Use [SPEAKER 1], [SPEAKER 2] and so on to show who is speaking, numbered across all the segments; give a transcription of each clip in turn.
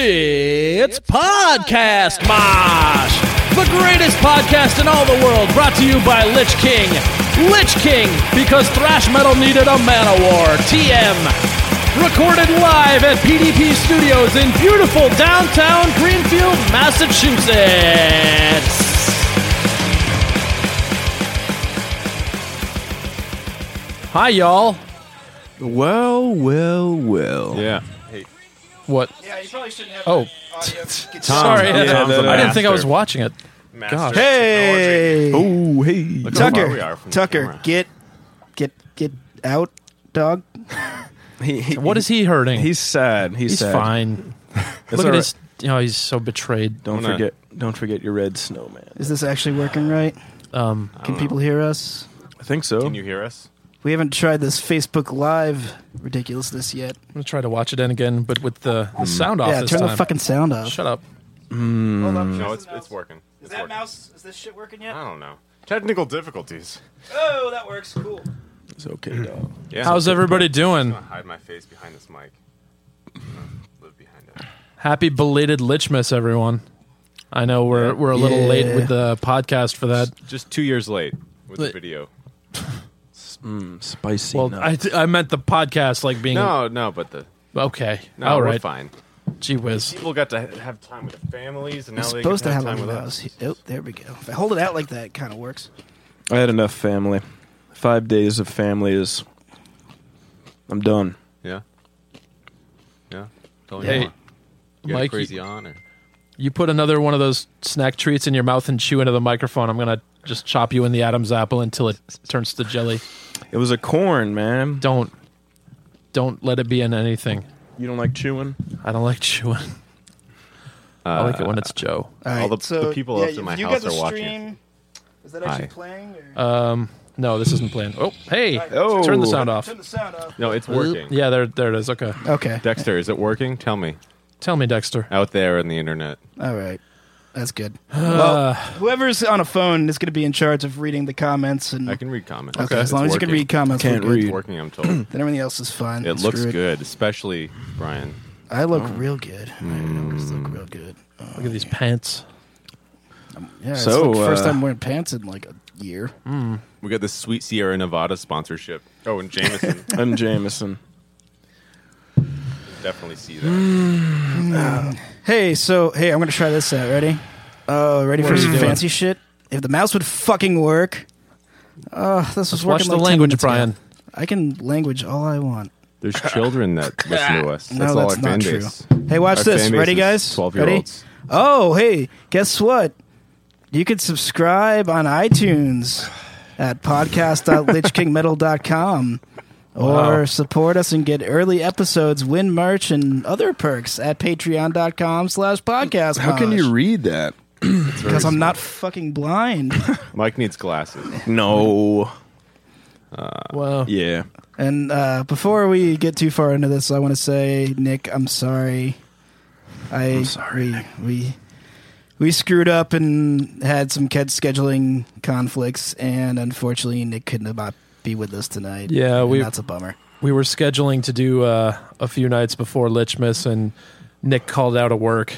[SPEAKER 1] It's Podcast Mosh, the greatest podcast in all the world, brought to you by Lich King. Lich King, because thrash metal needed a man o' war. TM. Recorded live at PDP Studios in beautiful downtown Greenfield, Massachusetts. Hi, y'all.
[SPEAKER 2] Well, well, well.
[SPEAKER 3] Yeah.
[SPEAKER 1] What?
[SPEAKER 4] Yeah, you probably shouldn't have.
[SPEAKER 1] Oh, sorry.
[SPEAKER 3] yeah, Tom's a
[SPEAKER 1] I didn't think I was
[SPEAKER 3] master.
[SPEAKER 1] watching it. Gosh.
[SPEAKER 4] Hey,
[SPEAKER 2] Oh, hey.
[SPEAKER 3] far we are
[SPEAKER 4] Tucker,
[SPEAKER 3] from the
[SPEAKER 4] Tucker,
[SPEAKER 3] camera.
[SPEAKER 4] get, get, get out, dog.
[SPEAKER 2] He- he-
[SPEAKER 1] What is he hurting?
[SPEAKER 2] He's sad. He's,
[SPEAKER 1] He's
[SPEAKER 2] sad.
[SPEAKER 1] fine. Look
[SPEAKER 2] all
[SPEAKER 1] at
[SPEAKER 2] right.
[SPEAKER 1] his. You know, he's so betrayed.
[SPEAKER 2] Don't
[SPEAKER 3] I'm not-
[SPEAKER 2] forget. Don't forget your red snowman.
[SPEAKER 4] Is this actually working right?
[SPEAKER 1] Um,
[SPEAKER 4] Can people hear us?
[SPEAKER 2] I think so.
[SPEAKER 3] Can you hear us?
[SPEAKER 4] We haven't tried this Facebook Live ridiculousness yet.
[SPEAKER 1] I'm gonna try to watch it in again, but with the, Mm. the sound off.
[SPEAKER 4] yeah,
[SPEAKER 1] this
[SPEAKER 4] turn the
[SPEAKER 1] time.
[SPEAKER 4] fucking sound off.
[SPEAKER 1] Shut up.
[SPEAKER 3] No, it's it's working. It's working.
[SPEAKER 4] mouse? Is this shit working yet?
[SPEAKER 3] I don't know. Technical difficulties.
[SPEAKER 4] Oh, that works. Cool.
[SPEAKER 2] It's okay, dog.
[SPEAKER 3] Yeah.
[SPEAKER 1] How's everybody doing?
[SPEAKER 3] I'm gonna hide my face behind this mic. Live behind it.
[SPEAKER 1] Happy belated Lichmas, everyone. I know we're we're a little
[SPEAKER 4] Yeah.
[SPEAKER 1] late with the podcast for that.
[SPEAKER 3] Just two years late with
[SPEAKER 1] Li-
[SPEAKER 3] the video.
[SPEAKER 2] Spicy.
[SPEAKER 1] Well,
[SPEAKER 2] nuts.
[SPEAKER 1] I, I meant the podcast like being
[SPEAKER 3] No, no, but the
[SPEAKER 1] okay.
[SPEAKER 3] no,
[SPEAKER 1] All
[SPEAKER 3] we're
[SPEAKER 1] right,
[SPEAKER 3] fine.
[SPEAKER 1] gee whiz.
[SPEAKER 3] People got to ha- have time with their families, and now
[SPEAKER 4] I'm
[SPEAKER 3] they
[SPEAKER 4] supposed to
[SPEAKER 3] get
[SPEAKER 4] have
[SPEAKER 3] have time
[SPEAKER 4] one
[SPEAKER 3] with
[SPEAKER 4] of
[SPEAKER 3] us.
[SPEAKER 4] those. Oh, there we go. If I hold it out like that, it kind of works.
[SPEAKER 2] I had enough family. Five days of family is. I'm done.
[SPEAKER 3] Yeah. Yeah. Don't
[SPEAKER 1] Hey,
[SPEAKER 3] you got a
[SPEAKER 1] Mike,
[SPEAKER 3] crazy honor.
[SPEAKER 1] You put another one of those snack treats in your mouth and chew into the microphone. I'm gonna just chop you in the Adam's apple until it turns to jelly.
[SPEAKER 2] It was a corn, man.
[SPEAKER 1] Don't don't let it be in anything.
[SPEAKER 2] You don't like chewing?
[SPEAKER 1] I don't like chewing. I like it when it's Joe.
[SPEAKER 4] All
[SPEAKER 3] All
[SPEAKER 4] right,
[SPEAKER 3] the- the people up to my
[SPEAKER 4] you
[SPEAKER 3] house
[SPEAKER 4] got the
[SPEAKER 3] are watching.
[SPEAKER 4] Stream. Is that
[SPEAKER 3] Hi.
[SPEAKER 4] actually playing? Or?
[SPEAKER 1] Uh, No, this isn't playing. Oh, hey!
[SPEAKER 2] Oh.
[SPEAKER 1] turn the sound off.
[SPEAKER 4] Turn the sound off.
[SPEAKER 3] No, it's working.
[SPEAKER 1] Yeah, there, there it is. Okay,
[SPEAKER 4] Okay.
[SPEAKER 3] Dexter, is it working? Tell me.
[SPEAKER 1] tell me, Dexter.
[SPEAKER 3] Out there on the internet.
[SPEAKER 4] All right. That's good. well, whoever's on a phone is going to be in charge of reading the comments and
[SPEAKER 3] I can read comments.
[SPEAKER 4] okay, as long as you can read
[SPEAKER 3] comments.
[SPEAKER 2] Can't
[SPEAKER 4] comments, we're good.
[SPEAKER 3] It's
[SPEAKER 2] read.
[SPEAKER 3] working, I'm told.
[SPEAKER 4] Then everything else is fine.
[SPEAKER 3] It
[SPEAKER 4] Screw
[SPEAKER 3] looks good, especially Brian.
[SPEAKER 4] I look
[SPEAKER 2] Oh.
[SPEAKER 4] real good. My numbers
[SPEAKER 2] Mm.
[SPEAKER 4] look real good. Uh,
[SPEAKER 1] Look at these pants.
[SPEAKER 4] yeah, it's
[SPEAKER 2] So,
[SPEAKER 4] like the first
[SPEAKER 2] uh,
[SPEAKER 4] time wearing pants in like a year.
[SPEAKER 3] We got this sweet Sierra Nevada sponsorship. Oh, and Jameson
[SPEAKER 2] I'm Jameson.
[SPEAKER 3] definitely see that.
[SPEAKER 4] Hey, so hey, I'm going to try this out. Ready? Oh, ready
[SPEAKER 1] are
[SPEAKER 4] for
[SPEAKER 1] you
[SPEAKER 4] some
[SPEAKER 1] doing?
[SPEAKER 4] fancy shit? If the mouse would fucking work. Oh, this was
[SPEAKER 1] Watch
[SPEAKER 4] working
[SPEAKER 1] the
[SPEAKER 4] like 10
[SPEAKER 1] language,
[SPEAKER 4] minutes ago.
[SPEAKER 1] Brian.
[SPEAKER 4] I can language all I want.
[SPEAKER 3] There's children that listen to us. That's
[SPEAKER 4] No, that's,
[SPEAKER 3] all our fan
[SPEAKER 4] not true.
[SPEAKER 3] base.
[SPEAKER 4] Hey, watch
[SPEAKER 3] Our
[SPEAKER 4] this.
[SPEAKER 3] fan base
[SPEAKER 4] Ready,
[SPEAKER 3] is
[SPEAKER 4] guys?
[SPEAKER 3] 12-year-olds.
[SPEAKER 4] Ready? Oh, hey, guess what? You can subscribe on iTunes at podcast.lichkingmetal.com or
[SPEAKER 1] Wow.
[SPEAKER 4] support us and get early episodes, win merch, and other perks at patreon.com slash podcast.
[SPEAKER 2] How can you read that?
[SPEAKER 4] Because I'm not fucking blind.
[SPEAKER 3] Mike needs glasses.
[SPEAKER 2] No.
[SPEAKER 3] Uh,
[SPEAKER 1] Wow.
[SPEAKER 2] Yeah.
[SPEAKER 4] and uh, before we get too far into this, I want to say, Nick, I'm sorry. I, am
[SPEAKER 2] sorry, Nick.
[SPEAKER 4] We, we we screwed up and had some kid scheduling conflicts, and unfortunately, Nick could not be with us tonight.
[SPEAKER 1] Yeah,
[SPEAKER 4] And
[SPEAKER 1] we-
[SPEAKER 4] that's a bummer.
[SPEAKER 1] We were scheduling to do uh, a few nights before Lichmas, and Nick called out of work,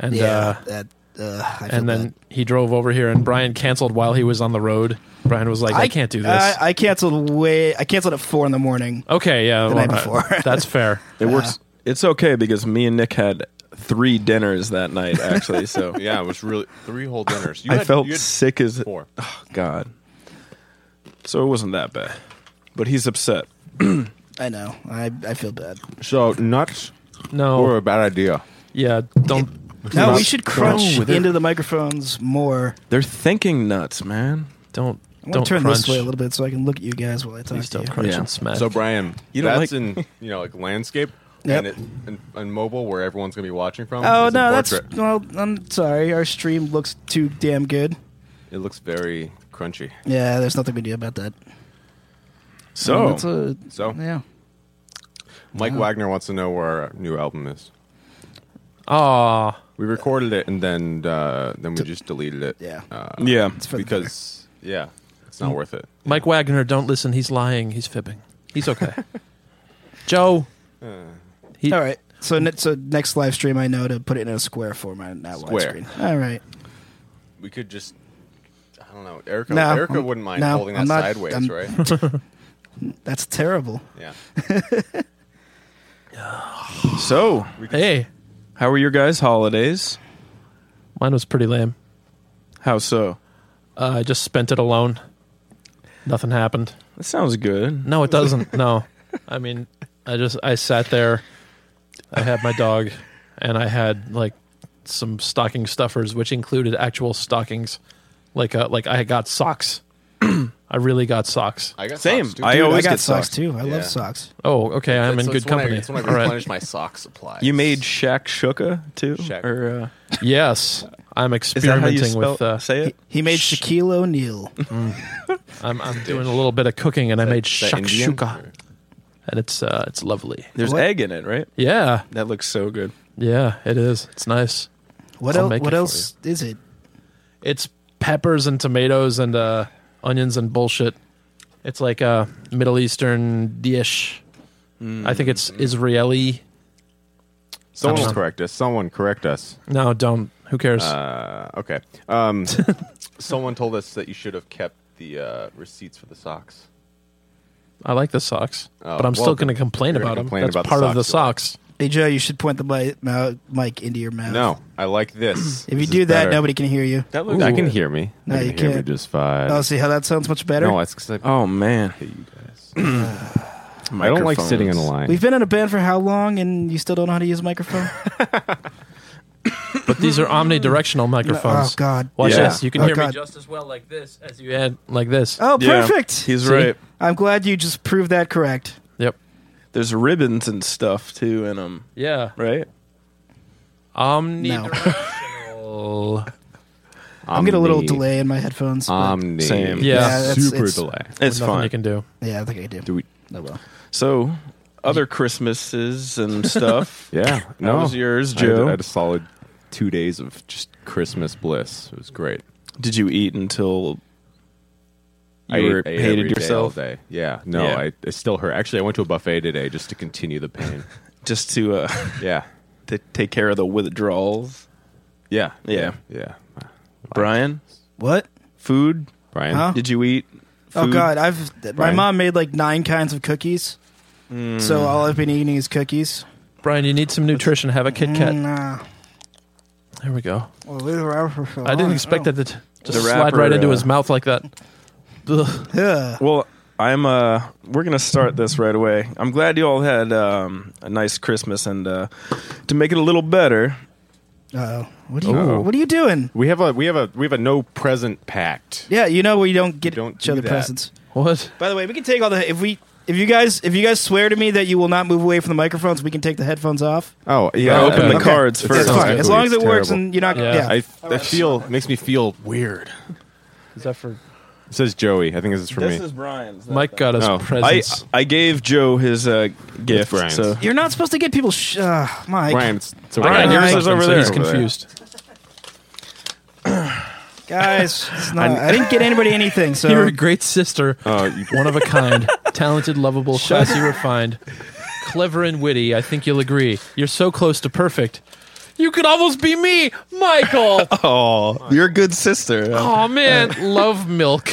[SPEAKER 1] and uh,
[SPEAKER 4] Yeah, that, uh, I feel
[SPEAKER 1] and then
[SPEAKER 4] bad.
[SPEAKER 1] he drove over here, and Brian canceled while he was on the road. Brian was like, "I, can't do this."
[SPEAKER 4] I, I canceled way. I canceled at four in the morning.
[SPEAKER 1] okay, yeah,
[SPEAKER 4] night
[SPEAKER 1] well,
[SPEAKER 4] before.
[SPEAKER 1] uh, that's fair.
[SPEAKER 2] It works. It's okay because me and Nick had three dinners that night, actually. So
[SPEAKER 3] Yeah, it was really three whole dinners. You
[SPEAKER 2] I
[SPEAKER 3] had-
[SPEAKER 2] felt
[SPEAKER 3] you had
[SPEAKER 2] sick as
[SPEAKER 3] four.
[SPEAKER 2] God. So it wasn't that bad. But he's upset.
[SPEAKER 4] I know. I I feel bad.
[SPEAKER 3] So nuts
[SPEAKER 1] No,
[SPEAKER 3] Oh. were a bad idea.
[SPEAKER 1] yeah, don't
[SPEAKER 4] No, we
[SPEAKER 2] Nuts.
[SPEAKER 4] should crunch
[SPEAKER 2] No, they're-
[SPEAKER 4] into the microphones more.
[SPEAKER 2] They're thinking nuts, man.
[SPEAKER 1] Don't
[SPEAKER 4] I want
[SPEAKER 1] don't
[SPEAKER 4] to turn
[SPEAKER 1] crunch.
[SPEAKER 4] this way a little bit so I can look at you guys while I talk
[SPEAKER 1] Please
[SPEAKER 4] to you.
[SPEAKER 1] don't crunch
[SPEAKER 2] Yeah.
[SPEAKER 1] and smash.
[SPEAKER 3] So Brian,
[SPEAKER 2] You don't
[SPEAKER 3] that's
[SPEAKER 2] like-
[SPEAKER 3] in you know like landscape
[SPEAKER 4] Yep.
[SPEAKER 3] and, it, and and mobile where everyone's gonna be watching from.
[SPEAKER 4] Oh
[SPEAKER 3] is in
[SPEAKER 4] no, that's
[SPEAKER 3] portrait.
[SPEAKER 4] well. I'm sorry. Our stream looks too damn good.
[SPEAKER 3] it looks very crunchy.
[SPEAKER 4] Yeah, there's nothing we do about that.
[SPEAKER 2] So
[SPEAKER 4] That's a-
[SPEAKER 3] So
[SPEAKER 4] yeah.
[SPEAKER 3] Mike Wagner wants to know where our new album is.
[SPEAKER 1] Aw,
[SPEAKER 3] We recorded it and then uh, then we just deleted it.
[SPEAKER 4] Yeah.
[SPEAKER 3] uh,
[SPEAKER 2] yeah,
[SPEAKER 4] for the Mm.
[SPEAKER 3] because yeah, it's not worth it.
[SPEAKER 1] Mike Wagner, don't listen. He's lying. He's fibbing. He's okay. Joe, he,
[SPEAKER 4] All right. So ne- so next live stream, I know to put it in a square format, not
[SPEAKER 3] Square.
[SPEAKER 4] widescreen. All right.
[SPEAKER 3] We could just I don't know. Erica
[SPEAKER 4] No,
[SPEAKER 3] Erica
[SPEAKER 4] I'm-
[SPEAKER 3] wouldn't mind
[SPEAKER 4] no,
[SPEAKER 3] holding
[SPEAKER 4] I'm
[SPEAKER 3] that
[SPEAKER 4] not-
[SPEAKER 3] sideways,
[SPEAKER 4] I'm-
[SPEAKER 3] right?
[SPEAKER 4] That's terrible.
[SPEAKER 3] yeah.
[SPEAKER 2] so
[SPEAKER 1] Hey,
[SPEAKER 2] how were your guys' holidays?
[SPEAKER 1] mine was pretty lame.
[SPEAKER 2] How so?
[SPEAKER 1] Uh, I just spent it alone. Nothing happened.
[SPEAKER 2] That sounds good.
[SPEAKER 1] No, it doesn't. No, I mean, I just I sat there. I had my dog, and I had like some stocking stuffers, which included actual stockings. Like uh, like I got socks. I really got socks.
[SPEAKER 3] I got
[SPEAKER 2] Same.
[SPEAKER 3] Socks, too.
[SPEAKER 2] I
[SPEAKER 4] Dude,
[SPEAKER 2] always
[SPEAKER 4] I got
[SPEAKER 2] get
[SPEAKER 4] socks,
[SPEAKER 2] socks.
[SPEAKER 4] too. I
[SPEAKER 3] Yeah.
[SPEAKER 4] love socks.
[SPEAKER 1] Oh, okay. I'm
[SPEAKER 3] It's-
[SPEAKER 1] in
[SPEAKER 3] it's
[SPEAKER 1] good
[SPEAKER 3] when I-
[SPEAKER 1] company.
[SPEAKER 3] it's when I
[SPEAKER 1] All right.
[SPEAKER 3] replenish my sock supplies.
[SPEAKER 2] You made Shaq Shuka too,
[SPEAKER 3] Shaq.
[SPEAKER 2] or uh,
[SPEAKER 1] Yes, I'm
[SPEAKER 2] is that how
[SPEAKER 1] experimenting
[SPEAKER 2] you spell,
[SPEAKER 1] with. Uh,
[SPEAKER 2] say it?
[SPEAKER 4] He made Shaquille O'Neal.
[SPEAKER 1] I'm, I'm doing a little bit of cooking, and I made
[SPEAKER 3] Is that Indian?
[SPEAKER 1] shakshuka, and it's uh, it's lovely.
[SPEAKER 2] There's
[SPEAKER 4] What?
[SPEAKER 2] egg in it, right?
[SPEAKER 1] Yeah,
[SPEAKER 2] That looks so good.
[SPEAKER 1] yeah, it is. It's nice.
[SPEAKER 4] What
[SPEAKER 1] I'll
[SPEAKER 4] else?
[SPEAKER 1] make
[SPEAKER 4] What
[SPEAKER 1] it for
[SPEAKER 4] else is it?
[SPEAKER 1] It's peppers and tomatoes and uh, onions and bullshit. It's like a Middle Eastern dish. I think it's
[SPEAKER 3] Hmm.
[SPEAKER 1] Israeli.
[SPEAKER 3] Someone
[SPEAKER 1] Someone-
[SPEAKER 3] will correct us. Someone correct us.
[SPEAKER 1] No, don't. Who cares?
[SPEAKER 3] Uh, okay. Um, someone told us that you should have kept the uh, receipts for the socks.
[SPEAKER 1] I like the socks,
[SPEAKER 3] Oh,
[SPEAKER 1] but I'm
[SPEAKER 3] well,
[SPEAKER 1] still going to complain
[SPEAKER 3] you're gonna
[SPEAKER 1] about them.
[SPEAKER 3] complain
[SPEAKER 1] That's
[SPEAKER 3] about the
[SPEAKER 1] part of the
[SPEAKER 3] socks
[SPEAKER 1] socks.
[SPEAKER 4] Hey Joe, you should point the mi- mou- mic into your mouth.
[SPEAKER 3] No, I like this.
[SPEAKER 4] If you
[SPEAKER 3] This
[SPEAKER 4] do
[SPEAKER 3] is
[SPEAKER 4] that,
[SPEAKER 3] better.
[SPEAKER 4] nobody can hear you.
[SPEAKER 2] That
[SPEAKER 3] I can hear me.
[SPEAKER 4] No,
[SPEAKER 3] I can
[SPEAKER 4] you
[SPEAKER 3] hear me
[SPEAKER 4] can't.
[SPEAKER 3] just fine.
[SPEAKER 4] Oh, see how that sounds much better.
[SPEAKER 3] no, it's because I,
[SPEAKER 2] Oh man,
[SPEAKER 3] hate you guys. I don't like sitting in a line.
[SPEAKER 4] We've been in a band for how long, and you still don't know how to use a microphone?
[SPEAKER 1] But these are omnidirectional microphones.
[SPEAKER 4] Oh God!
[SPEAKER 1] Watch
[SPEAKER 2] Yeah.
[SPEAKER 1] this. You can
[SPEAKER 4] Oh,
[SPEAKER 1] hear me
[SPEAKER 4] God.
[SPEAKER 1] just as well like this as you had like this.
[SPEAKER 4] Oh,
[SPEAKER 2] Yeah,
[SPEAKER 4] perfect.
[SPEAKER 2] he's right.
[SPEAKER 4] I'm glad you just proved that correct.
[SPEAKER 1] Yep.
[SPEAKER 2] There's ribbons and stuff too in them,
[SPEAKER 1] Yeah. Um,
[SPEAKER 2] right?
[SPEAKER 1] Omnidirectional.
[SPEAKER 4] I'm getting a little
[SPEAKER 3] Omni-
[SPEAKER 4] delay in my headphones. but-
[SPEAKER 3] Omni.
[SPEAKER 2] Same.
[SPEAKER 1] Yeah. Yeah,
[SPEAKER 4] that's-
[SPEAKER 3] Super
[SPEAKER 4] it's-
[SPEAKER 3] delay.
[SPEAKER 2] It's
[SPEAKER 1] Nothing
[SPEAKER 2] fine.
[SPEAKER 1] you can do.
[SPEAKER 4] yeah, I think I do.
[SPEAKER 3] Do we?
[SPEAKER 4] Oh, well.
[SPEAKER 2] So, other Christmases and stuff.
[SPEAKER 3] Yeah. No.
[SPEAKER 2] was yours,
[SPEAKER 3] I had-
[SPEAKER 2] Joe?
[SPEAKER 3] I had a solid two days of just Christmas bliss. It was great.
[SPEAKER 2] Did you eat until you
[SPEAKER 3] I
[SPEAKER 2] were,
[SPEAKER 3] ate every
[SPEAKER 2] hated
[SPEAKER 3] day,
[SPEAKER 2] yourself?
[SPEAKER 3] all day. Yeah, no,
[SPEAKER 2] Yeah.
[SPEAKER 3] I, I still hurt. Actually, I went to a buffet today just to continue the pain.
[SPEAKER 2] just to uh,
[SPEAKER 3] yeah,
[SPEAKER 2] to take care of the withdrawals?
[SPEAKER 3] yeah,
[SPEAKER 2] Yeah.
[SPEAKER 3] yeah.
[SPEAKER 2] Brian,
[SPEAKER 4] What?
[SPEAKER 2] food?
[SPEAKER 3] Brian,
[SPEAKER 4] Huh?
[SPEAKER 2] Did you eat?
[SPEAKER 4] Oh
[SPEAKER 2] food?
[SPEAKER 4] God! I've my
[SPEAKER 3] Brian?
[SPEAKER 4] mom made like nine kinds of cookies, so all I've been eating is cookies. Mm,
[SPEAKER 1] Brian, you need some nutrition. Have a Kit Kat.
[SPEAKER 4] Nah.
[SPEAKER 1] There we go.
[SPEAKER 4] Well, we were out for so
[SPEAKER 1] I didn't
[SPEAKER 4] long. Oh.
[SPEAKER 1] expect that to t- just
[SPEAKER 2] The
[SPEAKER 1] slide
[SPEAKER 2] rapper,
[SPEAKER 1] right into
[SPEAKER 2] uh,
[SPEAKER 1] his mouth like that. Ugh.
[SPEAKER 4] Ugh.
[SPEAKER 2] Well, I'm. Uh, we're gonna start this right away. I'm glad you all had um, a nice Christmas, and uh, to make it a little better,
[SPEAKER 4] Uh-oh. What are you?
[SPEAKER 3] Uh-oh.
[SPEAKER 4] What are you doing?
[SPEAKER 3] we have a we have a we have a no present pact.
[SPEAKER 4] Yeah, you know we don't get
[SPEAKER 3] don't
[SPEAKER 4] each
[SPEAKER 3] do
[SPEAKER 4] other
[SPEAKER 3] that.
[SPEAKER 4] presents.
[SPEAKER 1] What?
[SPEAKER 4] By the way, we can take all the if we if you guys if you guys swear to me that you will not move away from the microphones, we can take the headphones off.
[SPEAKER 3] Oh yeah,
[SPEAKER 2] Yeah, open
[SPEAKER 3] uh,
[SPEAKER 2] the
[SPEAKER 3] okay.
[SPEAKER 2] cards
[SPEAKER 3] It
[SPEAKER 2] first.
[SPEAKER 4] It's
[SPEAKER 3] sounds
[SPEAKER 4] fine.
[SPEAKER 3] good.
[SPEAKER 4] As long as it
[SPEAKER 3] It's
[SPEAKER 4] works
[SPEAKER 3] terrible.
[SPEAKER 4] and you're not.
[SPEAKER 1] Yeah.
[SPEAKER 4] Yeah.
[SPEAKER 3] I that feel makes me feel weird.
[SPEAKER 1] Is that for?
[SPEAKER 3] It says Joey. I think this is for me.
[SPEAKER 2] Brian's.
[SPEAKER 1] Mike got us
[SPEAKER 3] Oh, I-
[SPEAKER 2] I
[SPEAKER 1] presents.
[SPEAKER 2] I gave Joe his uh, gift.
[SPEAKER 3] Brian's.
[SPEAKER 2] So
[SPEAKER 4] you're not supposed to get people. Sh- uh, Mike.
[SPEAKER 3] Brian, it's, it's okay.
[SPEAKER 2] Brian,
[SPEAKER 1] I got
[SPEAKER 2] yours
[SPEAKER 1] something,
[SPEAKER 2] is over
[SPEAKER 1] so
[SPEAKER 2] there.
[SPEAKER 1] He's
[SPEAKER 3] Over there.
[SPEAKER 1] confused.
[SPEAKER 4] Guys, it's not, I, didn't get anybody anything. So
[SPEAKER 1] You're a great sister,
[SPEAKER 3] Oh, you-
[SPEAKER 1] one of a kind, talented, lovable, classy, refined, clever, and witty. I think you'll agree. You're so close to perfect. You could almost be me, Michael.
[SPEAKER 2] you're a good sister.
[SPEAKER 1] oh man, love milk.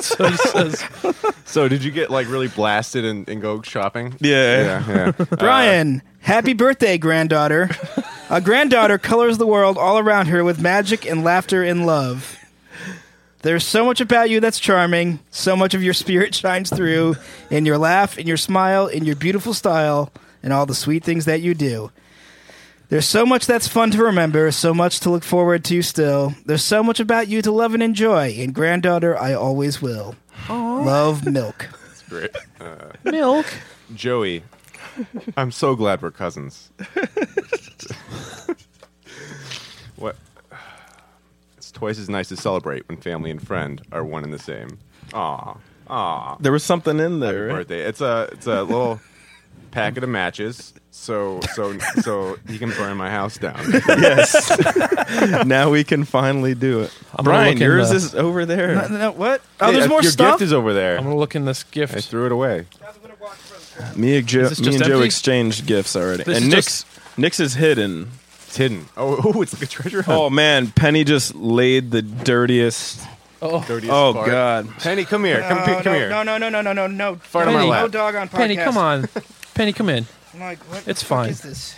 [SPEAKER 1] so he says,
[SPEAKER 3] so did you get like really blasted and, and go shopping?
[SPEAKER 2] yeah.
[SPEAKER 3] yeah. yeah.
[SPEAKER 4] Brian, happy birthday, granddaughter. a granddaughter colors the world all around her with magic and laughter and love. There's so much about you that's charming. So much of your spirit shines through in your laugh, in your smile, in your beautiful style, and all the sweet things that you do. There's so much that's fun to remember, so much to look forward to still. There's so much about you to love and enjoy, and granddaughter, I always will. Love milk.
[SPEAKER 3] Great. Uh,
[SPEAKER 1] Milk.
[SPEAKER 3] Joey, I'm so glad we're cousins. what? It's twice as nice to celebrate when family and friend are one and the same. Aw, aw.
[SPEAKER 2] There was something in there. right?
[SPEAKER 3] Birthday. It's a it's a little packet of matches. So so so you can burn my house down.
[SPEAKER 2] Yes. now we can finally do it.
[SPEAKER 1] I'm gonna
[SPEAKER 2] Brian,
[SPEAKER 1] look in
[SPEAKER 2] yours
[SPEAKER 1] the-
[SPEAKER 2] is over there.
[SPEAKER 4] No, no, what? Oh, there's
[SPEAKER 3] Hey,
[SPEAKER 4] more
[SPEAKER 3] Your
[SPEAKER 4] stuff.
[SPEAKER 3] gift is over there.
[SPEAKER 1] I'm gonna look in this gift.
[SPEAKER 3] I threw it away.
[SPEAKER 2] Me and, jo-
[SPEAKER 1] this
[SPEAKER 2] me
[SPEAKER 1] just
[SPEAKER 2] and Joe
[SPEAKER 1] empty?
[SPEAKER 2] exchanged gifts already.
[SPEAKER 1] This
[SPEAKER 2] and
[SPEAKER 1] is
[SPEAKER 2] Nick's Nick's is hidden.
[SPEAKER 3] It's hidden. Oh, oh, it's like a treasure hunt.
[SPEAKER 2] Oh man, Penny just laid the dirtiest.
[SPEAKER 3] Dirtiest
[SPEAKER 2] Oh
[SPEAKER 3] fart.
[SPEAKER 2] god.
[SPEAKER 3] Penny, come here. Come,
[SPEAKER 4] no,
[SPEAKER 3] come
[SPEAKER 4] Uh, no,
[SPEAKER 3] here.
[SPEAKER 4] No, no, no, no, no, no, no.
[SPEAKER 3] Fart on my
[SPEAKER 4] Penny,
[SPEAKER 3] lap.
[SPEAKER 4] No dog on podcast.
[SPEAKER 1] Penny, come on. Penny, come in.
[SPEAKER 4] I'm like, what the
[SPEAKER 1] It's
[SPEAKER 4] fuck
[SPEAKER 1] fine.
[SPEAKER 4] is this?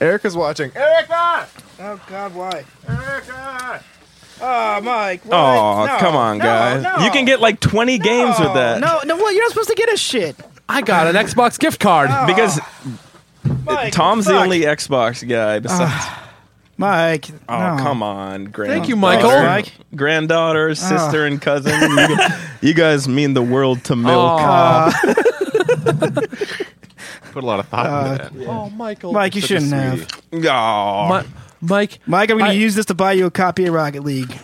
[SPEAKER 3] Erica's watching. Erica!
[SPEAKER 4] Oh, God, why?
[SPEAKER 3] Erica!
[SPEAKER 4] Oh, Mike. What?
[SPEAKER 2] Oh,
[SPEAKER 4] No,
[SPEAKER 2] come on,
[SPEAKER 4] no,
[SPEAKER 2] guys.
[SPEAKER 4] no.
[SPEAKER 2] You can get like 20 games with
[SPEAKER 4] No,
[SPEAKER 2] that.
[SPEAKER 4] No, no, what? You're not supposed to get a shit.
[SPEAKER 1] I got an Xbox gift card.
[SPEAKER 2] Because
[SPEAKER 4] Mike,
[SPEAKER 2] Tom's the
[SPEAKER 4] fuck. Ah.
[SPEAKER 2] only Xbox guy besides
[SPEAKER 4] Mike.
[SPEAKER 2] Oh,
[SPEAKER 4] no.
[SPEAKER 2] come on, grand.
[SPEAKER 1] Thank you, Michael.
[SPEAKER 4] Thanks, Mike. Oh.
[SPEAKER 2] Granddaughter, sister, and cousin. You, gu- you guys mean the world to milk.
[SPEAKER 4] Oh.
[SPEAKER 1] Aw.
[SPEAKER 3] Put a lot of thought
[SPEAKER 4] Uh,
[SPEAKER 3] into that.
[SPEAKER 1] oh, Michael.
[SPEAKER 4] Mike, you
[SPEAKER 3] Such a
[SPEAKER 4] shouldn't have.
[SPEAKER 3] sweetie.
[SPEAKER 2] Aw.
[SPEAKER 1] Mi- Mike.
[SPEAKER 4] Mike, I'm going
[SPEAKER 1] I-
[SPEAKER 4] to use this to buy you a copy of Rocket League.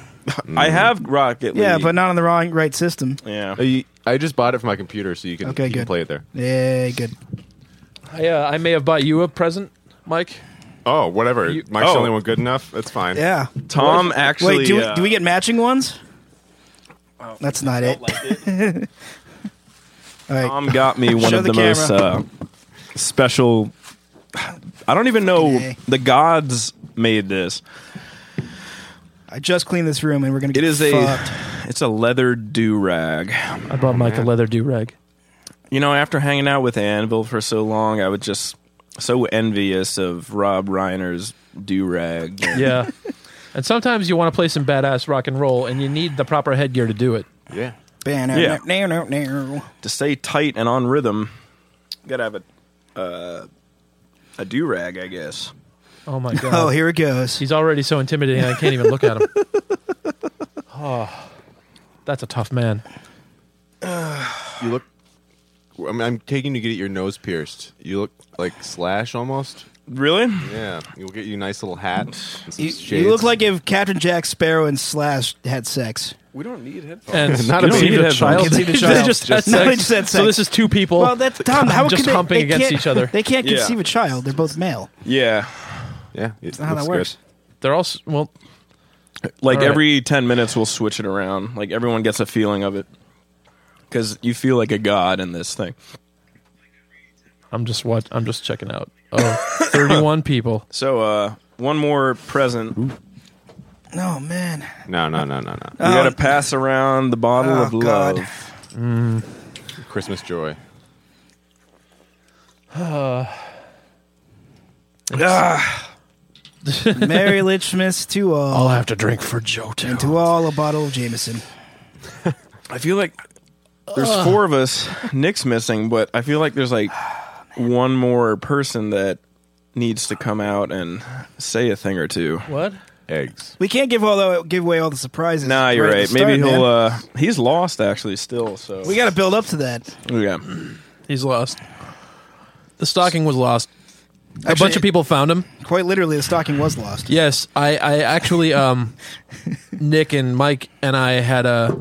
[SPEAKER 2] I have Rocket League.
[SPEAKER 4] Yeah, but not on the wrong right system.
[SPEAKER 2] yeah.
[SPEAKER 3] Uh, you- I just bought it for my computer, so you can,
[SPEAKER 4] Okay,
[SPEAKER 3] you can
[SPEAKER 4] good.
[SPEAKER 3] play it there.
[SPEAKER 4] Yeah, good.
[SPEAKER 1] I, uh, I may have bought you a present, Mike.
[SPEAKER 3] Oh, whatever.
[SPEAKER 1] You-
[SPEAKER 3] Mike's
[SPEAKER 2] Oh.
[SPEAKER 3] the only one good enough. That's fine.
[SPEAKER 4] Yeah.
[SPEAKER 2] Tom actually.
[SPEAKER 4] Wait, do we,
[SPEAKER 2] uh,
[SPEAKER 4] do we get matching ones? That's not it. All right.
[SPEAKER 2] Tom got me one
[SPEAKER 4] Show
[SPEAKER 2] of
[SPEAKER 4] the
[SPEAKER 2] the, most uh, special. I don't even know.
[SPEAKER 4] Okay.
[SPEAKER 2] The gods made this.
[SPEAKER 4] I just cleaned this room and we're going to
[SPEAKER 2] It
[SPEAKER 4] get
[SPEAKER 2] is a.
[SPEAKER 4] fucked.
[SPEAKER 2] It's a leather do rag.
[SPEAKER 1] I bought Mike a leather do rag.
[SPEAKER 2] You know, after hanging out with Anvil for so long, I was just so envious of Rob Reiner's do rag.
[SPEAKER 1] Yeah. and sometimes you want to play some badass rock and roll, and you need the proper headgear to do it.
[SPEAKER 3] Yeah.
[SPEAKER 4] Banner,
[SPEAKER 2] Yeah.
[SPEAKER 4] no, no, no.
[SPEAKER 2] to stay tight and on rhythm, you gotta have a uh, a do rag, I guess.
[SPEAKER 1] Oh my god.
[SPEAKER 4] Oh, here it goes.
[SPEAKER 1] He's already so intimidating. I can't even look at him. Oh, that's a tough man.
[SPEAKER 3] You look. I'm, I'm taking you to get your nose pierced. You look like Slash almost.
[SPEAKER 2] Really?
[SPEAKER 3] Yeah. We'll get you a nice little hat. and some
[SPEAKER 4] You,
[SPEAKER 3] shades.
[SPEAKER 4] you look like if Captain Jack Sparrow and Slash had sex.
[SPEAKER 2] We don't need headphones.
[SPEAKER 1] And
[SPEAKER 3] Not
[SPEAKER 1] you
[SPEAKER 3] a
[SPEAKER 1] don't
[SPEAKER 3] baby
[SPEAKER 1] need
[SPEAKER 3] headphones.
[SPEAKER 1] child.
[SPEAKER 4] Kids need a
[SPEAKER 1] They
[SPEAKER 4] child.
[SPEAKER 1] just had
[SPEAKER 4] Just- no, they
[SPEAKER 1] sex.
[SPEAKER 4] just had
[SPEAKER 1] So
[SPEAKER 4] sex.
[SPEAKER 1] this is two people.
[SPEAKER 4] Well, that's Tom. How
[SPEAKER 1] just
[SPEAKER 4] could they,
[SPEAKER 1] humping
[SPEAKER 4] they
[SPEAKER 1] against
[SPEAKER 4] can't-
[SPEAKER 1] each other.
[SPEAKER 4] They can't
[SPEAKER 2] Yeah.
[SPEAKER 4] conceive a child. They're both male.
[SPEAKER 2] Yeah,
[SPEAKER 3] Yeah. It's
[SPEAKER 4] not how that works.
[SPEAKER 1] They're all s- well.
[SPEAKER 2] like
[SPEAKER 1] All right.
[SPEAKER 2] every ten minutes we'll switch it around. Like everyone gets a feeling of it because you feel like a god in this thing.
[SPEAKER 1] I'm just what I'm just checking out. Oh, 31 people.
[SPEAKER 2] So, uh, one more present. We
[SPEAKER 4] Oh man.
[SPEAKER 3] No, no, no, no, no.
[SPEAKER 4] Ah.
[SPEAKER 2] gotta pass around the bottle
[SPEAKER 4] Oh,
[SPEAKER 2] of love.
[SPEAKER 4] God.
[SPEAKER 3] Christmas joy.
[SPEAKER 4] Merry Lichmas to all,
[SPEAKER 1] I'll have to drink for Joe too.
[SPEAKER 4] and to all a bottle of Jameson.
[SPEAKER 2] I feel like there's four of us. Nick's missing, but I feel like there's like one more person that needs to come out and say a thing or two.
[SPEAKER 1] What?
[SPEAKER 3] Eggs.
[SPEAKER 4] We can't give all the, give away all the surprises.
[SPEAKER 2] Nah, you're
[SPEAKER 4] at the
[SPEAKER 2] right.
[SPEAKER 4] start,
[SPEAKER 2] Maybe
[SPEAKER 4] man.
[SPEAKER 2] he'll. uh He's lost actually still. So
[SPEAKER 4] We got to build up to that.
[SPEAKER 2] yeah.
[SPEAKER 1] Hmm. He's lost. The stocking was lost. a
[SPEAKER 4] Actually,
[SPEAKER 1] bunch of people found him.
[SPEAKER 4] Quite literally, the stocking was lost.
[SPEAKER 1] Yes, I, I actually, um, Nick and Mike and I had a,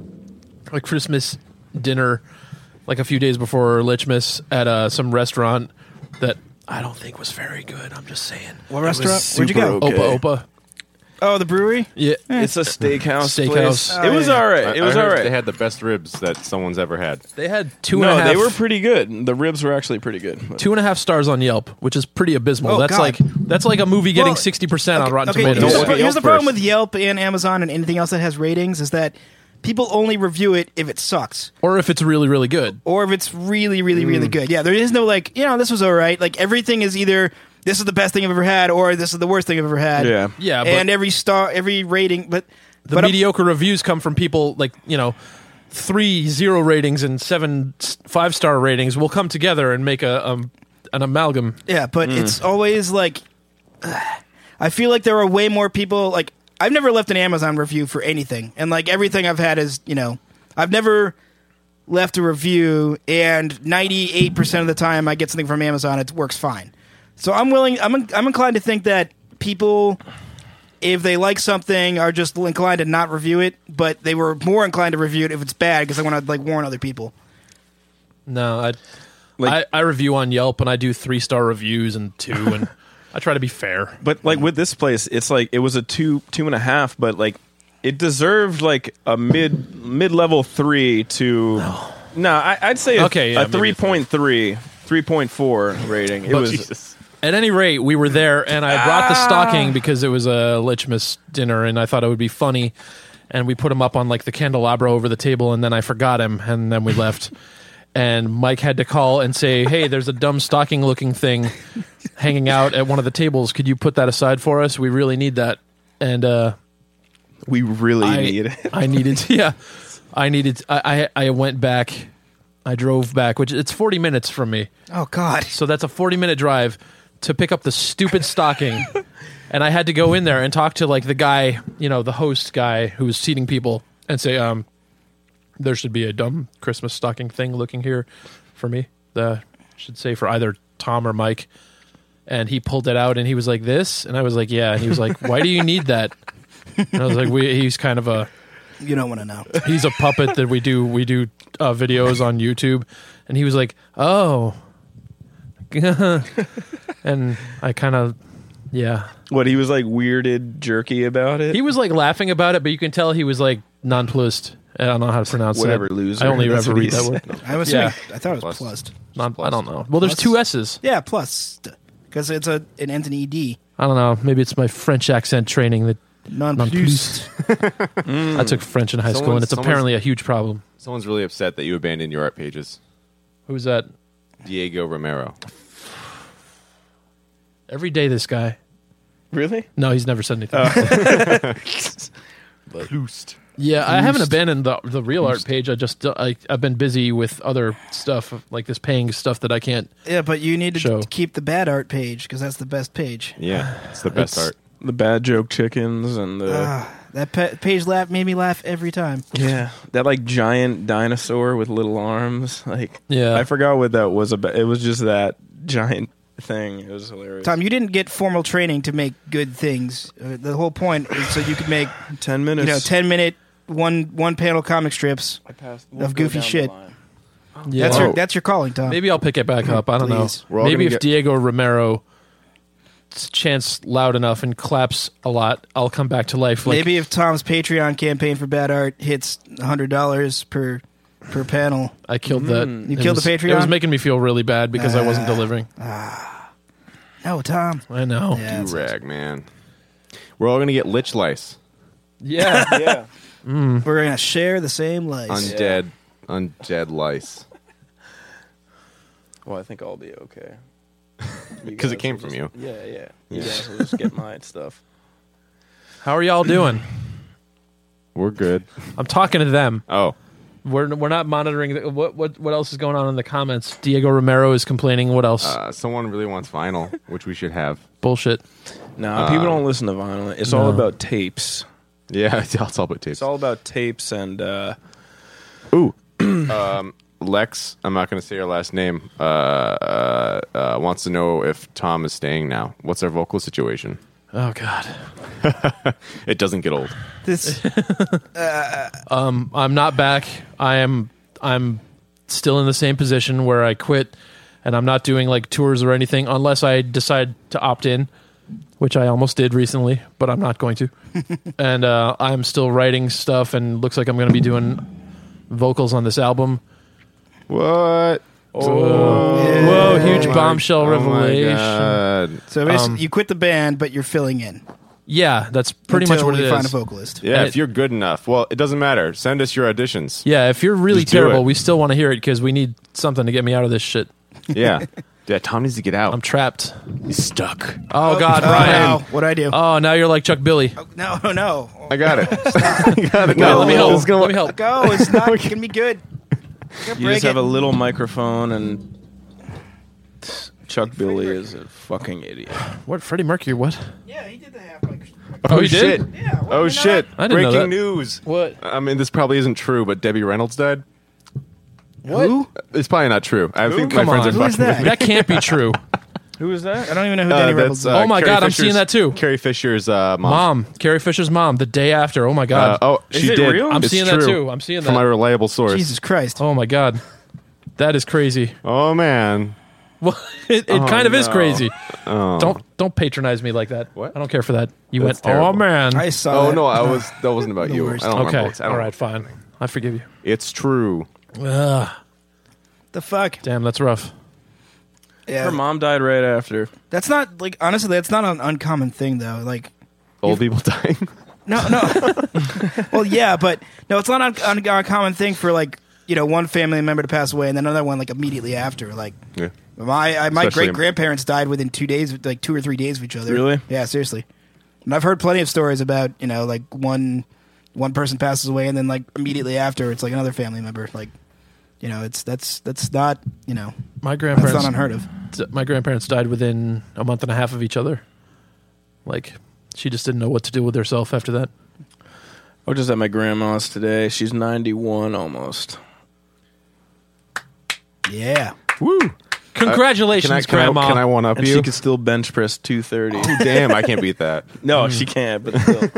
[SPEAKER 1] a Christmas dinner, like a few days before Lichmas at uh, some restaurant that I don't think was very good. I'm just saying.
[SPEAKER 4] What restaurant? Where'd you go?
[SPEAKER 2] super okay.
[SPEAKER 1] Opa Opa.
[SPEAKER 4] Oh, the brewery.
[SPEAKER 1] Yeah.
[SPEAKER 2] It's a steakhouse.
[SPEAKER 1] Steakhouse.
[SPEAKER 2] Place.
[SPEAKER 1] Oh,
[SPEAKER 2] it was
[SPEAKER 4] yeah.
[SPEAKER 2] all
[SPEAKER 3] I-
[SPEAKER 2] right. It
[SPEAKER 3] I
[SPEAKER 2] was
[SPEAKER 3] heard
[SPEAKER 2] all right.
[SPEAKER 3] They had the best ribs that someone's ever had.
[SPEAKER 1] They had two and a
[SPEAKER 2] no,
[SPEAKER 1] half.
[SPEAKER 2] they were pretty good. The ribs were actually pretty good. But
[SPEAKER 1] two and a half stars on Yelp, which is pretty abysmal.
[SPEAKER 4] Oh,
[SPEAKER 1] that's
[SPEAKER 4] God.
[SPEAKER 1] like that's like a movie getting
[SPEAKER 4] Well,
[SPEAKER 1] sixty percent on Rotten
[SPEAKER 4] Okay,
[SPEAKER 1] Tomatoes.
[SPEAKER 4] here's,
[SPEAKER 3] Don't
[SPEAKER 4] the,
[SPEAKER 3] look
[SPEAKER 4] pro-
[SPEAKER 3] at
[SPEAKER 4] here's
[SPEAKER 3] Yelp
[SPEAKER 4] the problem
[SPEAKER 3] first.
[SPEAKER 4] with Yelp and Amazon and anything else that has ratings is that people only review it if it sucks
[SPEAKER 1] Or if it's really really good.
[SPEAKER 4] or if it's really, really, really good. Yeah, there is no like, you know, this was all right. Like everything is either this is the best thing I've ever had or this is the worst thing I've ever had.
[SPEAKER 2] Yeah.
[SPEAKER 1] Yeah, but-
[SPEAKER 4] and every star, every rating, but
[SPEAKER 1] The
[SPEAKER 4] but I'm-
[SPEAKER 1] mediocre reviews come from people like you know three zero ratings and seven s- five star ratings will come together and make a um, an amalgam.
[SPEAKER 4] Yeah, but it's always like I feel like there are way more people like I've never left an Amazon review for anything. And like everything I've had is, you know, I've never left a review and 98% of the time I get something from Amazon it works fine. So I'm willing I'm I'm inclined to think that people if they like something are just inclined to not review it, but they were more inclined to review it if it's bad because they want to like warn other people.
[SPEAKER 1] No, I, I I review on Yelp and I do three star reviews and two, and I try to be fair.
[SPEAKER 2] But like with this place, it's like it was a two two and a half, but like it deserved like a mid mid level three to no, I, I'd say a,
[SPEAKER 1] Okay, yeah,
[SPEAKER 2] a
[SPEAKER 1] maybe
[SPEAKER 2] 3.3, 3.4 rating. It
[SPEAKER 1] But-
[SPEAKER 2] was
[SPEAKER 1] At any rate, we were there, and I brought the
[SPEAKER 2] Ah.
[SPEAKER 1] stocking because it was a Lichmas dinner, and I thought it would be funny. And we put him up on like the candelabra over the table, and then I forgot him, and then we left. And Mike had to call and say, "Hey, there's a dumb stocking-looking thing hanging out at one of the tables. Could you put that aside for us? We really need that." And uh,
[SPEAKER 2] we really
[SPEAKER 1] I,
[SPEAKER 2] need it.
[SPEAKER 1] I needed, yeah, I needed. I, I I went back. I drove back, which it's 40 minutes from me.
[SPEAKER 4] Oh god.
[SPEAKER 1] So that's a 40 minute drive to pick up the stupid stocking. and I had to go in there and talk to like the guy, you know, the host guy who was seating people and say, um, there should be a dumb Christmas stocking thing looking here for me. The should say for either Tom or Mike. And he pulled it out and he was like, this? And I was like, yeah. And he was like, why do you need that? And I was like, we, he's kind of a,
[SPEAKER 4] You don't want to know.
[SPEAKER 1] he's a puppet that we do we do uh, videos on YouTube, and he was like, "Oh," and I kind of, yeah,
[SPEAKER 2] What he was like weirded jerky about it.
[SPEAKER 1] he was like laughing about it, but you can tell he was like nonplussed. I don't know how to pronounce
[SPEAKER 2] Whatever,
[SPEAKER 1] that.
[SPEAKER 2] loser.
[SPEAKER 1] I only
[SPEAKER 2] That's
[SPEAKER 1] ever
[SPEAKER 2] what he
[SPEAKER 1] read that word.
[SPEAKER 4] I was assuming,
[SPEAKER 1] Yeah.
[SPEAKER 4] I thought it
[SPEAKER 3] Plus.
[SPEAKER 4] was plussed.
[SPEAKER 1] Non- I don't know. Well, there's two S's.
[SPEAKER 4] Yeah, plus because it's a E it ends in ed.
[SPEAKER 1] I don't know. Maybe it's my French accent training that
[SPEAKER 4] Non
[SPEAKER 1] Nonplussed.
[SPEAKER 4] plus.
[SPEAKER 1] I took French in high school,
[SPEAKER 3] Someone-
[SPEAKER 1] and it's
[SPEAKER 3] someone's-
[SPEAKER 1] apparently a huge problem.
[SPEAKER 3] Someone's really upset that you abandoned your art pages.
[SPEAKER 1] Who's that?
[SPEAKER 3] Diego Romero.
[SPEAKER 1] Every day, this guy.
[SPEAKER 2] really?
[SPEAKER 1] No, he's never said anything. Yeah, I haven't abandoned the the real art page. I just I, I've been busy with other stuff like this paying stuff that I can't.
[SPEAKER 4] Yeah, but you need to
[SPEAKER 1] Show.
[SPEAKER 4] t- keep the bad art page because that's the best page.
[SPEAKER 3] Yeah, it's the best
[SPEAKER 1] It's-
[SPEAKER 3] art.
[SPEAKER 2] The bad joke chickens and the
[SPEAKER 4] Ah. That pa- page laugh made me laugh every time.
[SPEAKER 2] Yeah, that like giant dinosaur with little arms. Like,
[SPEAKER 1] Yeah.
[SPEAKER 2] I forgot what that was about. It was just that giant thing. It was hilarious.
[SPEAKER 4] Tom, you didn't get formal training to make good things. Uh, The whole point is so you could make
[SPEAKER 2] ten
[SPEAKER 4] you
[SPEAKER 2] minutes.
[SPEAKER 4] know ten minute one one panel comic strips. we'll of go goofy down the shit. line.
[SPEAKER 1] Yeah,
[SPEAKER 4] That's
[SPEAKER 2] Oh.
[SPEAKER 4] your that's your calling, Tom.
[SPEAKER 1] maybe I'll pick it back up. I don't
[SPEAKER 4] Please.
[SPEAKER 1] know.
[SPEAKER 3] all
[SPEAKER 1] Maybe if
[SPEAKER 3] gonna get-
[SPEAKER 1] Diego Romero s- chants loud enough and claps a lot, I'll come back to life. Like,
[SPEAKER 4] Maybe if Tom's Patreon campaign for bad art hits hundred dollars per per panel.
[SPEAKER 1] I killed that.
[SPEAKER 4] Mm, You
[SPEAKER 1] It
[SPEAKER 4] killed the
[SPEAKER 1] was- It
[SPEAKER 4] Patreon? Uh,
[SPEAKER 1] was making me feel really bad because I wasn't delivering.
[SPEAKER 4] No, Tom.
[SPEAKER 1] I know.
[SPEAKER 4] Yeah,
[SPEAKER 3] You
[SPEAKER 4] that's-
[SPEAKER 3] rag, man. We're all going to get lich lice.
[SPEAKER 1] Yeah.
[SPEAKER 2] yeah,
[SPEAKER 4] We're gonna share the same life.
[SPEAKER 3] Undead. Undead lice.
[SPEAKER 2] well, I think I'll be okay.
[SPEAKER 3] Because it came from you.
[SPEAKER 2] Yeah, yeah. You guys will just get my stuff.
[SPEAKER 1] How are y'all doing?
[SPEAKER 3] We're good.
[SPEAKER 1] I'm talking to them.
[SPEAKER 3] Oh.
[SPEAKER 1] We're we're not monitoring. The, what what what else is going on in the comments? Diego Romero is complaining. What else?
[SPEAKER 3] Uh, someone really wants vinyl, which we should have.
[SPEAKER 1] Bullshit.
[SPEAKER 2] Nah, people
[SPEAKER 3] Um,
[SPEAKER 2] don't listen to vinyl. It's all
[SPEAKER 1] no.
[SPEAKER 2] about tapes.
[SPEAKER 3] Yeah, it's all about tapes.
[SPEAKER 2] It's all about tapes and uh,
[SPEAKER 3] Ooh. um, Lex, I'm not going to say your last name, uh, uh, uh, wants to know if Tom is staying now. What's our vocal situation?
[SPEAKER 1] Oh God.
[SPEAKER 3] It doesn't get old.
[SPEAKER 4] This
[SPEAKER 1] I'm not back. I am I'm still in the same position where I quit and I'm not doing like tours or anything unless I decide to opt in, which I almost did recently, but I'm not going to. and uh, I'm still writing stuff and looks like I'm going to be doing vocals on this album.
[SPEAKER 3] What?
[SPEAKER 1] Whoa, huge bombshell
[SPEAKER 3] Oh
[SPEAKER 1] revelation.
[SPEAKER 3] my God.
[SPEAKER 4] so basically you quit the band, but you're filling in.
[SPEAKER 1] Yeah, that's pretty
[SPEAKER 4] until
[SPEAKER 1] much what
[SPEAKER 4] we
[SPEAKER 1] it
[SPEAKER 4] find
[SPEAKER 1] is.
[SPEAKER 4] a vocalist.
[SPEAKER 3] Yeah,
[SPEAKER 1] And
[SPEAKER 3] if
[SPEAKER 1] it-
[SPEAKER 3] you're good enough. Well, it doesn't matter. Send us your auditions.
[SPEAKER 1] Yeah, if you're really
[SPEAKER 3] Just do
[SPEAKER 1] terrible,
[SPEAKER 3] it.
[SPEAKER 1] we still want to hear it because we need something to get me out of this shit.
[SPEAKER 3] Yeah. Yeah, Tom needs to get out.
[SPEAKER 1] I'm trapped.
[SPEAKER 3] He's stuck.
[SPEAKER 1] Oh, God,
[SPEAKER 4] Oh,
[SPEAKER 1] Brian.
[SPEAKER 4] no. What do I do?
[SPEAKER 1] Oh, now you're like Chuck Billy.
[SPEAKER 4] no, no, no.
[SPEAKER 3] I got it.
[SPEAKER 1] God, let me help.
[SPEAKER 3] It's gonna-
[SPEAKER 1] Let me help.
[SPEAKER 4] Go. It's not going to be good. You're gonna
[SPEAKER 2] you
[SPEAKER 4] break
[SPEAKER 2] just have
[SPEAKER 4] it.
[SPEAKER 2] a little microphone and Chuck Billy is a fucking idiot.
[SPEAKER 1] What Freddie Mercury? What?
[SPEAKER 4] Yeah, he did the half like
[SPEAKER 1] Oh, he did?
[SPEAKER 3] Shit.
[SPEAKER 4] Yeah, well,
[SPEAKER 3] oh
[SPEAKER 4] you know
[SPEAKER 3] shit!
[SPEAKER 1] I didn't know that.
[SPEAKER 3] Breaking news.
[SPEAKER 1] What?
[SPEAKER 3] I mean, this probably isn't true, but Debbie Reynolds died.
[SPEAKER 4] what? Who?
[SPEAKER 3] It's probably not true. I think
[SPEAKER 1] Come
[SPEAKER 3] my friends
[SPEAKER 1] on.
[SPEAKER 3] are
[SPEAKER 4] Who
[SPEAKER 3] fucking
[SPEAKER 4] is
[SPEAKER 3] with me.
[SPEAKER 1] That can't be true.
[SPEAKER 2] Who is that?
[SPEAKER 4] I don't even know who
[SPEAKER 3] Uh,
[SPEAKER 4] Danny
[SPEAKER 3] that's,
[SPEAKER 4] Rebels
[SPEAKER 3] uh,
[SPEAKER 1] Oh my
[SPEAKER 3] Carrie
[SPEAKER 1] God, I'm
[SPEAKER 3] Fisher's-
[SPEAKER 1] seeing that too.
[SPEAKER 3] Carrie Fisher's uh, mom.
[SPEAKER 1] Mom, Carrie Fisher's mom, the day after. Oh my
[SPEAKER 3] Uh,
[SPEAKER 1] god.
[SPEAKER 3] oh,
[SPEAKER 2] Is
[SPEAKER 3] she
[SPEAKER 2] it
[SPEAKER 3] did.
[SPEAKER 2] real?
[SPEAKER 1] I'm
[SPEAKER 3] It's
[SPEAKER 1] seeing that
[SPEAKER 3] true.
[SPEAKER 1] too. I'm seeing
[SPEAKER 3] from
[SPEAKER 1] that.
[SPEAKER 3] a reliable source.
[SPEAKER 4] Jesus Christ.
[SPEAKER 1] oh my god. That is crazy.
[SPEAKER 3] Oh man,
[SPEAKER 1] Well, it, it kind of is
[SPEAKER 3] Oh, no.
[SPEAKER 1] crazy. Don't don't patronize me like that.
[SPEAKER 3] What?
[SPEAKER 1] I don't care for that. You
[SPEAKER 3] That's
[SPEAKER 1] went,
[SPEAKER 3] terrible.
[SPEAKER 1] oh man.
[SPEAKER 4] I saw
[SPEAKER 3] Oh
[SPEAKER 4] that.
[SPEAKER 3] no, I was that wasn't about you.
[SPEAKER 4] worst.
[SPEAKER 3] I don't remember.
[SPEAKER 1] okay.
[SPEAKER 3] what's- I don't
[SPEAKER 1] All
[SPEAKER 3] know.
[SPEAKER 1] right. Fine. I forgive you.
[SPEAKER 3] It's true.
[SPEAKER 1] Ugh,
[SPEAKER 4] The fuck?
[SPEAKER 1] damn, that's rough.
[SPEAKER 4] Yeah.
[SPEAKER 2] Her mom died right after.
[SPEAKER 4] That's not like honestly, that's not an uncommon thing though. Like
[SPEAKER 3] Old people dying.
[SPEAKER 4] no, no. well, yeah, but no, it's not an un- un- uncommon thing for like you know one family member to pass away and then another one like immediately after. Like
[SPEAKER 3] yeah.
[SPEAKER 4] my I, my
[SPEAKER 3] Especially-
[SPEAKER 4] great grandparents died within two days, like two or three days of each other.
[SPEAKER 2] Really?
[SPEAKER 4] Yeah, seriously. And I've heard plenty of stories about you know like one one person passes away and then like immediately after it's like another family member. Like you know it's that's that's not you know
[SPEAKER 1] My
[SPEAKER 4] that's
[SPEAKER 1] grandparents
[SPEAKER 4] not unheard of.
[SPEAKER 1] d- my grandparents died within a month and a half of each other. Like she just didn't know what to do with herself after that.
[SPEAKER 3] Uh,
[SPEAKER 2] I was just at my grandma's today. She's 91 almost.
[SPEAKER 4] Yeah.
[SPEAKER 3] Woo.
[SPEAKER 1] Congratulations,
[SPEAKER 3] Can I, can
[SPEAKER 1] grandma.
[SPEAKER 3] I, can I one up
[SPEAKER 2] And
[SPEAKER 3] you?
[SPEAKER 2] she could still bench press 230.
[SPEAKER 3] Oh, Damn, I can't beat that.
[SPEAKER 2] no, she can't, but still.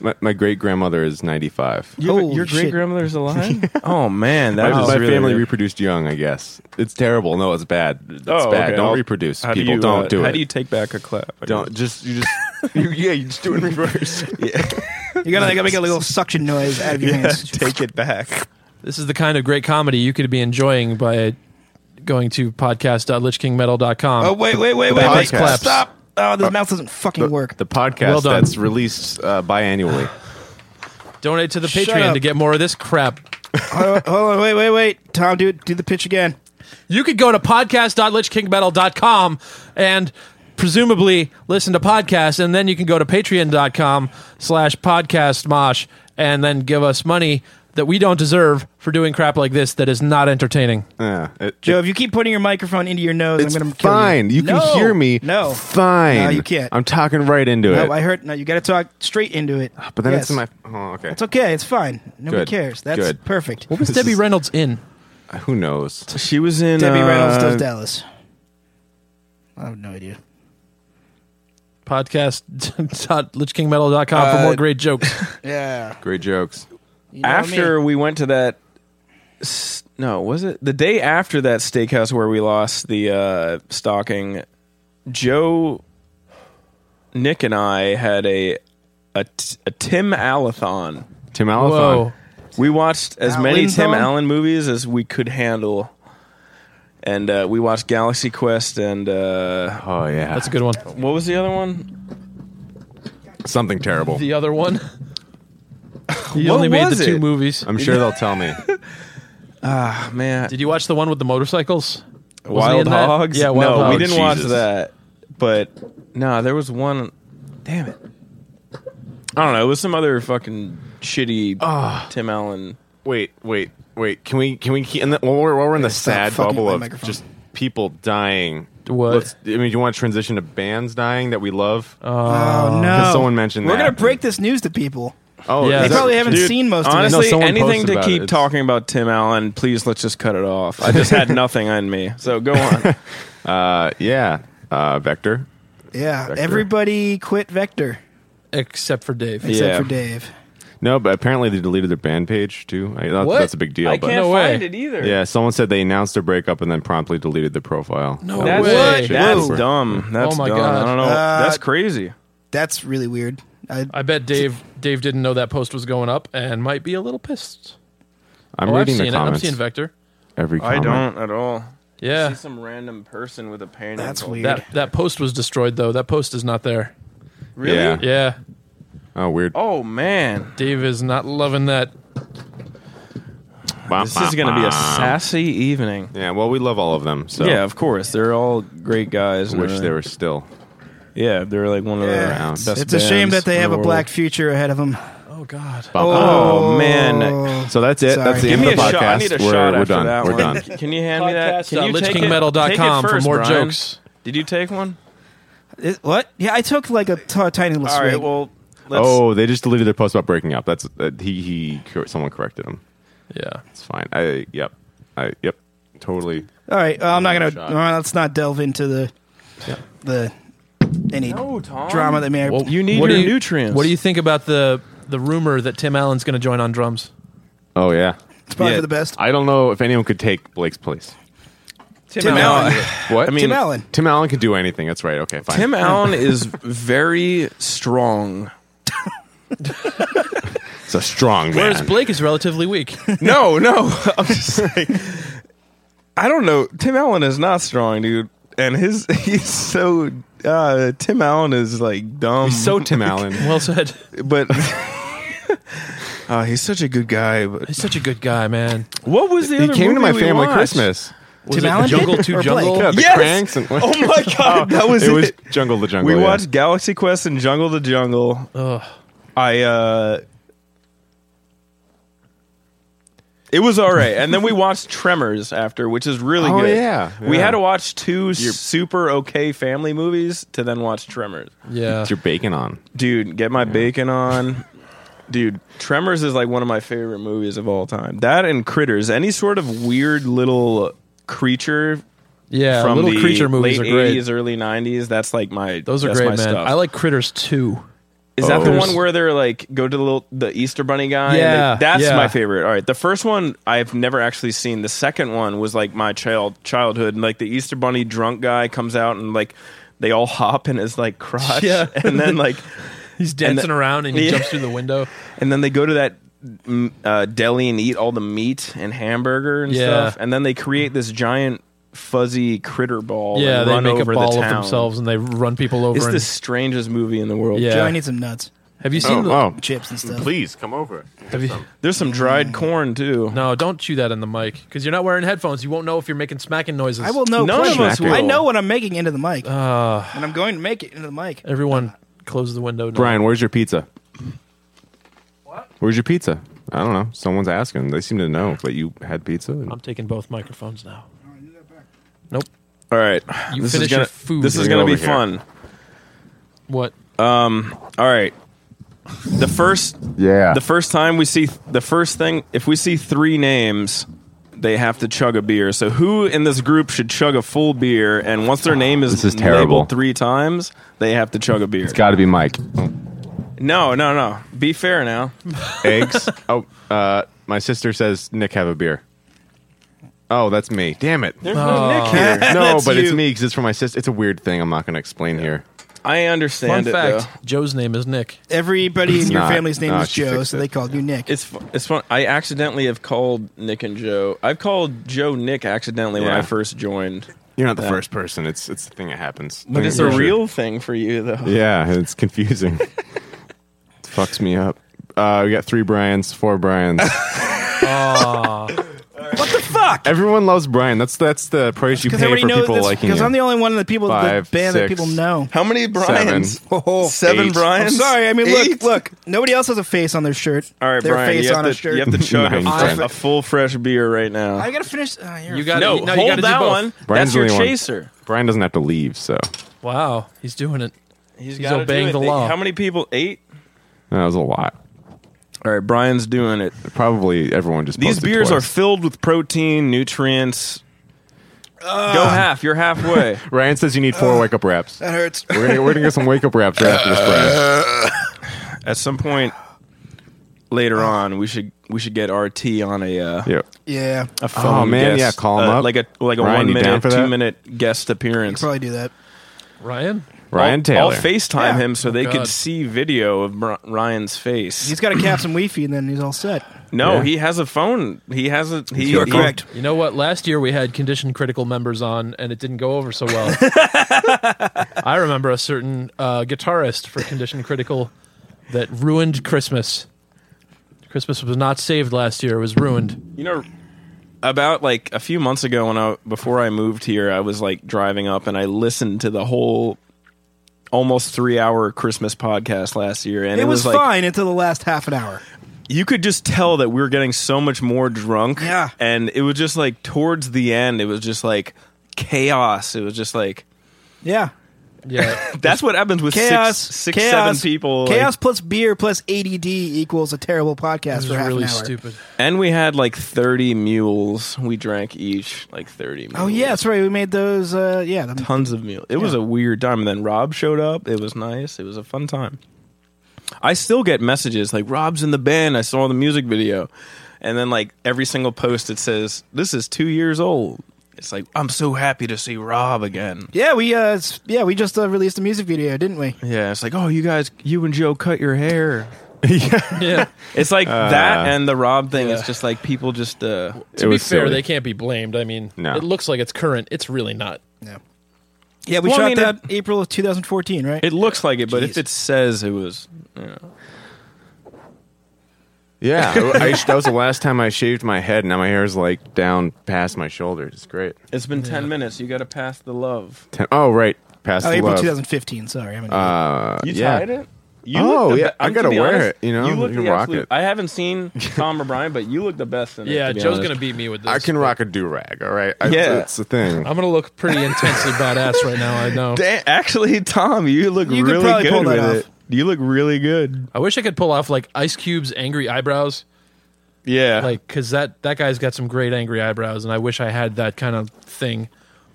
[SPEAKER 3] My, my great grandmother is 95.
[SPEAKER 2] You-
[SPEAKER 4] Holy
[SPEAKER 2] your
[SPEAKER 4] shit.
[SPEAKER 2] great grandmother's alive? oh man,
[SPEAKER 3] My,
[SPEAKER 2] that was
[SPEAKER 3] my
[SPEAKER 2] really
[SPEAKER 3] family
[SPEAKER 2] weird.
[SPEAKER 3] reproduced young, I guess. It's terrible. No, it's bad. It's
[SPEAKER 2] Oh,
[SPEAKER 3] bad.
[SPEAKER 2] okay.
[SPEAKER 3] Don't
[SPEAKER 2] I'll-
[SPEAKER 3] reproduce.
[SPEAKER 2] How
[SPEAKER 3] People,
[SPEAKER 2] you,
[SPEAKER 3] not
[SPEAKER 2] uh,
[SPEAKER 3] do
[SPEAKER 2] How
[SPEAKER 3] it.
[SPEAKER 2] do you take back a clap? I
[SPEAKER 3] don't
[SPEAKER 2] guess.
[SPEAKER 3] just you just you, yeah you just do it in reverse. yeah,
[SPEAKER 4] You're gonna like, make a little suction noise out of your hands.
[SPEAKER 2] take it back.
[SPEAKER 1] This is the kind of great comedy you could be enjoying by going to podcast.lichkingmetal.com.
[SPEAKER 4] Oh wait, wait, wait, wait, wait!
[SPEAKER 3] podcast.
[SPEAKER 4] Clap. Stop! Oh, this mouth doesn't fucking work.
[SPEAKER 3] Uh, the podcast
[SPEAKER 1] Well done.
[SPEAKER 3] that's released uh, biannually.
[SPEAKER 1] Donate to the
[SPEAKER 4] Shut
[SPEAKER 1] Patreon
[SPEAKER 4] up.
[SPEAKER 1] to get more of this crap.
[SPEAKER 4] hold, hold on, wait, wait, wait! Tom, do do the pitch again.
[SPEAKER 1] You could go to podcast.lichkingmetal.com and presumably listen to podcasts, and then you can go to patreon.com slash podcastmosh and then give us money that we don't deserve for doing crap like this that is not entertaining.
[SPEAKER 3] Yeah, Uh, it-
[SPEAKER 4] Joe, if you keep putting your microphone into your nose,
[SPEAKER 3] it's
[SPEAKER 4] I'm gonna kill
[SPEAKER 3] fine. You, can
[SPEAKER 4] No,
[SPEAKER 3] hear me.
[SPEAKER 4] No,
[SPEAKER 3] fine.
[SPEAKER 4] No, you can't.
[SPEAKER 3] I'm talking right into it.
[SPEAKER 4] no, I heard. No, you got to talk straight into it.
[SPEAKER 3] Ah, but then
[SPEAKER 4] Yes.
[SPEAKER 3] it's in my. Oh, okay.
[SPEAKER 4] It's okay. It's fine. Nobody
[SPEAKER 3] Good.
[SPEAKER 4] cares. That's
[SPEAKER 3] Good.
[SPEAKER 4] perfect.
[SPEAKER 1] What was
[SPEAKER 3] This
[SPEAKER 1] Debbie
[SPEAKER 3] is-
[SPEAKER 1] Reynolds in?
[SPEAKER 3] Who knows?
[SPEAKER 2] She was in
[SPEAKER 4] Debbie Reynolds
[SPEAKER 2] uh,
[SPEAKER 4] does Dallas. I have no idea.
[SPEAKER 1] Podcast.lichkingmetal.com for more great jokes.
[SPEAKER 4] Yeah.
[SPEAKER 3] Great jokes.
[SPEAKER 4] You know
[SPEAKER 2] after
[SPEAKER 4] me.
[SPEAKER 2] we went to that s- no was it the day after that steakhouse where we lost the uh stocking joe nick and i had a a, t- a tim alathon
[SPEAKER 3] Tim
[SPEAKER 1] Whoa.
[SPEAKER 3] Alphon.
[SPEAKER 2] we watched as many tim
[SPEAKER 4] Allenthon?
[SPEAKER 2] allen movies as we could handle and uh, we watched galaxy quest and uh,
[SPEAKER 3] Oh yeah,
[SPEAKER 1] That's a good one.
[SPEAKER 2] what was the other one
[SPEAKER 3] something terrible.
[SPEAKER 1] The other one. You
[SPEAKER 2] What
[SPEAKER 1] only made
[SPEAKER 2] was
[SPEAKER 1] the two
[SPEAKER 2] it?
[SPEAKER 1] movies.
[SPEAKER 3] I'm sure they'll tell me.
[SPEAKER 2] oh, man
[SPEAKER 1] Did you watch the one with the motorcycles? Wasn't he
[SPEAKER 2] Wild
[SPEAKER 1] in that?
[SPEAKER 2] Hogs?
[SPEAKER 1] Yeah, Wild
[SPEAKER 2] no,
[SPEAKER 1] Hogs.
[SPEAKER 2] we didn't watch
[SPEAKER 3] Jesus.
[SPEAKER 2] that. But no, there was one. Damn it! I don't know. It was some other fucking shitty Tim Allen.
[SPEAKER 3] Wait, wait, wait. Can we? Can we? Keep, and the, while, we're, while we're in the
[SPEAKER 4] stop
[SPEAKER 3] sad
[SPEAKER 4] fucking
[SPEAKER 3] bubble
[SPEAKER 4] with my
[SPEAKER 3] of
[SPEAKER 4] microphone.
[SPEAKER 3] just people dying.
[SPEAKER 1] What?
[SPEAKER 3] I mean, do you want to transition to bands dying that we love?
[SPEAKER 1] Uh,
[SPEAKER 4] Oh no!
[SPEAKER 3] someone mentioned
[SPEAKER 4] we're
[SPEAKER 3] that.
[SPEAKER 4] gonna break this news to people.
[SPEAKER 1] Yeah.
[SPEAKER 3] oh, is
[SPEAKER 4] They
[SPEAKER 1] That's-
[SPEAKER 4] probably haven't
[SPEAKER 2] Dude,
[SPEAKER 4] seen most of it.
[SPEAKER 2] Honestly,
[SPEAKER 3] No, someone
[SPEAKER 2] anything
[SPEAKER 3] posted
[SPEAKER 2] to
[SPEAKER 3] about
[SPEAKER 2] keep
[SPEAKER 3] it. It's-
[SPEAKER 2] talking about Tim Allen, please let's just cut it off. I just had nothing on me, so go on.
[SPEAKER 3] that- uh, yeah. Uh, Vector.
[SPEAKER 4] Yeah,
[SPEAKER 3] Vector.
[SPEAKER 4] everybody quit Vector
[SPEAKER 1] Except for Dave.
[SPEAKER 2] Yeah.
[SPEAKER 4] except for Dave.
[SPEAKER 3] No, but apparently they deleted their band page too. I, that,
[SPEAKER 1] What?
[SPEAKER 3] That's a big deal.
[SPEAKER 2] I
[SPEAKER 3] but
[SPEAKER 2] can't
[SPEAKER 1] No way.
[SPEAKER 2] find it either.
[SPEAKER 3] Yeah, someone said they announced their breakup and then promptly deleted their profile.
[SPEAKER 1] No
[SPEAKER 3] That
[SPEAKER 2] That's,
[SPEAKER 3] was
[SPEAKER 1] way.
[SPEAKER 3] shit.
[SPEAKER 2] that's
[SPEAKER 3] Whoa. Oh
[SPEAKER 2] dumb. That's
[SPEAKER 1] my
[SPEAKER 2] dumb.
[SPEAKER 1] God.
[SPEAKER 2] I don't know.
[SPEAKER 4] Uh,
[SPEAKER 2] that's crazy.
[SPEAKER 4] That's really weird. I,
[SPEAKER 1] I bet Dave Dave didn't know that post was going up and might be a little pissed.
[SPEAKER 3] I'm
[SPEAKER 1] oh, I've
[SPEAKER 3] reading
[SPEAKER 1] seen
[SPEAKER 3] the
[SPEAKER 1] it. I'm
[SPEAKER 3] comments.
[SPEAKER 1] seeing Vector.
[SPEAKER 3] Every
[SPEAKER 2] I
[SPEAKER 3] comment.
[SPEAKER 2] don't at all.
[SPEAKER 1] Yeah.
[SPEAKER 2] some random person with a pain.
[SPEAKER 4] That's weird.
[SPEAKER 1] That that post was destroyed though. That post is not there.
[SPEAKER 2] Really?
[SPEAKER 3] Yeah.
[SPEAKER 1] Yeah.
[SPEAKER 3] Oh, weird.
[SPEAKER 2] Oh man.
[SPEAKER 1] Dave is not loving that.
[SPEAKER 3] Bah,
[SPEAKER 2] This
[SPEAKER 3] bah,
[SPEAKER 2] is going to be a
[SPEAKER 3] bah.
[SPEAKER 2] sassy evening.
[SPEAKER 3] Yeah, well, we love all of them. So
[SPEAKER 2] Yeah, of course. They're all great guys. and
[SPEAKER 3] wish they
[SPEAKER 2] everything.
[SPEAKER 3] were still.
[SPEAKER 2] Yeah, they're like one of the
[SPEAKER 4] Yeah.
[SPEAKER 2] best
[SPEAKER 4] it's a shame
[SPEAKER 2] bands
[SPEAKER 4] that they
[SPEAKER 2] in
[SPEAKER 4] have
[SPEAKER 2] the
[SPEAKER 4] a
[SPEAKER 2] world.
[SPEAKER 4] black future ahead of them.
[SPEAKER 1] Oh Oh God.
[SPEAKER 2] Oh, man.
[SPEAKER 3] So that's it.
[SPEAKER 4] Sorry.
[SPEAKER 3] That's the
[SPEAKER 4] Give
[SPEAKER 3] end
[SPEAKER 2] me
[SPEAKER 3] of the
[SPEAKER 2] a
[SPEAKER 3] podcast.
[SPEAKER 2] shot. I need a
[SPEAKER 3] we're,
[SPEAKER 2] shot
[SPEAKER 3] we're
[SPEAKER 2] after
[SPEAKER 3] done.
[SPEAKER 2] that
[SPEAKER 3] we're
[SPEAKER 2] one.
[SPEAKER 3] done.
[SPEAKER 2] Can you hand me that?
[SPEAKER 1] Podcast um,
[SPEAKER 2] Can you
[SPEAKER 1] dot
[SPEAKER 2] take it-
[SPEAKER 1] LitchKingMetal.com
[SPEAKER 2] take it
[SPEAKER 1] for
[SPEAKER 2] first,
[SPEAKER 1] more
[SPEAKER 2] Brian.
[SPEAKER 1] jokes.
[SPEAKER 2] Did you take one?
[SPEAKER 4] It- what? Yeah, I took like a t- tiny little
[SPEAKER 2] All
[SPEAKER 4] swig.
[SPEAKER 2] right. Well, let's.
[SPEAKER 3] oh, they just deleted their post about breaking up. That's uh, he. He. cor- Someone corrected him.
[SPEAKER 1] Yeah.
[SPEAKER 3] It's fine. I. Yep. I. Yep. Totally.
[SPEAKER 4] All right, well, I'm not gonna.
[SPEAKER 3] Shot.
[SPEAKER 4] all right, let's not delve into the the any
[SPEAKER 2] Tom.
[SPEAKER 4] drama that may. have
[SPEAKER 2] you need
[SPEAKER 1] what do
[SPEAKER 2] your nutrients.
[SPEAKER 1] What do you think about the the rumor that Tim Allen's going to join on drums?
[SPEAKER 3] Oh yeah.
[SPEAKER 4] it's probably
[SPEAKER 2] yeah.
[SPEAKER 4] for the best.
[SPEAKER 3] I don't know if anyone could take Blake's place.
[SPEAKER 1] Tim,
[SPEAKER 4] Tim Allen.
[SPEAKER 3] What? I mean,
[SPEAKER 4] Tim Allen.
[SPEAKER 3] Tim Allen could do anything. That's right. Okay. Fine.
[SPEAKER 2] Tim Allen is very strong.
[SPEAKER 3] It's a strong man.
[SPEAKER 1] Whereas Blake is relatively weak.
[SPEAKER 2] No, no. I'm just saying. I don't know. Tim Allen is not strong, dude. And his he's so uh Tim Allen is like dumb.
[SPEAKER 3] He's so Tim Allen.
[SPEAKER 1] well said.
[SPEAKER 2] but
[SPEAKER 3] Oh,
[SPEAKER 2] uh, he's such a good guy. But
[SPEAKER 1] He's such a good guy, man.
[SPEAKER 2] what was the
[SPEAKER 3] he
[SPEAKER 2] other
[SPEAKER 3] came to
[SPEAKER 2] movie
[SPEAKER 3] my
[SPEAKER 2] we
[SPEAKER 3] family
[SPEAKER 2] watched?
[SPEAKER 3] Christmas.
[SPEAKER 1] Was
[SPEAKER 4] Tim
[SPEAKER 1] it
[SPEAKER 4] Allen did?
[SPEAKER 1] Jungle to
[SPEAKER 4] Or Blake?
[SPEAKER 1] Jungle?
[SPEAKER 3] Yeah, the
[SPEAKER 2] Yes!
[SPEAKER 3] cranks and
[SPEAKER 2] Oh my god, that was
[SPEAKER 3] it was
[SPEAKER 2] it.
[SPEAKER 3] Jungle to Jungle.
[SPEAKER 2] we
[SPEAKER 3] yeah.
[SPEAKER 2] watched Galaxy Quest and Jungle to Jungle.
[SPEAKER 1] Ugh.
[SPEAKER 2] I uh It was all right. And then we watched Tremors after, which is really
[SPEAKER 3] Oh,
[SPEAKER 2] good.
[SPEAKER 3] yeah,
[SPEAKER 2] We
[SPEAKER 3] yeah.
[SPEAKER 2] had to watch 2 super okay family movies to then watch Tremors.
[SPEAKER 1] Yeah.
[SPEAKER 3] Get your bacon on.
[SPEAKER 2] Dude, get my bacon on. Dude, Tremors is like one of my favorite movies of all time. That and Critters, any sort of weird little creature
[SPEAKER 1] Yeah.
[SPEAKER 2] from
[SPEAKER 1] little
[SPEAKER 2] the
[SPEAKER 1] creature movies
[SPEAKER 2] late
[SPEAKER 1] are great.
[SPEAKER 2] 80s, early 90s, that's like my
[SPEAKER 1] Those are
[SPEAKER 2] that's
[SPEAKER 1] great,
[SPEAKER 2] my
[SPEAKER 1] man.
[SPEAKER 2] Stuff.
[SPEAKER 1] I like Critters too.
[SPEAKER 2] Is that the
[SPEAKER 3] Oh.
[SPEAKER 2] one where they're like go to the little, the Easter Bunny guy? and
[SPEAKER 1] Yeah,
[SPEAKER 2] they- that's
[SPEAKER 1] yeah.
[SPEAKER 2] my favorite. All right, the first one I've never actually seen. The second one was like my child childhood, and like the Easter Bunny drunk guy comes out and like they all hop in his like crotch,
[SPEAKER 1] Yeah.
[SPEAKER 2] and then like
[SPEAKER 1] He's
[SPEAKER 2] the-
[SPEAKER 1] dancing around and he
[SPEAKER 2] Yeah.
[SPEAKER 1] jumps through the window.
[SPEAKER 2] and then they go to that mm, uh, deli and eat all the meat and hamburger and
[SPEAKER 1] Yeah.
[SPEAKER 2] stuff, and then they create this giant fuzzy critter ball.
[SPEAKER 1] Yeah,
[SPEAKER 2] and
[SPEAKER 1] they
[SPEAKER 2] run
[SPEAKER 1] make a
[SPEAKER 2] over
[SPEAKER 1] ball
[SPEAKER 2] the
[SPEAKER 1] of
[SPEAKER 2] town.
[SPEAKER 1] themselves and they run people over.
[SPEAKER 2] It's
[SPEAKER 1] and,
[SPEAKER 2] the strangest movie in the world.
[SPEAKER 1] Yeah.
[SPEAKER 4] Joe, I need some nuts,
[SPEAKER 1] have you seen?
[SPEAKER 3] Oh,
[SPEAKER 1] the-
[SPEAKER 3] wow.
[SPEAKER 4] chips, and stuff.
[SPEAKER 3] Please come over.
[SPEAKER 1] have you-
[SPEAKER 2] There's some dried corn too.
[SPEAKER 1] Mm. no, don't chew that in the mic because you're not wearing headphones. You won't know if you're making smacking noises.
[SPEAKER 4] I will know.
[SPEAKER 2] None
[SPEAKER 4] plenty.
[SPEAKER 2] of us
[SPEAKER 4] I
[SPEAKER 2] will.
[SPEAKER 4] know what I'm making into the mic, uh, and I'm going to make it into the mic.
[SPEAKER 1] Everyone, close the window. now.
[SPEAKER 3] Brian, where's your pizza? What? Where's your pizza? I don't know. Someone's asking. They seem to know, but you had pizza. and-
[SPEAKER 1] I'm taking both microphones now.
[SPEAKER 2] All right,
[SPEAKER 1] You
[SPEAKER 2] this
[SPEAKER 1] finish
[SPEAKER 2] is gonna
[SPEAKER 1] your food.
[SPEAKER 2] this is
[SPEAKER 3] Get
[SPEAKER 2] gonna be
[SPEAKER 3] over here.
[SPEAKER 2] fun.
[SPEAKER 1] What?
[SPEAKER 2] All right. The first
[SPEAKER 3] yeah.
[SPEAKER 2] the first time we see the first thing if we see three names, they have to chug a beer. So who in this group should chug a full beer? And once their name is,
[SPEAKER 3] This is terrible.
[SPEAKER 2] labeled three times, they have to chug a beer.
[SPEAKER 3] it's got to be Mike.
[SPEAKER 2] no, no, no. Be fair now.
[SPEAKER 3] Eggs. oh, uh, my sister says Nick have a beer. Oh, that's me. Damn it. Oh.
[SPEAKER 2] There's no Nick here.
[SPEAKER 3] no,
[SPEAKER 4] That's
[SPEAKER 3] but it's
[SPEAKER 4] you.
[SPEAKER 3] me because it's for my sister. It's a weird thing. I'm not going to explain here.
[SPEAKER 2] I
[SPEAKER 1] Fun
[SPEAKER 2] understand it
[SPEAKER 1] fact:
[SPEAKER 2] though.
[SPEAKER 1] Joe's name is Nick.
[SPEAKER 4] Everybody in your
[SPEAKER 3] not.
[SPEAKER 4] family's name
[SPEAKER 3] No,
[SPEAKER 4] is
[SPEAKER 3] she
[SPEAKER 4] Joe,
[SPEAKER 3] fixed
[SPEAKER 4] so
[SPEAKER 3] it.
[SPEAKER 4] they called you Nick.
[SPEAKER 2] It's fu- it's fun. I accidentally have called Nick and Joe. I've called Joe Nick accidentally when
[SPEAKER 3] Yeah.
[SPEAKER 2] I first joined.
[SPEAKER 3] You're not the first person. It's it's the thing that happens.
[SPEAKER 2] But it's a
[SPEAKER 3] Sure.
[SPEAKER 2] real thing for you though.
[SPEAKER 3] Yeah, it's confusing. fucks me up. Uh, we got three Brian's, four Brian's.
[SPEAKER 4] what the fuck?
[SPEAKER 3] Everyone loves Brian. That's that's the price you
[SPEAKER 4] Because
[SPEAKER 3] pay
[SPEAKER 4] everybody
[SPEAKER 3] for
[SPEAKER 4] knows
[SPEAKER 3] people
[SPEAKER 4] this.
[SPEAKER 3] liking you.
[SPEAKER 4] Because I'm the only one of the people,
[SPEAKER 3] Five,
[SPEAKER 4] the band
[SPEAKER 3] six.
[SPEAKER 4] that people know.
[SPEAKER 2] How many Brian's?
[SPEAKER 3] Seven.
[SPEAKER 2] Seven
[SPEAKER 3] Eight.
[SPEAKER 4] I'm
[SPEAKER 2] Brian's.
[SPEAKER 4] sorry. I mean,
[SPEAKER 2] Eight?
[SPEAKER 4] look, look. Nobody else has a face on their shirt.
[SPEAKER 2] All right,
[SPEAKER 4] their
[SPEAKER 2] Brian,
[SPEAKER 4] face
[SPEAKER 2] you, have
[SPEAKER 4] on
[SPEAKER 2] to,
[SPEAKER 4] a shirt.
[SPEAKER 2] you have to chug a,
[SPEAKER 3] Nine,
[SPEAKER 2] fresh-
[SPEAKER 3] ten.
[SPEAKER 2] a full fresh beer right now.
[SPEAKER 4] I gotta finish. Uh, you're
[SPEAKER 1] You
[SPEAKER 4] a
[SPEAKER 1] got
[SPEAKER 2] no,
[SPEAKER 1] no. you
[SPEAKER 2] hold
[SPEAKER 1] gotta
[SPEAKER 2] that
[SPEAKER 1] do both.
[SPEAKER 2] one.
[SPEAKER 3] Brian's
[SPEAKER 2] That's your
[SPEAKER 3] the only one.
[SPEAKER 2] chaser.
[SPEAKER 3] Brian doesn't have to leave, so
[SPEAKER 1] Wow, he's doing it.
[SPEAKER 2] gotta do
[SPEAKER 1] obeying
[SPEAKER 2] it.
[SPEAKER 1] the
[SPEAKER 2] They-
[SPEAKER 1] law.
[SPEAKER 2] How many people? Eight.
[SPEAKER 3] that was a lot.
[SPEAKER 2] All right, Brian's doing it.
[SPEAKER 3] Probably everyone just
[SPEAKER 2] These beers are filled with protein, nutrients. Go half. You're halfway.
[SPEAKER 3] are. Ryan says you need
[SPEAKER 4] Uh,
[SPEAKER 3] four wake up wraps.
[SPEAKER 4] That hurts.
[SPEAKER 3] We're gonna, we're gonna get some wake up wraps right after this, Brian.
[SPEAKER 4] Uh,
[SPEAKER 2] At some point later on, we should we should get RT on a uh,
[SPEAKER 3] Yeah. Oh,
[SPEAKER 4] Yeah, I
[SPEAKER 2] a phone
[SPEAKER 3] man,
[SPEAKER 2] guest,
[SPEAKER 3] yeah, call him
[SPEAKER 2] uh,
[SPEAKER 3] up.
[SPEAKER 2] like a like a
[SPEAKER 3] Ryan,
[SPEAKER 2] one
[SPEAKER 3] you down
[SPEAKER 2] minute,
[SPEAKER 3] for that?
[SPEAKER 2] two minute guest appearance.
[SPEAKER 4] probably do that.
[SPEAKER 1] Ryan,
[SPEAKER 3] Ryan
[SPEAKER 2] I'll,
[SPEAKER 3] Taylor.
[SPEAKER 2] I'll FaceTime
[SPEAKER 4] Yeah.
[SPEAKER 2] him so they could
[SPEAKER 1] God.
[SPEAKER 2] see video of Bri- Ryan's face.
[SPEAKER 4] He's got to cap some Wi-Fi, and then he's all set.
[SPEAKER 2] No,
[SPEAKER 3] Yeah.
[SPEAKER 2] he has a phone. He has a. He,
[SPEAKER 4] You're
[SPEAKER 2] he-
[SPEAKER 4] correct.
[SPEAKER 1] you know what? Last year we had condition critical members on, and it didn't go over so well. I remember a certain uh, guitarist for condition critical that ruined Christmas. Christmas was not saved last year; it was ruined.
[SPEAKER 2] You know, about like a few months ago when I before I moved here, I was like driving up and I listened to the whole almost three hour Christmas podcast last year, and
[SPEAKER 4] It,
[SPEAKER 2] it,
[SPEAKER 4] was,
[SPEAKER 2] like
[SPEAKER 4] fine until the last half an hour.
[SPEAKER 2] you could just tell that we were getting so much more drunk.
[SPEAKER 4] Yeah.
[SPEAKER 2] and it was just like towards the end, it was just like chaos. It was just like
[SPEAKER 4] Yeah.
[SPEAKER 1] Yeah.
[SPEAKER 2] that's what happens with
[SPEAKER 4] Chaos.
[SPEAKER 2] six, six,
[SPEAKER 4] chaos,
[SPEAKER 2] seven people. like-
[SPEAKER 4] Chaos plus beer plus ADD equals a terrible podcast
[SPEAKER 1] This
[SPEAKER 4] for
[SPEAKER 1] is
[SPEAKER 4] half
[SPEAKER 1] really
[SPEAKER 4] an hour.
[SPEAKER 1] stupid.
[SPEAKER 2] and we had like thirty mules. We drank each like thirty. Mules.
[SPEAKER 4] Oh yeah, that's right. We made those. Uh, yeah, the,
[SPEAKER 2] tons of meals. It was a weird time. And then Rob showed up. It was nice. It was a fun time. I still get messages like Rob's in the band. I saw the music video, and then like every single post it says this is two years old. It's like I'm so happy to see Rob again.
[SPEAKER 4] yeah we uh, s- yeah we just uh, released a music video, didn't we?
[SPEAKER 2] Yeah, it's like oh you guys, you and Joe cut your hair. Uh,
[SPEAKER 1] Yeah.
[SPEAKER 2] It's like that and the Rob thing is just like people just uh
[SPEAKER 1] to
[SPEAKER 3] It
[SPEAKER 1] be
[SPEAKER 3] was
[SPEAKER 1] fair,
[SPEAKER 3] silly.
[SPEAKER 1] they can't be blamed. I mean,
[SPEAKER 3] No.
[SPEAKER 1] it looks like it's current. It's really not.
[SPEAKER 4] Yeah, we
[SPEAKER 2] Well, I
[SPEAKER 4] shot
[SPEAKER 2] mean,
[SPEAKER 4] that April of 2014, right?
[SPEAKER 2] it looks like it, but if
[SPEAKER 4] Jeez.
[SPEAKER 2] it says it was
[SPEAKER 3] Yeah, I, I- that was the last time I shaved my head. Now my hair is like down past my shoulders. It's great.
[SPEAKER 2] it's been ten minutes, you got to pass the love.
[SPEAKER 3] Ten, oh right, past
[SPEAKER 4] oh,
[SPEAKER 3] the
[SPEAKER 4] April
[SPEAKER 3] love.
[SPEAKER 4] 2015. Sorry, I'm an idiot.
[SPEAKER 3] Uh,
[SPEAKER 2] You
[SPEAKER 3] yeah.
[SPEAKER 2] tied it. You
[SPEAKER 3] Oh,
[SPEAKER 2] look the
[SPEAKER 3] yeah,
[SPEAKER 2] be-
[SPEAKER 3] I
[SPEAKER 2] I'm-
[SPEAKER 3] gotta
[SPEAKER 2] to be
[SPEAKER 3] wear
[SPEAKER 2] honest,
[SPEAKER 3] it, you know?
[SPEAKER 2] you look
[SPEAKER 3] You can
[SPEAKER 2] the
[SPEAKER 3] rock
[SPEAKER 2] absolute-
[SPEAKER 3] it.
[SPEAKER 2] I haven't seen Tom or Brian, but you look the best in it.
[SPEAKER 1] Yeah,
[SPEAKER 2] to be
[SPEAKER 1] Joe's
[SPEAKER 2] honest.
[SPEAKER 1] gonna beat me with this.
[SPEAKER 3] I can rock a do rag. All right. I,
[SPEAKER 2] Yeah.
[SPEAKER 3] it's a thing.
[SPEAKER 1] I'm gonna look pretty intensely badass right now. I know.
[SPEAKER 2] Da- actually, Tom, you look
[SPEAKER 4] You could
[SPEAKER 2] really
[SPEAKER 4] probably
[SPEAKER 2] good
[SPEAKER 4] pull that
[SPEAKER 2] with
[SPEAKER 4] off.
[SPEAKER 2] it. You look really good.
[SPEAKER 1] I wish I could pull off like Ice Cube's angry eyebrows,
[SPEAKER 2] Yeah,
[SPEAKER 1] like because that that guy's got some great angry eyebrows, and I wish I had that kind of thing.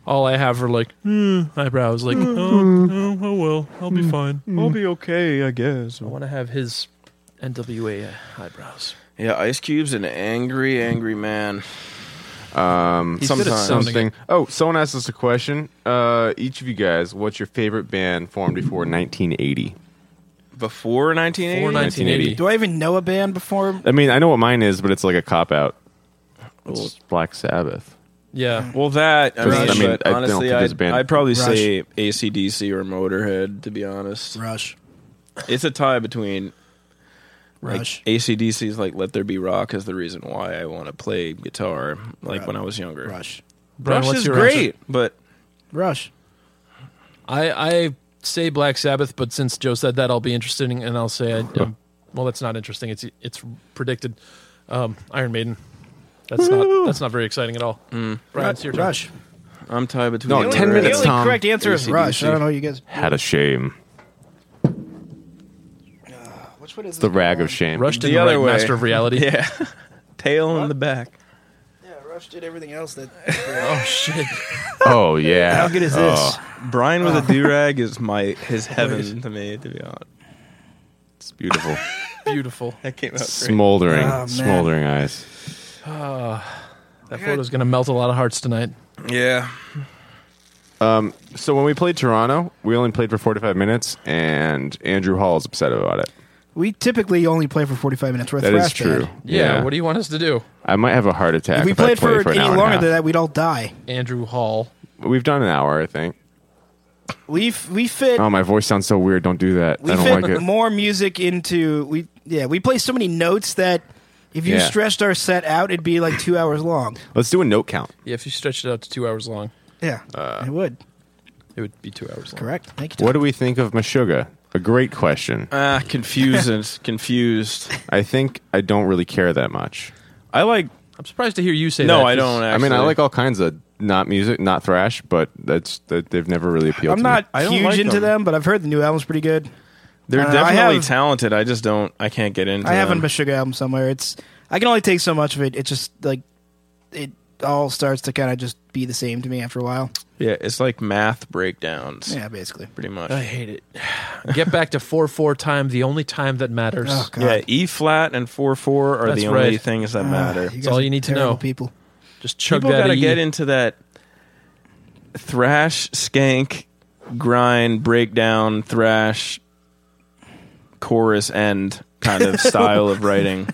[SPEAKER 1] All I have are like "Hmm," eyebrows, like oh, oh, oh well, I'll be fine.
[SPEAKER 2] I'll be okay, I guess.
[SPEAKER 1] I want to have his NWA eyebrows.
[SPEAKER 2] Yeah, Ice Cube's an angry, angry man.
[SPEAKER 3] Um,
[SPEAKER 1] He's good at
[SPEAKER 3] sometimes.
[SPEAKER 1] sounding
[SPEAKER 3] something. Oh, someone asked us a question. Uh, each of you guys, what's your favorite band formed before 1980?
[SPEAKER 2] Before 1980,
[SPEAKER 1] Or 1980.
[SPEAKER 4] Do I even know a band before?
[SPEAKER 3] I mean, I know what mine is, but it's like a cop out. It's Black Sabbath.
[SPEAKER 1] Yeah,
[SPEAKER 2] Well, that I mean,
[SPEAKER 3] Rush. I mean,
[SPEAKER 2] but
[SPEAKER 3] I don't
[SPEAKER 2] honestly,
[SPEAKER 3] think
[SPEAKER 2] I
[SPEAKER 3] there's a
[SPEAKER 2] would
[SPEAKER 3] band-
[SPEAKER 2] I'd probably
[SPEAKER 4] Rush.
[SPEAKER 2] say ACDC or Motorhead. To be honest,
[SPEAKER 4] Rush.
[SPEAKER 2] it's a tie between Like
[SPEAKER 4] Rush.
[SPEAKER 2] ACDC's like Let There Be Rock is the reason why I want to play guitar like
[SPEAKER 4] Right.
[SPEAKER 2] when I was younger.
[SPEAKER 4] Rush.
[SPEAKER 1] Brian,
[SPEAKER 2] Rush
[SPEAKER 1] what's
[SPEAKER 2] is
[SPEAKER 1] your
[SPEAKER 2] great,
[SPEAKER 1] answer?
[SPEAKER 2] but
[SPEAKER 4] Rush.
[SPEAKER 1] I I say Black Sabbath, but since Joe said that, I'll be interested in, and I'll say I, um, well, that's not interesting. It's it's predicted. Um, Iron Maiden. That's not that's not very exciting at all.
[SPEAKER 2] Hmm.
[SPEAKER 1] Brian, it's your turn.
[SPEAKER 4] Rush.
[SPEAKER 2] I'm tied between
[SPEAKER 3] No,
[SPEAKER 2] the
[SPEAKER 3] 10
[SPEAKER 2] other-
[SPEAKER 3] minutes,
[SPEAKER 4] The only
[SPEAKER 3] Tom.
[SPEAKER 4] correct answer is
[SPEAKER 2] ACDC.
[SPEAKER 4] Rush. I don't know you guys.
[SPEAKER 3] Had a shame.
[SPEAKER 4] Which one is
[SPEAKER 3] The rag of shame.
[SPEAKER 1] Rush did
[SPEAKER 2] The
[SPEAKER 1] the
[SPEAKER 2] other
[SPEAKER 1] right
[SPEAKER 2] way.
[SPEAKER 1] master of reality.
[SPEAKER 2] Yeah. Tail in the back.
[SPEAKER 4] Yeah, Rush did everything else that.
[SPEAKER 1] Oh shit.
[SPEAKER 3] Oh yeah.
[SPEAKER 4] How good is
[SPEAKER 3] Oh.
[SPEAKER 4] this?
[SPEAKER 2] Brian
[SPEAKER 4] Oh.
[SPEAKER 2] with a do rag is my his heaven to me, to be honest.
[SPEAKER 3] It's beautiful.
[SPEAKER 1] Beautiful.
[SPEAKER 2] That came out great.
[SPEAKER 3] smoldering,
[SPEAKER 4] Oh, man.
[SPEAKER 3] smoldering eyes.
[SPEAKER 1] That photo's gonna melt a lot of hearts tonight.
[SPEAKER 2] Yeah.
[SPEAKER 3] So when we played Toronto, we only played for 45 minutes, and Andrew Hall is upset about it.
[SPEAKER 4] We typically only play for 45 minutes. We're a
[SPEAKER 3] That is
[SPEAKER 4] thrash
[SPEAKER 3] true.
[SPEAKER 4] band.
[SPEAKER 1] Yeah. What do you want us to do,
[SPEAKER 3] I might have a heart attack.
[SPEAKER 4] If we
[SPEAKER 3] I
[SPEAKER 4] played
[SPEAKER 3] play Ah.
[SPEAKER 4] for,
[SPEAKER 3] an hour
[SPEAKER 4] any
[SPEAKER 3] and a
[SPEAKER 4] longer
[SPEAKER 3] half.
[SPEAKER 4] than that, we'd all die.
[SPEAKER 1] Andrew Hall?
[SPEAKER 3] We've done an hour, I think.
[SPEAKER 4] We f- we fit
[SPEAKER 3] Oh, my voice sounds so weird. Don't do that.
[SPEAKER 4] we
[SPEAKER 3] I don't
[SPEAKER 4] fit
[SPEAKER 3] like it.
[SPEAKER 4] more music into we yeah we play so many notes that if you
[SPEAKER 3] Yeah.
[SPEAKER 4] stretched our set out, it'd be like two hours long.
[SPEAKER 3] Let's do a note count.
[SPEAKER 1] Yeah. If you stretched it out to two hours long,
[SPEAKER 4] Yeah, it would.
[SPEAKER 1] it would be two hours long.
[SPEAKER 4] Correct. Thank
[SPEAKER 3] Uh.
[SPEAKER 4] you.
[SPEAKER 3] What do we think of Meshuggah? A great question.
[SPEAKER 2] Ah, confused and confused.
[SPEAKER 3] I think I don't really care that much.
[SPEAKER 2] I like
[SPEAKER 1] I'm surprised to hear you say that.
[SPEAKER 2] No, I
[SPEAKER 1] 'cause-
[SPEAKER 2] don't actually.
[SPEAKER 3] I mean, I like all kinds of not music, not thrash, but that's that they've never really appealed
[SPEAKER 4] I'm
[SPEAKER 3] to me.
[SPEAKER 4] not
[SPEAKER 2] I don't
[SPEAKER 4] huge
[SPEAKER 2] like
[SPEAKER 4] into
[SPEAKER 2] them.
[SPEAKER 4] them. but I've heard the new album's pretty good.
[SPEAKER 2] they're
[SPEAKER 4] Uh, I
[SPEAKER 2] definitely
[SPEAKER 4] have-
[SPEAKER 2] talented. I just don't I can't get into
[SPEAKER 4] I have a
[SPEAKER 2] them.
[SPEAKER 4] Meshuggah album somewhere. It's I can only take so much of it. It just like it all starts to kind of just be the same to me after a while.
[SPEAKER 2] Yeah, it's like math breakdowns.
[SPEAKER 4] Yeah, basically.
[SPEAKER 2] Pretty much.
[SPEAKER 1] I hate it. Get back to four four time, the only time that matters.
[SPEAKER 4] Oh god.
[SPEAKER 2] Yeah, E flat and four four are
[SPEAKER 1] That's
[SPEAKER 2] the only
[SPEAKER 1] right.
[SPEAKER 2] things that
[SPEAKER 4] Ah,
[SPEAKER 2] matter.
[SPEAKER 4] guys
[SPEAKER 1] It's all
[SPEAKER 4] are
[SPEAKER 1] you need to
[SPEAKER 4] terrible
[SPEAKER 1] know.
[SPEAKER 4] People.
[SPEAKER 1] Just chug
[SPEAKER 2] People
[SPEAKER 1] that.
[SPEAKER 2] gotta
[SPEAKER 1] E.
[SPEAKER 2] get into that thrash, skank, grind, breakdown, thrash, chorus, end kind of style of writing.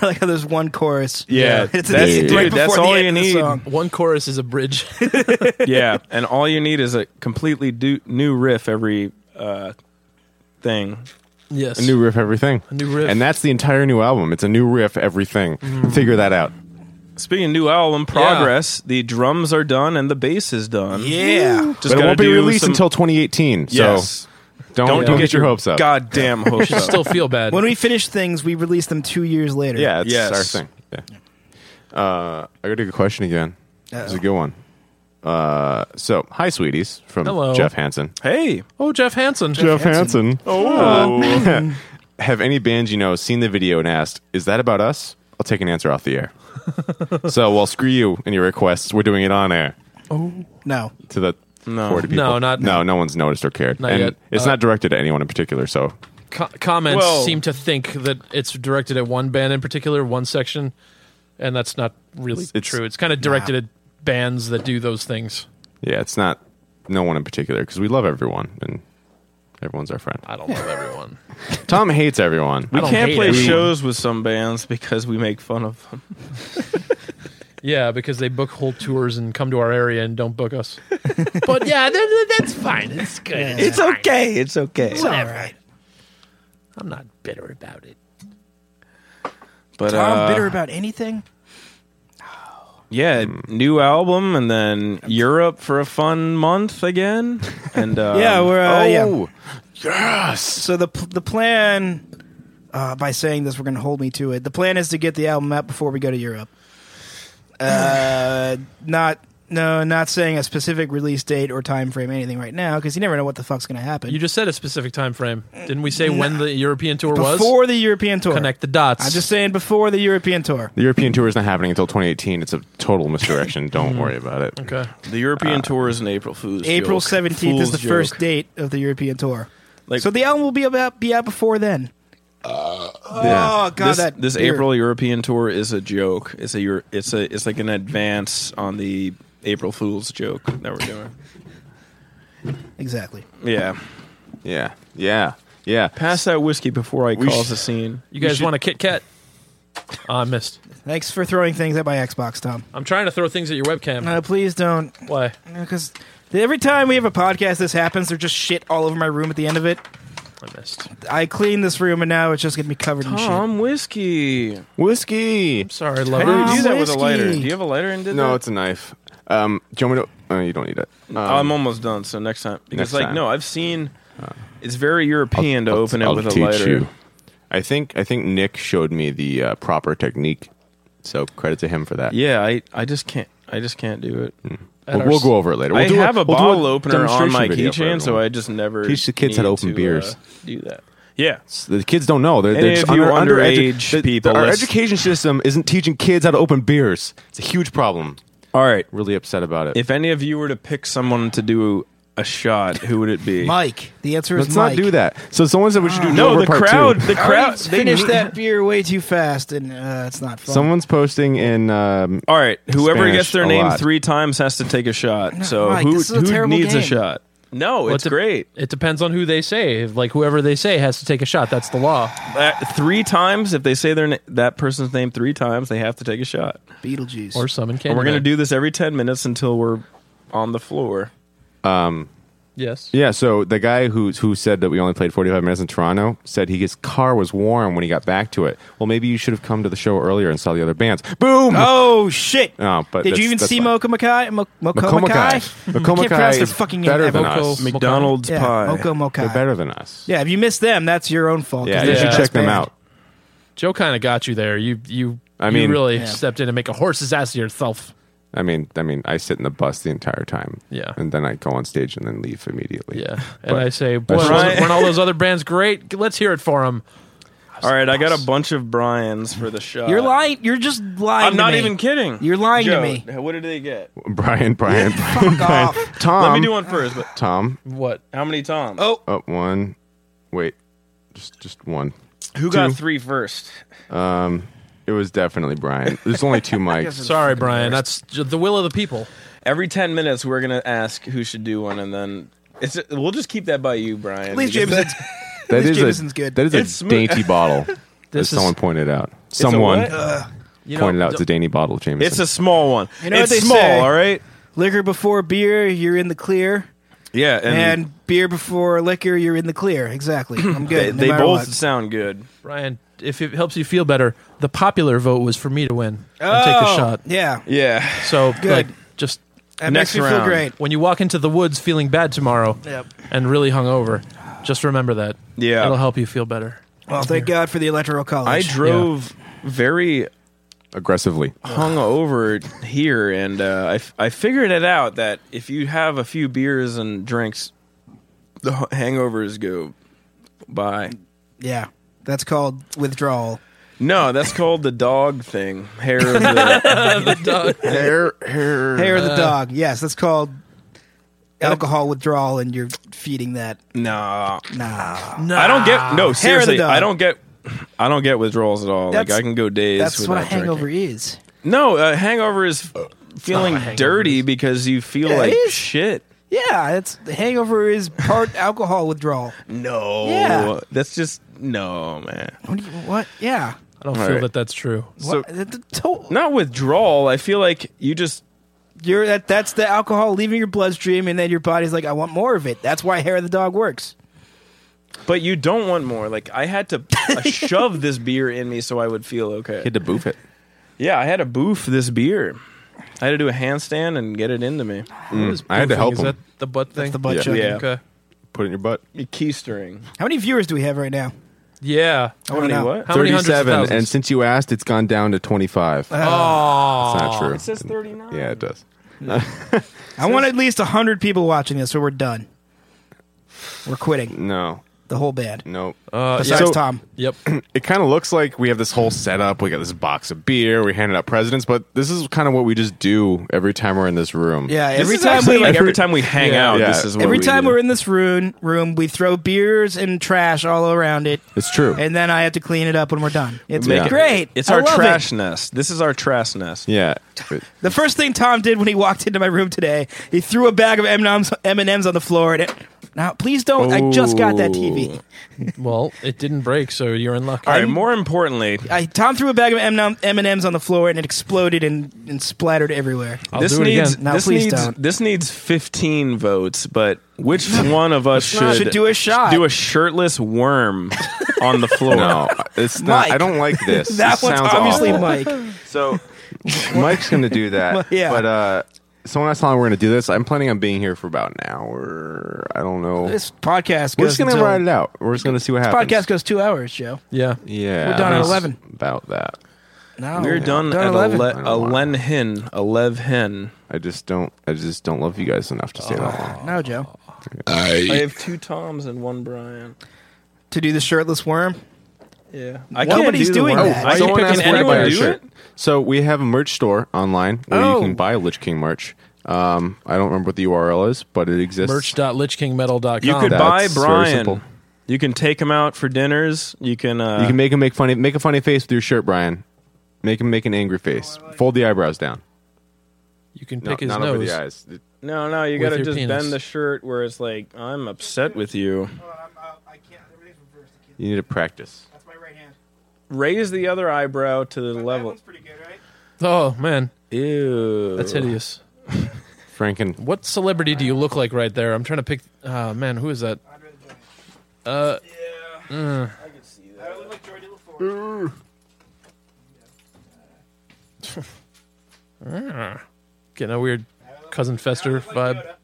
[SPEAKER 4] I like how there's one chorus.
[SPEAKER 2] Yeah,
[SPEAKER 4] It's
[SPEAKER 2] that's-
[SPEAKER 4] it's
[SPEAKER 2] dude,
[SPEAKER 4] right
[SPEAKER 2] that's
[SPEAKER 4] before the
[SPEAKER 2] all
[SPEAKER 4] end
[SPEAKER 2] you
[SPEAKER 4] of the
[SPEAKER 2] need.
[SPEAKER 4] song.
[SPEAKER 1] One chorus is a bridge.
[SPEAKER 2] Yeah, and all you need is a completely do- new riff every uh, thing.
[SPEAKER 1] yes.
[SPEAKER 3] a new riff everything. A
[SPEAKER 1] new riff.
[SPEAKER 3] and that's the entire new album. It's a new riff everything.
[SPEAKER 2] Mm-hmm.
[SPEAKER 3] Figure that out.
[SPEAKER 2] Speaking of new album progress, the drums are done and the bass is done.
[SPEAKER 4] Yeah.
[SPEAKER 2] Just
[SPEAKER 3] but it
[SPEAKER 2] gotta
[SPEAKER 3] won't be
[SPEAKER 2] do
[SPEAKER 3] released
[SPEAKER 2] some-
[SPEAKER 3] until 2018. So
[SPEAKER 2] yes.
[SPEAKER 3] Don't,
[SPEAKER 2] Don't
[SPEAKER 3] don't,
[SPEAKER 2] get
[SPEAKER 3] get your hopes up.
[SPEAKER 2] Goddamn hopes
[SPEAKER 1] should
[SPEAKER 2] up.
[SPEAKER 1] still feel bad.
[SPEAKER 4] When we finish things, we release them two years later.
[SPEAKER 3] Yeah, it's
[SPEAKER 2] Yes.
[SPEAKER 3] our thing. Yeah. Uh, I got a good question again. It's a good one. Uh, so, hi, sweeties, from
[SPEAKER 1] Hello.
[SPEAKER 3] Jeff Hansen.
[SPEAKER 2] hey,
[SPEAKER 1] oh, Jeff Hansen.
[SPEAKER 4] Hansen.
[SPEAKER 3] Oh. have any bands you know seen the video and asked, "Is that about us?" I'll take an answer off the air. so, well, screw you and your requests. We're doing it on air
[SPEAKER 4] No.
[SPEAKER 3] to the
[SPEAKER 2] No.
[SPEAKER 3] 40 people.
[SPEAKER 1] No, not-
[SPEAKER 3] no. No one's noticed or cared.
[SPEAKER 1] Not
[SPEAKER 3] and
[SPEAKER 1] yet.
[SPEAKER 3] It's
[SPEAKER 1] Uh,
[SPEAKER 3] not directed to anyone in particular. So,
[SPEAKER 1] Co- comments
[SPEAKER 2] Whoa.
[SPEAKER 1] seem to think that it's directed at one band in particular, one section, and that's not really
[SPEAKER 3] It's-
[SPEAKER 1] true. It's kind of directed at bands that do those things.
[SPEAKER 3] yeah, it's not no one in particular because we love everyone and everyone's our friend.
[SPEAKER 1] I don't love everyone.
[SPEAKER 3] Tom hates everyone.
[SPEAKER 2] we
[SPEAKER 1] don't
[SPEAKER 2] can't
[SPEAKER 1] hate
[SPEAKER 2] play
[SPEAKER 1] everyone.
[SPEAKER 2] shows with some bands because we make fun of them.
[SPEAKER 1] Yeah, because they book whole tours and come to our area and don't book us. but yeah, th- th- that's fine. It's good.
[SPEAKER 4] It's
[SPEAKER 2] okay. It's okay.
[SPEAKER 4] It's all right.
[SPEAKER 1] I'm not bitter about it.
[SPEAKER 2] But
[SPEAKER 4] Tom,
[SPEAKER 2] uh,
[SPEAKER 4] bitter about anything?
[SPEAKER 2] yeah, new album and then Europe for a fun month again. And um,
[SPEAKER 4] Yeah, we're, uh, yeah.
[SPEAKER 2] oh,
[SPEAKER 4] So the pl- the plan, uh, by saying this, we're going to hold me to it. The plan is to get the album out before we go to Europe. Uh, not no, not saying a specific release date or time frame, anything right now, because you never know what the fuck's going to happen.
[SPEAKER 1] You just said a specific time frame. Didn't we say when the European tour was?
[SPEAKER 4] before the European tour.
[SPEAKER 1] Connect the dots.
[SPEAKER 4] I'm just saying before the European tour.
[SPEAKER 3] The European tour is not happening until 2018. It's a total misdirection. Don't worry about it.
[SPEAKER 1] Okay.
[SPEAKER 2] The European tour is an April Fool's.
[SPEAKER 4] April
[SPEAKER 2] joke.
[SPEAKER 4] seventeenth is
[SPEAKER 2] Fool's
[SPEAKER 4] the
[SPEAKER 2] joke.
[SPEAKER 4] first date of the European tour.
[SPEAKER 2] Like-
[SPEAKER 4] so the album will be about be out before then.
[SPEAKER 3] Yeah.
[SPEAKER 4] Oh god,
[SPEAKER 2] this,
[SPEAKER 4] that
[SPEAKER 2] this
[SPEAKER 4] beer.
[SPEAKER 2] April European tour is a joke. It's a Euro- it's a it's like an advance on the April Fool's joke that we're doing.
[SPEAKER 4] exactly.
[SPEAKER 2] Yeah,
[SPEAKER 3] Yeah. Yeah. Yeah.
[SPEAKER 2] pass that whiskey before I
[SPEAKER 3] We
[SPEAKER 2] cause
[SPEAKER 3] sh-
[SPEAKER 2] the scene.
[SPEAKER 1] You guys want a Kit Kat? Oh, I missed.
[SPEAKER 4] Thanks for throwing things at my Xbox, Tom.
[SPEAKER 1] I'm trying to throw things at your webcam.
[SPEAKER 4] No, please don't.
[SPEAKER 1] Why?
[SPEAKER 4] Because every time we have a podcast, this happens. There's just shit all over my room at the end of it.
[SPEAKER 1] I missed.
[SPEAKER 4] I clean this room, and now it's just gonna be covered in shit.
[SPEAKER 2] Tom whiskey.
[SPEAKER 3] Whiskey.
[SPEAKER 1] Sorry,
[SPEAKER 2] How do you
[SPEAKER 1] lovers.
[SPEAKER 2] do that with a
[SPEAKER 4] whiskey.
[SPEAKER 2] lighter? Do you have a lighter and did
[SPEAKER 3] No,
[SPEAKER 2] that?
[SPEAKER 3] it's a knife. Um, do you want me to? Oh, you don't need it. Um,
[SPEAKER 2] I'm almost done. So next time, because
[SPEAKER 3] Next
[SPEAKER 2] like
[SPEAKER 3] time.
[SPEAKER 2] no, I've seen. It's very European to
[SPEAKER 3] I'll-
[SPEAKER 2] open
[SPEAKER 3] I'll
[SPEAKER 2] it with a
[SPEAKER 3] teach
[SPEAKER 2] lighter.
[SPEAKER 3] you. I think I think Nick showed me the uh, proper technique, so credit to him for that.
[SPEAKER 2] Yeah, I I just can't I just can't do it.
[SPEAKER 1] At
[SPEAKER 3] we'll,
[SPEAKER 1] our
[SPEAKER 3] we'll
[SPEAKER 1] s-
[SPEAKER 3] go over it later. We'll
[SPEAKER 2] I
[SPEAKER 3] do
[SPEAKER 2] have a
[SPEAKER 3] we'll do
[SPEAKER 2] bottle opener on my
[SPEAKER 3] demonstration video for
[SPEAKER 2] keychain, so
[SPEAKER 3] everyone.
[SPEAKER 2] I just never
[SPEAKER 3] Teach the kids how to
[SPEAKER 2] need
[SPEAKER 3] open
[SPEAKER 2] uh,
[SPEAKER 3] beers.
[SPEAKER 2] do that. Yeah,
[SPEAKER 3] the kids don't know. They're,
[SPEAKER 2] And
[SPEAKER 3] they're
[SPEAKER 2] if
[SPEAKER 3] just
[SPEAKER 2] you
[SPEAKER 3] under,
[SPEAKER 2] underage
[SPEAKER 3] underedu- the-
[SPEAKER 2] people,
[SPEAKER 3] the- our
[SPEAKER 2] let's-
[SPEAKER 3] education system isn't teaching kids how to open beers. It's a huge problem.
[SPEAKER 2] All right.
[SPEAKER 3] Really upset about it.
[SPEAKER 2] If any of you were to pick someone to do a shot, who would it be?
[SPEAKER 4] Mike, the answer is
[SPEAKER 3] Let's
[SPEAKER 4] Mike.
[SPEAKER 3] not do that. So someone said we should do
[SPEAKER 2] no,
[SPEAKER 3] Dover
[SPEAKER 2] the
[SPEAKER 3] part
[SPEAKER 2] crowd.
[SPEAKER 3] two.
[SPEAKER 2] The
[SPEAKER 4] I already
[SPEAKER 2] crowd. They
[SPEAKER 4] finished
[SPEAKER 2] need-
[SPEAKER 4] that beer way too fast, and uh, it's not fun.
[SPEAKER 3] Someone's posting in. Um,
[SPEAKER 2] All right. Whoever
[SPEAKER 3] Spanish
[SPEAKER 2] gets their
[SPEAKER 3] a
[SPEAKER 2] name
[SPEAKER 3] lot.
[SPEAKER 2] three times has to take a shot. So
[SPEAKER 4] Mike,
[SPEAKER 2] who,
[SPEAKER 4] this is a
[SPEAKER 2] who
[SPEAKER 4] terrible
[SPEAKER 2] needs a
[SPEAKER 4] game.
[SPEAKER 2] shot? No,
[SPEAKER 1] Well,
[SPEAKER 2] it's
[SPEAKER 1] it de-
[SPEAKER 2] great.
[SPEAKER 1] It depends on who they say. Like whoever they say has to take a shot. That's the law.
[SPEAKER 2] That- Uh, three times. If they say their na- that person's name three times, they have to take a shot.
[SPEAKER 4] Beetlejuice.
[SPEAKER 1] Or summon candy.
[SPEAKER 2] And we're gonna do this every ten minutes until we're on the floor.
[SPEAKER 1] yes.
[SPEAKER 3] Yeah, so the guy who who said that we only played 45 minutes in Toronto said he, his car was warm when he got back to it. Well, maybe you should have come to the show earlier and saw the other bands. Boom!
[SPEAKER 4] oh shit!
[SPEAKER 3] No, but
[SPEAKER 4] did
[SPEAKER 3] that's-
[SPEAKER 4] you even
[SPEAKER 3] that's
[SPEAKER 4] see
[SPEAKER 3] fine.
[SPEAKER 4] Mocha Makai? Mo- Mocha
[SPEAKER 3] Makomakai. Makomakai
[SPEAKER 4] Makai? Can't pronounce their
[SPEAKER 3] is
[SPEAKER 4] fucking
[SPEAKER 3] better
[SPEAKER 4] name.
[SPEAKER 3] than
[SPEAKER 4] ever.
[SPEAKER 3] us.
[SPEAKER 2] McDonald's
[SPEAKER 4] Yeah,
[SPEAKER 2] pie.
[SPEAKER 4] Mocha
[SPEAKER 3] They're
[SPEAKER 4] Makai.
[SPEAKER 3] better than us.
[SPEAKER 4] Yeah, if you miss them, that's your own fault. 'cause
[SPEAKER 3] Yeah, you
[SPEAKER 4] they're the
[SPEAKER 3] should
[SPEAKER 4] best
[SPEAKER 3] check them
[SPEAKER 4] band.
[SPEAKER 3] out.
[SPEAKER 1] Joe kind of got you there. You you.
[SPEAKER 3] I
[SPEAKER 1] you
[SPEAKER 3] mean-
[SPEAKER 1] really
[SPEAKER 4] Yeah.
[SPEAKER 1] stepped in and make a horse's ass of yourself.
[SPEAKER 3] I mean, I mean, I sit in the bus the entire time.
[SPEAKER 1] Yeah.
[SPEAKER 3] and then I go on stage and then leave immediately.
[SPEAKER 1] Yeah, and
[SPEAKER 3] But-
[SPEAKER 1] I say, boy,
[SPEAKER 3] That's
[SPEAKER 1] wasn't-
[SPEAKER 2] right.
[SPEAKER 1] weren't all those other bands great? Let's hear it for them.
[SPEAKER 2] All right, I got a bunch of Brian's for the shot.
[SPEAKER 4] You're lying. You're just lying.
[SPEAKER 2] I'm
[SPEAKER 4] to
[SPEAKER 2] not
[SPEAKER 4] me.
[SPEAKER 2] even kidding.
[SPEAKER 4] You're lying to
[SPEAKER 2] Joe,
[SPEAKER 4] me.
[SPEAKER 2] What did they get?
[SPEAKER 3] Brian, Brian, Brian,
[SPEAKER 4] Fuck off.
[SPEAKER 3] Tom.
[SPEAKER 2] Let me do one first. But
[SPEAKER 3] Tom,
[SPEAKER 1] What?
[SPEAKER 2] how many Toms?
[SPEAKER 4] Um, Oh.
[SPEAKER 3] up one. Wait, just just one.
[SPEAKER 2] who got three first?
[SPEAKER 3] It was definitely Brian. There's only two mics.
[SPEAKER 1] Sorry, Brian. That's j- the will of the people.
[SPEAKER 2] Every ten minutes, we're gonna ask who should do one, and then it's we'll just keep that by you, Brian.
[SPEAKER 4] At least
[SPEAKER 2] because that-
[SPEAKER 4] Jameson's.
[SPEAKER 3] That
[SPEAKER 4] least
[SPEAKER 3] is
[SPEAKER 4] Jameson's
[SPEAKER 3] a
[SPEAKER 4] good.
[SPEAKER 3] that is
[SPEAKER 2] It's
[SPEAKER 3] a
[SPEAKER 2] smooth.
[SPEAKER 3] dainty bottle. As
[SPEAKER 1] This is-
[SPEAKER 3] someone pointed out,
[SPEAKER 2] It's a
[SPEAKER 3] someone
[SPEAKER 2] what?
[SPEAKER 1] You
[SPEAKER 3] pointed
[SPEAKER 1] know,
[SPEAKER 3] out it's a dainty bottle, Jameson.
[SPEAKER 2] It's a small one.
[SPEAKER 4] You know
[SPEAKER 2] it's
[SPEAKER 4] what they
[SPEAKER 2] small,
[SPEAKER 4] say.
[SPEAKER 2] all right.
[SPEAKER 4] Liquor before beer, you're in the clear.
[SPEAKER 2] Yeah, and,
[SPEAKER 4] And beer before liquor, you're in the clear. Exactly. I'm good.
[SPEAKER 2] they,
[SPEAKER 4] no
[SPEAKER 2] they
[SPEAKER 4] matter
[SPEAKER 2] both
[SPEAKER 4] what.
[SPEAKER 2] sound good.
[SPEAKER 1] Brian, if it helps you feel better, the popular vote was for me to win and take the
[SPEAKER 4] Oh,
[SPEAKER 1] shot.
[SPEAKER 4] Yeah.
[SPEAKER 2] Yeah,
[SPEAKER 1] So,
[SPEAKER 4] Good.
[SPEAKER 1] like, just
[SPEAKER 4] That
[SPEAKER 2] Next
[SPEAKER 4] makes me
[SPEAKER 2] round.
[SPEAKER 4] feel great.
[SPEAKER 1] when you walk into the woods feeling bad tomorrow
[SPEAKER 4] Yep.
[SPEAKER 1] and really hungover, Just remember that.
[SPEAKER 2] Yeah.
[SPEAKER 1] It'll help you feel better.
[SPEAKER 4] Well, thank God for the Electoral
[SPEAKER 2] I
[SPEAKER 4] College.
[SPEAKER 2] drove very
[SPEAKER 3] aggressively.
[SPEAKER 2] hung over here, and uh, I, f- I figured it out that if you have a few beers and drinks, the h- hangovers go by.
[SPEAKER 4] yeah, that's called withdrawal.
[SPEAKER 2] No, that's called the dog thing. Hair of the,
[SPEAKER 3] Hair, hair.
[SPEAKER 4] Hair of the dog. Uh, Yes, that's called alcohol withdrawal, and you're feeding that.
[SPEAKER 2] no,
[SPEAKER 4] Nah,
[SPEAKER 2] I don't get no
[SPEAKER 4] Ah, Hair of the
[SPEAKER 2] seriously.
[SPEAKER 4] dog.
[SPEAKER 2] I don't get I don't get withdrawals at all. like
[SPEAKER 4] That's-
[SPEAKER 2] I can go days.
[SPEAKER 4] that's what a
[SPEAKER 2] without
[SPEAKER 4] hangover
[SPEAKER 2] Drinking.
[SPEAKER 4] is.
[SPEAKER 2] No, a hangover is feeling
[SPEAKER 1] hangover
[SPEAKER 2] dirty because you feel
[SPEAKER 4] Yeah, it
[SPEAKER 2] like
[SPEAKER 4] is.
[SPEAKER 2] shit.
[SPEAKER 4] Yeah, it's hangover is part alcohol withdrawal.
[SPEAKER 2] No,
[SPEAKER 4] Yeah.
[SPEAKER 2] that's just no, man.
[SPEAKER 4] What? Do you, what? Yeah.
[SPEAKER 1] I don't
[SPEAKER 2] All
[SPEAKER 1] feel
[SPEAKER 2] right.
[SPEAKER 1] that that's true.
[SPEAKER 4] What? The- the to-
[SPEAKER 2] Not withdrawal. I feel like you just
[SPEAKER 4] You're that. That's the alcohol leaving your bloodstream, and then your body's like, "I want more of it." That's why hair of the dog works.
[SPEAKER 2] But you don't want more. Like I had to uh, shove this beer in me so I would feel okay.
[SPEAKER 3] Had to boof it.
[SPEAKER 2] Yeah, I had to boof this beer. I had to do a handstand and get it into me.
[SPEAKER 4] Mm.
[SPEAKER 3] I had to help
[SPEAKER 1] Is
[SPEAKER 3] him.
[SPEAKER 1] that the butt thing?
[SPEAKER 4] The butt
[SPEAKER 3] Yeah.
[SPEAKER 4] chugging.
[SPEAKER 2] Yeah.
[SPEAKER 1] Okay.
[SPEAKER 3] Put it in your butt.
[SPEAKER 2] Keystering.
[SPEAKER 4] How many viewers do we have right now?
[SPEAKER 1] Yeah.
[SPEAKER 4] I want to know.
[SPEAKER 2] what?
[SPEAKER 1] How many hundreds of thousands?
[SPEAKER 3] and since you asked, it's gone down to twenty-five.
[SPEAKER 1] oh.
[SPEAKER 3] That's not true.
[SPEAKER 2] It says 39.
[SPEAKER 3] Yeah, it does.
[SPEAKER 4] I want at least hundred people watching this, or we're done. We're quitting
[SPEAKER 3] No,
[SPEAKER 4] the whole band.
[SPEAKER 3] no.
[SPEAKER 1] Uh, yeah.
[SPEAKER 4] Besides
[SPEAKER 3] So-
[SPEAKER 4] Tom,
[SPEAKER 1] Yep.
[SPEAKER 3] it kind of looks like we have this whole setup. We got this box of beer. We handed out presidents, but this is kind of what we just do every time we're in this room.
[SPEAKER 4] yeah.
[SPEAKER 2] This
[SPEAKER 4] Every
[SPEAKER 2] is
[SPEAKER 4] time
[SPEAKER 2] actually,
[SPEAKER 4] we
[SPEAKER 2] like
[SPEAKER 4] every,
[SPEAKER 2] every time we hang
[SPEAKER 1] Yeah.
[SPEAKER 2] out,
[SPEAKER 3] Yeah.
[SPEAKER 2] this is what we
[SPEAKER 4] time
[SPEAKER 2] do.
[SPEAKER 4] we're in this room, room we throw beers and trash all around it,
[SPEAKER 3] it's true.
[SPEAKER 4] and then I have to clean it up when we're done. It's
[SPEAKER 2] Make
[SPEAKER 3] Yeah.
[SPEAKER 2] it-
[SPEAKER 4] great.
[SPEAKER 2] It's
[SPEAKER 4] I
[SPEAKER 2] our
[SPEAKER 4] love it.
[SPEAKER 2] trash nest. This is our trash nest.
[SPEAKER 3] yeah,
[SPEAKER 4] The first thing Tom did when he walked into my room today, he threw a bag of M&Ms, M&Ms on the floor. And it, now, please don't. I just got that
[SPEAKER 2] Oh.
[SPEAKER 4] TV.
[SPEAKER 1] Well, it didn't break, so you're in luck.
[SPEAKER 2] All right. More importantly,
[SPEAKER 4] I, Tom threw a bag of M&M- M&Ms on the floor, and it exploded and, and splattered everywhere.
[SPEAKER 1] I'll
[SPEAKER 2] this
[SPEAKER 1] do it
[SPEAKER 2] needs
[SPEAKER 1] again.
[SPEAKER 4] No,
[SPEAKER 2] this
[SPEAKER 4] please
[SPEAKER 2] needs
[SPEAKER 4] don't.
[SPEAKER 2] this needs 15 votes. But which one of us should,
[SPEAKER 4] not- Should do a shot.
[SPEAKER 2] Do a shirtless worm on the floor.
[SPEAKER 3] no, uh, it's not. I
[SPEAKER 4] Mike.
[SPEAKER 3] don't like this.
[SPEAKER 4] That
[SPEAKER 3] This
[SPEAKER 4] one's
[SPEAKER 3] sounds
[SPEAKER 4] obviously
[SPEAKER 3] awful.
[SPEAKER 4] Mike.
[SPEAKER 3] So Mike's gonna do that.
[SPEAKER 4] Well, yeah.
[SPEAKER 3] But uh so when I saw we're gonna do this, I'm planning on being here for about an hour. I don't know.
[SPEAKER 4] This podcast goes
[SPEAKER 3] we're just gonna
[SPEAKER 4] until-
[SPEAKER 3] ride it out. We're just gonna see what happens.
[SPEAKER 4] podcast goes two hours, Joe.
[SPEAKER 1] Yeah.
[SPEAKER 3] Yeah.
[SPEAKER 4] We're done at
[SPEAKER 3] that's
[SPEAKER 4] 11.
[SPEAKER 3] About that.
[SPEAKER 4] No.
[SPEAKER 2] We're done,
[SPEAKER 4] Done
[SPEAKER 2] at
[SPEAKER 4] 11.
[SPEAKER 2] a,
[SPEAKER 3] I
[SPEAKER 2] le- a
[SPEAKER 3] don't want
[SPEAKER 2] len hin, a lev hin.
[SPEAKER 3] I just don't I just don't love you guys enough to stay that
[SPEAKER 2] Oh,
[SPEAKER 3] long.
[SPEAKER 4] No, Joe.
[SPEAKER 2] I have two Toms and one Brian.
[SPEAKER 4] Oh, To do the shirtless worm.
[SPEAKER 2] Yeah, I
[SPEAKER 4] Nobody's
[SPEAKER 2] do the
[SPEAKER 4] doing
[SPEAKER 2] worm.
[SPEAKER 4] that.
[SPEAKER 2] I
[SPEAKER 3] Someone
[SPEAKER 2] can
[SPEAKER 3] asked
[SPEAKER 2] pick
[SPEAKER 3] where to
[SPEAKER 2] anyone
[SPEAKER 3] buy our
[SPEAKER 2] to do
[SPEAKER 3] shirt.
[SPEAKER 2] it.
[SPEAKER 3] So we have a merch store online where
[SPEAKER 4] Oh.
[SPEAKER 3] you can buy Lich King merch. Um, I don't remember what the URL is, but it exists.
[SPEAKER 1] Merch.lichkingmetal.com.
[SPEAKER 2] You could
[SPEAKER 3] That's
[SPEAKER 2] buy
[SPEAKER 3] very simple.
[SPEAKER 2] Brian. You can take him out for dinners. You can. Uh,
[SPEAKER 3] You can make him make funny make a funny face with your shirt, Brian. Make him make an angry face. Fold the eyebrows down.
[SPEAKER 1] You can
[SPEAKER 3] No,
[SPEAKER 1] pick his
[SPEAKER 3] not over
[SPEAKER 1] nose.
[SPEAKER 3] the eyes.
[SPEAKER 2] no, no. You
[SPEAKER 1] With
[SPEAKER 2] gotta
[SPEAKER 1] your
[SPEAKER 2] just
[SPEAKER 1] penis.
[SPEAKER 2] bend the shirt where it's like I'm upset with you.
[SPEAKER 4] uh,
[SPEAKER 3] You need to practice.
[SPEAKER 4] That's my right hand.
[SPEAKER 2] Raise the other eyebrow to the level.
[SPEAKER 4] pretty good, right?
[SPEAKER 1] Oh, man.
[SPEAKER 2] Ew.
[SPEAKER 1] That's hideous.
[SPEAKER 3] Franken.
[SPEAKER 1] What celebrity do you look like right there? I'm trying to pick. Uh, man, who is that? Uh,
[SPEAKER 4] I look like Jordy LaForge.
[SPEAKER 1] getting a weird cousin Fester vibe.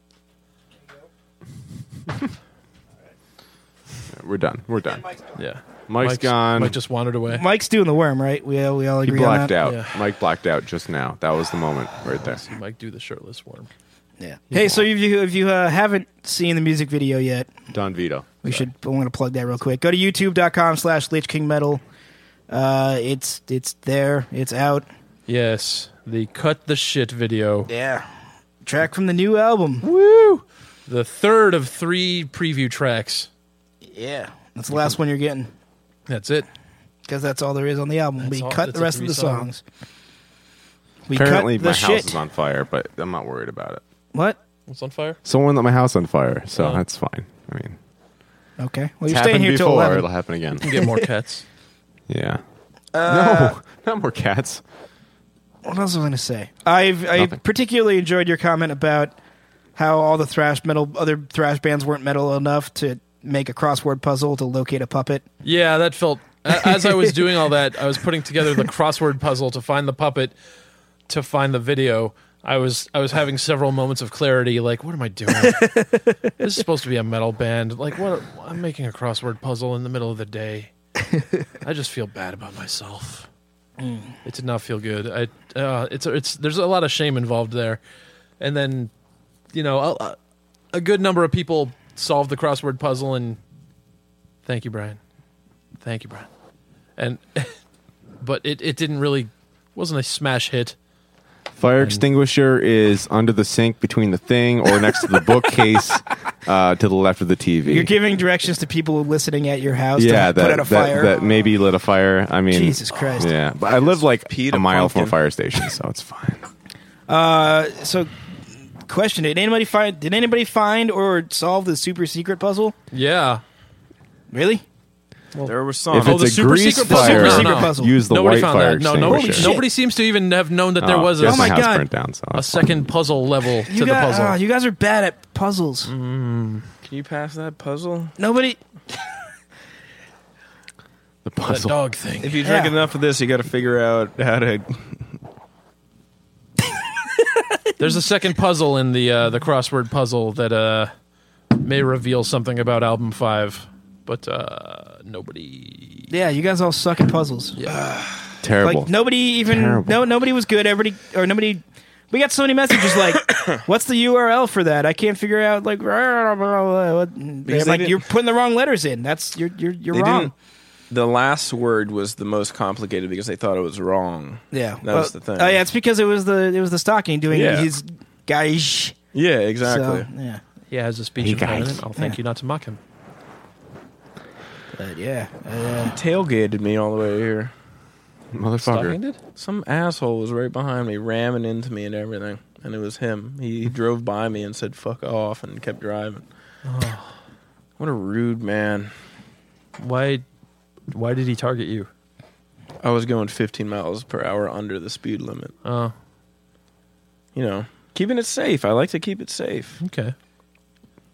[SPEAKER 3] We're done. We're done.
[SPEAKER 1] Yeah.
[SPEAKER 3] Mike's gone.
[SPEAKER 1] Mike just wandered away.
[SPEAKER 4] Mike's doing the worm, right? We all, we all
[SPEAKER 3] he
[SPEAKER 4] agree on
[SPEAKER 3] blacked
[SPEAKER 4] that.
[SPEAKER 3] out.
[SPEAKER 1] Yeah.
[SPEAKER 3] Mike blacked out just now. That was the moment right there.
[SPEAKER 1] Mike, do the shirtless worm.
[SPEAKER 4] Yeah. Hey, so if you if you uh, haven't seen the music video yet,
[SPEAKER 3] Don Vito.
[SPEAKER 4] we should. I'm going to plug that real quick. Go to YouTube.com/slash Lich King Metal. Uh, it's it's there. It's out.
[SPEAKER 1] Yes. The cut the shit video.
[SPEAKER 4] Yeah. Track from the new album.
[SPEAKER 1] The third of three preview tracks.
[SPEAKER 4] Yeah. That's the last one you're getting
[SPEAKER 1] That's it.
[SPEAKER 4] because that's all there is on the album. we
[SPEAKER 1] all-
[SPEAKER 4] cut
[SPEAKER 1] that's
[SPEAKER 4] the
[SPEAKER 1] a
[SPEAKER 4] rest of the
[SPEAKER 1] three-song.
[SPEAKER 4] songs. We
[SPEAKER 3] Apparently
[SPEAKER 4] cut the
[SPEAKER 3] my
[SPEAKER 4] shit.
[SPEAKER 3] house is on fire, but I'm not worried about it.
[SPEAKER 4] What?
[SPEAKER 1] What's on fire?
[SPEAKER 3] Someone lit my house on fire, so
[SPEAKER 1] Oh.
[SPEAKER 3] that's fine. I mean,
[SPEAKER 4] Okay. Well,
[SPEAKER 3] it's
[SPEAKER 4] you're staying
[SPEAKER 3] happened
[SPEAKER 4] here till
[SPEAKER 3] before. It'll
[SPEAKER 4] eleven.
[SPEAKER 3] happen again.
[SPEAKER 1] Get more cats.
[SPEAKER 3] yeah.
[SPEAKER 4] Uh,
[SPEAKER 3] no, not more cats.
[SPEAKER 4] What else was I going to say? I've I
[SPEAKER 3] Nothing.
[SPEAKER 4] particularly enjoyed your comment about how all the thrash metal other thrash bands weren't metal enough to make a crossword puzzle to locate a puppet.
[SPEAKER 1] Yeah, that felt. a- As I was doing all that, I was putting together the crossword puzzle to find the puppet, to find the video. I I was I was having several moments of clarity. Like, what am I doing? this is supposed to be a metal band. Like, what? I'm making a crossword puzzle in the middle of the day. I just feel bad about myself. It did not feel good. I uh, it's it's there's a lot of shame involved there, and then you know a, a good number of people solved the crossword puzzle and thank you Brian, thank you Brian, and but it it didn't really wasn't a smash hit.
[SPEAKER 3] Fire extinguisher is under the sink between the thing or next to the bookcase uh, to the left of the TV.
[SPEAKER 4] You're giving directions to people listening at your house
[SPEAKER 3] yeah,
[SPEAKER 4] to
[SPEAKER 3] that,
[SPEAKER 4] put out a
[SPEAKER 3] that,
[SPEAKER 4] fire.
[SPEAKER 3] that maybe lit a fire. I mean,
[SPEAKER 4] Jesus Christ.
[SPEAKER 3] Yeah, but I live like
[SPEAKER 2] Pete
[SPEAKER 3] a
[SPEAKER 2] a
[SPEAKER 3] mile from a
[SPEAKER 2] pumpkin.
[SPEAKER 3] fire station, so it's fine.
[SPEAKER 4] so question did anybody find did anybody find or solve the super secret puzzle?
[SPEAKER 1] Yeah,
[SPEAKER 4] Really?
[SPEAKER 2] There was some.
[SPEAKER 3] If
[SPEAKER 1] Oh,
[SPEAKER 3] it's
[SPEAKER 1] the
[SPEAKER 3] a
[SPEAKER 1] super
[SPEAKER 3] grease
[SPEAKER 1] secret puzzle.
[SPEAKER 3] fire,
[SPEAKER 1] Super secret
[SPEAKER 4] puzzle.
[SPEAKER 3] use the
[SPEAKER 1] nobody
[SPEAKER 3] white
[SPEAKER 1] found
[SPEAKER 3] fire
[SPEAKER 1] that. No,
[SPEAKER 3] extinguisher.
[SPEAKER 1] nobody, nobody seems to even have known that there
[SPEAKER 3] Oh,
[SPEAKER 1] was a,
[SPEAKER 3] yes,
[SPEAKER 4] Oh
[SPEAKER 3] my
[SPEAKER 4] my
[SPEAKER 3] house
[SPEAKER 4] God.
[SPEAKER 3] burnt down. So
[SPEAKER 1] a second puzzle level to
[SPEAKER 4] You,
[SPEAKER 1] the
[SPEAKER 4] got-
[SPEAKER 1] puzzle.
[SPEAKER 3] uh,
[SPEAKER 1] Mm.
[SPEAKER 4] ah, you guys are bad at puzzles.
[SPEAKER 2] Can you pass that puzzle?
[SPEAKER 4] Nobody
[SPEAKER 3] the
[SPEAKER 1] that
[SPEAKER 3] puzzle.
[SPEAKER 1] dog thing.
[SPEAKER 2] If you drink
[SPEAKER 4] Yeah.
[SPEAKER 2] enough of this, you got to figure out how to.
[SPEAKER 1] There's a second puzzle in the uh, the crossword puzzle that uh, may reveal something about album five, but uh, nobody.
[SPEAKER 4] Yeah, you guys all suck at puzzles.
[SPEAKER 3] Terrible.
[SPEAKER 4] Like nobody even
[SPEAKER 3] Terrible.
[SPEAKER 4] no nobody was good. Everybody or nobody we got so many messages like, "What's the URL for that? I can't figure out." Like, rah, rah, rah, what-
[SPEAKER 2] Because they
[SPEAKER 4] like
[SPEAKER 2] didn't-
[SPEAKER 4] you're putting the wrong letters in. That's you're you're you're
[SPEAKER 2] They
[SPEAKER 4] wrong.
[SPEAKER 2] didn't. The last word was the most complicated because they thought it was wrong.
[SPEAKER 4] Yeah,
[SPEAKER 2] that was the thing.
[SPEAKER 4] Oh yeah, it's because it was the it was the stocking doing
[SPEAKER 2] Yeah.
[SPEAKER 4] his guys.
[SPEAKER 2] Yeah, exactly.
[SPEAKER 4] So, yeah,
[SPEAKER 1] He has a speech
[SPEAKER 3] Hey, guys.
[SPEAKER 1] impediment. I'll thank
[SPEAKER 4] Yeah.
[SPEAKER 1] you not to mock him.
[SPEAKER 4] but yeah, uh,
[SPEAKER 2] Tailgated me all the way here.
[SPEAKER 1] Stalking
[SPEAKER 3] Motherfucker.
[SPEAKER 1] did?
[SPEAKER 2] Some asshole was right behind me, ramming into me and everything. And it was him. He drove by me and said "fuck off" and kept driving.
[SPEAKER 4] Oh.
[SPEAKER 2] What a rude man!
[SPEAKER 1] Why? Why did he target you?
[SPEAKER 2] I was going 15 miles per hour under the speed limit.
[SPEAKER 1] Oh,
[SPEAKER 2] You know, keeping it safe. I like to keep it safe.
[SPEAKER 1] okay.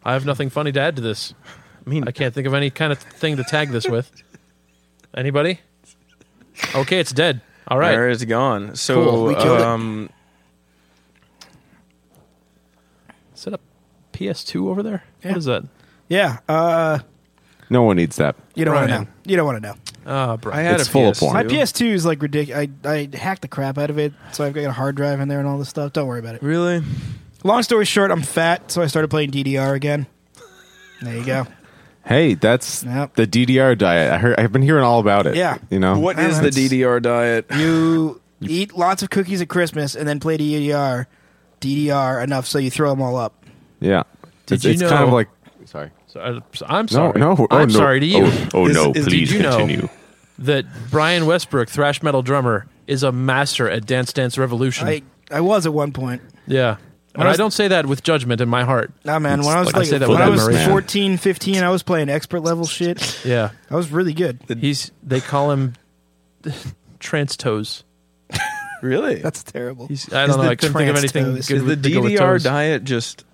[SPEAKER 1] I have nothing funny to add to this.
[SPEAKER 2] I mean,
[SPEAKER 1] I can't think of any kind of thing to tag this with. Anybody? Okay, it's dead. All right.
[SPEAKER 2] Where is it gone? So,
[SPEAKER 1] Cool, we
[SPEAKER 4] killed it.
[SPEAKER 2] um,
[SPEAKER 1] Is that a PS2 over there?
[SPEAKER 4] Yeah.
[SPEAKER 1] What is that?
[SPEAKER 4] yeah. Uh,
[SPEAKER 3] No one needs that.
[SPEAKER 4] you don't want to
[SPEAKER 1] Brian.
[SPEAKER 4] know. You don't want to know.
[SPEAKER 1] Ah, bro.
[SPEAKER 2] I had
[SPEAKER 3] It's
[SPEAKER 2] a
[SPEAKER 3] full of
[SPEAKER 2] PS2.
[SPEAKER 3] porn.
[SPEAKER 4] My PS2 is like ridiculous. I I hacked the crap out of it, so I've got a hard drive in there and all this stuff. Don't worry about it.
[SPEAKER 2] Really?
[SPEAKER 4] Long story short, I'm fat, so I started playing DDR again. There you go.
[SPEAKER 3] Hey, that's
[SPEAKER 4] Yep.
[SPEAKER 3] the DDR diet. I heard. I've been hearing all about it.
[SPEAKER 4] Yeah.
[SPEAKER 3] You know
[SPEAKER 2] What
[SPEAKER 4] I
[SPEAKER 2] is
[SPEAKER 4] don't
[SPEAKER 2] the
[SPEAKER 4] know.
[SPEAKER 2] DDR diet?
[SPEAKER 4] You eat lots of cookies at Christmas and then play DDR, DDR enough so you throw them all up.
[SPEAKER 3] Yeah. it's
[SPEAKER 1] you
[SPEAKER 3] it's kind of
[SPEAKER 1] know-
[SPEAKER 3] like. Sorry.
[SPEAKER 1] So, I- so I'm
[SPEAKER 3] No.
[SPEAKER 1] sorry.
[SPEAKER 3] No. oh,
[SPEAKER 1] I'm
[SPEAKER 3] no.
[SPEAKER 1] sorry to you
[SPEAKER 3] Oh, oh,
[SPEAKER 2] Is-
[SPEAKER 3] no!
[SPEAKER 2] is-
[SPEAKER 3] please
[SPEAKER 1] did you know-
[SPEAKER 3] continue.
[SPEAKER 1] that Brian Westbrook, thrash metal drummer, is a master at Dance Dance Revolution.
[SPEAKER 4] I I was at one point.
[SPEAKER 1] yeah. And
[SPEAKER 4] I
[SPEAKER 1] I,
[SPEAKER 4] was-
[SPEAKER 1] don't say that with judgment in my heart.
[SPEAKER 4] Nah, man. When I was
[SPEAKER 1] like I
[SPEAKER 4] like,
[SPEAKER 1] say that
[SPEAKER 4] when
[SPEAKER 1] with
[SPEAKER 4] I was
[SPEAKER 1] admiration.
[SPEAKER 4] 14, 15, I was playing expert level shit.
[SPEAKER 1] Yeah.
[SPEAKER 4] I was really good.
[SPEAKER 1] He's they call him trance toes.
[SPEAKER 2] Really?
[SPEAKER 4] That's terrible.
[SPEAKER 1] He's, I don't know.
[SPEAKER 4] the
[SPEAKER 1] I couldn't think of
[SPEAKER 4] trance
[SPEAKER 1] anything
[SPEAKER 4] toes.
[SPEAKER 1] good
[SPEAKER 2] is the
[SPEAKER 1] with- to go with
[SPEAKER 2] DDR
[SPEAKER 1] toes.
[SPEAKER 2] diet just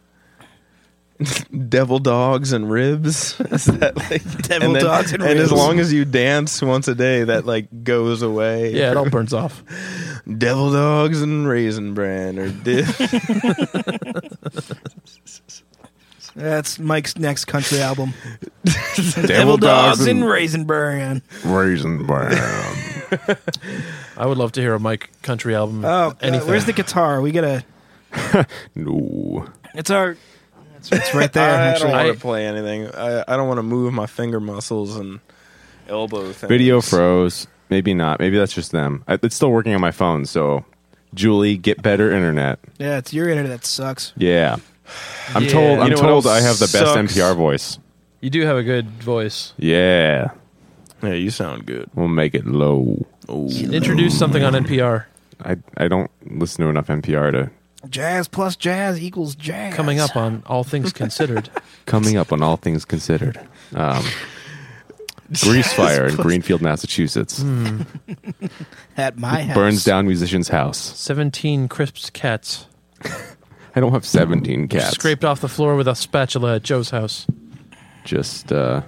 [SPEAKER 2] devil dogs and ribs? Is that like
[SPEAKER 4] Devil
[SPEAKER 2] and
[SPEAKER 4] dogs and
[SPEAKER 2] And as
[SPEAKER 4] ribs.
[SPEAKER 2] long as you dance once a day, that like goes away.
[SPEAKER 1] Yeah, it all burns off.
[SPEAKER 2] devil dogs and raisin bran or di-
[SPEAKER 4] That's Mike's next country album.
[SPEAKER 3] Devil,
[SPEAKER 4] and Raisin Bran. Oh,
[SPEAKER 3] raisin bran.
[SPEAKER 1] I would love to hear a Mike Country album.
[SPEAKER 4] Oh, God,
[SPEAKER 1] anything.
[SPEAKER 4] where's the guitar? We gotta.
[SPEAKER 3] no.
[SPEAKER 4] It's our. It's, it's right there.
[SPEAKER 2] I don't
[SPEAKER 4] actually,
[SPEAKER 2] want
[SPEAKER 1] I-
[SPEAKER 2] to play anything. I, I don't want to move my finger muscles and elbow things.
[SPEAKER 3] Video froze. Maybe not. Maybe that's just them. I, it's still working on my phone. So, Julie, get better internet.
[SPEAKER 4] yeah, it's your internet that sucks.
[SPEAKER 3] Yeah. I'm
[SPEAKER 1] Yeah.
[SPEAKER 3] told.
[SPEAKER 1] You
[SPEAKER 3] I'm
[SPEAKER 2] know what
[SPEAKER 3] told
[SPEAKER 2] else
[SPEAKER 3] I have the best
[SPEAKER 2] sucks?
[SPEAKER 3] NPR voice.
[SPEAKER 1] You do have a good voice.
[SPEAKER 3] Yeah.
[SPEAKER 2] Yeah, you sound good.
[SPEAKER 3] We'll make it low.
[SPEAKER 1] Introduce something on NPR.
[SPEAKER 3] I I don't listen to enough NPR to.
[SPEAKER 4] Jazz plus jazz equals jazz.
[SPEAKER 1] Coming up on All Things Considered.
[SPEAKER 3] Coming up on all things considered, um, grease fire in Greenfield, Massachusetts,
[SPEAKER 2] Hmm.
[SPEAKER 4] at my house.
[SPEAKER 3] burns down musician's house.
[SPEAKER 1] 17 crisp cats,
[SPEAKER 3] I don't have 17
[SPEAKER 2] Hmm.
[SPEAKER 3] cats.
[SPEAKER 1] scraped off the floor with a spatula at Joe's house.
[SPEAKER 3] Just uh,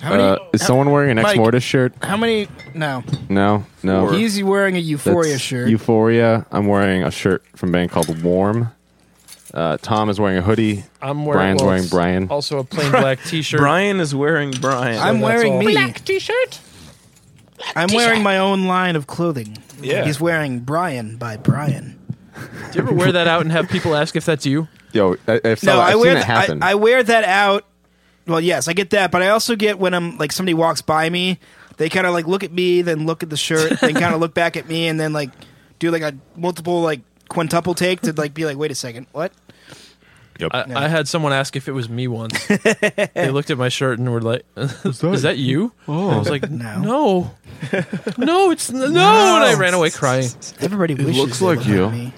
[SPEAKER 4] How many-
[SPEAKER 3] uh, is someone wearing an Ex
[SPEAKER 4] Mike.
[SPEAKER 3] Mortis shirt?
[SPEAKER 4] How many? No,
[SPEAKER 3] No, no.
[SPEAKER 4] he's wearing a
[SPEAKER 3] That's
[SPEAKER 4] Euphoria shirt.
[SPEAKER 3] Euphoria. I'm wearing a shirt from a band called Warm. Uh, Tom is wearing a hoodie.
[SPEAKER 1] I'm wearing.
[SPEAKER 3] Brian's
[SPEAKER 1] well,
[SPEAKER 3] wearing
[SPEAKER 1] it's
[SPEAKER 3] Brian.
[SPEAKER 1] Also a plain black T-shirt.
[SPEAKER 2] Brian is wearing Brian.
[SPEAKER 4] I'm
[SPEAKER 1] that's
[SPEAKER 4] wearing
[SPEAKER 1] all.
[SPEAKER 4] me.
[SPEAKER 5] T-shirt.
[SPEAKER 4] I'm wearing my own line of clothing.
[SPEAKER 2] Yeah.
[SPEAKER 4] he's wearing Brian by Brian.
[SPEAKER 1] Do you ever wear that out and have people ask if that's you?
[SPEAKER 3] Yo, I, I saw,
[SPEAKER 4] No,
[SPEAKER 3] I've
[SPEAKER 4] I
[SPEAKER 3] seen
[SPEAKER 4] wear
[SPEAKER 3] that
[SPEAKER 4] th-
[SPEAKER 3] happen.
[SPEAKER 4] I, I wear that out. Well, yes, I get that, but I also get when I'm like somebody walks by me, they kind of like look at me, then look at the shirt, then kind of look back at me, and then like do like a multiple like quintuple take to like be like, wait a second, what?
[SPEAKER 1] I, I had someone ask if it was me once. they looked at my shirt and were like, "Is that you?" Oh, I was like,
[SPEAKER 4] No.
[SPEAKER 1] "No, no, it's n- no!" And I ran away crying.
[SPEAKER 4] Everybody wishes
[SPEAKER 3] looks
[SPEAKER 4] they
[SPEAKER 3] like
[SPEAKER 4] looked at
[SPEAKER 3] you.
[SPEAKER 4] me.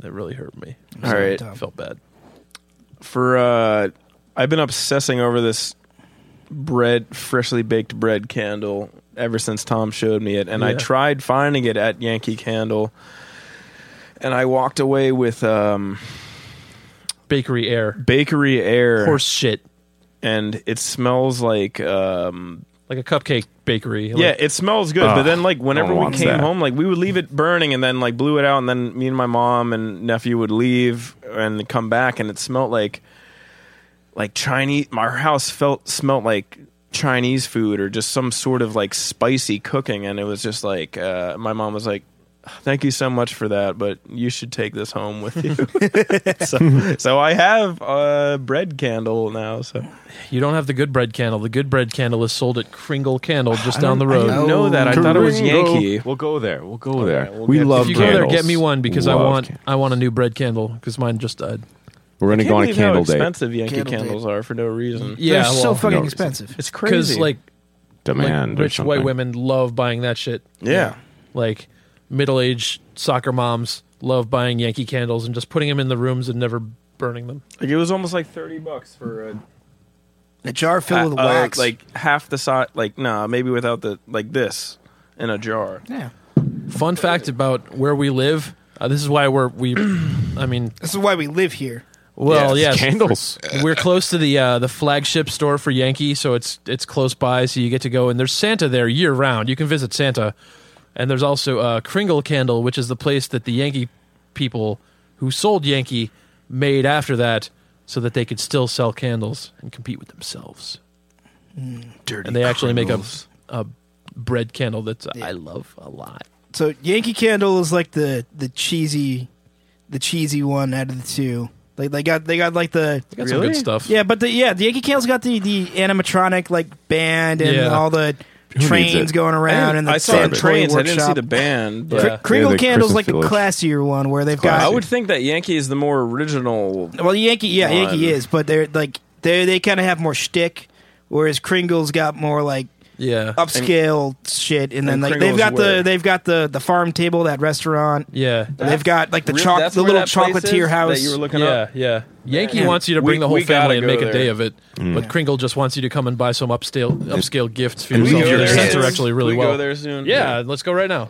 [SPEAKER 1] That really hurt me.
[SPEAKER 2] All right.
[SPEAKER 1] I felt bad.
[SPEAKER 2] For uh I've been obsessing over this bread freshly baked bread candle ever since Tom showed me it and I
[SPEAKER 1] Yeah.
[SPEAKER 2] tried finding it at Yankee Candle and I walked away with um
[SPEAKER 1] Bakery air,
[SPEAKER 2] bakery air
[SPEAKER 1] horse shit,
[SPEAKER 2] and it smells like um
[SPEAKER 1] like a cupcake bakery. Like,
[SPEAKER 2] yeah, it smells good. but then, like, whenever
[SPEAKER 3] one
[SPEAKER 2] we
[SPEAKER 3] wants
[SPEAKER 2] came
[SPEAKER 3] that.
[SPEAKER 2] home, like, we would leave it burning and then, like, blew it out. And then me and my mom and nephew would leave and come back, and it smelled like, like Chinese. My house felt smelled like Chinese food or just some sort of like spicy cooking. And it was just like, uh, my mom was like, "Thank you so much for that, but you should take this home with you." so, so I have a bread candle now. So
[SPEAKER 1] you don't have the good bread candle. The good bread candle is sold at Kringle Candle just down the road.
[SPEAKER 2] I didn't know that. I thought it was Yankee.
[SPEAKER 3] We'll go there. We'll go there.
[SPEAKER 2] we'll
[SPEAKER 3] we
[SPEAKER 2] get-
[SPEAKER 3] love
[SPEAKER 1] If you go
[SPEAKER 3] candles.
[SPEAKER 1] there, get me one because I
[SPEAKER 3] Love
[SPEAKER 1] want
[SPEAKER 3] candles.
[SPEAKER 1] I want a new bread candle because mine just died.
[SPEAKER 3] We're gonna
[SPEAKER 2] Can't
[SPEAKER 3] go on a
[SPEAKER 2] believe
[SPEAKER 3] candle
[SPEAKER 2] how
[SPEAKER 3] day.
[SPEAKER 2] expensive Yankee
[SPEAKER 4] Candle date.
[SPEAKER 2] candles are for no reason.
[SPEAKER 1] Yeah,
[SPEAKER 4] They're so
[SPEAKER 1] well,
[SPEAKER 4] fucking
[SPEAKER 3] no,
[SPEAKER 4] expensive.
[SPEAKER 2] It's
[SPEAKER 1] because
[SPEAKER 2] crazy.
[SPEAKER 1] like, like
[SPEAKER 3] Demand. or
[SPEAKER 1] rich white
[SPEAKER 3] something.
[SPEAKER 1] women love buying that shit.
[SPEAKER 2] yeah.
[SPEAKER 1] like middle-aged soccer moms love buying Yankee candles and just putting them in the rooms and never burning them.
[SPEAKER 2] Like it was almost like thirty bucks for a
[SPEAKER 4] A jar filled with
[SPEAKER 2] uh,
[SPEAKER 4] wax,
[SPEAKER 2] like half the size. Like nah, maybe without the like this in a jar.
[SPEAKER 4] yeah.
[SPEAKER 1] Fun fact about where we live. Uh, this is why we're we. I mean,
[SPEAKER 4] This is why we live here.
[SPEAKER 1] well, yes,
[SPEAKER 3] Candles.
[SPEAKER 1] we're close to the uh, the flagship store for Yankee, so it's it's close by, so you get to go. And there's Santa there year round. You can visit Santa, and there's also uh, Kringle Candle, which is the place that the Yankee people who sold Yankee made after that, so that they could still sell candles and compete with themselves.
[SPEAKER 4] Dirty
[SPEAKER 1] and they actually make a a bread candle that I love a lot.
[SPEAKER 4] So Yankee Candle is like the the cheesy, the cheesy one out of the two. Like they got they got like the
[SPEAKER 1] They got some good stuff.
[SPEAKER 4] yeah, but the yeah the Yankee Candle's got the the animatronic like band and
[SPEAKER 1] Yeah.
[SPEAKER 4] all the
[SPEAKER 3] needs
[SPEAKER 4] trains
[SPEAKER 3] it?
[SPEAKER 4] going around and the
[SPEAKER 2] I saw
[SPEAKER 4] Santa
[SPEAKER 2] the
[SPEAKER 4] toy
[SPEAKER 2] trains. I
[SPEAKER 4] Workshop.
[SPEAKER 2] didn't see the band, but
[SPEAKER 4] Kr-
[SPEAKER 1] Yeah.
[SPEAKER 4] Kringle
[SPEAKER 3] Yeah, the
[SPEAKER 4] Candle's
[SPEAKER 3] Christmas
[SPEAKER 4] like
[SPEAKER 3] Village.
[SPEAKER 4] a classier one where they've got
[SPEAKER 2] I would think that Yankee is the more original.
[SPEAKER 4] well Yankee yeah Yankee
[SPEAKER 2] One.
[SPEAKER 4] is, but they're like they they kind of have more shtick, whereas Kringle's got more like
[SPEAKER 1] yeah,
[SPEAKER 4] upscale shit, and then
[SPEAKER 2] and
[SPEAKER 4] like they've
[SPEAKER 2] Kringle's
[SPEAKER 4] got the
[SPEAKER 2] where-
[SPEAKER 4] they've got the the farm table that restaurant.
[SPEAKER 1] yeah,
[SPEAKER 4] They've got like the
[SPEAKER 2] Really?
[SPEAKER 4] choc-
[SPEAKER 2] That's
[SPEAKER 4] the
[SPEAKER 2] where
[SPEAKER 4] little
[SPEAKER 2] that place is
[SPEAKER 4] chocolatier house.
[SPEAKER 2] that you were looking
[SPEAKER 1] yeah,
[SPEAKER 2] up.
[SPEAKER 1] yeah. Yankee
[SPEAKER 4] Yeah.
[SPEAKER 1] wants you to
[SPEAKER 2] We-
[SPEAKER 1] bring the whole
[SPEAKER 2] we
[SPEAKER 1] family
[SPEAKER 2] gotta
[SPEAKER 1] and
[SPEAKER 2] go
[SPEAKER 1] make a day
[SPEAKER 2] there.
[SPEAKER 1] of it,
[SPEAKER 3] Mm.
[SPEAKER 1] but Kringle just wants you to come and buy some upscale upscale gifts for
[SPEAKER 3] and we
[SPEAKER 1] yourself.
[SPEAKER 3] go
[SPEAKER 1] Their
[SPEAKER 3] there
[SPEAKER 1] scents are
[SPEAKER 3] soon.
[SPEAKER 1] actually really
[SPEAKER 2] we
[SPEAKER 1] well.
[SPEAKER 2] go there soon.
[SPEAKER 1] Yeah, let's go right now.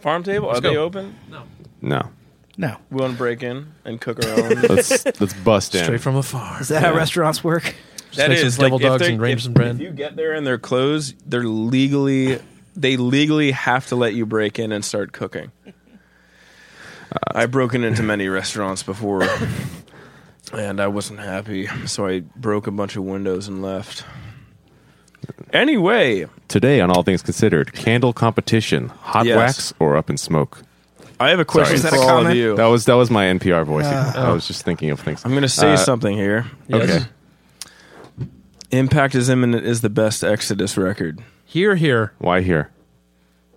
[SPEAKER 2] Farm table. Are
[SPEAKER 1] go.
[SPEAKER 2] they open?
[SPEAKER 3] No.
[SPEAKER 4] No,
[SPEAKER 2] We want to break in and cook our own.
[SPEAKER 3] Let's let's bust in.
[SPEAKER 1] Straight from the farm.
[SPEAKER 4] is that how restaurants work?
[SPEAKER 2] That
[SPEAKER 1] make some
[SPEAKER 2] is
[SPEAKER 1] devil
[SPEAKER 2] like, if
[SPEAKER 1] dogs
[SPEAKER 2] they-
[SPEAKER 1] and range
[SPEAKER 2] if-
[SPEAKER 1] some bread.
[SPEAKER 2] If you get there and they're closed, they're legally they legally have to let you break in and start cooking. Uh, I've broken into many restaurants before, and I wasn't happy, so I broke a bunch of windows and left. Anyway,
[SPEAKER 3] Today on All Things Considered, candle competition, hot
[SPEAKER 2] Yes.
[SPEAKER 3] wax or up in smoke.
[SPEAKER 2] I have a question
[SPEAKER 3] Sorry.
[SPEAKER 2] for
[SPEAKER 4] Is that a
[SPEAKER 2] all of
[SPEAKER 4] comment?
[SPEAKER 2] you.
[SPEAKER 3] That was that was my NPR voicing. I was just thinking of things.
[SPEAKER 2] I'm going to say something here.
[SPEAKER 1] Yes.
[SPEAKER 3] Okay.
[SPEAKER 2] Impact is imminent is the best Exodus record.
[SPEAKER 1] Here, here.
[SPEAKER 3] Why here?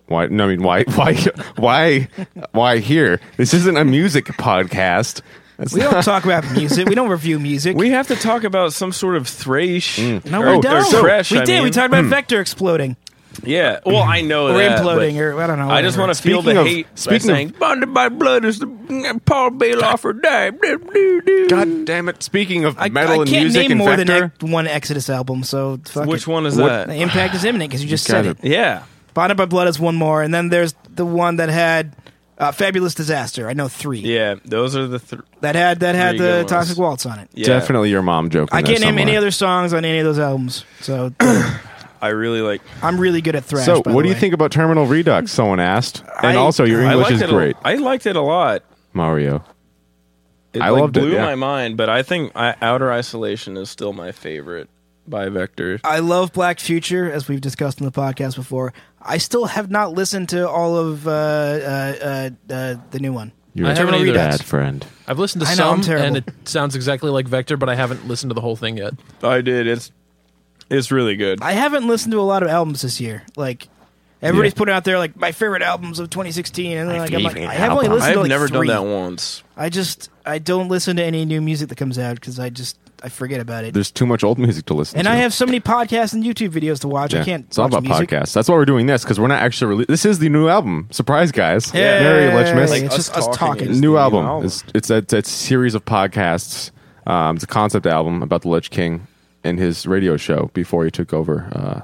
[SPEAKER 3] Why? No, I mean, why? Why? Why? Why here? This isn't a music podcast. That's
[SPEAKER 4] We don't talk about music. We don't review music.
[SPEAKER 2] We have to talk about some sort of thrash.
[SPEAKER 4] Mm. no,
[SPEAKER 2] or-
[SPEAKER 4] we
[SPEAKER 2] or
[SPEAKER 4] don't.
[SPEAKER 2] thresh,
[SPEAKER 4] we
[SPEAKER 2] I
[SPEAKER 4] did. we
[SPEAKER 2] mean. Hmm.
[SPEAKER 4] talked about Vector exploding
[SPEAKER 2] Yeah. Well, I know
[SPEAKER 4] or
[SPEAKER 2] that.
[SPEAKER 4] imploding,
[SPEAKER 2] but-
[SPEAKER 4] or I don't know.
[SPEAKER 2] I just
[SPEAKER 4] whatever.
[SPEAKER 2] want to feel
[SPEAKER 3] Speaking
[SPEAKER 2] the
[SPEAKER 3] of-
[SPEAKER 2] hate.
[SPEAKER 3] speaking
[SPEAKER 2] by saying,
[SPEAKER 3] of-
[SPEAKER 2] "Bonded by blood is the Paul Bailoff or die." Blah, blah, blah.
[SPEAKER 3] God damn it! Speaking of
[SPEAKER 4] Mm. I,
[SPEAKER 3] metal
[SPEAKER 4] I
[SPEAKER 3] and
[SPEAKER 4] can't
[SPEAKER 3] music
[SPEAKER 4] name
[SPEAKER 3] and
[SPEAKER 4] more
[SPEAKER 3] Vector,
[SPEAKER 4] than ec- one Exodus album. So fuck
[SPEAKER 2] Which
[SPEAKER 4] it.
[SPEAKER 2] one Uh, is
[SPEAKER 4] The
[SPEAKER 2] that?
[SPEAKER 4] impact is imminent because you just
[SPEAKER 3] Got
[SPEAKER 4] said it.
[SPEAKER 2] Yeah.
[SPEAKER 4] Bonded by Blood is one more, and then there's the one that had Uh, Fabulous Disaster. I know three.
[SPEAKER 2] Yeah, those are the three.
[SPEAKER 4] That had that had
[SPEAKER 2] Three
[SPEAKER 4] the
[SPEAKER 2] good ones.
[SPEAKER 4] Toxic Waltz on it.
[SPEAKER 2] Yeah,
[SPEAKER 3] Definitely your mom joke. in
[SPEAKER 4] I
[SPEAKER 3] there
[SPEAKER 4] can't name any
[SPEAKER 3] somewhere.
[SPEAKER 4] other songs on any of those albums, so
[SPEAKER 2] I really like.
[SPEAKER 4] I'm really good at thrash.
[SPEAKER 3] So,
[SPEAKER 4] by
[SPEAKER 3] what
[SPEAKER 4] the
[SPEAKER 3] do you
[SPEAKER 4] way.
[SPEAKER 3] think about Terminal Redux? Someone asked, and
[SPEAKER 4] I-
[SPEAKER 3] also your
[SPEAKER 2] I
[SPEAKER 3] English
[SPEAKER 2] liked
[SPEAKER 3] is
[SPEAKER 2] it
[SPEAKER 3] great,
[SPEAKER 2] A, I liked it a lot.
[SPEAKER 3] Mario.
[SPEAKER 2] It
[SPEAKER 3] I
[SPEAKER 2] like,
[SPEAKER 3] loved it,
[SPEAKER 2] blew
[SPEAKER 3] yeah.
[SPEAKER 2] my mind, but I think I, Outer Isolation is still my favorite by Vector.
[SPEAKER 4] I love Black Future, as we've discussed in the podcast before. I still have not listened to all of uh, uh, uh, uh, the new one.
[SPEAKER 3] You're
[SPEAKER 1] I
[SPEAKER 3] a
[SPEAKER 1] haven't either.
[SPEAKER 3] bad friend.
[SPEAKER 1] I've listened to
[SPEAKER 4] I know, I'm
[SPEAKER 1] some, and
[SPEAKER 4] terrible.
[SPEAKER 1] it sounds exactly like Vector, but I haven't listened to the whole thing yet.
[SPEAKER 2] I did. It's it's really good.
[SPEAKER 4] I haven't listened to a lot of albums this year. Like everybody's putting out there like my favorite albums of 2016, and then like I'm like I have only listened
[SPEAKER 2] I've
[SPEAKER 4] to like
[SPEAKER 2] never
[SPEAKER 4] three.
[SPEAKER 2] done that once.
[SPEAKER 4] I just I don't listen to any new music that comes out because I just I forget about it.
[SPEAKER 3] There's too much old music to listen
[SPEAKER 4] and
[SPEAKER 3] to.
[SPEAKER 4] I have so many podcasts and YouTube videos to watch.
[SPEAKER 3] Yeah.
[SPEAKER 4] I can't.
[SPEAKER 3] It's all
[SPEAKER 4] watch
[SPEAKER 3] about
[SPEAKER 4] music.
[SPEAKER 3] podcasts. That's why we're doing this because we're not actually. Rele- this is the new album. Surprise, guys!
[SPEAKER 4] Yeah.
[SPEAKER 3] Mary Letchmas.
[SPEAKER 4] Like, It's just us talking.
[SPEAKER 2] is
[SPEAKER 3] new
[SPEAKER 2] the
[SPEAKER 3] album. It's it's a, it's a series of podcasts. Um, it's a concept album about the Lich King and his radio show before he took over. Uh,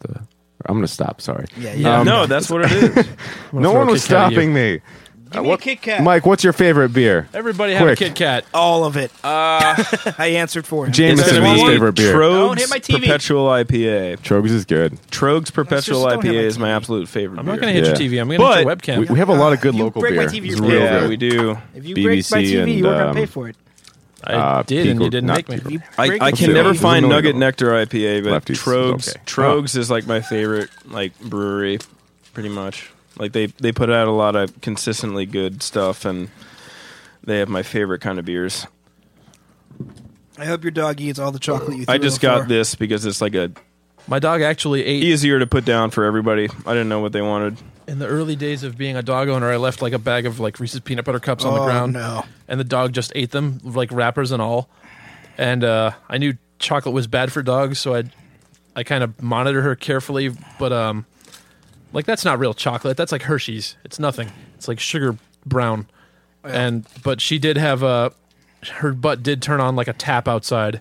[SPEAKER 3] the I'm gonna stop. Sorry.
[SPEAKER 4] Yeah,
[SPEAKER 3] Um,
[SPEAKER 4] yeah.
[SPEAKER 2] no, that's what it is.
[SPEAKER 3] no one was
[SPEAKER 1] Kit Kat at you.
[SPEAKER 3] stopping me. Uh,
[SPEAKER 4] Give me a Kit Kat.
[SPEAKER 3] Mike, what's your favorite beer?
[SPEAKER 1] Everybody have
[SPEAKER 3] Quick.
[SPEAKER 1] a Kit Kat.
[SPEAKER 4] all of it.
[SPEAKER 2] Uh,
[SPEAKER 4] I answered for him.
[SPEAKER 3] James
[SPEAKER 2] It's
[SPEAKER 3] is
[SPEAKER 2] gonna
[SPEAKER 3] his
[SPEAKER 2] be
[SPEAKER 3] favorite beer.
[SPEAKER 2] Trogues
[SPEAKER 4] Don't hit my TV.
[SPEAKER 2] Perpetual IPA.
[SPEAKER 3] Trogues is good.
[SPEAKER 2] Trogues Perpetual
[SPEAKER 4] don't hit my
[SPEAKER 2] IPA is my
[SPEAKER 4] TV.
[SPEAKER 2] absolute favorite.
[SPEAKER 1] I'm not
[SPEAKER 2] beer.
[SPEAKER 1] going to hit
[SPEAKER 3] Yeah.
[SPEAKER 1] your TV. I'm going
[SPEAKER 2] But
[SPEAKER 1] to hit your webcam.
[SPEAKER 3] We, we have a lot of good
[SPEAKER 4] You
[SPEAKER 3] local
[SPEAKER 4] break my
[SPEAKER 3] beer.
[SPEAKER 4] TV
[SPEAKER 3] It's
[SPEAKER 4] real
[SPEAKER 3] real
[SPEAKER 2] Yeah,
[SPEAKER 3] good.
[SPEAKER 2] we do.
[SPEAKER 4] if you break
[SPEAKER 3] BBC
[SPEAKER 4] my TV,
[SPEAKER 3] and,
[SPEAKER 4] you weren't gonna
[SPEAKER 3] um,
[SPEAKER 4] pay for it.
[SPEAKER 1] I
[SPEAKER 3] uh,
[SPEAKER 1] did, and
[SPEAKER 3] Pico-
[SPEAKER 1] you didn't
[SPEAKER 3] not
[SPEAKER 1] make me.
[SPEAKER 4] If you
[SPEAKER 2] I,
[SPEAKER 4] break
[SPEAKER 2] I
[SPEAKER 4] my
[SPEAKER 2] can
[SPEAKER 4] TV,
[SPEAKER 2] never
[SPEAKER 3] There's
[SPEAKER 2] find
[SPEAKER 3] no
[SPEAKER 2] Nugget
[SPEAKER 3] other-
[SPEAKER 2] Nectar IPA, but
[SPEAKER 3] Lefties,
[SPEAKER 2] Trogues
[SPEAKER 3] okay.
[SPEAKER 2] Trogues is like my favorite like brewery, pretty much. Like they they put out a lot of consistently good stuff, and they have my favorite kind of beers.
[SPEAKER 4] I hope your dog eats all the chocolate you. Threw
[SPEAKER 2] I just
[SPEAKER 4] him
[SPEAKER 2] got
[SPEAKER 4] for.
[SPEAKER 2] this because it's like a
[SPEAKER 1] My dog actually ate.
[SPEAKER 2] easier to put down for everybody. I didn't know what they wanted.
[SPEAKER 1] In the early days of being a dog owner, I left like a bag of like Reese's peanut butter cups on the
[SPEAKER 4] Oh,
[SPEAKER 1] ground,
[SPEAKER 4] no.
[SPEAKER 1] and the dog just ate them, like wrappers and all. And uh, I knew chocolate was bad for dogs, so I, I kind of monitor her carefully. But um, like that's not real chocolate. That's like Hershey's. It's nothing. It's like sugar brown.
[SPEAKER 4] Oh,
[SPEAKER 1] And but she did have a, her butt did turn on like a tap outside.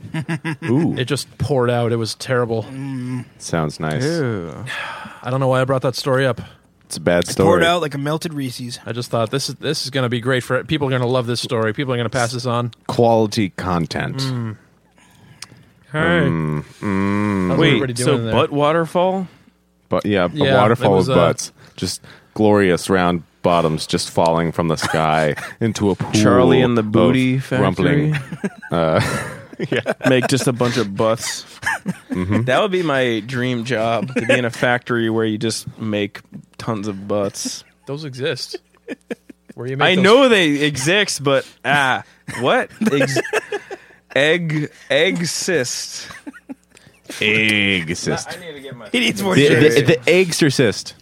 [SPEAKER 3] Ooh,
[SPEAKER 1] It just poured out. It was terrible.
[SPEAKER 3] sounds nice.
[SPEAKER 1] I don't know why I brought that story up.
[SPEAKER 3] It's a bad
[SPEAKER 4] poured
[SPEAKER 3] story.
[SPEAKER 4] out like a melted Reese's.
[SPEAKER 1] I just thought this is this is going to be great for people are going to love this story. People are going to pass this on.
[SPEAKER 3] Quality content.
[SPEAKER 4] Mm.
[SPEAKER 1] Hey, mm,
[SPEAKER 2] Wait, so butt waterfall?
[SPEAKER 3] But yeah,
[SPEAKER 1] Yeah,
[SPEAKER 3] a
[SPEAKER 1] it
[SPEAKER 3] waterfall
[SPEAKER 1] was,
[SPEAKER 3] of
[SPEAKER 1] uh,
[SPEAKER 3] butts, just glorious round bottoms just falling from the sky into a pool.
[SPEAKER 2] Charlie and the Booty
[SPEAKER 3] of
[SPEAKER 2] Factory?
[SPEAKER 3] rumbling.
[SPEAKER 2] Make just a bunch of butts. That would be my dream job to be in a factory where you just make tons of butts.
[SPEAKER 1] those exist. Where you make
[SPEAKER 2] I
[SPEAKER 1] those-
[SPEAKER 2] know they exist, but ah, what Ex- egg exist?
[SPEAKER 3] Exorcist.
[SPEAKER 2] need to get my.
[SPEAKER 4] He needs more
[SPEAKER 3] The,
[SPEAKER 4] shit.
[SPEAKER 3] the, the Exorcist.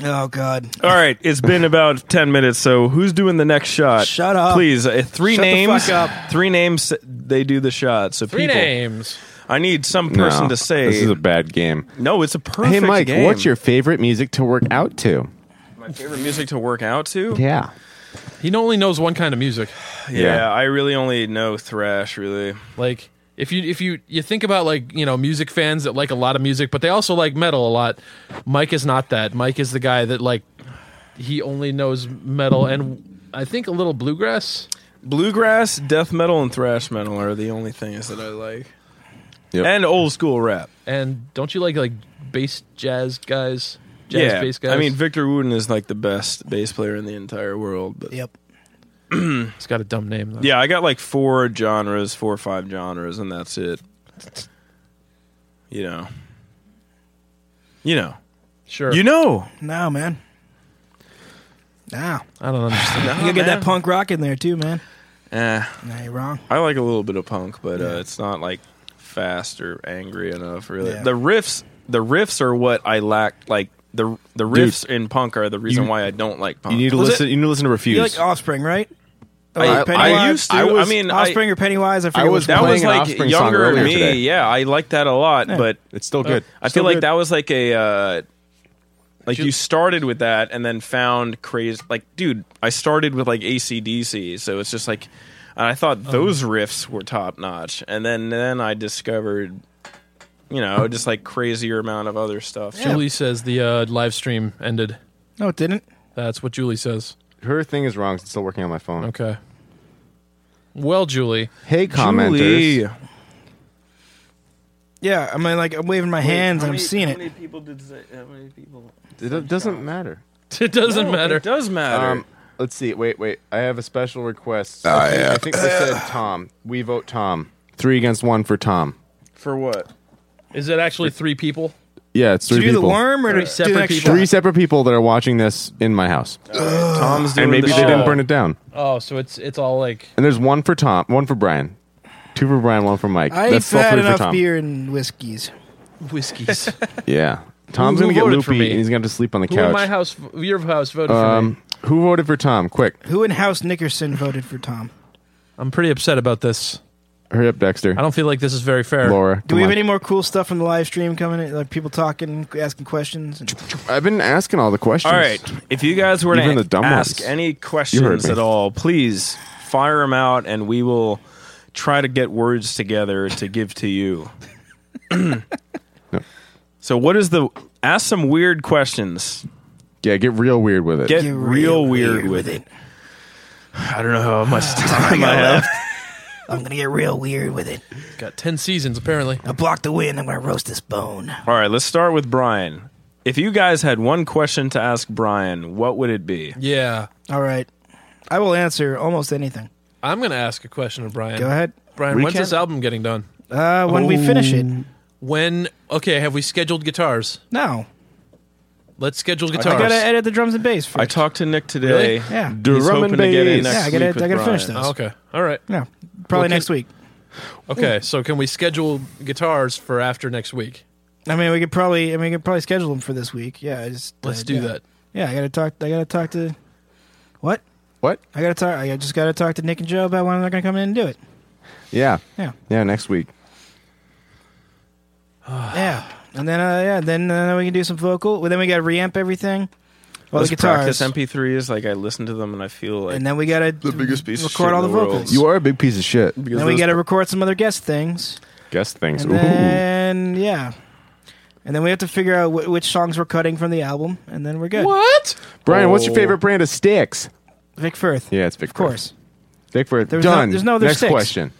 [SPEAKER 4] oh God.
[SPEAKER 2] All right, it's been about ten minutes, so who's doing the next shot?
[SPEAKER 4] Shut up.
[SPEAKER 2] please. Uh, three
[SPEAKER 4] Shut the
[SPEAKER 2] names.
[SPEAKER 4] fuck
[SPEAKER 2] Three names. They do the shot. So
[SPEAKER 1] three
[SPEAKER 2] people,
[SPEAKER 1] names.
[SPEAKER 2] I need some person
[SPEAKER 3] No,
[SPEAKER 2] to say.
[SPEAKER 3] This is a bad game.
[SPEAKER 2] no, it's a perfect.
[SPEAKER 3] Hey, Mike,
[SPEAKER 2] game.
[SPEAKER 3] what's your favorite music to work out to?
[SPEAKER 2] my favorite music to work out to?
[SPEAKER 3] Yeah.
[SPEAKER 1] He only knows one kind of music.
[SPEAKER 2] Yeah,
[SPEAKER 3] Yeah.
[SPEAKER 2] I really only know thrash. Really,
[SPEAKER 1] Like if you if you you think about like you know music fans that like a lot of music, but they also like metal a lot. Mike is not that. Mike is the guy that like he only knows metal and I think a little bluegrass.
[SPEAKER 2] bluegrass, death metal, and thrash metal are the only things that I like,
[SPEAKER 3] Yep.
[SPEAKER 2] and old school rap.
[SPEAKER 1] And don't you like like bass jazz guys? Jazz
[SPEAKER 2] yeah,
[SPEAKER 1] bass guys.
[SPEAKER 2] I mean Victor Wooten is like the best bass player in the entire world. But
[SPEAKER 4] Yep.
[SPEAKER 1] it's got a dumb name. Though.
[SPEAKER 2] yeah, I got like four genres, four or five genres, and that's it. You know, you know,
[SPEAKER 1] sure.
[SPEAKER 2] you know.
[SPEAKER 4] No man. Nah.
[SPEAKER 1] I don't understand.
[SPEAKER 4] You gotta get that punk rock in there too, man.
[SPEAKER 2] Eh,
[SPEAKER 4] Nah, you're wrong.
[SPEAKER 2] I like a little bit of punk, but uh, it's not like fast or angry enough. Really,
[SPEAKER 4] Yeah.
[SPEAKER 2] the riffs, the riffs are what I lack. Like the the riffs in punk are the reason
[SPEAKER 3] you-
[SPEAKER 2] why I don't like punk.
[SPEAKER 3] You need to
[SPEAKER 4] Was
[SPEAKER 3] listen.
[SPEAKER 4] it-
[SPEAKER 3] You need to listen to Refuse.
[SPEAKER 4] You like oh, Offspring, right? Oh,
[SPEAKER 2] I,
[SPEAKER 4] Or
[SPEAKER 2] I used to. I,
[SPEAKER 3] I was-
[SPEAKER 2] mean, I,
[SPEAKER 4] Offspring or Pennywise? I forget.
[SPEAKER 3] was
[SPEAKER 4] which
[SPEAKER 2] that
[SPEAKER 4] one.
[SPEAKER 3] playing
[SPEAKER 2] was
[SPEAKER 3] an
[SPEAKER 2] like
[SPEAKER 3] Offspring song
[SPEAKER 2] younger
[SPEAKER 3] earlier
[SPEAKER 2] me.
[SPEAKER 3] today.
[SPEAKER 2] Yeah, I liked that a lot, but
[SPEAKER 3] it's still good.
[SPEAKER 2] I
[SPEAKER 3] Still
[SPEAKER 2] feel like
[SPEAKER 3] good.
[SPEAKER 2] that was like a uh, like you started with that and then found crazy like dude I started with like ACDC so it's just like and I
[SPEAKER 3] Um.
[SPEAKER 2] thought those riffs were top notch and then then I discovered you know just like crazier amount of other stuff
[SPEAKER 1] Julie says the uh, live stream ended.
[SPEAKER 4] No, it didn't.
[SPEAKER 1] That's what Julie says.
[SPEAKER 3] her thing is wrong. It's still working on my phone.
[SPEAKER 1] Okay. Well, Julie,
[SPEAKER 3] Hey, commenters.
[SPEAKER 2] Julie.
[SPEAKER 4] Yeah, I mean, like I'm waving my hands.
[SPEAKER 5] How
[SPEAKER 4] and I'm
[SPEAKER 5] many-
[SPEAKER 4] seeing
[SPEAKER 5] how
[SPEAKER 4] it.
[SPEAKER 5] Many people did say, how many people?
[SPEAKER 3] It do- doesn't matter.
[SPEAKER 1] it doesn't matter.
[SPEAKER 2] It does matter.
[SPEAKER 3] Um, let's see. Wait, wait. I have a special request. I think, I think they said Tom. We vote Tom. Three against one for Tom.
[SPEAKER 2] For what?
[SPEAKER 1] Is it actually three people?
[SPEAKER 3] Yeah, it's
[SPEAKER 4] Do
[SPEAKER 3] three
[SPEAKER 4] you do the
[SPEAKER 3] people.
[SPEAKER 4] worm or do
[SPEAKER 1] Three
[SPEAKER 4] do
[SPEAKER 1] separate
[SPEAKER 4] the next
[SPEAKER 1] people.
[SPEAKER 4] shot?
[SPEAKER 3] Three separate people that are watching this in my house,
[SPEAKER 2] Tom's doing
[SPEAKER 3] and maybe
[SPEAKER 2] the
[SPEAKER 3] they didn't
[SPEAKER 2] show.
[SPEAKER 3] burn it down.
[SPEAKER 1] Oh, so it's it's all like
[SPEAKER 3] And there's one for Tom, one for Brian, two for Brian, one for Mike.
[SPEAKER 4] I
[SPEAKER 3] That's
[SPEAKER 4] ain't
[SPEAKER 3] still
[SPEAKER 4] had
[SPEAKER 3] three for
[SPEAKER 4] enough
[SPEAKER 3] Tom.
[SPEAKER 4] beer and whiskeys.
[SPEAKER 1] whiskeys.
[SPEAKER 3] Yeah, Tom's
[SPEAKER 1] Who-
[SPEAKER 3] gonna
[SPEAKER 1] who
[SPEAKER 3] get
[SPEAKER 1] voted for
[SPEAKER 3] loopy
[SPEAKER 1] me?
[SPEAKER 3] and he's gonna have to sleep on the
[SPEAKER 1] Who in
[SPEAKER 3] couch.
[SPEAKER 1] my house, your house, voted for me?
[SPEAKER 3] um, who voted for Tom? Quick,
[SPEAKER 4] Who in House Nickerson voted for Tom?
[SPEAKER 1] I'm pretty upset about this.
[SPEAKER 3] hurry up, Dexter.
[SPEAKER 1] I don't feel like this is very fair.
[SPEAKER 3] Laura,
[SPEAKER 4] Do we
[SPEAKER 3] come
[SPEAKER 4] have
[SPEAKER 3] on.
[SPEAKER 4] any more cool stuff from the live stream coming? in? Like people talking, asking questions. And
[SPEAKER 3] I've been asking all the questions.
[SPEAKER 2] All right. If you guys were
[SPEAKER 3] Even
[SPEAKER 2] to
[SPEAKER 3] the dumb
[SPEAKER 2] ask
[SPEAKER 3] ones.
[SPEAKER 2] any
[SPEAKER 3] You heard
[SPEAKER 2] questions
[SPEAKER 3] me.
[SPEAKER 2] at all, please fire them out, and we will try to get words together to give to you. So, what is the? Ask some weird questions.
[SPEAKER 3] Yeah, get real weird with it.
[SPEAKER 2] Get
[SPEAKER 4] Get
[SPEAKER 2] real,
[SPEAKER 4] real
[SPEAKER 2] weird,
[SPEAKER 4] weird
[SPEAKER 2] with
[SPEAKER 4] with
[SPEAKER 2] it. I don't know how much time I have.
[SPEAKER 4] I'm gonna get real weird with it.
[SPEAKER 1] Got ten seasons apparently.
[SPEAKER 4] I block the wind. I'm gonna roast this bone.
[SPEAKER 2] All right, let's start with Brian. If you guys had one question to ask Brian, what would it be?
[SPEAKER 1] Yeah,
[SPEAKER 4] All right, I will answer almost anything.
[SPEAKER 1] I'm gonna ask a question of Brian.
[SPEAKER 4] Go ahead.
[SPEAKER 1] Brian.
[SPEAKER 2] We
[SPEAKER 1] when's
[SPEAKER 2] can't-
[SPEAKER 1] this album getting done?
[SPEAKER 4] Uh, when we finish it,
[SPEAKER 3] Oh.
[SPEAKER 1] When? Okay, have we scheduled guitars?
[SPEAKER 4] no,
[SPEAKER 1] Let's schedule
[SPEAKER 4] I
[SPEAKER 1] guitars.
[SPEAKER 4] gotta edit the drums and bass. First.
[SPEAKER 2] I talked to Nick
[SPEAKER 1] Really?
[SPEAKER 2] today.
[SPEAKER 4] Yeah.
[SPEAKER 2] He's hoping to get in
[SPEAKER 3] bass.
[SPEAKER 2] next
[SPEAKER 4] Yeah, I gotta-
[SPEAKER 2] week with
[SPEAKER 4] I gotta finish
[SPEAKER 2] Brian.
[SPEAKER 4] those.
[SPEAKER 1] Oh, okay. All right.
[SPEAKER 4] No, probably
[SPEAKER 1] Well,
[SPEAKER 4] next
[SPEAKER 1] can-
[SPEAKER 4] week.
[SPEAKER 1] Okay. So can we schedule guitars for after next week?
[SPEAKER 4] I mean, we could probably. I mean, we could probably schedule them for this week. Yeah, I just
[SPEAKER 1] Let's
[SPEAKER 4] uh,
[SPEAKER 1] do
[SPEAKER 4] yeah.
[SPEAKER 1] that.
[SPEAKER 4] Yeah, I gotta talk. I gotta talk to. What?
[SPEAKER 3] What?
[SPEAKER 4] I gotta talk. I just gotta talk to Nick and Joe about when they're gonna come in and do it.
[SPEAKER 3] Yeah,
[SPEAKER 4] Yeah,
[SPEAKER 3] yeah. Next week.
[SPEAKER 4] yeah. And then, uh, yeah, then uh, we can do some vocal. Well, then we gotta reamp everything. Well,
[SPEAKER 2] Let's
[SPEAKER 4] the guitars.
[SPEAKER 2] practice MP3s. Like I listen to them and I feel like
[SPEAKER 4] and then we gotta
[SPEAKER 2] the biggest piece of
[SPEAKER 4] record
[SPEAKER 2] shit
[SPEAKER 4] all the,
[SPEAKER 2] in the world.
[SPEAKER 4] vocals.
[SPEAKER 3] You are a big piece of shit.
[SPEAKER 2] because
[SPEAKER 4] then we
[SPEAKER 2] those-
[SPEAKER 4] gotta record some other guest things.
[SPEAKER 3] Guess things.
[SPEAKER 4] And
[SPEAKER 3] Ooh.
[SPEAKER 4] then yeah, and then we have to figure out wh- which songs we're cutting from the album, and then we're good.
[SPEAKER 1] What?
[SPEAKER 3] Brian, what's your
[SPEAKER 2] Oh.
[SPEAKER 3] favorite brand of sticks?
[SPEAKER 4] Vic Firth,
[SPEAKER 3] Yeah, it's Vic.
[SPEAKER 4] of course.
[SPEAKER 3] Vic Firth.
[SPEAKER 4] There's
[SPEAKER 3] Done.
[SPEAKER 4] no- there's no other
[SPEAKER 3] Next
[SPEAKER 4] sticks.
[SPEAKER 3] question.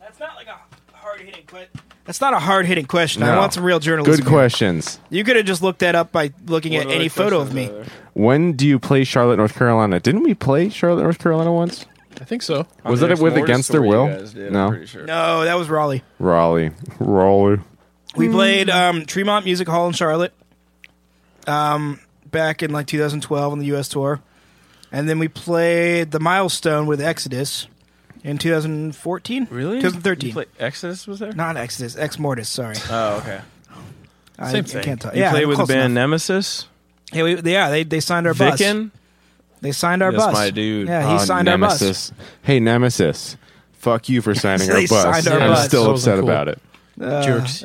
[SPEAKER 4] That's not like a hard hitting question. That's not a hard hitting question. I
[SPEAKER 3] No.
[SPEAKER 4] want some real
[SPEAKER 3] Good
[SPEAKER 4] journalism. here.
[SPEAKER 3] questions.
[SPEAKER 4] You could have just looked that up by looking
[SPEAKER 2] What
[SPEAKER 4] at
[SPEAKER 2] other
[SPEAKER 4] any photo of me.
[SPEAKER 2] questions are there?
[SPEAKER 3] When do you play Charlotte, North Carolina? Didn't we play Charlotte, North Carolina once?
[SPEAKER 1] I think so.
[SPEAKER 2] I
[SPEAKER 3] Was
[SPEAKER 2] mean,
[SPEAKER 3] that
[SPEAKER 2] it's
[SPEAKER 3] with
[SPEAKER 2] more
[SPEAKER 3] Against
[SPEAKER 2] just the
[SPEAKER 3] Their
[SPEAKER 2] way you
[SPEAKER 3] Will?
[SPEAKER 2] guys did, I'm
[SPEAKER 3] No.
[SPEAKER 2] pretty sure.
[SPEAKER 4] No, that was Raleigh.
[SPEAKER 3] Raleigh. Raleigh.
[SPEAKER 4] We played um, Tremont Music Hall in Charlotte um, back in like 2012 on the U.S. tour, and then we played the Milestone with Exodus in 2014.
[SPEAKER 2] Really?
[SPEAKER 4] 2013.
[SPEAKER 2] You play- Exodus was there?
[SPEAKER 4] Not Exodus, Ex Mortis. Sorry,
[SPEAKER 2] Oh, okay.
[SPEAKER 4] I,
[SPEAKER 1] Same
[SPEAKER 4] I
[SPEAKER 1] thing.
[SPEAKER 4] can't tell.
[SPEAKER 2] You
[SPEAKER 4] yeah,
[SPEAKER 2] play with the
[SPEAKER 4] close
[SPEAKER 2] band
[SPEAKER 4] enough.
[SPEAKER 2] Nemesis?
[SPEAKER 4] Yeah, we, yeah, they they signed our bus.
[SPEAKER 2] Vicken?
[SPEAKER 4] They signed our
[SPEAKER 2] That's
[SPEAKER 4] bus.
[SPEAKER 2] my dude.
[SPEAKER 4] Yeah, he
[SPEAKER 3] Oh,
[SPEAKER 4] signed our bus.
[SPEAKER 3] Nemesis. Hey, Nemesis. Fuck you for signing
[SPEAKER 4] They
[SPEAKER 3] our bus.
[SPEAKER 4] signed our
[SPEAKER 3] I'm
[SPEAKER 4] bus.
[SPEAKER 3] still
[SPEAKER 1] That wasn't
[SPEAKER 3] upset
[SPEAKER 1] cool.
[SPEAKER 3] about it.
[SPEAKER 4] Uh,
[SPEAKER 1] Jerks.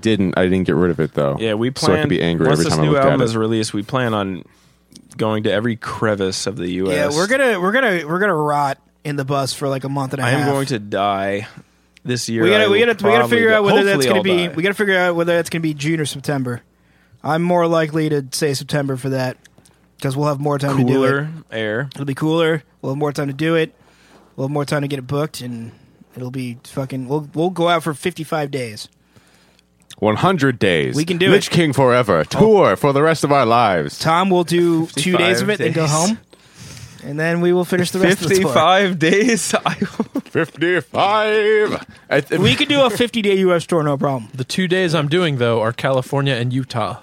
[SPEAKER 3] Didn't I didn't get rid of it though.
[SPEAKER 2] Yeah, we
[SPEAKER 3] so
[SPEAKER 2] plan.
[SPEAKER 3] I could be angry
[SPEAKER 2] once
[SPEAKER 3] every
[SPEAKER 2] this
[SPEAKER 3] time I
[SPEAKER 2] new
[SPEAKER 3] looked
[SPEAKER 2] album
[SPEAKER 3] at
[SPEAKER 2] is
[SPEAKER 3] it.
[SPEAKER 2] released, we plan on going to every crevice of the U.S.
[SPEAKER 4] Yeah, we're gonna we're gonna we're gonna rot in the bus for like a month and a
[SPEAKER 2] I
[SPEAKER 4] half.
[SPEAKER 2] am going to die this year.
[SPEAKER 4] We
[SPEAKER 2] I
[SPEAKER 4] gotta we
[SPEAKER 2] will
[SPEAKER 4] gotta we gotta
[SPEAKER 2] probably
[SPEAKER 4] figure
[SPEAKER 2] die.
[SPEAKER 4] out whether that's
[SPEAKER 2] Hopefully
[SPEAKER 4] gonna
[SPEAKER 2] I'll
[SPEAKER 4] be
[SPEAKER 2] die.
[SPEAKER 4] we gotta figure out whether that's gonna be June or September. I'm more likely to say September for that because we'll have more time to do it.
[SPEAKER 2] cooler air.
[SPEAKER 4] It'll be cooler. We'll have more time to do it. We'll have more time to get it booked, and it'll be fucking. We'll we'll go out for 55 days.
[SPEAKER 3] 100 days.
[SPEAKER 4] We can do
[SPEAKER 3] Lich
[SPEAKER 4] it. Oh.
[SPEAKER 3] King forever. Tour for the rest of our lives.
[SPEAKER 4] Tom will do two
[SPEAKER 2] 55
[SPEAKER 4] days of it, then go
[SPEAKER 2] days.
[SPEAKER 4] home, and then we will finish the rest of the tour.
[SPEAKER 2] Fifty-five days. I will-
[SPEAKER 3] 55. I th-
[SPEAKER 4] We could do a 50 day U.S. tour, no problem.
[SPEAKER 1] the two days I'm doing though are California and Utah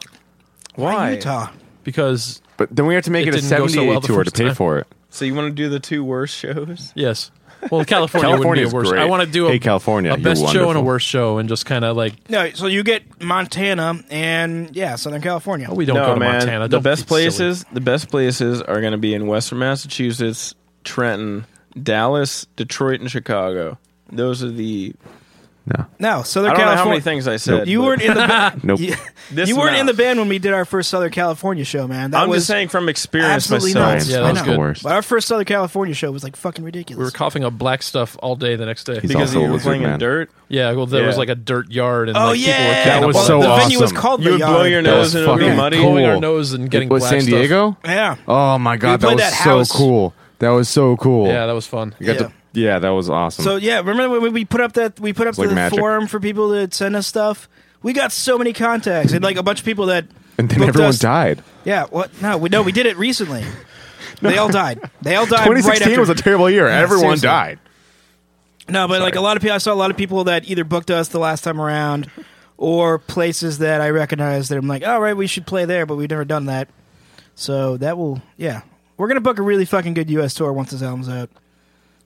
[SPEAKER 2] Why?
[SPEAKER 4] Utah.
[SPEAKER 1] because
[SPEAKER 3] but then we have to make
[SPEAKER 1] It
[SPEAKER 3] it, a
[SPEAKER 1] didn't go so
[SPEAKER 3] 78
[SPEAKER 1] well the
[SPEAKER 3] tour to
[SPEAKER 1] first
[SPEAKER 3] pay
[SPEAKER 1] time.
[SPEAKER 3] for it.
[SPEAKER 2] So you want to do the two worst shows?
[SPEAKER 1] yes. Well, California
[SPEAKER 3] California's
[SPEAKER 1] would be a worse.
[SPEAKER 3] great.
[SPEAKER 1] I want to do a,
[SPEAKER 3] Hey, California,
[SPEAKER 1] a
[SPEAKER 3] you're
[SPEAKER 1] best show and a
[SPEAKER 3] wonderful.
[SPEAKER 1] worst show, and just kind of like,
[SPEAKER 4] No, so you get Montana and yeah, Southern California.
[SPEAKER 1] oh, we don't go to Montana.
[SPEAKER 2] The
[SPEAKER 1] Don't
[SPEAKER 2] best
[SPEAKER 1] be silly.
[SPEAKER 2] places, the best places are going to be in Western Massachusetts, Trenton, Dallas, Detroit, and Chicago. Those are the
[SPEAKER 3] No.
[SPEAKER 4] No, Southern
[SPEAKER 2] I don't know
[SPEAKER 4] California.
[SPEAKER 2] how many things I said.
[SPEAKER 4] you
[SPEAKER 2] but
[SPEAKER 4] weren't in the ba-
[SPEAKER 3] Nope.
[SPEAKER 4] you,
[SPEAKER 2] This
[SPEAKER 4] you weren't in
[SPEAKER 2] amount.
[SPEAKER 4] the band when we did our first Southern California show, man. That
[SPEAKER 2] I'm
[SPEAKER 4] was
[SPEAKER 2] just saying from experience
[SPEAKER 4] absolutely
[SPEAKER 2] myself.
[SPEAKER 4] nuts.
[SPEAKER 1] Yeah, that
[SPEAKER 4] I
[SPEAKER 1] was
[SPEAKER 4] know.
[SPEAKER 1] good.
[SPEAKER 3] The worst.
[SPEAKER 4] But our first Southern California show was like fucking
[SPEAKER 1] We were
[SPEAKER 4] ridiculous.
[SPEAKER 1] coughing up black stuff all day the next day.
[SPEAKER 3] He's
[SPEAKER 2] Because
[SPEAKER 3] also a
[SPEAKER 2] you were
[SPEAKER 3] lizard
[SPEAKER 2] playing in
[SPEAKER 3] man.
[SPEAKER 2] dirt,
[SPEAKER 1] Yeah, well, there was
[SPEAKER 2] Yeah.
[SPEAKER 1] like a dirt yard, and
[SPEAKER 4] oh
[SPEAKER 1] like, people were
[SPEAKER 4] yeah,
[SPEAKER 1] kicking
[SPEAKER 4] Well,
[SPEAKER 1] up
[SPEAKER 3] was so
[SPEAKER 4] the venue was
[SPEAKER 3] awesome.
[SPEAKER 4] called
[SPEAKER 2] you
[SPEAKER 4] the
[SPEAKER 2] would blow
[SPEAKER 4] Yard.
[SPEAKER 2] your
[SPEAKER 3] That
[SPEAKER 2] nose
[SPEAKER 3] was
[SPEAKER 2] and it would be
[SPEAKER 3] fucking
[SPEAKER 2] muddy.
[SPEAKER 1] blowing our
[SPEAKER 3] Cool.
[SPEAKER 1] nose and getting
[SPEAKER 3] It was
[SPEAKER 1] black
[SPEAKER 3] San
[SPEAKER 1] stuff.
[SPEAKER 3] Diego?
[SPEAKER 4] Yeah,
[SPEAKER 3] Oh my god, that
[SPEAKER 4] played
[SPEAKER 3] was
[SPEAKER 4] that
[SPEAKER 3] so
[SPEAKER 4] house.
[SPEAKER 3] cool. That was so cool.
[SPEAKER 1] Yeah, that was fun.
[SPEAKER 3] You got
[SPEAKER 4] Yeah.
[SPEAKER 3] to- yeah, that was awesome.
[SPEAKER 4] So yeah, remember when we- we put up that we put up
[SPEAKER 3] like
[SPEAKER 4] the
[SPEAKER 3] magic.
[SPEAKER 4] forum for people to send us stuff? We got so many contacts and like a bunch of people that
[SPEAKER 3] and then
[SPEAKER 4] booked
[SPEAKER 3] everyone
[SPEAKER 4] us-
[SPEAKER 3] died.
[SPEAKER 4] Yeah, what? No, we no, we did it recently. They all died. They all died.
[SPEAKER 3] 2016
[SPEAKER 4] right after.
[SPEAKER 3] was a terrible year. everyone
[SPEAKER 4] seriously.
[SPEAKER 3] died.
[SPEAKER 4] No, but like a lot of people, I saw a lot of people that either booked us the last time around, or places that I recognized that I'm like, all right, we should play there, but we've never done that. So that will, yeah, we're gonna book a really fucking good U.S. tour once this album's out.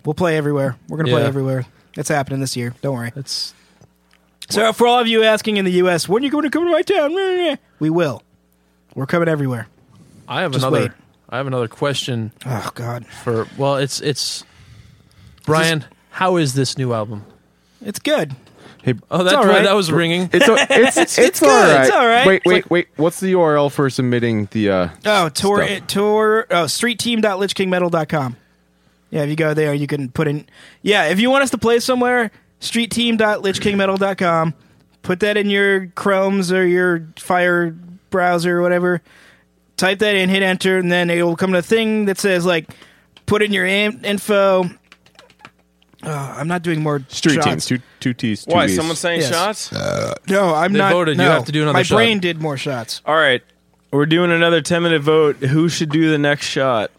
[SPEAKER 4] We'll play everywhere. We're gonna play
[SPEAKER 1] Yeah.
[SPEAKER 4] everywhere. It's happening this year. Don't worry.
[SPEAKER 1] It's
[SPEAKER 4] So for all of you asking in the U.S., when are you going to come to my town? We will. We're coming everywhere.
[SPEAKER 1] I have
[SPEAKER 4] Just
[SPEAKER 1] another.
[SPEAKER 4] wait.
[SPEAKER 1] I have another question
[SPEAKER 4] Oh God,
[SPEAKER 1] for. Well, it's it's. Brian, how is this new album?
[SPEAKER 4] it's good.
[SPEAKER 1] Oh, that's
[SPEAKER 4] all
[SPEAKER 1] right.
[SPEAKER 4] right.
[SPEAKER 1] That was ringing.
[SPEAKER 3] It's a, it's, it's,
[SPEAKER 4] good. It's all right.
[SPEAKER 3] Wait,
[SPEAKER 4] It's
[SPEAKER 3] wait, wait. What's the URL for submitting the uh
[SPEAKER 4] Oh, tour
[SPEAKER 3] stuff?
[SPEAKER 4] it, tour oh, streetteam.lichkingmetal.com. Yeah, if you go there, you can put in. Yeah, if you want us to play somewhere, streetteam.lichkingmetal.com. Put that in your Chrome's or your Fire browser or whatever. Type that in, hit enter, and then it will come to a thing that says like, put in your in- info. Oh, I'm not doing more
[SPEAKER 3] Street
[SPEAKER 4] shots.
[SPEAKER 3] teams, two two T's. Two
[SPEAKER 2] Why?
[SPEAKER 3] B's. Uh,
[SPEAKER 2] Someone's saying
[SPEAKER 4] Yes.
[SPEAKER 2] shots?
[SPEAKER 4] No, I'm
[SPEAKER 1] They
[SPEAKER 4] not.
[SPEAKER 1] voted. You
[SPEAKER 4] no.
[SPEAKER 1] have to do another
[SPEAKER 4] My
[SPEAKER 1] shot.
[SPEAKER 4] brain did more shots.
[SPEAKER 2] All right. We're doing another 10 minute vote. Who should do the next shot?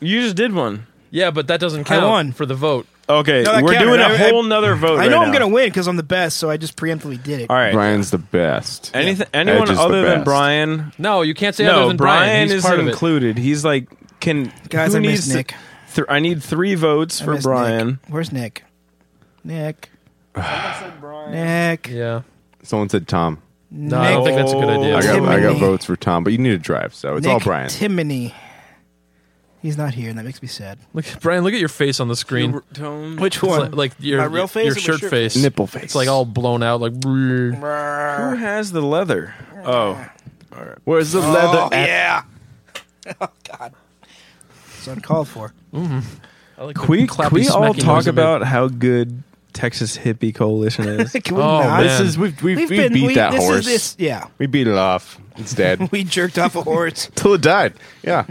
[SPEAKER 2] You just did one.
[SPEAKER 1] Yeah, but that doesn't count
[SPEAKER 4] won.
[SPEAKER 1] for the vote.
[SPEAKER 2] Okay.
[SPEAKER 4] No, I
[SPEAKER 2] we're
[SPEAKER 4] counted.
[SPEAKER 2] doing a
[SPEAKER 4] I- I-
[SPEAKER 2] whole nother vote.
[SPEAKER 4] I know
[SPEAKER 2] Oh, right
[SPEAKER 4] I'm
[SPEAKER 2] now.
[SPEAKER 4] gonna win because I'm the best, so I just preemptively did it.
[SPEAKER 2] All right.
[SPEAKER 3] Brian's the best.
[SPEAKER 2] Anything, anyone
[SPEAKER 3] Edge is the
[SPEAKER 2] other than
[SPEAKER 3] best.
[SPEAKER 2] Brian?
[SPEAKER 1] No, you can't say other
[SPEAKER 2] No,
[SPEAKER 1] than
[SPEAKER 2] Brian,
[SPEAKER 1] Brian. He's
[SPEAKER 2] is
[SPEAKER 1] part of it.
[SPEAKER 2] included. He's like, can
[SPEAKER 4] Guys,
[SPEAKER 2] who
[SPEAKER 4] I miss
[SPEAKER 2] needs to-
[SPEAKER 4] Nick.
[SPEAKER 2] th- I need three votes
[SPEAKER 4] I
[SPEAKER 2] for
[SPEAKER 4] miss
[SPEAKER 2] Brian.
[SPEAKER 4] Nick. Where's Nick? Nick. Nick.
[SPEAKER 1] Yeah.
[SPEAKER 3] Someone said Tom.
[SPEAKER 1] No, I don't think that's a good idea.
[SPEAKER 3] I got I got
[SPEAKER 4] Timony.
[SPEAKER 3] votes for Tom, but you need to drive, so it's
[SPEAKER 4] Nick
[SPEAKER 3] all Brian.
[SPEAKER 4] Timony. He's not here, and that makes me sad.
[SPEAKER 1] Look, Brian, look at your face on the screen.
[SPEAKER 2] You- Tone.
[SPEAKER 4] Which
[SPEAKER 1] It's
[SPEAKER 4] one?
[SPEAKER 1] like, like your
[SPEAKER 4] My real face
[SPEAKER 1] your
[SPEAKER 4] or my
[SPEAKER 1] shirt
[SPEAKER 4] shirt
[SPEAKER 1] face,
[SPEAKER 3] Nipple face.
[SPEAKER 1] It's like all blown out. Like brrr.
[SPEAKER 2] Who has the leather? Oh,
[SPEAKER 3] Where's the leather? at?
[SPEAKER 4] yeah. oh God. It's uncalled for.
[SPEAKER 1] I like
[SPEAKER 2] can we,
[SPEAKER 1] the clappy
[SPEAKER 2] can we all
[SPEAKER 1] smacking
[SPEAKER 2] talk
[SPEAKER 1] noise I made.
[SPEAKER 2] about how good Texas Hippie Coalition is?
[SPEAKER 4] Can we
[SPEAKER 1] Oh,
[SPEAKER 4] not?
[SPEAKER 1] man.
[SPEAKER 3] This is we've we've,
[SPEAKER 4] We've
[SPEAKER 3] we've,
[SPEAKER 4] been
[SPEAKER 3] beat
[SPEAKER 4] we,
[SPEAKER 3] that
[SPEAKER 4] this
[SPEAKER 3] horse.
[SPEAKER 4] Is this, yeah.
[SPEAKER 3] We beat it off. It's dead
[SPEAKER 4] We jerked off a horse.
[SPEAKER 3] till it died. Yeah.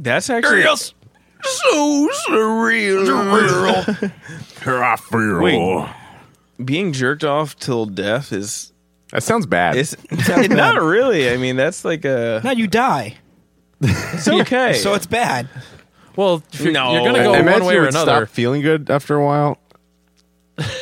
[SPEAKER 2] That's actually
[SPEAKER 3] So surreal. I feel.
[SPEAKER 2] Wait. being jerked off till death is
[SPEAKER 3] That sounds bad.
[SPEAKER 2] It's not really. I mean, that's like a.
[SPEAKER 4] now you die,
[SPEAKER 2] It's okay.
[SPEAKER 4] so it's bad.
[SPEAKER 1] Well, if you're,
[SPEAKER 2] No.
[SPEAKER 1] you're gonna go
[SPEAKER 3] I imagine
[SPEAKER 1] one way
[SPEAKER 3] you
[SPEAKER 1] or
[SPEAKER 3] would
[SPEAKER 1] another.
[SPEAKER 3] Stop feeling good after a while,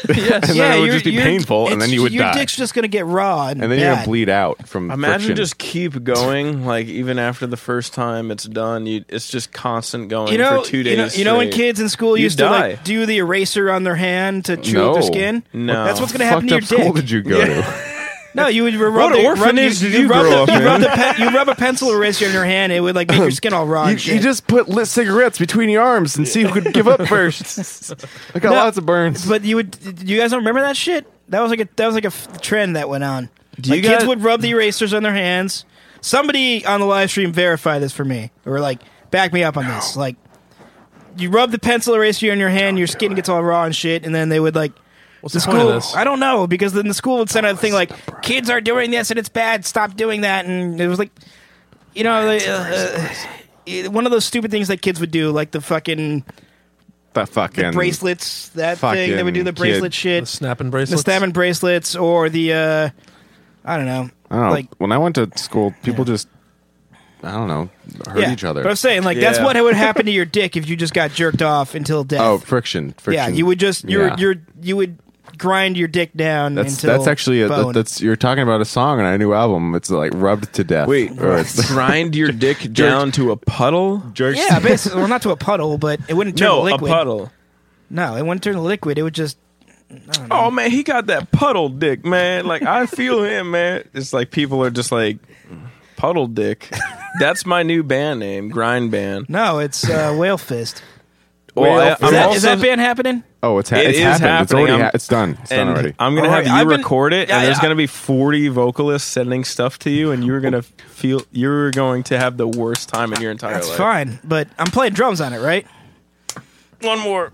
[SPEAKER 1] Yes.
[SPEAKER 3] and then it would
[SPEAKER 4] your-
[SPEAKER 3] just be
[SPEAKER 4] your-
[SPEAKER 3] painful, and
[SPEAKER 4] it's-
[SPEAKER 3] then you would
[SPEAKER 4] your
[SPEAKER 3] die,
[SPEAKER 4] dick's just gonna get raw, and,
[SPEAKER 3] and then you're
[SPEAKER 4] bad.
[SPEAKER 3] gonna bleed out from.
[SPEAKER 2] Imagine
[SPEAKER 3] friction.
[SPEAKER 2] just keep going, like even after the first time it's done. You, it's just constant going
[SPEAKER 4] You know,
[SPEAKER 2] for two days.
[SPEAKER 4] you know, you know when
[SPEAKER 2] straight.
[SPEAKER 4] kids in school
[SPEAKER 2] You
[SPEAKER 4] used to
[SPEAKER 2] die.
[SPEAKER 4] like do the eraser on their hand to chew up their
[SPEAKER 3] No.
[SPEAKER 4] skin.
[SPEAKER 2] No.
[SPEAKER 4] that's what's gonna
[SPEAKER 3] Fucked
[SPEAKER 4] happen to your
[SPEAKER 3] up school
[SPEAKER 4] dick.
[SPEAKER 3] did you go to?
[SPEAKER 4] No, you would rub
[SPEAKER 2] What
[SPEAKER 4] the,
[SPEAKER 2] orphanage
[SPEAKER 4] rub, you,
[SPEAKER 2] did you
[SPEAKER 4] rub
[SPEAKER 2] grow
[SPEAKER 4] the,
[SPEAKER 2] up
[SPEAKER 4] you rub
[SPEAKER 2] in?
[SPEAKER 4] the pe- you rub a pencil eraser in your hand, it would like make your skin all raw.
[SPEAKER 3] You,
[SPEAKER 4] and shit.
[SPEAKER 3] you just put lit cigarettes between your arms and see who could give up first. I got
[SPEAKER 4] No.
[SPEAKER 3] lots of burns.
[SPEAKER 4] but you would. You guys don't remember that shit? That was like a that was like a f- trend that went on.
[SPEAKER 2] Do you
[SPEAKER 4] like kids
[SPEAKER 2] guys-
[SPEAKER 4] would rub the erasers on their hands. Somebody on the live stream verify this for me, or like back me up on this. Like, you rub the pencil eraser in your hand, your skin gets all raw and shit, and then they would like
[SPEAKER 1] What's
[SPEAKER 4] the
[SPEAKER 1] the point
[SPEAKER 4] school.
[SPEAKER 1] of this?
[SPEAKER 4] I don't know because then the school would send out a thing like, "Kids are doing this and it's bad. Stop doing that." And it was like, you know, uh, uh, uh, one of those stupid things that kids would do, like the fucking
[SPEAKER 3] The fucking
[SPEAKER 4] bracelets, that thing. They would do the
[SPEAKER 3] fucking
[SPEAKER 4] bracelet
[SPEAKER 3] kid.
[SPEAKER 4] shit,
[SPEAKER 1] The snapping
[SPEAKER 4] the
[SPEAKER 1] bracelets.
[SPEAKER 4] stabbing bracelets, or the uh, I don't know,
[SPEAKER 3] I don't know.
[SPEAKER 4] like
[SPEAKER 3] when I went to school, people just I don't know hurt
[SPEAKER 4] yeah.
[SPEAKER 3] each other.
[SPEAKER 4] But I'm saying like that's
[SPEAKER 2] Yeah.
[SPEAKER 4] what would happen to your dick if you just got jerked off until death.
[SPEAKER 3] oh, friction, friction.
[SPEAKER 4] yeah, you would just you're
[SPEAKER 3] Yeah.
[SPEAKER 4] you're you would grind your dick down
[SPEAKER 3] That's
[SPEAKER 4] until
[SPEAKER 3] that's actually a,
[SPEAKER 4] bone.
[SPEAKER 3] that, that's you're talking about a song on a new album. It's like rubbed to death.
[SPEAKER 2] Wait,
[SPEAKER 3] Or it's-
[SPEAKER 2] grind your dick down to a puddle?
[SPEAKER 4] yeah, basically, well, not to a puddle, but it wouldn't turn
[SPEAKER 2] No, a
[SPEAKER 4] liquid.
[SPEAKER 2] puddle.
[SPEAKER 4] No, it wouldn't turn liquid. It would just
[SPEAKER 2] Oh man, he got that puddle dick, man. Like I feel him, man. It's like people are just like puddle dick. That's my new band name, grind band.
[SPEAKER 4] no. It's uh, whale fist.
[SPEAKER 2] Well, I,
[SPEAKER 4] Is
[SPEAKER 2] Uh, I'm
[SPEAKER 4] that,
[SPEAKER 2] also,
[SPEAKER 4] is that band happening?
[SPEAKER 3] Oh, it's, ha-
[SPEAKER 2] It
[SPEAKER 3] it's
[SPEAKER 2] is
[SPEAKER 3] happened. It's
[SPEAKER 2] happening.
[SPEAKER 3] already
[SPEAKER 2] I'm-
[SPEAKER 3] ha- it's done. It's done
[SPEAKER 2] and
[SPEAKER 3] already.
[SPEAKER 2] I'm gonna
[SPEAKER 4] All
[SPEAKER 2] have
[SPEAKER 4] right,
[SPEAKER 2] you
[SPEAKER 4] Oh, I've been-
[SPEAKER 2] record it,
[SPEAKER 4] Yeah,
[SPEAKER 2] and there's
[SPEAKER 4] yeah.
[SPEAKER 2] gonna be 40 vocalists sending stuff to you, and you're gonna feel you're going to have the worst time in your entire
[SPEAKER 4] That's
[SPEAKER 2] life.
[SPEAKER 4] fine, but I'm playing drums on it, right?
[SPEAKER 2] One more.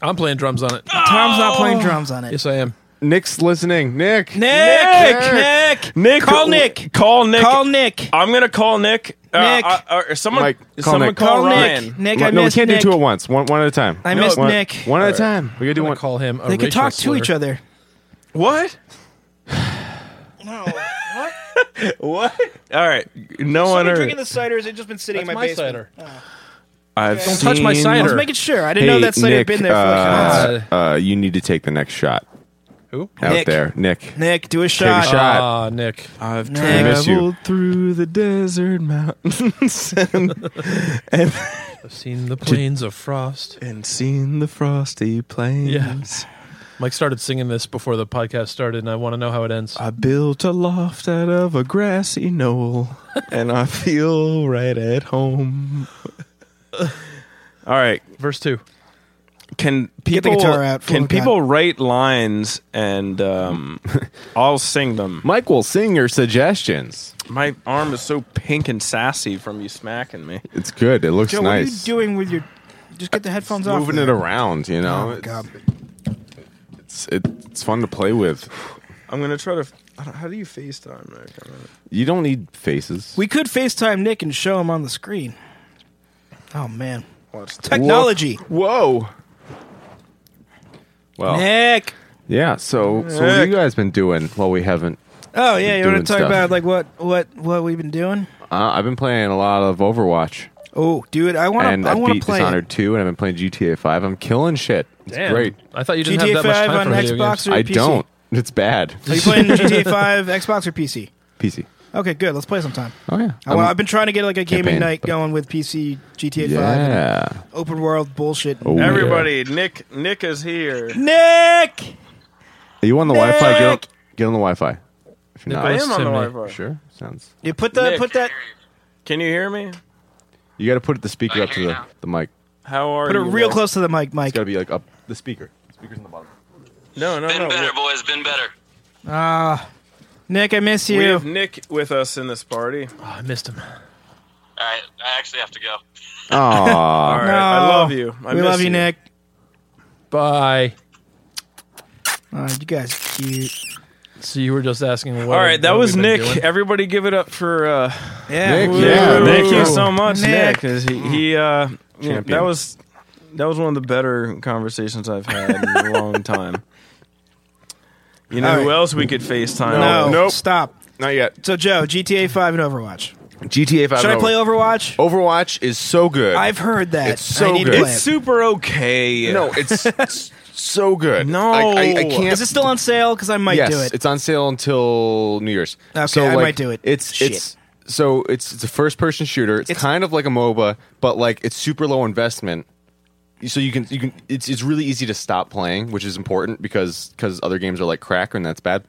[SPEAKER 1] I'm playing drums on it.
[SPEAKER 4] Tom's not
[SPEAKER 2] Oh!
[SPEAKER 4] playing drums on it.
[SPEAKER 1] Yes, I am.
[SPEAKER 3] Nick's listening. Nick.
[SPEAKER 4] Nick, Nick,
[SPEAKER 2] Nick,
[SPEAKER 4] Call
[SPEAKER 2] w-
[SPEAKER 4] Nick.
[SPEAKER 2] Call Nick.
[SPEAKER 4] call Nick.
[SPEAKER 2] I'm gonna call Nick.
[SPEAKER 4] Nick.
[SPEAKER 2] Uh, uh, or someone,
[SPEAKER 3] Mike, call
[SPEAKER 2] someone
[SPEAKER 3] Nick.
[SPEAKER 2] call,
[SPEAKER 4] Call
[SPEAKER 2] Ryan.
[SPEAKER 4] Nick. Nick, I
[SPEAKER 3] no, we
[SPEAKER 4] miss
[SPEAKER 3] can't
[SPEAKER 4] Nick.
[SPEAKER 3] do two at once. One, one at a time.
[SPEAKER 4] I miss
[SPEAKER 3] one,
[SPEAKER 4] Nick.
[SPEAKER 3] One at a time. We gotta do one.
[SPEAKER 1] Call him. A
[SPEAKER 4] They can
[SPEAKER 1] racial
[SPEAKER 4] talk to
[SPEAKER 1] slur.
[SPEAKER 4] each other.
[SPEAKER 2] What? No. What? what? All right. No one.
[SPEAKER 4] Somebody
[SPEAKER 2] earth.
[SPEAKER 4] drinking the cider has just been sitting
[SPEAKER 1] That's
[SPEAKER 4] in my,
[SPEAKER 1] my
[SPEAKER 4] basement.
[SPEAKER 1] cider.
[SPEAKER 2] I've
[SPEAKER 1] Don't touch my
[SPEAKER 2] seen-
[SPEAKER 4] I
[SPEAKER 1] cider.
[SPEAKER 4] was making sure. I didn't
[SPEAKER 3] Hey,
[SPEAKER 4] know that cider
[SPEAKER 3] Nick,
[SPEAKER 4] had been there for like months.
[SPEAKER 3] uh, uh, you need to take the next shot
[SPEAKER 1] Who?
[SPEAKER 3] out
[SPEAKER 4] Nick.
[SPEAKER 3] there, Nick.
[SPEAKER 4] Nick, do a
[SPEAKER 3] Take a
[SPEAKER 4] shot.
[SPEAKER 3] shot.
[SPEAKER 1] Ah, Nick.
[SPEAKER 2] I've
[SPEAKER 4] Nick.
[SPEAKER 3] miss you.
[SPEAKER 2] traveled through the desert mountains and, and,
[SPEAKER 1] I've seen the plains of frost.
[SPEAKER 2] and seen the frosty plains.
[SPEAKER 1] Yes. Mike started singing this before the podcast started, and I want to know how it ends.
[SPEAKER 4] Uh,
[SPEAKER 2] I built a loft out of a grassy knoll, and I feel right at home. All right,
[SPEAKER 1] Verse two.
[SPEAKER 2] can people
[SPEAKER 4] the guitar out, full
[SPEAKER 2] can
[SPEAKER 4] of God.
[SPEAKER 2] people write lines and um, I'll sing them.
[SPEAKER 3] Mike will sing your suggestions.
[SPEAKER 2] My arm is so pink and sassy from you smacking me.
[SPEAKER 3] It's good. It looks
[SPEAKER 4] Joe, what are you
[SPEAKER 3] nice.
[SPEAKER 4] doing with your? Just get the headphones off.
[SPEAKER 3] Moving it around, you know.
[SPEAKER 4] Oh, God.
[SPEAKER 3] It's, it's it's fun to play with.
[SPEAKER 2] I'm gonna try to. I don't- How do you FaceTime? Nick? I don't know.
[SPEAKER 3] You don't need faces.
[SPEAKER 4] We could FaceTime Nick and show him on the screen. Oh man,
[SPEAKER 2] Watch this.
[SPEAKER 4] technology,
[SPEAKER 3] Whoa.
[SPEAKER 4] Oh.
[SPEAKER 3] Well,
[SPEAKER 4] Nick.
[SPEAKER 3] yeah. So, so what have you guys been doing while we haven't?
[SPEAKER 4] Oh yeah, you want to
[SPEAKER 3] Doing
[SPEAKER 4] talk
[SPEAKER 3] stuff.
[SPEAKER 4] about like what what what we've been doing?
[SPEAKER 3] Uh, I've been playing a lot of Overwatch,
[SPEAKER 4] Oh, dude, I want
[SPEAKER 3] and
[SPEAKER 4] to I
[SPEAKER 3] I
[SPEAKER 4] want to
[SPEAKER 3] beat
[SPEAKER 4] play it.
[SPEAKER 3] Dishonored two, and I've been playing GTA five. I'm killing shit. It's great.
[SPEAKER 1] I thought you didn't
[SPEAKER 4] GTA
[SPEAKER 1] have that much
[SPEAKER 4] Five
[SPEAKER 1] time
[SPEAKER 4] on
[SPEAKER 1] for video
[SPEAKER 4] Xbox
[SPEAKER 1] games.
[SPEAKER 4] or
[SPEAKER 3] I
[SPEAKER 4] PC?
[SPEAKER 3] don't. It's bad.
[SPEAKER 4] Are you playing GTA Five, Xbox or PC?
[SPEAKER 3] PC.
[SPEAKER 4] Okay, good. Let's play sometime. Uh,
[SPEAKER 3] Oh yeah.
[SPEAKER 4] Well, I've been trying to get like a gaming
[SPEAKER 3] Campaign,
[SPEAKER 4] night
[SPEAKER 3] but-
[SPEAKER 4] going with PC, GTA Five, and
[SPEAKER 3] Yeah.
[SPEAKER 4] open world bullshit.
[SPEAKER 3] Oh, yeah.
[SPEAKER 2] Everybody, Nick Nick is here.
[SPEAKER 4] Nick,
[SPEAKER 3] Are you on the Wi-Fi? Get on,
[SPEAKER 4] Nick!
[SPEAKER 3] get on the Wi-Fi. If you're
[SPEAKER 1] Nick,
[SPEAKER 3] not,
[SPEAKER 2] I am on the
[SPEAKER 1] Timmy.
[SPEAKER 2] Wi-Fi.
[SPEAKER 3] sure. Sounds.
[SPEAKER 4] you put the
[SPEAKER 2] Nick.
[SPEAKER 4] put that
[SPEAKER 2] Can you hear me?
[SPEAKER 3] You got to put the speaker up to the, the mic.
[SPEAKER 2] How are
[SPEAKER 4] put it
[SPEAKER 2] you?
[SPEAKER 4] real
[SPEAKER 2] Nick?
[SPEAKER 4] close to the mic, Mike.
[SPEAKER 3] It's got to be like up the speaker. Speaker's in the bottom.
[SPEAKER 2] No, no, no.
[SPEAKER 6] Been better,
[SPEAKER 2] we-
[SPEAKER 6] boys. Been better.
[SPEAKER 4] Ah, Nick, I miss
[SPEAKER 2] We have
[SPEAKER 4] you.
[SPEAKER 2] Nick with us in this party.
[SPEAKER 1] Oh, I missed him.
[SPEAKER 6] All right, I actually have to go.
[SPEAKER 2] All
[SPEAKER 3] Aww.
[SPEAKER 2] right, I
[SPEAKER 4] No.
[SPEAKER 2] love you. I
[SPEAKER 4] we
[SPEAKER 2] miss
[SPEAKER 4] love you, Nick.
[SPEAKER 1] Bye.
[SPEAKER 4] Oh, you guys are cute.
[SPEAKER 1] So you were just asking. What
[SPEAKER 2] All right, that
[SPEAKER 1] what
[SPEAKER 2] was
[SPEAKER 1] we've been
[SPEAKER 2] Nick.
[SPEAKER 1] doing.
[SPEAKER 2] Everybody, give it up for uh,
[SPEAKER 4] Yeah.
[SPEAKER 3] Nick, yeah,
[SPEAKER 2] Nick. Thank you
[SPEAKER 3] Nick.
[SPEAKER 2] so much, Nick.
[SPEAKER 4] Nick.
[SPEAKER 2] 'cause he, he uh, you know, that
[SPEAKER 3] Champion.
[SPEAKER 2] was that was one of the better conversations I've had in a long time. You know
[SPEAKER 4] All
[SPEAKER 2] who
[SPEAKER 4] right.
[SPEAKER 2] else we could FaceTime?
[SPEAKER 4] No,
[SPEAKER 3] Nope.
[SPEAKER 4] stop.
[SPEAKER 3] Not yet.
[SPEAKER 4] So, Joe, GTA 5 and Overwatch.
[SPEAKER 3] GTA Five. oh.
[SPEAKER 4] Should I play Overwatch?
[SPEAKER 3] Overwatch is so good.
[SPEAKER 4] I've heard that.
[SPEAKER 3] It's so
[SPEAKER 4] I need
[SPEAKER 3] good.
[SPEAKER 4] To play
[SPEAKER 2] It's
[SPEAKER 4] it.
[SPEAKER 2] super okay.
[SPEAKER 3] no, it's, it's so good.
[SPEAKER 2] No.
[SPEAKER 3] I, I, I can't.
[SPEAKER 4] Is it still on sale? Because I might
[SPEAKER 3] yes,
[SPEAKER 4] do it.
[SPEAKER 3] It's on sale until New Year's.
[SPEAKER 4] Okay, I might do it.
[SPEAKER 3] It's
[SPEAKER 4] Shit.
[SPEAKER 3] it's so it's it's a first person shooter. It's,
[SPEAKER 4] It's-
[SPEAKER 3] kind of like a MOBA, but like it's super low investment. So you can you can it's it's really easy to stop playing, which is important because because other games are like crack and that's bad.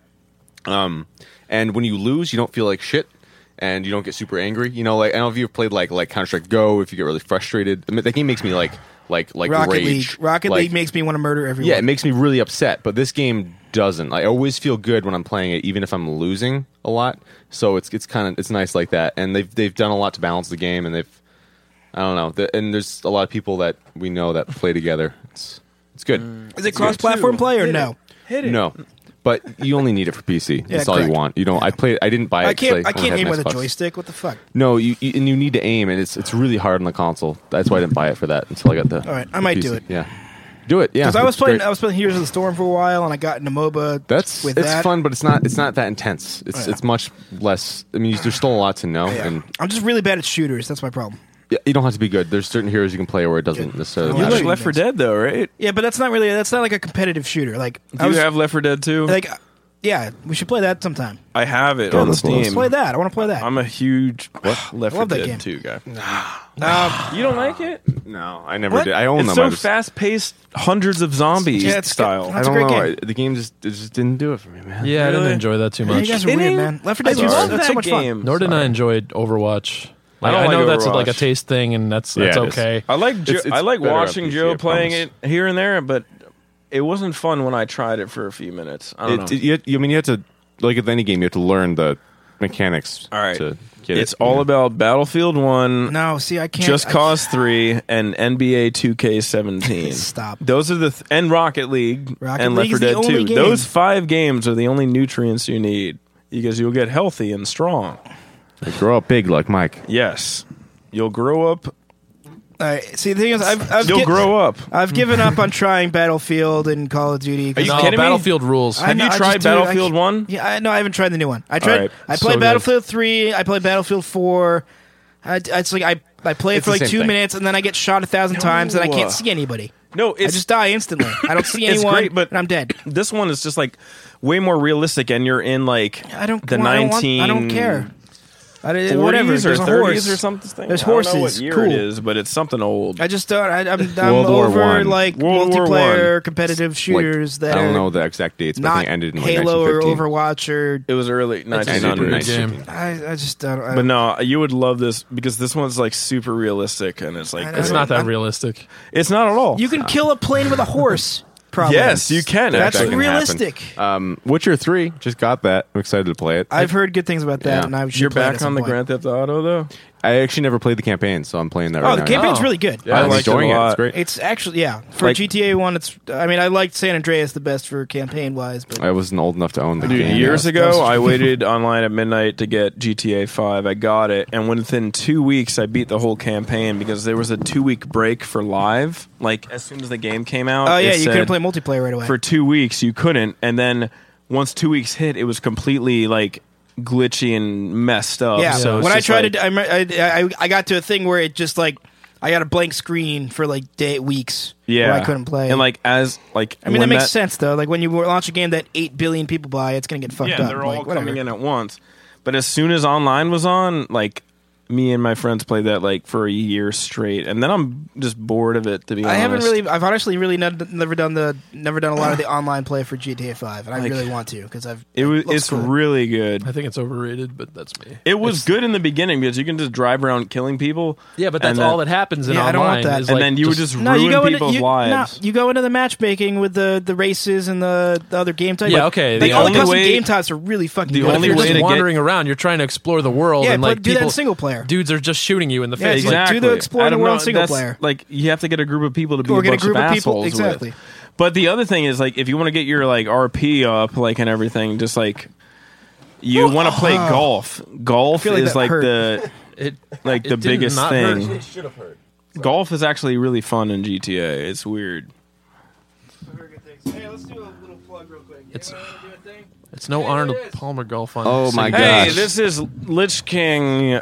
[SPEAKER 3] Um, and when you lose, you don't feel like shit. And you don't get super angry, you know. Like I don't know if you've played like like Counter Strike Go. If you get really frustrated, I mean, that game makes me like like like
[SPEAKER 4] Rocket
[SPEAKER 3] rage.
[SPEAKER 4] League. Rocket
[SPEAKER 3] Like,
[SPEAKER 4] League makes me want to murder everyone.
[SPEAKER 3] yeah, it makes me really upset, but this game doesn't. I always feel good when I'm playing it, even if I'm losing a lot. So it's it's kind of it's nice like that. And they've they've done a lot to balance the game, and they've I don't know. The, and there's a lot of people that we know that play together. It's it's good.
[SPEAKER 4] Is it cross-platform play or no?
[SPEAKER 3] No, but you only need it for PC. That's all you
[SPEAKER 4] correct.
[SPEAKER 3] want. You don't. I play. I didn't buy it.
[SPEAKER 4] I
[SPEAKER 3] 'cause
[SPEAKER 4] can't. I
[SPEAKER 3] only
[SPEAKER 4] can't
[SPEAKER 3] had an
[SPEAKER 4] aim with a
[SPEAKER 3] Xbox.
[SPEAKER 4] joystick. What the fuck?
[SPEAKER 3] No, you, you and you need to aim, and it's it's really hard on the console. That's why I didn't buy it for that until I got the.
[SPEAKER 4] All right, I
[SPEAKER 3] the
[SPEAKER 4] might
[SPEAKER 3] PC.
[SPEAKER 4] do it.
[SPEAKER 3] Yeah, do it. Yeah,
[SPEAKER 4] Because I was
[SPEAKER 3] It's
[SPEAKER 4] playing.
[SPEAKER 3] great.
[SPEAKER 4] I was playing Heroes of the Storm for a while, and I got into MOBA.
[SPEAKER 3] That's
[SPEAKER 4] with
[SPEAKER 3] it's
[SPEAKER 4] that.
[SPEAKER 3] fun, but it's not it's not that intense. It's
[SPEAKER 4] Yeah.
[SPEAKER 3] it's much less. I mean, there's still a lot to know,
[SPEAKER 4] Yeah.
[SPEAKER 3] and
[SPEAKER 4] I'm just really bad at shooters. That's my problem.
[SPEAKER 3] yeah, you don't have to be good. There's certain heroes you can play where it doesn't necessarily.
[SPEAKER 4] You
[SPEAKER 2] you
[SPEAKER 3] matter.
[SPEAKER 2] like Left for Dead though, right?
[SPEAKER 4] Yeah, but that's not really. That's not like a competitive shooter. Like
[SPEAKER 2] Do
[SPEAKER 4] I
[SPEAKER 2] you
[SPEAKER 4] was
[SPEAKER 2] have Left for Dead too?
[SPEAKER 4] like, yeah, we should play that sometime.
[SPEAKER 2] I have it
[SPEAKER 3] Don't
[SPEAKER 2] on
[SPEAKER 3] know. Let's
[SPEAKER 2] Steam.
[SPEAKER 4] Play that. I want to play that.
[SPEAKER 2] I'm a huge Left
[SPEAKER 4] I
[SPEAKER 2] for
[SPEAKER 4] love that
[SPEAKER 2] Dead
[SPEAKER 4] game.
[SPEAKER 2] too guy.
[SPEAKER 4] Um,
[SPEAKER 2] You don't like it?
[SPEAKER 3] no, I never
[SPEAKER 4] What?
[SPEAKER 3] did. I own
[SPEAKER 2] it's
[SPEAKER 3] them. I
[SPEAKER 2] so
[SPEAKER 3] just-
[SPEAKER 2] fast paced, hundreds of zombies
[SPEAKER 4] Yeah, it's
[SPEAKER 2] style.
[SPEAKER 4] got-
[SPEAKER 3] I
[SPEAKER 4] That's a
[SPEAKER 3] don't
[SPEAKER 4] great
[SPEAKER 3] know.
[SPEAKER 4] game.
[SPEAKER 3] I- the game just it just didn't do it for me, man.
[SPEAKER 1] Yeah, I didn't
[SPEAKER 2] Really?
[SPEAKER 1] enjoy that too
[SPEAKER 4] yeah,
[SPEAKER 1] much.
[SPEAKER 4] you guys are weird,
[SPEAKER 2] Kidding?
[SPEAKER 4] man. Left 4 Dead
[SPEAKER 2] I
[SPEAKER 4] was
[SPEAKER 2] love
[SPEAKER 4] so
[SPEAKER 2] that
[SPEAKER 4] much fun.
[SPEAKER 2] game.
[SPEAKER 1] Nor did I enjoy Overwatch. Like, I,
[SPEAKER 2] don't like
[SPEAKER 1] know that's like a
[SPEAKER 2] Overwatch.
[SPEAKER 1] taste thing, and that's that's
[SPEAKER 3] Yeah, it is.
[SPEAKER 1] okay.
[SPEAKER 2] I like jo-
[SPEAKER 3] It's- it's
[SPEAKER 2] I like
[SPEAKER 3] better on
[SPEAKER 2] watching
[SPEAKER 3] PC,
[SPEAKER 2] Joe
[SPEAKER 3] I
[SPEAKER 2] playing
[SPEAKER 3] promise.
[SPEAKER 2] it here and there, but it wasn't fun when I tried it for a few minutes. I don't
[SPEAKER 3] It,
[SPEAKER 2] know.
[SPEAKER 3] it- you, you- I mean, you have to like with any game, you have to learn the mechanics.
[SPEAKER 2] all right,
[SPEAKER 3] to get
[SPEAKER 2] it's
[SPEAKER 3] it.
[SPEAKER 2] all
[SPEAKER 3] Yeah.
[SPEAKER 2] about Battlefield One,
[SPEAKER 4] No, see, I can't.
[SPEAKER 2] Just
[SPEAKER 4] I-
[SPEAKER 2] Cause Three, and NBA Two K Seventeen.
[SPEAKER 4] Stop.
[SPEAKER 2] Those are the th- and Rocket League
[SPEAKER 4] Rocket
[SPEAKER 2] and Left 4
[SPEAKER 4] League's the
[SPEAKER 2] Dead
[SPEAKER 4] only
[SPEAKER 2] Two.
[SPEAKER 4] game.
[SPEAKER 2] Those five games are the only nutrients you need because you'll get healthy and strong.
[SPEAKER 3] Like, grow up big like Mike.
[SPEAKER 2] Yes, you'll grow up.
[SPEAKER 4] All right. See, the thing is, I've, I've
[SPEAKER 2] you'll
[SPEAKER 4] gi-
[SPEAKER 2] grow up.
[SPEAKER 4] I've given up on trying Battlefield and Call of Duty. 'cause
[SPEAKER 2] Are you
[SPEAKER 1] no,
[SPEAKER 2] kidding me?
[SPEAKER 1] Battlefield rules.
[SPEAKER 4] I
[SPEAKER 2] Have
[SPEAKER 4] know,
[SPEAKER 2] you
[SPEAKER 4] I
[SPEAKER 2] tried
[SPEAKER 4] just do it. I
[SPEAKER 2] Battlefield
[SPEAKER 4] can't-
[SPEAKER 2] One?
[SPEAKER 4] Yeah, I, no, I haven't tried the new one. I tried.
[SPEAKER 2] right.
[SPEAKER 4] I played
[SPEAKER 1] So good.
[SPEAKER 4] Battlefield Three. I played Battlefield Four. I, it's like I, I play it
[SPEAKER 3] It's
[SPEAKER 4] for
[SPEAKER 3] the
[SPEAKER 4] like
[SPEAKER 3] same
[SPEAKER 4] two
[SPEAKER 3] thing.
[SPEAKER 4] minutes, and then I get shot a thousand times, and I
[SPEAKER 2] uh,
[SPEAKER 4] can't see anybody.
[SPEAKER 2] No,
[SPEAKER 4] I
[SPEAKER 2] it's
[SPEAKER 4] just die instantly. I don't see
[SPEAKER 2] it's
[SPEAKER 4] anyone,
[SPEAKER 2] great, but-
[SPEAKER 4] and I'm dead.
[SPEAKER 2] this one is just like way more realistic, and you're in like
[SPEAKER 4] I don't.
[SPEAKER 2] the
[SPEAKER 4] want- I don't want-
[SPEAKER 2] nineteen.
[SPEAKER 4] I don't care. I, don't-
[SPEAKER 2] 40s
[SPEAKER 4] whatever.
[SPEAKER 2] or
[SPEAKER 4] There's a
[SPEAKER 2] 30s
[SPEAKER 4] horse.
[SPEAKER 2] or something.
[SPEAKER 4] There's
[SPEAKER 2] I don't know
[SPEAKER 4] horses.
[SPEAKER 2] what year
[SPEAKER 4] cool.
[SPEAKER 2] it is, but it's something old.
[SPEAKER 4] I just don't. I, I'm, I'm
[SPEAKER 3] World War
[SPEAKER 4] over
[SPEAKER 3] One.
[SPEAKER 4] like
[SPEAKER 2] World War
[SPEAKER 4] multiplayer
[SPEAKER 2] One.
[SPEAKER 4] competitive
[SPEAKER 3] Like,
[SPEAKER 4] shooters that
[SPEAKER 3] I don't
[SPEAKER 4] are
[SPEAKER 3] know the exact dates, but I
[SPEAKER 4] not
[SPEAKER 3] think it ended in like
[SPEAKER 4] Halo or
[SPEAKER 3] 1915.
[SPEAKER 4] Overwatch or.
[SPEAKER 2] it was early
[SPEAKER 3] Ended in
[SPEAKER 2] 1900s.
[SPEAKER 1] nice.
[SPEAKER 3] 1915.
[SPEAKER 4] I, I just don't. I,
[SPEAKER 2] But no, you would love this because this one's like super realistic, and it's like
[SPEAKER 4] I know.
[SPEAKER 1] It's not that realistic.
[SPEAKER 2] it's not at all.
[SPEAKER 4] You can kill a plane with a horse. Probably.
[SPEAKER 2] yes, you can.
[SPEAKER 4] That's
[SPEAKER 2] actually.
[SPEAKER 3] That can
[SPEAKER 4] realistic.
[SPEAKER 3] happen. Um, Witcher three just got that. I'm excited to play it.
[SPEAKER 4] I've heard good things about that,
[SPEAKER 3] Yeah.
[SPEAKER 4] and I should
[SPEAKER 2] You're
[SPEAKER 4] play it at
[SPEAKER 2] back
[SPEAKER 4] some
[SPEAKER 2] on the
[SPEAKER 4] point.
[SPEAKER 2] Grand Theft Auto though.
[SPEAKER 3] I actually never played the campaign, so I'm playing that
[SPEAKER 4] Oh,
[SPEAKER 3] right
[SPEAKER 4] the
[SPEAKER 3] now.
[SPEAKER 4] campaign's really good.
[SPEAKER 2] Yeah, I
[SPEAKER 3] I'm
[SPEAKER 2] liked it
[SPEAKER 3] enjoying
[SPEAKER 2] a
[SPEAKER 3] it. It's
[SPEAKER 2] lot.
[SPEAKER 3] great.
[SPEAKER 4] It's actually yeah for
[SPEAKER 2] Like-
[SPEAKER 4] GTA one. It's I mean I liked San Andreas the best for campaign wise, but
[SPEAKER 3] I wasn't old enough to own the
[SPEAKER 2] Dude,
[SPEAKER 3] game.
[SPEAKER 2] years
[SPEAKER 3] though.
[SPEAKER 2] ago, I waited online at midnight to get GTA 5. I got it, and within two weeks, I beat the whole campaign because there was a two week break for live. Like, as soon as the game came out,
[SPEAKER 4] oh yeah,
[SPEAKER 2] it
[SPEAKER 4] you
[SPEAKER 2] said
[SPEAKER 4] couldn't play multiplayer right away.
[SPEAKER 2] for two weeks, you couldn't. And then once two weeks hit, it was completely like glitchy and messed up.
[SPEAKER 4] yeah,
[SPEAKER 2] so it's
[SPEAKER 4] when I
[SPEAKER 2] just
[SPEAKER 4] tried
[SPEAKER 2] like-
[SPEAKER 4] to, I, me- I, I I got to a thing where it just like I got a blank screen for like day weeks.
[SPEAKER 2] yeah,
[SPEAKER 4] where I couldn't play.
[SPEAKER 2] And like, as like,
[SPEAKER 4] I mean
[SPEAKER 2] when
[SPEAKER 4] that makes sense though. Like when you launch a game that eight billion people buy, it's gonna get fucked
[SPEAKER 2] Yeah,
[SPEAKER 4] up.
[SPEAKER 2] they're
[SPEAKER 4] like,
[SPEAKER 2] all
[SPEAKER 4] whatever.
[SPEAKER 2] coming in at once. But as soon as online was on, like me and my friends played that like for a year straight, and then I'm just bored of it. To be
[SPEAKER 4] I
[SPEAKER 2] honest,
[SPEAKER 4] haven't really. I've honestly really not, never done the never done a lot of the online play for GTA Five, and I
[SPEAKER 2] Like-
[SPEAKER 4] really want to because I've
[SPEAKER 2] It was.
[SPEAKER 4] looks
[SPEAKER 2] It's
[SPEAKER 4] good.
[SPEAKER 2] really good.
[SPEAKER 1] I think it's overrated, but that's me.
[SPEAKER 2] It was good in the beginning because you can just drive around killing people.
[SPEAKER 1] Yeah, but that's
[SPEAKER 2] and
[SPEAKER 1] all
[SPEAKER 2] then-
[SPEAKER 1] that happens in
[SPEAKER 4] Yeah, I
[SPEAKER 1] online.
[SPEAKER 4] don't want that.
[SPEAKER 1] is,
[SPEAKER 2] And
[SPEAKER 1] like,
[SPEAKER 2] then you would just ruin people's
[SPEAKER 4] you,
[SPEAKER 2] lives.
[SPEAKER 4] No, you go into the matchmaking with the the races and the, the other game types.
[SPEAKER 1] Yeah,
[SPEAKER 4] Like,
[SPEAKER 1] okay,
[SPEAKER 4] Like,
[SPEAKER 1] the
[SPEAKER 4] all the
[SPEAKER 2] only
[SPEAKER 4] custom
[SPEAKER 2] way-
[SPEAKER 4] game types are really fucking.
[SPEAKER 2] the
[SPEAKER 4] good.
[SPEAKER 1] But
[SPEAKER 2] only
[SPEAKER 1] if you're
[SPEAKER 2] way to
[SPEAKER 1] just
[SPEAKER 2] get-
[SPEAKER 1] wandering around, you're trying to explore the world,
[SPEAKER 4] Yeah,
[SPEAKER 1] and
[SPEAKER 4] play-
[SPEAKER 1] like
[SPEAKER 4] do that in
[SPEAKER 1] people-
[SPEAKER 4] single player.
[SPEAKER 1] Dudes are just shooting you in the
[SPEAKER 4] Yeah,
[SPEAKER 1] face.
[SPEAKER 4] do
[SPEAKER 1] like,
[SPEAKER 4] that.
[SPEAKER 2] Exactly.
[SPEAKER 4] the Explore
[SPEAKER 2] I
[SPEAKER 4] the
[SPEAKER 2] don't
[SPEAKER 4] World
[SPEAKER 2] know,
[SPEAKER 4] single
[SPEAKER 2] that's-
[SPEAKER 4] player.
[SPEAKER 2] Like you have to get a group of people to be
[SPEAKER 4] Or
[SPEAKER 2] a
[SPEAKER 4] get a
[SPEAKER 2] bunch
[SPEAKER 4] group of people-
[SPEAKER 2] assholes with.
[SPEAKER 4] exactly.
[SPEAKER 2] But the other thing is like if you want to get your like RP up like and everything, just like you want to play golf. Golf
[SPEAKER 4] uh, feel like
[SPEAKER 2] is
[SPEAKER 4] that
[SPEAKER 2] like
[SPEAKER 4] hurt.
[SPEAKER 2] the
[SPEAKER 1] it,
[SPEAKER 2] like
[SPEAKER 1] it
[SPEAKER 2] the
[SPEAKER 1] didn't
[SPEAKER 2] biggest
[SPEAKER 1] not hurt.
[SPEAKER 2] thing. Golf is actually really fun in GTA. It's weird.
[SPEAKER 4] Hey, let's do a little plug real quick.
[SPEAKER 1] It's- It's no Arnold Palmer golf on.
[SPEAKER 3] Oh my
[SPEAKER 1] single-
[SPEAKER 3] God.
[SPEAKER 2] Hey,
[SPEAKER 3] Gosh.
[SPEAKER 2] this is Lich King uh,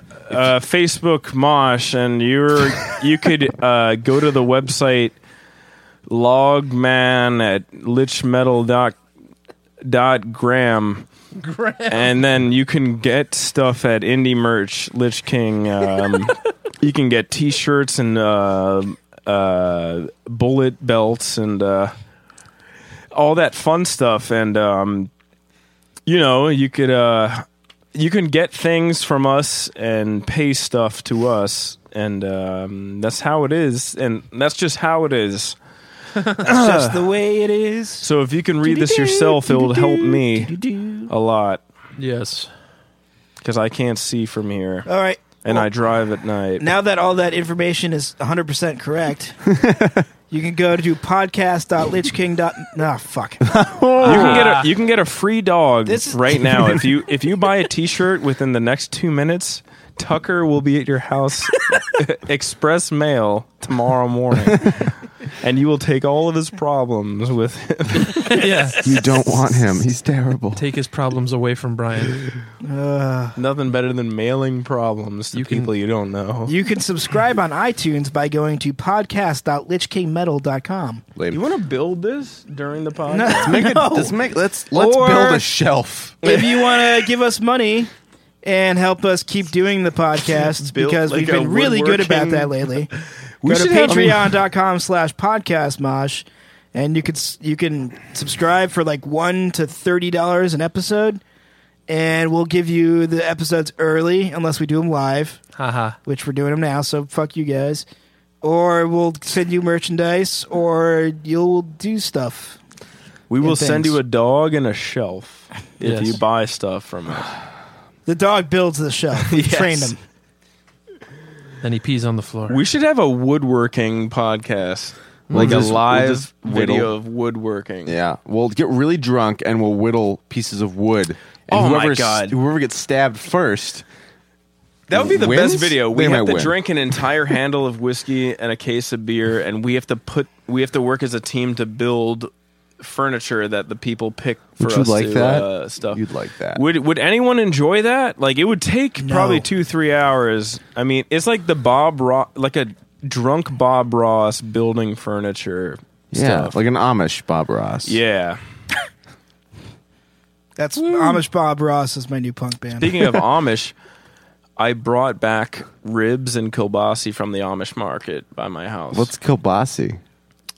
[SPEAKER 2] Facebook Mosh, and you're you could uh, go to the website logman at lichmetal dot dot gram, and then you can get stuff at indie merch Lich King. Um, you can get T-shirts and uh, uh, bullet belts and uh, all that fun stuff, and um, you know you could. Uh, you can get things from us and pay stuff to us and um, that's how it is and that's just how it is
[SPEAKER 4] just the way it is.
[SPEAKER 2] so if you can read this yourself it will help me a lot
[SPEAKER 1] Yes.
[SPEAKER 2] because i can't see from here
[SPEAKER 4] All right.
[SPEAKER 2] and
[SPEAKER 4] well,
[SPEAKER 2] i drive at night
[SPEAKER 4] now that all that information is 100 percent correct, you can go to podcast.lichking. Nah, fuck.
[SPEAKER 2] you can get a you can get a free dog
[SPEAKER 4] This is-
[SPEAKER 2] right now if you if you buy a t-shirt within the next two minutes tucker will be at your house express mail tomorrow morning and you will take all of his problems with him
[SPEAKER 1] yeah.
[SPEAKER 3] You don't want him. He's terrible.
[SPEAKER 1] Take his problems away from Brian.
[SPEAKER 2] Nothing better than mailing problems to
[SPEAKER 1] You can-
[SPEAKER 2] people you don't know.
[SPEAKER 4] You can subscribe on iTunes by going to podcast.lichkingmetal.com.
[SPEAKER 3] Lame.
[SPEAKER 2] want to build this during the podcast?
[SPEAKER 4] No, no.
[SPEAKER 3] let's make let's let's
[SPEAKER 4] Or-
[SPEAKER 3] build a shelf.
[SPEAKER 4] if you want to give us money and help us keep doing the podcast
[SPEAKER 2] Built
[SPEAKER 4] because
[SPEAKER 2] like
[SPEAKER 4] we've
[SPEAKER 2] a
[SPEAKER 4] been really good about
[SPEAKER 2] woodworking-
[SPEAKER 4] that lately go to
[SPEAKER 2] should have- um,
[SPEAKER 4] patreon.com slash podcast mosh and you can s- you can subscribe for like one to thirty dollars an episode and we'll give you the episodes early unless we do them live
[SPEAKER 1] Haha.
[SPEAKER 4] which we're doing them now so fuck you guys or we'll send you merchandise, or you'll do stuff.
[SPEAKER 2] We will send
[SPEAKER 4] things.
[SPEAKER 2] you a dog and a shelf if
[SPEAKER 1] Yes.
[SPEAKER 2] you buy stuff from us.
[SPEAKER 4] The dog builds the shelf. We
[SPEAKER 2] Yes.
[SPEAKER 4] trained him.
[SPEAKER 1] Then he pees on the floor.
[SPEAKER 2] We should have a woodworking podcast, like
[SPEAKER 3] just-
[SPEAKER 2] a
[SPEAKER 3] we'll
[SPEAKER 2] live
[SPEAKER 3] just whittle.
[SPEAKER 2] video of woodworking.
[SPEAKER 3] Yeah, we'll get really drunk and we'll whittle pieces of wood. And
[SPEAKER 2] Oh my
[SPEAKER 3] whoever's-
[SPEAKER 2] God.
[SPEAKER 3] Whoever gets stabbed first,
[SPEAKER 2] That would be the
[SPEAKER 3] Wins?
[SPEAKER 2] best video. We
[SPEAKER 3] They
[SPEAKER 2] have
[SPEAKER 3] might
[SPEAKER 2] to
[SPEAKER 3] win.
[SPEAKER 2] drink an entire handle of whiskey and a case of beer, and we have to put we have to work as a team to build furniture that the people pick for
[SPEAKER 3] Would you
[SPEAKER 2] us
[SPEAKER 3] like
[SPEAKER 2] to
[SPEAKER 3] that?
[SPEAKER 2] Uh, stuff.
[SPEAKER 3] You'd like that.
[SPEAKER 2] Would Would anyone enjoy that? Like it would take probably two three hours. I mean, it's like the Bob Ross, like a drunk Bob Ross building furniture
[SPEAKER 3] yeah,
[SPEAKER 2] stuff.
[SPEAKER 3] like an Amish Bob Ross.
[SPEAKER 2] yeah.
[SPEAKER 4] That's Amish Bob Ross is my new punk band.
[SPEAKER 2] Speaking of Amish, I brought back ribs and kielbasi from the Amish market by my house.
[SPEAKER 3] What's kielbasi?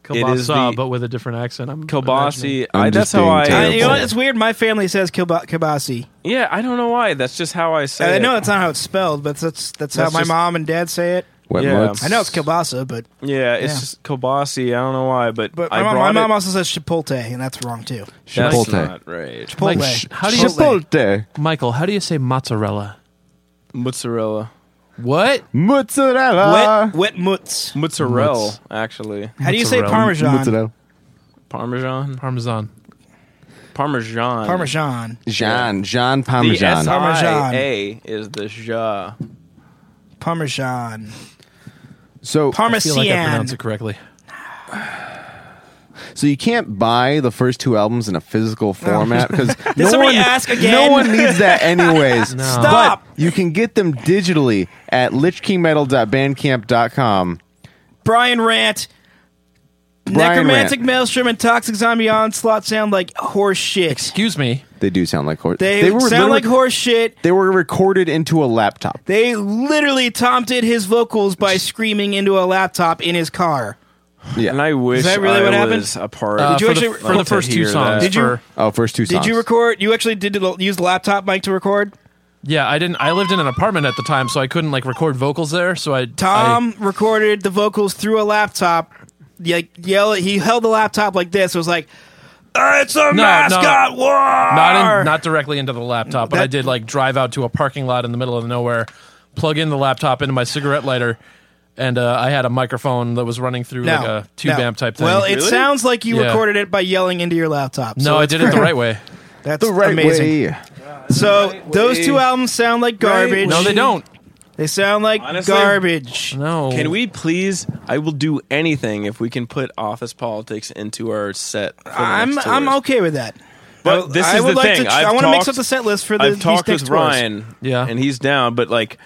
[SPEAKER 1] Kielbasa,
[SPEAKER 2] is the-
[SPEAKER 1] but with a different accent. I'm imagining.
[SPEAKER 2] kielbasi.
[SPEAKER 3] I'm
[SPEAKER 2] I, that's
[SPEAKER 3] just
[SPEAKER 2] how
[SPEAKER 3] being
[SPEAKER 2] I.
[SPEAKER 4] I, Uh, you know
[SPEAKER 3] terrible.
[SPEAKER 4] what? It's weird. My family says kielba- kielbasi.
[SPEAKER 2] yeah, I don't know why. That's just how I say.
[SPEAKER 4] I
[SPEAKER 2] it.
[SPEAKER 4] know that's not how it's spelled, but that's that's, how
[SPEAKER 2] That's
[SPEAKER 4] my
[SPEAKER 2] just-
[SPEAKER 4] mom and dad say it.
[SPEAKER 3] Wet
[SPEAKER 2] Yeah.
[SPEAKER 3] mutts?
[SPEAKER 4] I know it's kielbasa, but
[SPEAKER 2] Yeah, it's
[SPEAKER 4] Yeah.
[SPEAKER 2] just kielbasi. I don't know why, but,
[SPEAKER 4] but
[SPEAKER 2] I
[SPEAKER 4] my, mom, my
[SPEAKER 2] brought
[SPEAKER 4] mom
[SPEAKER 2] it.
[SPEAKER 4] also says chipotle, and that's wrong too.
[SPEAKER 2] That's
[SPEAKER 3] Chipotle.
[SPEAKER 2] not right.
[SPEAKER 4] Chipotle.
[SPEAKER 1] Like, sh- how do you-
[SPEAKER 4] Chipotle.
[SPEAKER 3] Chipotle.
[SPEAKER 1] Michael, how do you say mozzarella?
[SPEAKER 2] Mozzarella.
[SPEAKER 1] What?
[SPEAKER 3] Mozzarella.
[SPEAKER 4] Wet wet mutz.
[SPEAKER 2] Mozzarella, actually.
[SPEAKER 4] How do you say
[SPEAKER 1] Mozzarella.
[SPEAKER 4] parmesan?
[SPEAKER 3] Mozzarella.
[SPEAKER 2] Parmesan.
[SPEAKER 1] Parmesan.
[SPEAKER 2] Parmesan.
[SPEAKER 4] Parmesan.
[SPEAKER 3] Jean. Jean
[SPEAKER 2] The
[SPEAKER 3] Parmesan.
[SPEAKER 2] S-I-A is the ja.
[SPEAKER 4] Parmesan.
[SPEAKER 3] so,
[SPEAKER 1] I feel like I
[SPEAKER 4] Parmesan.
[SPEAKER 1] pronounced it correctly.
[SPEAKER 3] so you can't buy the first two albums in a physical format because no
[SPEAKER 4] somebody
[SPEAKER 3] one,
[SPEAKER 4] ask again?
[SPEAKER 3] No one needs that anyways.
[SPEAKER 4] Stop.
[SPEAKER 3] But you can get them digitally at lichkingmetal.bandcamp.com.
[SPEAKER 4] Brian Rant.
[SPEAKER 3] Brian
[SPEAKER 4] Necromantic
[SPEAKER 3] Rant.
[SPEAKER 4] Maelstrom and Toxic Zombie Onslaught sound like horse shit.
[SPEAKER 1] Excuse me. Uh,
[SPEAKER 3] They do sound like horse.
[SPEAKER 4] They, sound like
[SPEAKER 3] literally-
[SPEAKER 4] horse shit.
[SPEAKER 3] They were recorded into a laptop.
[SPEAKER 4] They literally Tom did his vocals by screaming into a laptop in his car.
[SPEAKER 2] And I wish
[SPEAKER 4] that really
[SPEAKER 2] I
[SPEAKER 4] what happened?
[SPEAKER 2] was a part.
[SPEAKER 1] Uh,
[SPEAKER 4] Did you
[SPEAKER 1] for
[SPEAKER 4] actually-
[SPEAKER 1] the, for
[SPEAKER 4] Love
[SPEAKER 1] the
[SPEAKER 4] to
[SPEAKER 1] first two
[SPEAKER 2] hear
[SPEAKER 1] songs?
[SPEAKER 2] that.
[SPEAKER 4] Did you-
[SPEAKER 1] for-
[SPEAKER 3] Oh, first two
[SPEAKER 4] Did
[SPEAKER 3] songs.
[SPEAKER 4] you record? You actually did l- use laptop mic to record?
[SPEAKER 1] Yeah, I didn't. I lived in an apartment at the time, so I couldn't like record vocals there. So I
[SPEAKER 4] Tom recorded the vocals through a laptop. Like yell, he held the laptop like this. It was like, "Ah, "It's a
[SPEAKER 1] no.
[SPEAKER 4] mascot war."
[SPEAKER 1] I, not in, not directly into the laptop, but I
[SPEAKER 4] That-
[SPEAKER 1] did like drive out to a parking lot in the middle of nowhere, plug in the laptop into my cigarette lighter, and uh, I had a microphone that was running through like a tube
[SPEAKER 4] no.
[SPEAKER 1] amp type thing.
[SPEAKER 4] Well, it sounds like you
[SPEAKER 1] Yeah.
[SPEAKER 4] recorded it by yelling into your laptop.
[SPEAKER 1] no,
[SPEAKER 4] so
[SPEAKER 1] I
[SPEAKER 4] it's
[SPEAKER 1] did it the
[SPEAKER 4] great.
[SPEAKER 1] right way.
[SPEAKER 4] That's
[SPEAKER 3] the right
[SPEAKER 4] amazing.
[SPEAKER 3] way?
[SPEAKER 4] So those two albums sound like garbage.
[SPEAKER 1] No, they don't.
[SPEAKER 4] They sound like
[SPEAKER 2] Honestly,
[SPEAKER 4] garbage.
[SPEAKER 1] No.
[SPEAKER 2] Can we please? I will do anything if we can put office politics into our set. For the
[SPEAKER 4] I'm
[SPEAKER 2] next
[SPEAKER 4] I'm
[SPEAKER 2] tours.
[SPEAKER 4] okay with that.
[SPEAKER 2] But
[SPEAKER 4] I-
[SPEAKER 2] this
[SPEAKER 4] I
[SPEAKER 2] is
[SPEAKER 4] would
[SPEAKER 2] the
[SPEAKER 4] like
[SPEAKER 2] thing.
[SPEAKER 4] To,
[SPEAKER 2] I've
[SPEAKER 4] I want to mix
[SPEAKER 2] talked-
[SPEAKER 4] up the set list for the
[SPEAKER 2] I've
[SPEAKER 4] these
[SPEAKER 2] talked
[SPEAKER 4] next
[SPEAKER 2] with
[SPEAKER 4] tours.
[SPEAKER 2] Ryan,
[SPEAKER 1] Yeah.
[SPEAKER 2] and he's down. But like,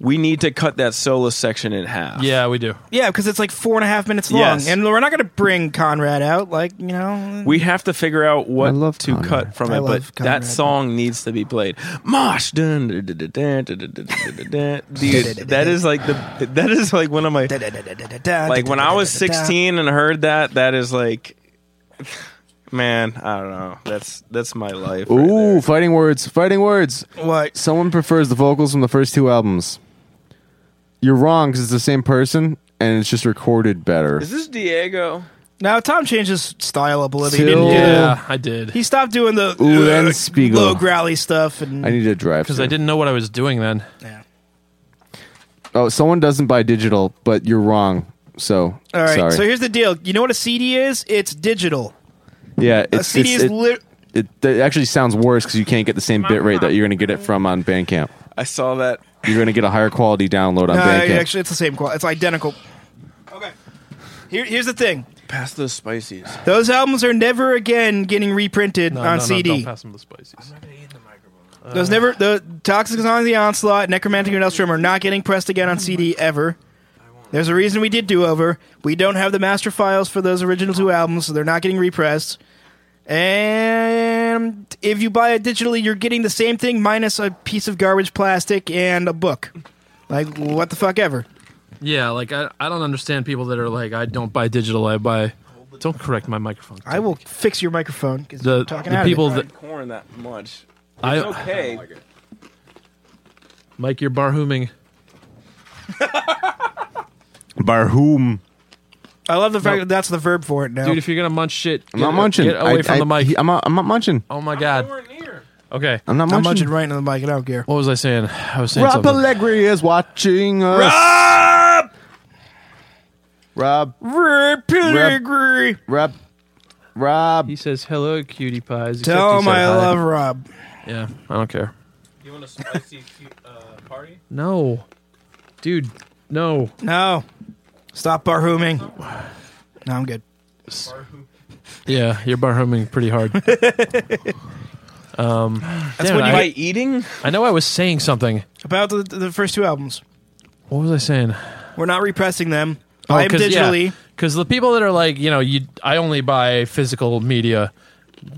[SPEAKER 2] we need to cut that solo section in half.
[SPEAKER 1] Yeah, we do.
[SPEAKER 4] Yeah, because it's like four and a half minutes long,
[SPEAKER 2] Yes.
[SPEAKER 4] and we're not going to bring Conrad out. Like you know,
[SPEAKER 2] we have to figure out what
[SPEAKER 3] I love
[SPEAKER 2] to
[SPEAKER 3] Conrad.
[SPEAKER 2] cut from
[SPEAKER 4] I
[SPEAKER 2] it.
[SPEAKER 4] love
[SPEAKER 2] But that
[SPEAKER 4] Conrad.
[SPEAKER 2] song needs to be played. Mosh, dun, dun, dun, dun, dun, dun, dun, dun, dun, dun. dude. That is like the that is like one of my like when I was 16 and heard that. That is like, man, I don't know. That's that's my life. right
[SPEAKER 3] Ooh,
[SPEAKER 2] there.
[SPEAKER 3] fighting words, fighting words.
[SPEAKER 4] What?
[SPEAKER 3] Someone prefers the vocals from the first two albums. You're wrong because it's the same person and it's just recorded better.
[SPEAKER 2] Is this Diego?
[SPEAKER 4] Now Tom changed his style up a little. bit. He
[SPEAKER 3] Still-
[SPEAKER 4] didn't do that.
[SPEAKER 1] Yeah, I did
[SPEAKER 4] He stopped doing the
[SPEAKER 3] Ooh, then
[SPEAKER 4] uh,
[SPEAKER 3] Spiegel.
[SPEAKER 4] low growly stuff, and
[SPEAKER 3] I need to drive
[SPEAKER 1] because I didn't know what I was doing then.
[SPEAKER 4] yeah.
[SPEAKER 3] Oh, someone doesn't buy digital, but you're wrong. So
[SPEAKER 4] all right.
[SPEAKER 3] sorry.
[SPEAKER 4] So here's the deal. You know what a CD is? It's digital.
[SPEAKER 3] yeah,
[SPEAKER 4] A
[SPEAKER 3] it's,
[SPEAKER 4] CD
[SPEAKER 3] it's-
[SPEAKER 4] is
[SPEAKER 3] it,
[SPEAKER 4] lit.
[SPEAKER 3] it, it actually sounds worse because you can't get the same bit rate that you're going to get it from on Bandcamp.
[SPEAKER 2] I saw that.
[SPEAKER 3] You're going to get a higher quality download on
[SPEAKER 4] No,
[SPEAKER 3] Bandcamp.
[SPEAKER 4] Uh, actually, it's the same quality. It's identical. Okay. Here, here's the thing.
[SPEAKER 2] Pass those spices.
[SPEAKER 4] Those albums are never again getting reprinted
[SPEAKER 1] No,
[SPEAKER 4] on
[SPEAKER 1] no, no,
[SPEAKER 4] CD.
[SPEAKER 1] don't pass them the spices.
[SPEAKER 4] Those never the Toxic on the Onslaught, Necromantic and Maelstrom are not getting pressed again on CD ever. There's a reason we did do over. We don't have the master files for those original two albums, so they're not getting repressed. And if you buy it digitally, you're getting the same thing minus a piece of garbage plastic and a book. Like what the fuck ever.
[SPEAKER 1] Yeah, like I, I don't understand people that are like, I don't buy digital, I buy. Don't correct my microphone.
[SPEAKER 4] I will fix your microphone because
[SPEAKER 1] The,
[SPEAKER 4] you're talking
[SPEAKER 1] the
[SPEAKER 4] out
[SPEAKER 1] people
[SPEAKER 4] of it.
[SPEAKER 1] that
[SPEAKER 2] corn that much.
[SPEAKER 1] I
[SPEAKER 2] okay.
[SPEAKER 1] Mike, you're barhooming.
[SPEAKER 3] By whom?
[SPEAKER 4] I love the fact that that's the verb for it now.
[SPEAKER 1] Dude, if you're gonna munch shit,
[SPEAKER 3] I'm not munching.
[SPEAKER 1] Get away
[SPEAKER 3] I-
[SPEAKER 1] from
[SPEAKER 3] I-
[SPEAKER 1] the mic.
[SPEAKER 3] he- I'm not, I'm not munching.
[SPEAKER 1] oh my god. Okay.
[SPEAKER 3] I'm not
[SPEAKER 4] I'm
[SPEAKER 3] munching.
[SPEAKER 4] munching right into the mic. I don't care.
[SPEAKER 1] What was I saying? I was saying
[SPEAKER 3] Rob
[SPEAKER 1] something.
[SPEAKER 3] Pellegrini is watching us. Rob. Rob.
[SPEAKER 4] Pellegrini.
[SPEAKER 3] Rob. Rob.
[SPEAKER 1] He says hello, cutie pies. except
[SPEAKER 4] Tell
[SPEAKER 1] he
[SPEAKER 4] him
[SPEAKER 1] said
[SPEAKER 4] I
[SPEAKER 1] hi.
[SPEAKER 4] love Rob.
[SPEAKER 1] Yeah, I don't care.
[SPEAKER 5] You want a spicy uh, party?
[SPEAKER 1] No, dude, no.
[SPEAKER 4] No. Stop barhooming. No, I'm good.
[SPEAKER 1] Yeah, you're bar homing pretty hard. um, damn it,
[SPEAKER 2] By
[SPEAKER 1] I,
[SPEAKER 2] eating?
[SPEAKER 1] I know I was saying something.
[SPEAKER 4] About the, the first two albums.
[SPEAKER 1] What was I saying?
[SPEAKER 4] We're not repressing them.
[SPEAKER 1] Oh,
[SPEAKER 4] I am digitally.
[SPEAKER 1] Because the people that are like, you know, you, I only buy physical media.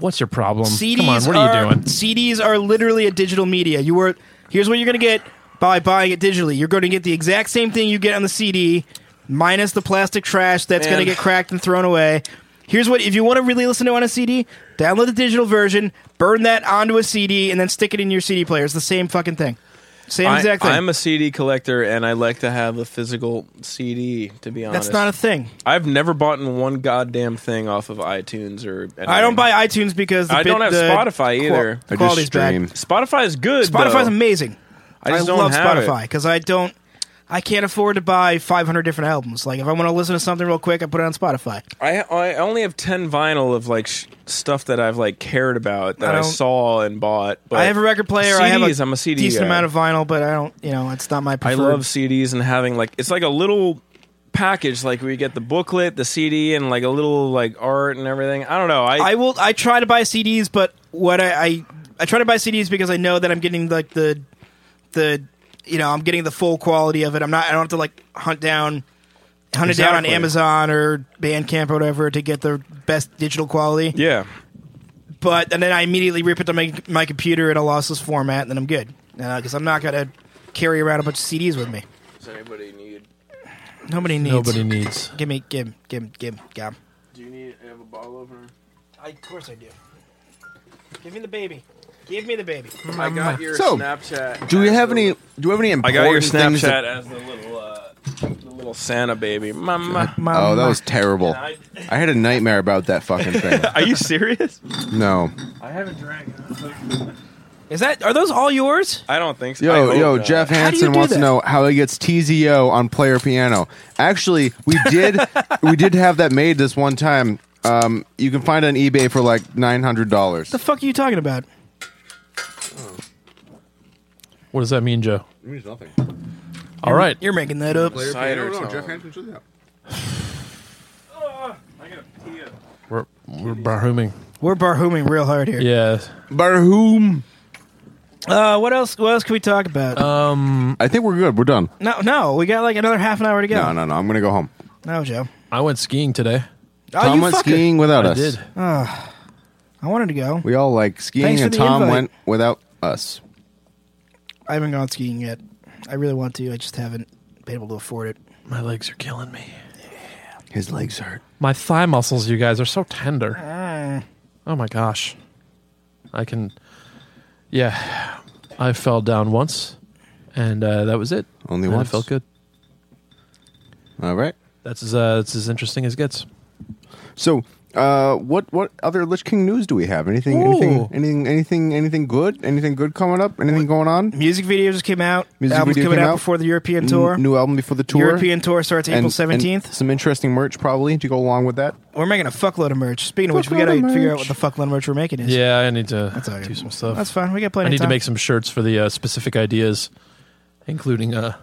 [SPEAKER 1] What's your problem?
[SPEAKER 4] CDs
[SPEAKER 1] Come on, what are, you doing?
[SPEAKER 4] CDs are literally a digital media. You were here's what you're gonna get by buying it digitally. You're gonna get the exact same thing you get on the CD, minus the plastic trash that's gonna get cracked and thrown away. Here's what if you want to really listen to it on a CD, download the digital version, burn that onto a CD, and then stick it in your CD player. It's the same fucking thing. Same exact thing.
[SPEAKER 2] I, am a CD collector, and I like to have a physical CD. To be honest,
[SPEAKER 4] that's not a thing.
[SPEAKER 2] I've never bought in one goddamn thing off of iTunes or. Anything.
[SPEAKER 4] I don't buy iTunes because the
[SPEAKER 2] I
[SPEAKER 4] bit-
[SPEAKER 2] don't have
[SPEAKER 4] the
[SPEAKER 2] Spotify
[SPEAKER 4] qua-
[SPEAKER 2] either.
[SPEAKER 3] I just
[SPEAKER 4] quality's bad.
[SPEAKER 3] stream.
[SPEAKER 2] Spotify is good.
[SPEAKER 4] Spotify's
[SPEAKER 2] though.
[SPEAKER 4] amazing. I,
[SPEAKER 2] just don't
[SPEAKER 4] love
[SPEAKER 2] have it.
[SPEAKER 4] Spotify because I don't. I can't afford to buy 500 different albums. Like if I want to listen to something real quick, I put it on Spotify.
[SPEAKER 2] I I only have ten vinyl of like sh- stuff that I've like cared about that
[SPEAKER 4] I
[SPEAKER 2] I,
[SPEAKER 4] don't-
[SPEAKER 2] saw and bought. But
[SPEAKER 4] I have a record player.
[SPEAKER 2] CDs,
[SPEAKER 4] I have a,
[SPEAKER 2] am a CD
[SPEAKER 4] decent
[SPEAKER 2] guy.
[SPEAKER 4] amount of vinyl, but I don't. You know, it's not my
[SPEAKER 2] I
[SPEAKER 4] preferred.
[SPEAKER 2] love CDs and having like it's like a little package like we get the booklet, the CD, and like a little like art and everything. I don't know. I,
[SPEAKER 4] I will. I try to buy CDs, but what I, I I try to buy CDs because I know that I'm getting like the the you know I'm getting the full quality of it. I'm not. I don't have to like hunt down hunt it down on
[SPEAKER 2] Exactly.
[SPEAKER 4] Amazon or Bandcamp or whatever to get the best digital quality.
[SPEAKER 2] yeah.
[SPEAKER 4] but and then I immediately rip it to my, my computer in a lossless format, and then I'm good because I'm not gonna carry around a bunch of CDs with me.
[SPEAKER 2] Does anybody need?
[SPEAKER 4] Nobody needs.
[SPEAKER 1] Nobody needs.
[SPEAKER 4] Give me, give, give, give, give.
[SPEAKER 2] Do you need have a bottle opener?
[SPEAKER 4] I, of course I do. Give me the baby. Give me the baby.
[SPEAKER 2] I got your
[SPEAKER 3] Um, So,
[SPEAKER 2] Snapchat.
[SPEAKER 3] Do we have any? Do we have any
[SPEAKER 2] I
[SPEAKER 3] important
[SPEAKER 2] got your
[SPEAKER 3] things?
[SPEAKER 2] Snapchat
[SPEAKER 3] That,
[SPEAKER 2] as the little uh, the little Santa baby. Mama.
[SPEAKER 3] oh, that was terrible. I had a nightmare about that fucking thing.
[SPEAKER 2] Are you serious?
[SPEAKER 3] No,
[SPEAKER 2] I haven't drank.
[SPEAKER 4] Is that are those all yours?
[SPEAKER 2] I don't think so. I
[SPEAKER 3] yo,
[SPEAKER 2] hope
[SPEAKER 3] yo,
[SPEAKER 2] not.
[SPEAKER 3] Jeff
[SPEAKER 4] How do you
[SPEAKER 3] Hansen
[SPEAKER 4] do
[SPEAKER 3] wants
[SPEAKER 4] that?
[SPEAKER 3] to know how he gets TZO on player piano. Actually, we did, we did have that made this one time. Um, you can find it on eBay for like nine hundred dollars.
[SPEAKER 4] The fuck are you talking about?
[SPEAKER 1] What does that mean, Joe? All right.
[SPEAKER 4] You're making that up.
[SPEAKER 2] Cider tone.
[SPEAKER 1] We're, we're bar homing.
[SPEAKER 4] We're barhooming real hard here.
[SPEAKER 1] Yeah.
[SPEAKER 3] Barhoom.
[SPEAKER 4] Uh, what else? What else can we talk about?
[SPEAKER 3] Uh, I think we're good. We're done.
[SPEAKER 4] no, no, we got like another half an hour to go.
[SPEAKER 3] No, no, no. I'm gonna go home.
[SPEAKER 4] No, Joe.
[SPEAKER 1] I went skiing today.
[SPEAKER 4] Oh,
[SPEAKER 3] Tom
[SPEAKER 4] you
[SPEAKER 3] went
[SPEAKER 4] fucker.
[SPEAKER 3] skiing without
[SPEAKER 1] I
[SPEAKER 3] us.
[SPEAKER 1] did.
[SPEAKER 4] I wanted to go.
[SPEAKER 3] We all like skiing,
[SPEAKER 4] Thanks for
[SPEAKER 3] and
[SPEAKER 4] the
[SPEAKER 3] Tom
[SPEAKER 4] invite.
[SPEAKER 3] went without us.
[SPEAKER 4] I haven't gone skiing yet. I really want to. I just haven't been able to afford it.
[SPEAKER 1] My legs are killing me.
[SPEAKER 3] His legs hurt.
[SPEAKER 1] My thigh muscles, you guys, are so tender.
[SPEAKER 4] Mm.
[SPEAKER 1] Oh my gosh. I can. Yeah. I fell down once, and uh, that was it.
[SPEAKER 3] Only
[SPEAKER 1] and
[SPEAKER 3] once?
[SPEAKER 1] It felt good.
[SPEAKER 3] All right.
[SPEAKER 1] That's as, uh, that's as interesting as it gets.
[SPEAKER 3] So, uh, what what other Lich King news do we have? Anything anything
[SPEAKER 1] Ooh.
[SPEAKER 3] anything anything anything good? Anything good coming up? Anything going on?
[SPEAKER 4] Music video just came out.
[SPEAKER 3] Music
[SPEAKER 4] Album's
[SPEAKER 3] video
[SPEAKER 4] coming
[SPEAKER 3] came
[SPEAKER 4] out
[SPEAKER 3] out.
[SPEAKER 4] before the European tour.
[SPEAKER 3] N- new album before the tour.
[SPEAKER 4] European tour starts
[SPEAKER 3] And-
[SPEAKER 4] April
[SPEAKER 3] and
[SPEAKER 4] seventeenth.
[SPEAKER 3] Some interesting merch probably to go along with that.
[SPEAKER 4] We're making a fuckload of merch. Speaking of which, we
[SPEAKER 3] Fuckload
[SPEAKER 4] gotta
[SPEAKER 3] of
[SPEAKER 4] figure out
[SPEAKER 3] merch.
[SPEAKER 4] what the fuckload of merch we're making is.
[SPEAKER 1] Yeah, I need to
[SPEAKER 4] all right.
[SPEAKER 1] do some stuff.
[SPEAKER 4] that's fine. We got plenty.
[SPEAKER 1] I
[SPEAKER 4] of
[SPEAKER 1] need to
[SPEAKER 4] time.
[SPEAKER 1] make some shirts for the uh, specific ideas, including. Uh,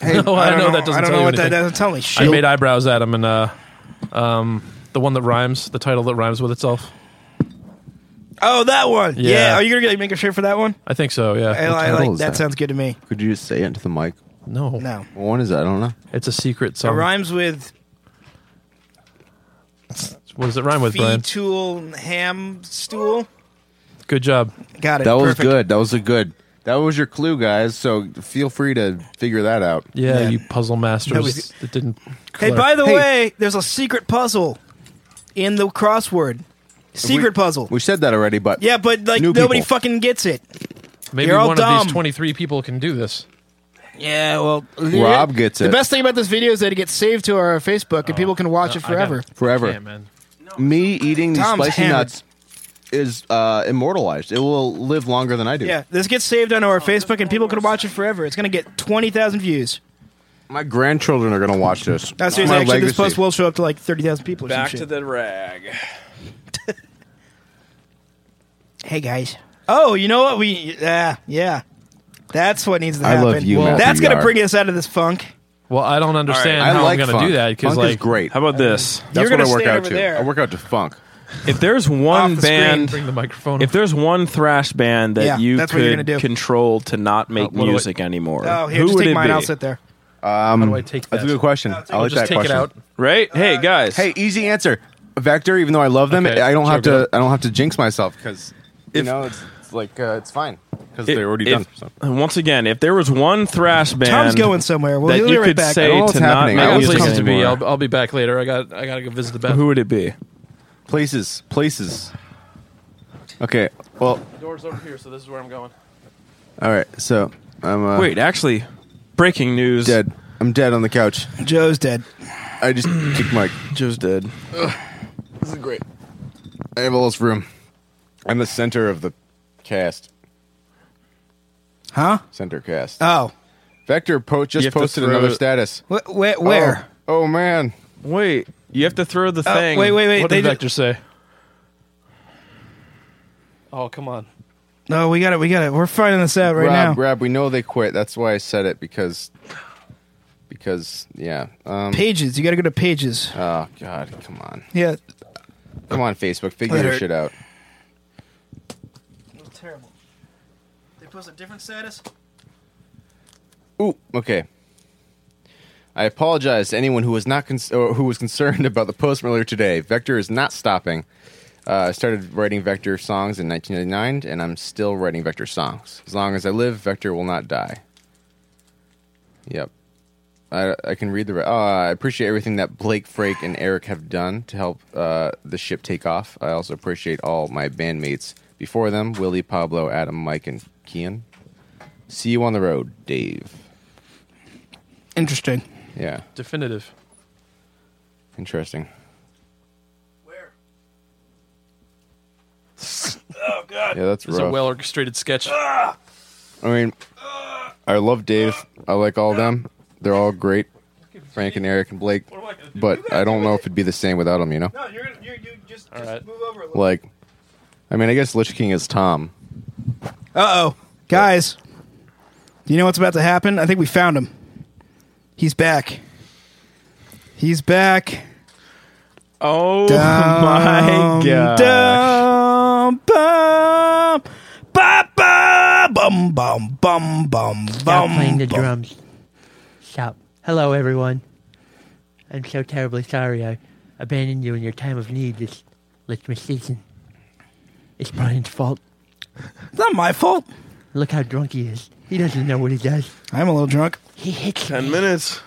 [SPEAKER 3] Hey,
[SPEAKER 1] no, I, know, that doesn't
[SPEAKER 4] I don't
[SPEAKER 1] tell
[SPEAKER 4] know
[SPEAKER 1] you
[SPEAKER 4] what that
[SPEAKER 1] anything.
[SPEAKER 4] doesn't tell me.
[SPEAKER 1] I
[SPEAKER 4] Shit.
[SPEAKER 1] made eyebrows at him, and uh, um, the one that rhymes, the title that rhymes with itself.
[SPEAKER 4] oh, that one. Yeah.
[SPEAKER 1] Yeah.
[SPEAKER 4] Are you gonna like, make a shirt for that one?
[SPEAKER 1] I think so. Yeah.
[SPEAKER 4] I, I
[SPEAKER 3] title
[SPEAKER 4] like
[SPEAKER 3] is
[SPEAKER 4] that,
[SPEAKER 3] that?
[SPEAKER 4] Sounds good to me.
[SPEAKER 3] Could you just say it into the mic?
[SPEAKER 1] no,
[SPEAKER 4] No,
[SPEAKER 3] What one is that? I don't know.
[SPEAKER 1] it's a secret
[SPEAKER 4] it
[SPEAKER 1] song.
[SPEAKER 4] rhymes with
[SPEAKER 1] What does it rhyme with,
[SPEAKER 4] fee
[SPEAKER 1] Brian?
[SPEAKER 4] tool ham stool.
[SPEAKER 1] Good job.
[SPEAKER 4] Got it.
[SPEAKER 3] That was
[SPEAKER 4] Perfect.
[SPEAKER 3] good. That was a good. That was your clue, guys. So feel free to figure that out.
[SPEAKER 1] Yeah,
[SPEAKER 4] Yeah.
[SPEAKER 1] you puzzle masters
[SPEAKER 4] That was-
[SPEAKER 1] that didn't.
[SPEAKER 4] Hey,
[SPEAKER 1] clerk.
[SPEAKER 4] by the
[SPEAKER 3] Hey.
[SPEAKER 4] way, there's a secret puzzle in the crossword. Secret puzzle.
[SPEAKER 3] We said that already, but
[SPEAKER 4] yeah, but like
[SPEAKER 3] New
[SPEAKER 4] nobody
[SPEAKER 3] people.
[SPEAKER 4] fucking gets it.
[SPEAKER 1] maybe
[SPEAKER 4] you're all
[SPEAKER 1] one of
[SPEAKER 4] dumb.
[SPEAKER 1] these twenty-three people can do this.
[SPEAKER 4] Yeah, well,
[SPEAKER 3] Rob gets
[SPEAKER 4] The
[SPEAKER 3] it.
[SPEAKER 4] best thing about this video is that it gets saved to our Facebook and people can
[SPEAKER 1] Oh,
[SPEAKER 4] watch it forever.
[SPEAKER 3] forever.
[SPEAKER 1] Yeah, man.
[SPEAKER 3] Me eating these
[SPEAKER 4] Tom's
[SPEAKER 3] spicy
[SPEAKER 4] hammered.
[SPEAKER 3] nuts is uh, immortalized. It will live longer than I do.
[SPEAKER 4] Yeah, this gets saved onto our Facebook and people can watch it forever. It's going to get 20,000 views.
[SPEAKER 3] My grandchildren are going to watch this.
[SPEAKER 4] No, seriously,
[SPEAKER 3] My
[SPEAKER 4] actually, this
[SPEAKER 3] legacy.
[SPEAKER 4] post will show up to like 30,000 people or
[SPEAKER 2] Back
[SPEAKER 4] some
[SPEAKER 2] to
[SPEAKER 4] shit.
[SPEAKER 2] the rag.
[SPEAKER 4] hey, guys. Oh, you know what? We, yeah, yeah. That's what needs to
[SPEAKER 3] I
[SPEAKER 4] happen.
[SPEAKER 3] love you, Matthew
[SPEAKER 4] That's going to
[SPEAKER 3] Yar.
[SPEAKER 4] bring us out of this funk.
[SPEAKER 1] Well, I don't understand
[SPEAKER 3] I
[SPEAKER 1] how
[SPEAKER 3] like
[SPEAKER 1] I'm going to
[SPEAKER 3] funk.
[SPEAKER 1] do that because
[SPEAKER 3] funk is
[SPEAKER 1] like
[SPEAKER 3] great.
[SPEAKER 2] How about this?
[SPEAKER 3] That's
[SPEAKER 4] You're
[SPEAKER 3] what
[SPEAKER 4] gonna
[SPEAKER 3] I work
[SPEAKER 4] stand
[SPEAKER 3] out
[SPEAKER 4] over
[SPEAKER 3] to.
[SPEAKER 4] there.
[SPEAKER 3] I work out to funk.
[SPEAKER 2] If there's
[SPEAKER 4] Off
[SPEAKER 2] one
[SPEAKER 4] the screen,
[SPEAKER 2] band,
[SPEAKER 1] bring the microphone.
[SPEAKER 2] if there's one thrash band that
[SPEAKER 4] Yeah,
[SPEAKER 2] you
[SPEAKER 4] that's what you're
[SPEAKER 2] could
[SPEAKER 4] gonna do.
[SPEAKER 2] control to not
[SPEAKER 1] what
[SPEAKER 2] make
[SPEAKER 1] do I-
[SPEAKER 2] music anymore,
[SPEAKER 4] Oh, here,
[SPEAKER 2] who
[SPEAKER 4] just
[SPEAKER 2] would
[SPEAKER 4] take
[SPEAKER 2] it
[SPEAKER 4] mine.
[SPEAKER 2] be?
[SPEAKER 4] I'll sit there.
[SPEAKER 1] how do I take that?
[SPEAKER 3] That's a good question. I
[SPEAKER 1] I'll
[SPEAKER 3] like
[SPEAKER 1] just
[SPEAKER 3] that
[SPEAKER 1] take
[SPEAKER 3] question.
[SPEAKER 1] it out.
[SPEAKER 2] Right? Uh, hey guys.
[SPEAKER 3] Hey, easy answer. Vector. Even though I love them,
[SPEAKER 1] Okay,
[SPEAKER 3] I don't have
[SPEAKER 1] sure,
[SPEAKER 3] to. I don't have to jinx myself because you
[SPEAKER 2] If-
[SPEAKER 3] know it's, it's like uh, it's fine because
[SPEAKER 2] If-
[SPEAKER 3] they're already
[SPEAKER 2] if-
[SPEAKER 3] done. So.
[SPEAKER 2] Once again, if there was one thrash band,
[SPEAKER 4] Tom's going somewhere. We'll
[SPEAKER 2] that
[SPEAKER 4] he'll be
[SPEAKER 2] you
[SPEAKER 4] right
[SPEAKER 2] could
[SPEAKER 4] back.
[SPEAKER 3] I
[SPEAKER 2] say
[SPEAKER 3] don't know what's
[SPEAKER 2] to not
[SPEAKER 3] happening.
[SPEAKER 2] make
[SPEAKER 3] I
[SPEAKER 1] I
[SPEAKER 3] got
[SPEAKER 1] got
[SPEAKER 2] music
[SPEAKER 1] places to be.
[SPEAKER 2] anymore,
[SPEAKER 1] I'll, I'll be back later. I got I got to go visit the band.
[SPEAKER 2] who would it be?
[SPEAKER 3] Places, places. Okay. Well,
[SPEAKER 1] Doors over here, so this is where I'm going.
[SPEAKER 3] all right. So I'm uh,
[SPEAKER 2] Wait, actually, breaking news.
[SPEAKER 3] dead. I'm dead on the couch.
[SPEAKER 4] Joe's dead.
[SPEAKER 3] I just kicked my.
[SPEAKER 2] Joe's dead.
[SPEAKER 3] This is great. I have all this room. I'm the center of the cast.
[SPEAKER 4] Huh?
[SPEAKER 3] Center cast.
[SPEAKER 4] Oh.
[SPEAKER 3] Vector po-
[SPEAKER 2] Uh, You
[SPEAKER 3] just
[SPEAKER 2] have to
[SPEAKER 3] posted
[SPEAKER 2] throw
[SPEAKER 3] another
[SPEAKER 2] it-
[SPEAKER 3] status.
[SPEAKER 4] Wh- wh- where?
[SPEAKER 3] Oh, oh, man.
[SPEAKER 2] Wait, you have to throw the Oh, thing.
[SPEAKER 4] wait, wait, wait.
[SPEAKER 1] What
[SPEAKER 4] they
[SPEAKER 1] did
[SPEAKER 4] ju-
[SPEAKER 1] Vector say? Oh come on!
[SPEAKER 4] No, oh, we got it. We got it. We're finding this out right now.
[SPEAKER 3] Rob, Rob, we know they quit. That's why I said it because, because yeah. Um,
[SPEAKER 4] Pages. You got to go to pages.
[SPEAKER 3] oh God, come on,
[SPEAKER 4] Yeah.
[SPEAKER 3] come on, Facebook, figure
[SPEAKER 4] Let
[SPEAKER 3] your
[SPEAKER 4] her-
[SPEAKER 3] shit out.
[SPEAKER 4] terrible. They post a different status.
[SPEAKER 3] Ooh, okay. I apologize to anyone who was not cons- or who was concerned about the post from earlier today. Vector is not stopping. Uh, I started writing Vector songs in 1999, and I'm still writing Vector songs. As long as I live, Vector will not die. Yep. I, I can read the. Re- oh, I appreciate everything that Blake, Frake, and Eric have done to help uh, the ship take off. I also appreciate all my bandmates before them Willie, Pablo, Adam, Mike, and Kian. See you on the road, Dave.
[SPEAKER 4] Interesting.
[SPEAKER 3] Yeah,
[SPEAKER 1] Definitive.
[SPEAKER 3] interesting. Where? oh God! Yeah, that's
[SPEAKER 1] This is
[SPEAKER 3] rough.
[SPEAKER 1] a well orchestrated sketch.
[SPEAKER 3] I mean, I love Dave. I like all them. They're all great. Frank and Eric and Blake. But I don't know if it'd be the same without them. You know,
[SPEAKER 4] No, you're gonna you're, you just,
[SPEAKER 1] All right.
[SPEAKER 4] move over a little.
[SPEAKER 3] like, I mean, I guess Lich King is Tom.
[SPEAKER 4] Uh oh, guys. Do you know what's about to happen? I think we found him. He's back. He's back.
[SPEAKER 2] Oh my god!
[SPEAKER 4] Dum, bum, ba, ba, bum, bum, bum, bum,
[SPEAKER 7] Stop
[SPEAKER 4] bum,
[SPEAKER 7] playing the
[SPEAKER 4] bum.
[SPEAKER 7] drums. Stop. Hello, everyone. I'm so terribly sorry I abandoned you in your time of need this Litmus season. It's Brian's fault.
[SPEAKER 4] It's not my fault.
[SPEAKER 7] Look how drunk he is. He doesn't know what he does.
[SPEAKER 4] I'm a little drunk.
[SPEAKER 7] He hits
[SPEAKER 2] Ten
[SPEAKER 7] me.
[SPEAKER 2] minutes.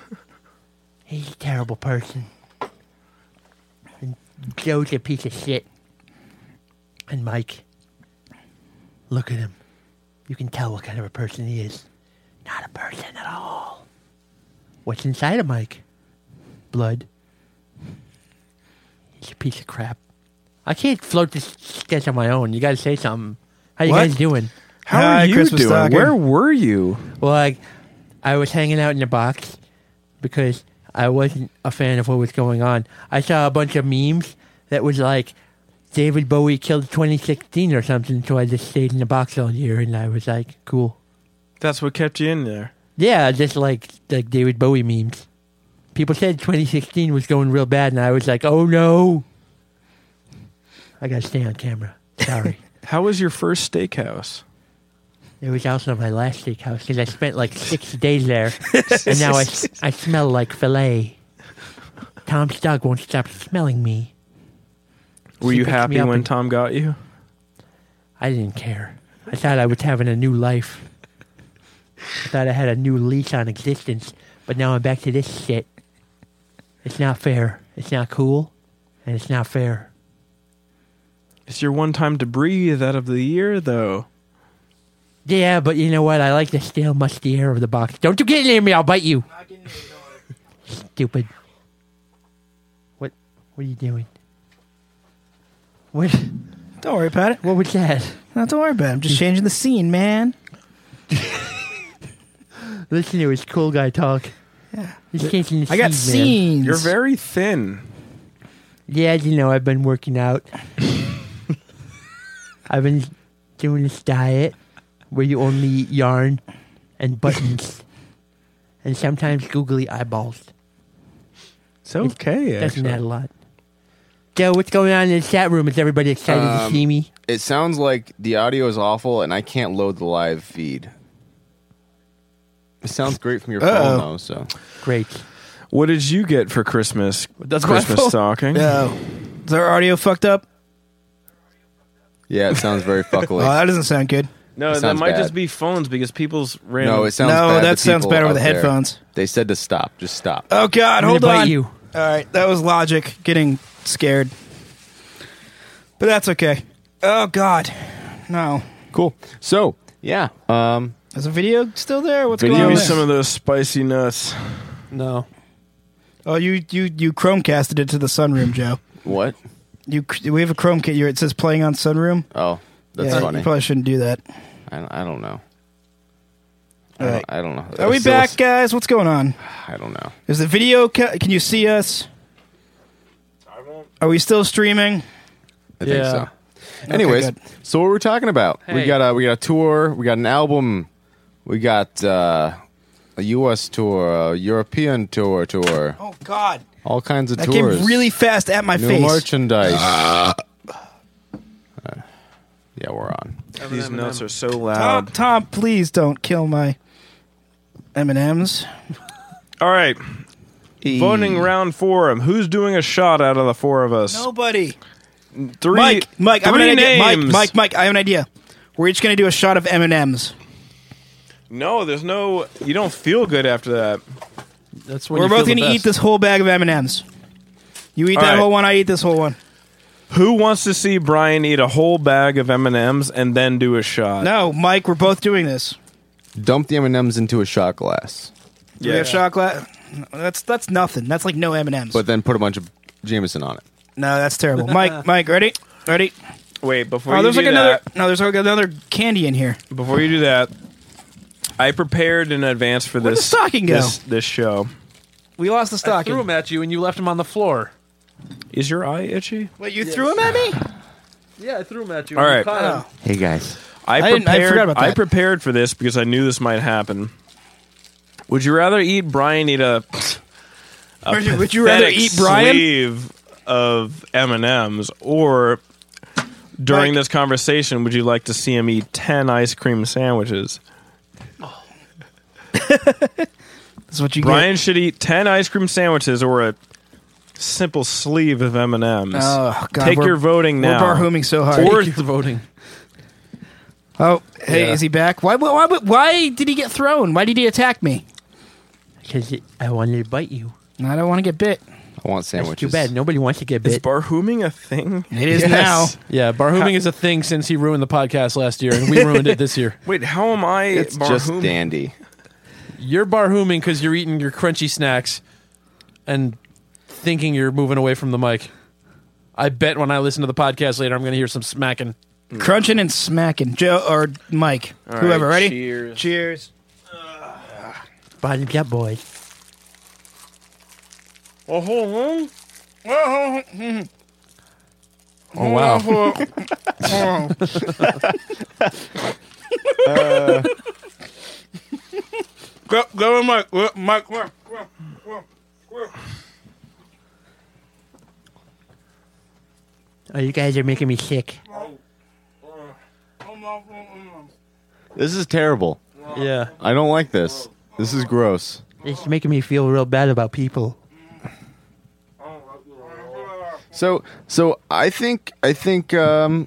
[SPEAKER 7] He's a terrible person. And Joe's a piece of shit. And Mike, look at him. You can tell what kind of a person he is. Not a person at all. What's inside of Mike? Blood. He's a piece of crap. I can't float this sketch on my own. You gotta say something. How you
[SPEAKER 4] What?
[SPEAKER 7] guys doing?
[SPEAKER 2] How
[SPEAKER 4] Hi,
[SPEAKER 2] are you
[SPEAKER 4] Christmas
[SPEAKER 2] doing?
[SPEAKER 4] stocking.
[SPEAKER 2] Where were you?
[SPEAKER 7] Well, I, I was hanging out in the box because I wasn't a fan of what was going on. I saw a bunch of memes that was like David Bowie killed 2016 or something, so I just stayed in the box all year and I was like, cool.
[SPEAKER 2] That's what kept you in there.
[SPEAKER 7] Yeah, just like like David Bowie memes. People said 2016 was going real bad, and I was like, oh no. I gotta stay on camera. Sorry.
[SPEAKER 2] How was your first steakhouse?
[SPEAKER 7] It was also my last steakhouse because I spent like six days there, and now I, I smell like filet. Tom's dog won't stop smelling me.
[SPEAKER 2] Were
[SPEAKER 7] She
[SPEAKER 2] you
[SPEAKER 7] picked me
[SPEAKER 2] happy
[SPEAKER 7] up
[SPEAKER 2] when
[SPEAKER 7] and-
[SPEAKER 2] Tom got you?
[SPEAKER 7] I didn't care. I thought I was having a new life. I thought I had a new lease on existence, but now I'm back to this shit. It's not fair. It's not cool, and it's not fair.
[SPEAKER 2] It's your one time to breathe out of the year, though.
[SPEAKER 7] Yeah, but you know what? I like the stale, musty air of the box. Don't you get near me, I'll bite you. Stupid. What what are you doing? What
[SPEAKER 4] Don't worry about it.
[SPEAKER 7] what was that?
[SPEAKER 4] Not to worry about it. I'm
[SPEAKER 2] Hmm.
[SPEAKER 4] just changing the scene, man.
[SPEAKER 7] Listen to his cool guy talk. He's taking the
[SPEAKER 4] I got
[SPEAKER 7] seed, man.
[SPEAKER 4] scenes.
[SPEAKER 2] You're very thin.
[SPEAKER 7] Yeah, you know, I've been working out. I've been doing this diet where you only eat yarn and buttons and sometimes googly eyeballs.
[SPEAKER 8] It's okay.
[SPEAKER 7] Doesn't add a lot. So, what's going on in the chat room? Is everybody excited
[SPEAKER 3] Um,
[SPEAKER 7] to see me?
[SPEAKER 3] It sounds like the audio is awful, and I can't load the live feed. It sounds great from your phone though. So
[SPEAKER 7] Great.
[SPEAKER 2] What did you get for Christmas?
[SPEAKER 1] That's my
[SPEAKER 2] Christmas
[SPEAKER 1] fault.
[SPEAKER 2] stocking.
[SPEAKER 4] Oh. Is our audio fucked up?
[SPEAKER 3] yeah, it sounds very
[SPEAKER 4] Oh,
[SPEAKER 3] fuckly.
[SPEAKER 4] that doesn't sound good.
[SPEAKER 2] No, that
[SPEAKER 3] sounds
[SPEAKER 2] might
[SPEAKER 3] bad.
[SPEAKER 2] just be phones because people's random.
[SPEAKER 3] No, it sounds
[SPEAKER 4] No,
[SPEAKER 3] bad to
[SPEAKER 4] that sounds
[SPEAKER 3] people
[SPEAKER 4] better with
[SPEAKER 3] out
[SPEAKER 4] the
[SPEAKER 3] there.
[SPEAKER 4] headphones.
[SPEAKER 3] They said to stop. Just stop.
[SPEAKER 4] Oh God,
[SPEAKER 7] I'm
[SPEAKER 4] hold
[SPEAKER 7] gonna bite
[SPEAKER 4] on.
[SPEAKER 7] you.
[SPEAKER 4] All right, that was logic getting scared, but that's okay. Oh God, no.
[SPEAKER 3] cool. So yeah, um,
[SPEAKER 4] Is the video still there? What's
[SPEAKER 3] Video
[SPEAKER 2] Give
[SPEAKER 4] going
[SPEAKER 2] me
[SPEAKER 4] on?
[SPEAKER 3] is-
[SPEAKER 4] there?
[SPEAKER 2] some of those spicy nuts.
[SPEAKER 1] No.
[SPEAKER 4] oh, you you you Chromecasted it to the sunroom, Joe.
[SPEAKER 3] what?
[SPEAKER 4] You we have a Chrome kit. here. It says playing on sunroom.
[SPEAKER 3] Oh, that's
[SPEAKER 4] yeah,
[SPEAKER 3] funny.
[SPEAKER 4] You probably shouldn't do that.
[SPEAKER 3] I, don't- I don't know. I
[SPEAKER 4] All
[SPEAKER 3] don't-
[SPEAKER 4] right.
[SPEAKER 3] I don't know.
[SPEAKER 4] Are we
[SPEAKER 3] It's still-
[SPEAKER 4] back, guys? What's going on?
[SPEAKER 3] I don't know.
[SPEAKER 4] Is the video? Ca- can you see us? Are we still streaming?
[SPEAKER 3] I
[SPEAKER 1] Yeah.
[SPEAKER 3] think so. Anyways,
[SPEAKER 4] good.
[SPEAKER 3] so what we're talking about? We
[SPEAKER 1] Hey.
[SPEAKER 3] got a we got a tour. We got an album. We got uh, a U.S. tour, a European tour, tour,
[SPEAKER 4] Oh God,
[SPEAKER 3] all kinds of
[SPEAKER 4] that
[SPEAKER 3] tours.
[SPEAKER 4] came really fast at my
[SPEAKER 3] new
[SPEAKER 4] face.
[SPEAKER 3] merchandise. Uh, yeah, we're on.
[SPEAKER 2] These nuts are so
[SPEAKER 4] Tom,
[SPEAKER 2] loud.
[SPEAKER 4] Tom, please don't kill my M and M's.
[SPEAKER 2] All right. Voting round forum. Who's doing a shot out of the four of us?
[SPEAKER 4] Nobody.
[SPEAKER 2] Three,
[SPEAKER 4] Mike, Mike, I have an
[SPEAKER 2] three
[SPEAKER 4] idea. Mike,
[SPEAKER 2] names.
[SPEAKER 4] Mike, Mike, I have an idea. We're each going to do a shot of M and M's.
[SPEAKER 2] No, there's no. You don't feel good after that.
[SPEAKER 1] That's when
[SPEAKER 4] We're
[SPEAKER 1] you feel
[SPEAKER 4] both
[SPEAKER 1] the
[SPEAKER 4] going to eat
[SPEAKER 1] best.
[SPEAKER 4] this whole bag of M and M's. You eat
[SPEAKER 2] All
[SPEAKER 4] that
[SPEAKER 2] right.
[SPEAKER 4] whole one. I eat this whole one.
[SPEAKER 2] Who wants to see Brian eat a whole bag of M and M's and then do a shot?
[SPEAKER 4] No, Mike, we're both doing this.
[SPEAKER 3] Dump the M and M's into a shot glass,
[SPEAKER 4] Yeah. We have shot glass. That's that's nothing. That's like no M and M's.
[SPEAKER 3] but then put a bunch of Jameson on it.
[SPEAKER 4] No, that's terrible. Mike, Mike, ready? Ready?
[SPEAKER 2] Wait, before
[SPEAKER 4] Oh,
[SPEAKER 2] you
[SPEAKER 4] there's
[SPEAKER 2] do
[SPEAKER 4] like another.
[SPEAKER 2] that,
[SPEAKER 4] No, there's like another candy in here.
[SPEAKER 2] before you do that, I prepared in advance for
[SPEAKER 4] Where'd the
[SPEAKER 2] this
[SPEAKER 4] stocking go?
[SPEAKER 2] This, this show.
[SPEAKER 4] We lost the
[SPEAKER 1] I threw
[SPEAKER 4] stocking.
[SPEAKER 1] him at you and you left him on the floor.
[SPEAKER 2] Is your eye itchy?
[SPEAKER 4] Wait, you threw him at me?
[SPEAKER 1] Yeah, I threw him at you.
[SPEAKER 2] All
[SPEAKER 1] and you
[SPEAKER 2] right.
[SPEAKER 1] caught him.
[SPEAKER 4] Oh.
[SPEAKER 3] Hey guys,
[SPEAKER 2] I
[SPEAKER 4] didn't-
[SPEAKER 2] prepared.
[SPEAKER 4] I forgot about that.
[SPEAKER 2] prepared for this because I knew this might happen. Would you rather eat Brian eat a, a
[SPEAKER 4] Would you- would you rather
[SPEAKER 2] pathetic
[SPEAKER 4] eat Brian?
[SPEAKER 2] sleeve of M and M's or during
[SPEAKER 4] Mike.
[SPEAKER 2] this conversation would you like to see him eat ten ice cream sandwiches?
[SPEAKER 4] That's what you
[SPEAKER 2] Brian should eat ten ice cream sandwiches or a simple sleeve of M and M's.
[SPEAKER 4] get. Oh God,
[SPEAKER 2] Take
[SPEAKER 4] we're-
[SPEAKER 2] your voting
[SPEAKER 4] We're
[SPEAKER 2] now.
[SPEAKER 4] barhooming so hard.
[SPEAKER 2] Or-
[SPEAKER 1] You're voting.
[SPEAKER 4] oh, hey, is he back? Why, why? Why? Why did he get thrown? Why did he attack me?
[SPEAKER 7] Because I wanted to bite you.
[SPEAKER 4] I don't want to get bit.
[SPEAKER 3] I want
[SPEAKER 7] That's
[SPEAKER 3] sandwiches.
[SPEAKER 7] too bad. Nobody wants to get
[SPEAKER 2] Is
[SPEAKER 7] bit.
[SPEAKER 2] barhooming a thing?
[SPEAKER 4] It is
[SPEAKER 2] Yes.
[SPEAKER 4] now.
[SPEAKER 1] Yeah, barhooming is a thing since he ruined the podcast last year, and we ruined it this year.
[SPEAKER 2] Wait, how am I
[SPEAKER 3] It's just
[SPEAKER 2] barhooming?
[SPEAKER 3] dandy.
[SPEAKER 1] You're barhooming because you're eating your crunchy snacks and thinking you're moving away from the mic. I bet when I listen to the podcast later, I'm going to hear some smacking.
[SPEAKER 4] Crunching and smacking, Joe or Mike,
[SPEAKER 2] All
[SPEAKER 4] whoever.
[SPEAKER 2] right,
[SPEAKER 4] Ready?
[SPEAKER 2] Cheers.
[SPEAKER 4] Cheers.
[SPEAKER 7] Bottoms up, boys.
[SPEAKER 2] Oh, hold on.
[SPEAKER 1] Oh, wow.
[SPEAKER 4] Go, go, with Mike. Go, Mike, go.
[SPEAKER 7] Oh, you guys are making me sick.
[SPEAKER 3] This is terrible.
[SPEAKER 1] yeah.
[SPEAKER 3] I don't like this. This is gross.
[SPEAKER 7] It's making me feel real bad about people.
[SPEAKER 3] So so I think I think um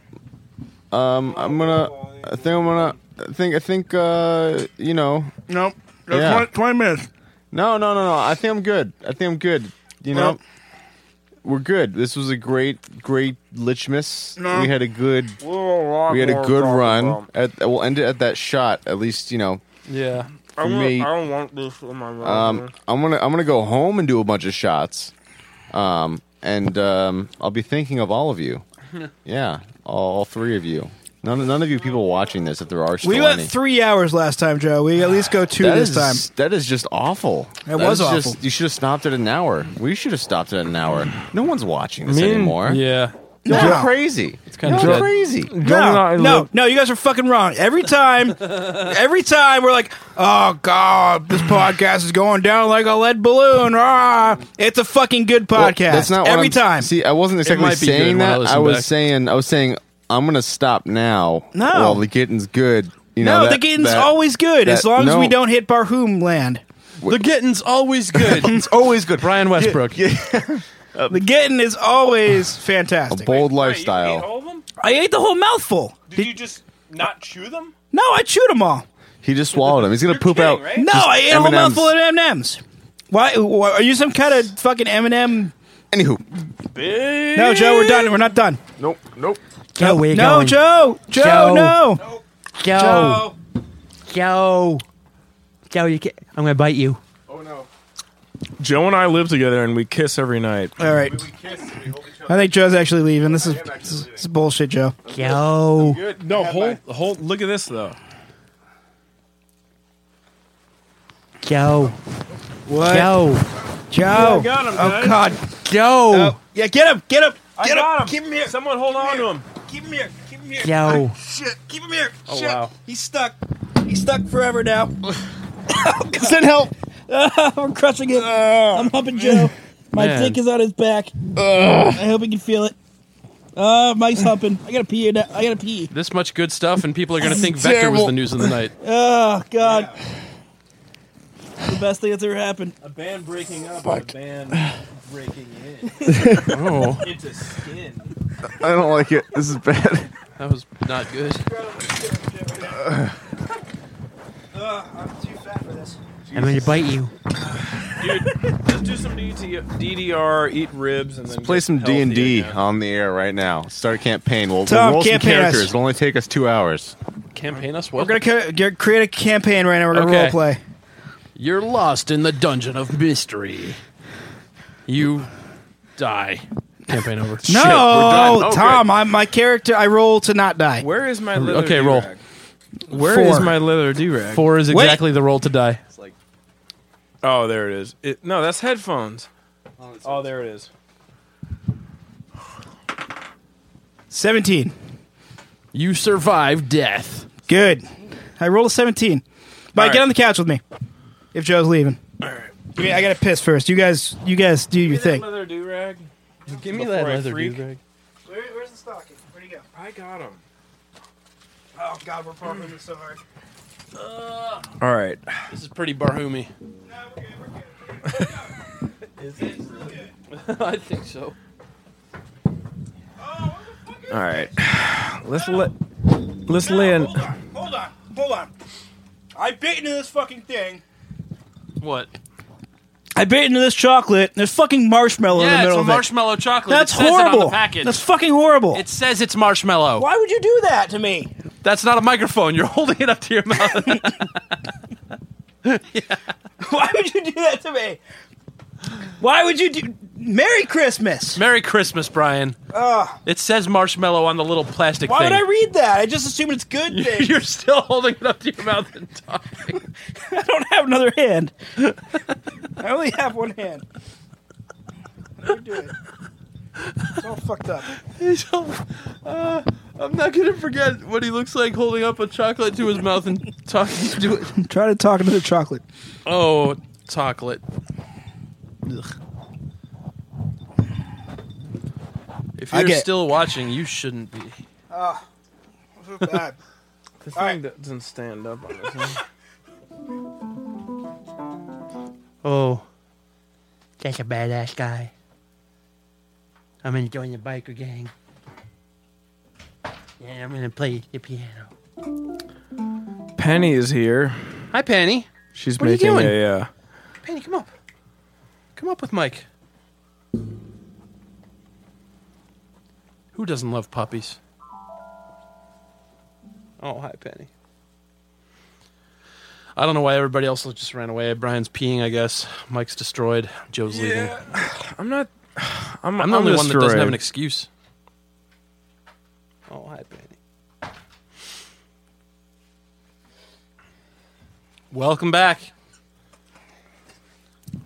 [SPEAKER 3] um I'm gonna I think I'm gonna I think I think uh you know
[SPEAKER 4] Nope.
[SPEAKER 3] Yeah.
[SPEAKER 4] 20 minutes.
[SPEAKER 3] no no no no I think I'm good I think I'm good you know we're good. This was a great, great Lichmas.
[SPEAKER 4] No.
[SPEAKER 3] We had a good, we had a good run. At, we'll end it at that shot. At least you know.
[SPEAKER 1] Yeah.
[SPEAKER 3] For me,
[SPEAKER 5] don't want this in my mouth.
[SPEAKER 3] um,
[SPEAKER 1] Mm-hmm.
[SPEAKER 3] I'm gonna I'm gonna go home and do a bunch of shots, um, and um, I'll be thinking of all of you. yeah, all, all three of you. None none of you people watching this, if there are still
[SPEAKER 4] We went
[SPEAKER 3] any.
[SPEAKER 4] three hours last time, Joe. We
[SPEAKER 2] Ah,
[SPEAKER 4] at least go two
[SPEAKER 3] That is-
[SPEAKER 4] this time.
[SPEAKER 3] That is just awful. That
[SPEAKER 4] That was
[SPEAKER 3] is
[SPEAKER 4] awful.
[SPEAKER 3] you should have stopped at an hour. We should have stopped at an hour. No one's watching this anymore.
[SPEAKER 1] Yeah.
[SPEAKER 3] You're
[SPEAKER 4] No.
[SPEAKER 3] crazy. It's
[SPEAKER 1] kinda
[SPEAKER 3] You're
[SPEAKER 1] dead.
[SPEAKER 3] crazy.
[SPEAKER 4] No, no, no, you guys are fucking wrong. Every time, every time we're like, oh God, this podcast is going down like a lead balloon. Ah, it's a fucking good
[SPEAKER 3] Well,
[SPEAKER 4] podcast.
[SPEAKER 3] that's not what
[SPEAKER 4] every
[SPEAKER 3] I'm-
[SPEAKER 4] time.
[SPEAKER 3] See, I wasn't exactly
[SPEAKER 1] might be good
[SPEAKER 3] saying
[SPEAKER 1] when I
[SPEAKER 3] that. I
[SPEAKER 1] listen
[SPEAKER 3] was
[SPEAKER 1] back.
[SPEAKER 3] saying I was saying I'm gonna stop now.
[SPEAKER 4] No.
[SPEAKER 3] while the getting's good. You
[SPEAKER 4] no,
[SPEAKER 3] know, that-
[SPEAKER 4] the game's
[SPEAKER 3] that-
[SPEAKER 4] always good as
[SPEAKER 3] that-
[SPEAKER 4] long as
[SPEAKER 3] no.
[SPEAKER 4] we don't hit Barhoom land.
[SPEAKER 1] The getting's always good.
[SPEAKER 3] It's always good.
[SPEAKER 1] Brian Westbrook.
[SPEAKER 4] The getting is always
[SPEAKER 3] Uh, A
[SPEAKER 4] fantastic.
[SPEAKER 3] bold
[SPEAKER 5] You ate
[SPEAKER 3] lifestyle.
[SPEAKER 5] all of them?
[SPEAKER 4] I ate the whole mouthful.
[SPEAKER 5] Did, you just not chew them?
[SPEAKER 4] No, I chewed them all.
[SPEAKER 3] He just swallowed him. He's gonna
[SPEAKER 5] You're
[SPEAKER 3] poop
[SPEAKER 5] kidding,
[SPEAKER 3] out.
[SPEAKER 5] right?
[SPEAKER 4] No,
[SPEAKER 3] Just
[SPEAKER 4] I ate a whole
[SPEAKER 3] M&Ms.
[SPEAKER 4] mouthful of M Ms. Why, why are you some kind of fucking M and M?
[SPEAKER 3] Anywho,
[SPEAKER 4] No, Joe, we're done. We're not done.
[SPEAKER 3] nope, nope.
[SPEAKER 7] Joe, where you
[SPEAKER 4] no,
[SPEAKER 7] going?
[SPEAKER 4] Joe, Joe,
[SPEAKER 7] Joe.
[SPEAKER 4] no.
[SPEAKER 7] Joe, Joe, Joe, you can't. I'm gonna bite you.
[SPEAKER 2] Joe and I live together and we kiss every night.
[SPEAKER 4] All right. I think Joe's actually leaving. This is this is, this is bullshit, Joe.
[SPEAKER 7] Joe,
[SPEAKER 2] No, hold, hold. Look at this though.
[SPEAKER 7] Joe,
[SPEAKER 4] What?
[SPEAKER 7] Joe,
[SPEAKER 4] Joe.
[SPEAKER 5] got him, guys.
[SPEAKER 4] oh God. Oh.
[SPEAKER 7] Joe,
[SPEAKER 4] Yeah, get him. Get him.
[SPEAKER 5] I
[SPEAKER 4] Get
[SPEAKER 5] got
[SPEAKER 4] him.
[SPEAKER 5] him. Keep him here. Someone hold on to him. Keep him here. Keep him here.
[SPEAKER 7] Joe.
[SPEAKER 4] Shit. Keep him here.
[SPEAKER 5] Oh,
[SPEAKER 4] Shit.
[SPEAKER 5] wow.
[SPEAKER 4] He's stuck. He's stuck forever now.
[SPEAKER 3] Send help.
[SPEAKER 4] We're crushing it.
[SPEAKER 5] Ah.
[SPEAKER 4] I'm humping Joe. My
[SPEAKER 1] Man.
[SPEAKER 4] dick is on his back. I hope he can feel it. Uh, Mike's humping. I gotta pee. Now. I gotta pee.
[SPEAKER 1] This much good stuff, and people are going to think Vector was the news of the night.
[SPEAKER 4] Oh God. The best thing that's ever happened.
[SPEAKER 5] A band breaking up and a band breaking in.
[SPEAKER 1] Oh,
[SPEAKER 5] It's a skin.
[SPEAKER 3] I don't like it. This is bad.
[SPEAKER 1] that was not good.
[SPEAKER 4] I'm too fat for this.
[SPEAKER 7] I'm gonna bite you.
[SPEAKER 5] Let's do some DT- DDR, eat ribs, and then
[SPEAKER 3] Play
[SPEAKER 5] get
[SPEAKER 3] some D
[SPEAKER 5] healthy
[SPEAKER 3] and D
[SPEAKER 5] again.
[SPEAKER 3] on the air right now. Start a campaign. We'll,
[SPEAKER 4] Tom,
[SPEAKER 3] we'll roll some
[SPEAKER 4] campaign us.
[SPEAKER 3] characters. It'll only take us two hours.
[SPEAKER 1] Campaign us? What?
[SPEAKER 4] We're gonna ca- create a campaign right now. We're gonna
[SPEAKER 1] Okay.
[SPEAKER 4] role play.
[SPEAKER 1] You're lost in the dungeon of mystery. You die. Campaign over.
[SPEAKER 4] No,
[SPEAKER 1] Shit.
[SPEAKER 4] Tom, I, my character, I roll to not die.
[SPEAKER 5] Where is my leather
[SPEAKER 1] Okay,
[SPEAKER 5] do-rag?
[SPEAKER 1] roll.
[SPEAKER 5] Where
[SPEAKER 4] Four.
[SPEAKER 5] is my leather do rag?
[SPEAKER 1] Four is exactly the roll to die.
[SPEAKER 5] Oh, there it is. It, no, that's headphones. Oh, there it is.
[SPEAKER 4] Seventeen.
[SPEAKER 1] You survive death.
[SPEAKER 4] Good. I roll a seventeen. Mike,
[SPEAKER 5] All
[SPEAKER 4] get
[SPEAKER 5] right.
[SPEAKER 4] on the couch with me. If Joe's leaving. All right. I gotta piss first. You guys, you guys do your
[SPEAKER 5] Give me that
[SPEAKER 4] thing.
[SPEAKER 5] leather do rag. Give me
[SPEAKER 1] Before
[SPEAKER 5] that
[SPEAKER 1] I
[SPEAKER 5] leather
[SPEAKER 1] freak.
[SPEAKER 5] do rag.
[SPEAKER 4] where's the stocking? Where'd he go?
[SPEAKER 5] I got him.
[SPEAKER 4] Oh God, we're pumping this so hard.
[SPEAKER 5] All right.
[SPEAKER 1] This is pretty barhoomy.
[SPEAKER 4] No, we're good. We're good.
[SPEAKER 1] I think so.
[SPEAKER 4] Oh,
[SPEAKER 5] All right. Let's let. Let's lay in.
[SPEAKER 4] Hold on. Hold on. Hold on. I bit into this fucking thing.
[SPEAKER 1] What?
[SPEAKER 4] I bit into this chocolate. There's fucking marshmallow in the
[SPEAKER 1] Yeah, it's
[SPEAKER 4] middle
[SPEAKER 1] a
[SPEAKER 4] of it.
[SPEAKER 1] marshmallow chocolate.
[SPEAKER 4] That's
[SPEAKER 1] it says It, on
[SPEAKER 4] horrible.
[SPEAKER 1] the package.
[SPEAKER 4] That's fucking horrible.
[SPEAKER 1] it says it's marshmallow.
[SPEAKER 4] Why would you do that to me?
[SPEAKER 1] That's not a microphone. You're holding it up to your mouth.
[SPEAKER 4] Why would you do that to me? Why would you do? Merry Christmas.
[SPEAKER 1] Merry Christmas, Brian. it says marshmallow on the little plastic
[SPEAKER 4] Why
[SPEAKER 1] thing.
[SPEAKER 4] would I read that? I just assume it's good. Thing.
[SPEAKER 1] You're still holding it up to your mouth and talking.
[SPEAKER 4] I don't have another hand. I only have one hand. How do you do it? It's all fucked up.
[SPEAKER 1] uh, I'm not gonna forget what he looks like holding up a chocolate to his mouth and talking to it.
[SPEAKER 4] Try to talk into the chocolate.
[SPEAKER 1] Oh, chocolate. Ugh. If
[SPEAKER 4] I
[SPEAKER 1] you're
[SPEAKER 4] get-
[SPEAKER 1] still watching, you shouldn't be.
[SPEAKER 4] So bad.
[SPEAKER 5] The thing
[SPEAKER 4] right.
[SPEAKER 5] doesn't stand up on this. huh?
[SPEAKER 7] Oh, that's a badass guy. I'm gonna join the biker gang. And I'm gonna play the piano.
[SPEAKER 5] Penny is here.
[SPEAKER 1] Hi, Penny.
[SPEAKER 5] She's
[SPEAKER 1] What are you
[SPEAKER 5] making
[SPEAKER 1] doing?
[SPEAKER 5] a. Uh,
[SPEAKER 1] Penny, come up. Come up with Mike. Who doesn't love puppies?
[SPEAKER 2] Oh, hi, Penny.
[SPEAKER 1] I don't know why everybody else just ran away. Brian's peeing, I guess. Mike's destroyed. Joe's leaving.
[SPEAKER 2] I'm not. I'm,
[SPEAKER 1] I'm the only one that doesn't have an
[SPEAKER 2] destroyed.
[SPEAKER 1] excuse.
[SPEAKER 2] Oh, hi, Penny.
[SPEAKER 1] Welcome back.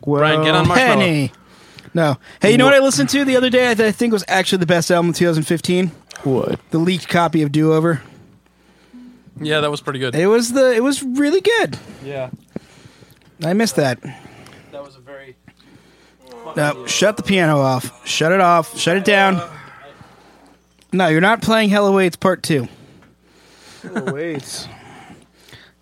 [SPEAKER 4] Brian,
[SPEAKER 1] get on Marshmello.
[SPEAKER 4] Penny. No. Hey, you know what I listened to the other day that I think was actually the best album of 2015?
[SPEAKER 2] What?
[SPEAKER 4] The leaked copy of Do Over.
[SPEAKER 1] Yeah, that was pretty good.
[SPEAKER 4] It was the it was really good.
[SPEAKER 1] Yeah,
[SPEAKER 4] I missed that.
[SPEAKER 1] that was a very.
[SPEAKER 4] No, shut the piano off. Shut it off. Shut it down. No, you're not playing Hello Waits Part 2.
[SPEAKER 5] Wait.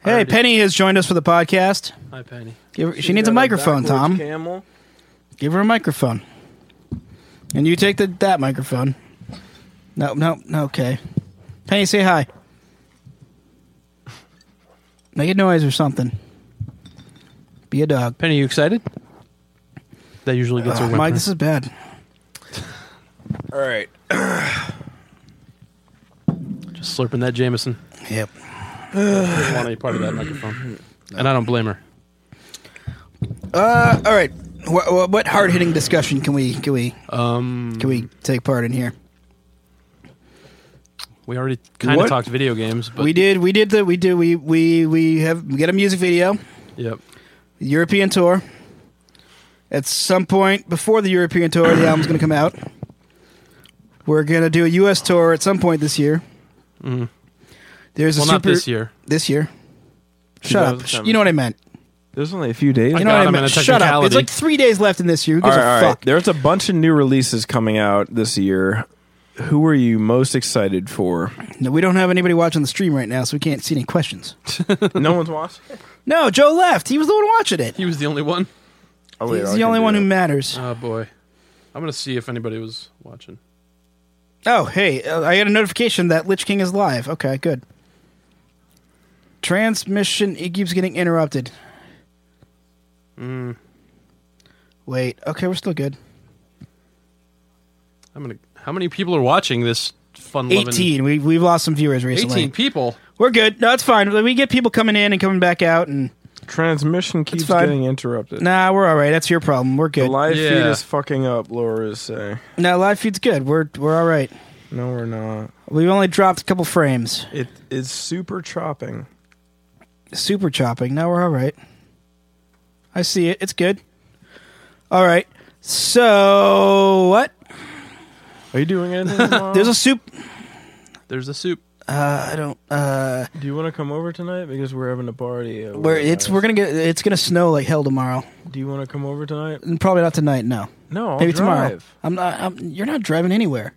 [SPEAKER 4] Hey, Penny has joined us for the podcast.
[SPEAKER 1] Hi, Penny.
[SPEAKER 4] Give her, she needs a microphone, Tom.
[SPEAKER 5] Camel.
[SPEAKER 4] Give her a microphone. And you take the that microphone. No, no, no, okay. Penny, say hi. Make a noise or something. Be a dog. Uh,
[SPEAKER 1] Penny, you excited? That usually gets her.
[SPEAKER 4] Mike, this is bad.
[SPEAKER 5] All right.
[SPEAKER 1] Just slurping that Jameson.
[SPEAKER 4] Yep.
[SPEAKER 1] Don't want any part of that microphone. And I don't blame her.
[SPEAKER 4] Uh, all right. What, what, what hard hitting discussion can we can we
[SPEAKER 1] Um,
[SPEAKER 4] can we take part in here?
[SPEAKER 1] we already kind
[SPEAKER 4] What?
[SPEAKER 1] of talked video games, but
[SPEAKER 4] We did we did the we do we we we have we got a music video.
[SPEAKER 1] Yep.
[SPEAKER 4] European tour. At some point before the European tour, the album's going to come out. We're going to do a U.S. tour at some point this year. There's a
[SPEAKER 1] Mm-hmm. Well,
[SPEAKER 4] super
[SPEAKER 1] not this year.
[SPEAKER 4] This year. Shut up. Sh- You know what I meant.
[SPEAKER 2] There's only a few days.
[SPEAKER 1] I
[SPEAKER 4] You know
[SPEAKER 1] got
[SPEAKER 4] what I
[SPEAKER 1] him in
[SPEAKER 4] meant.
[SPEAKER 1] a
[SPEAKER 4] Shut up. It's
[SPEAKER 1] technicality.
[SPEAKER 4] like three days left in this year. Who
[SPEAKER 2] all
[SPEAKER 4] gives
[SPEAKER 2] right,
[SPEAKER 4] a
[SPEAKER 2] all right.
[SPEAKER 4] fuck?
[SPEAKER 2] There's a bunch of new releases coming out this year. Who are you most excited for?
[SPEAKER 4] No, we don't have anybody watching the stream right now, so we can't see any questions.
[SPEAKER 2] no one's watching.
[SPEAKER 4] No, Joe left. He was the one watching it.
[SPEAKER 1] He was the only one.
[SPEAKER 2] Oh,
[SPEAKER 4] He's the only one who matters.
[SPEAKER 1] Oh boy. I'm gonna see if anybody was watching.
[SPEAKER 4] Oh, hey, uh, I got a notification that Lich King is live. Okay, good. Transmission, it keeps getting interrupted.
[SPEAKER 2] Hmm.
[SPEAKER 4] Wait, okay, we're still good.
[SPEAKER 1] I'm gonna. How many people are watching this fun?
[SPEAKER 4] 18. We, we've lost some viewers recently.
[SPEAKER 1] 18 people.
[SPEAKER 4] We're good. No, it's fine. We get people coming in and coming back out, and
[SPEAKER 2] Transmission keeps
[SPEAKER 4] fine.
[SPEAKER 2] getting interrupted.
[SPEAKER 4] nah, we're all right. That's your problem. We're
[SPEAKER 2] The
[SPEAKER 4] good.
[SPEAKER 2] live feed
[SPEAKER 1] Yeah.
[SPEAKER 2] is fucking up, Laura is saying.
[SPEAKER 4] no, live feed's good. We're, we're all right.
[SPEAKER 2] No, we're not.
[SPEAKER 4] We've only dropped a couple frames.
[SPEAKER 2] It is super chopping.
[SPEAKER 4] super chopping. Now we're all right. I see it. It's good. All right. So what?
[SPEAKER 2] Are you doing anything tomorrow?
[SPEAKER 4] There's a soup.
[SPEAKER 1] There's a soup.
[SPEAKER 4] Uh, I don't. Uh,
[SPEAKER 2] Do you want to come over tonight? Because we're having a party. at
[SPEAKER 4] we're
[SPEAKER 2] Laura's
[SPEAKER 4] it's we're
[SPEAKER 2] house.
[SPEAKER 4] gonna get it's gonna snow like hell tomorrow,
[SPEAKER 2] Do you want to come over tonight?
[SPEAKER 4] and probably not tonight. No,
[SPEAKER 2] No, I'll
[SPEAKER 4] maybe tomorrow.
[SPEAKER 2] drive.
[SPEAKER 4] I'm not. I'm, you're not driving anywhere.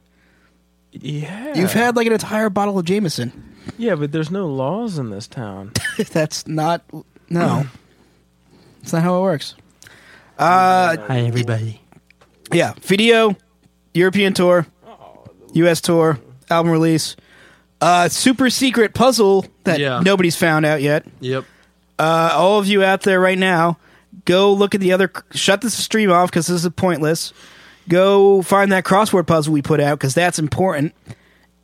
[SPEAKER 2] Yeah.
[SPEAKER 4] You've had like an entire bottle of Jameson.
[SPEAKER 2] Yeah, but there's no laws in this town.
[SPEAKER 4] That's not. No, it's not how it works.
[SPEAKER 7] Hi, everybody.
[SPEAKER 4] Yeah, video, European tour, U.S. tour, album release, uh, super secret puzzle that
[SPEAKER 1] Yeah.
[SPEAKER 4] nobody's found out yet.
[SPEAKER 1] Yep.
[SPEAKER 4] Uh, all of you out there right now, go look at the other. Shut this stream off because this is pointless. Go find that crossword puzzle we put out because that's important.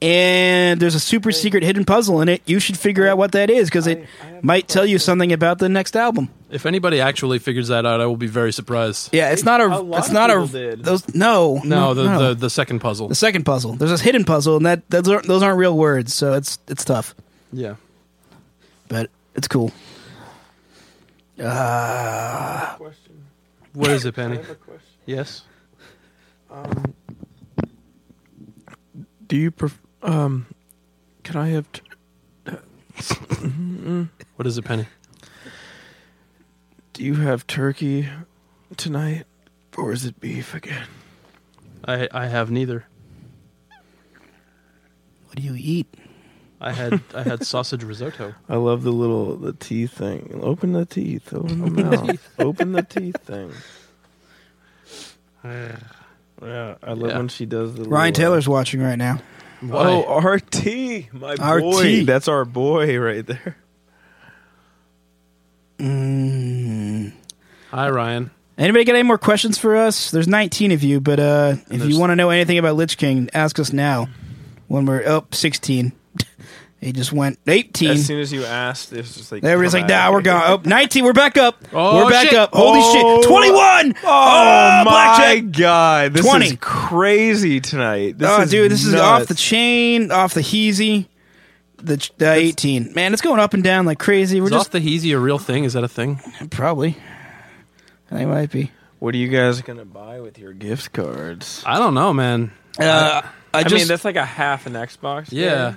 [SPEAKER 4] And there's a super secret hidden puzzle in it. You should figure out what that is because it might tell you something about the next album.
[SPEAKER 1] If anybody actually figures that out, I will be very surprised.
[SPEAKER 4] Yeah, it's not a.
[SPEAKER 5] lot
[SPEAKER 4] it's
[SPEAKER 5] of
[SPEAKER 4] not a.
[SPEAKER 5] people did.
[SPEAKER 4] Those no,
[SPEAKER 1] No, the, the the second puzzle.
[SPEAKER 4] The second puzzle. There's this hidden puzzle, and that those aren't, those aren't real words, so it's it's tough,
[SPEAKER 1] Yeah.
[SPEAKER 4] but it's cool.
[SPEAKER 5] Question.
[SPEAKER 1] What is it, Penny?
[SPEAKER 5] I have a question.
[SPEAKER 1] yes.
[SPEAKER 2] Do you pref- um can I have t-
[SPEAKER 1] What is it, Penny?
[SPEAKER 2] do you have turkey tonight or is it beef again?
[SPEAKER 1] I I have neither.
[SPEAKER 4] What do you eat?
[SPEAKER 1] I had I had sausage risotto.
[SPEAKER 2] I love the little the teeth thing. Open the teeth. Open the mouth. open the teeth thing. Yeah, I love
[SPEAKER 1] Yeah.
[SPEAKER 2] when she does the
[SPEAKER 4] Ryan
[SPEAKER 2] little, uh,
[SPEAKER 4] Taylor's watching right now.
[SPEAKER 1] Why?
[SPEAKER 2] Oh, RT, my boy.
[SPEAKER 4] RT.
[SPEAKER 2] That's our boy right there.
[SPEAKER 4] Mm.
[SPEAKER 1] Hi, Ryan.
[SPEAKER 4] Anybody got any more questions for us? There's 19 of you, but uh, if you want to know anything about Lich King, ask us now. When we're up 16, it just went 18.
[SPEAKER 2] As soon as you asked, it's just like
[SPEAKER 4] Everybody's
[SPEAKER 2] come
[SPEAKER 4] like,
[SPEAKER 2] at
[SPEAKER 4] nah,
[SPEAKER 2] it.
[SPEAKER 4] we're gone. Oh, 19, we're back up.
[SPEAKER 1] Oh,
[SPEAKER 4] we're back
[SPEAKER 1] shit.
[SPEAKER 4] up. Holy
[SPEAKER 2] Oh.
[SPEAKER 4] shit. 21! Oh,
[SPEAKER 2] my
[SPEAKER 4] blackjack.
[SPEAKER 2] god, this
[SPEAKER 4] 20.
[SPEAKER 2] is crazy tonight. This
[SPEAKER 4] oh,
[SPEAKER 2] is
[SPEAKER 4] dude, this is
[SPEAKER 2] nuts.
[SPEAKER 4] off the chain, off the heezy. The, ch- the 18. Man, it's going up and down like crazy. We're
[SPEAKER 1] Is off
[SPEAKER 4] just.
[SPEAKER 1] the Heezy a real thing? Is that a thing?
[SPEAKER 4] probably. I think it might be.
[SPEAKER 2] What are you guys gonna buy with your gift cards?
[SPEAKER 1] I don't know, man.
[SPEAKER 4] Uh, I,
[SPEAKER 2] I,
[SPEAKER 4] just.
[SPEAKER 2] mean, that's like a half an Xbox.
[SPEAKER 1] Yeah,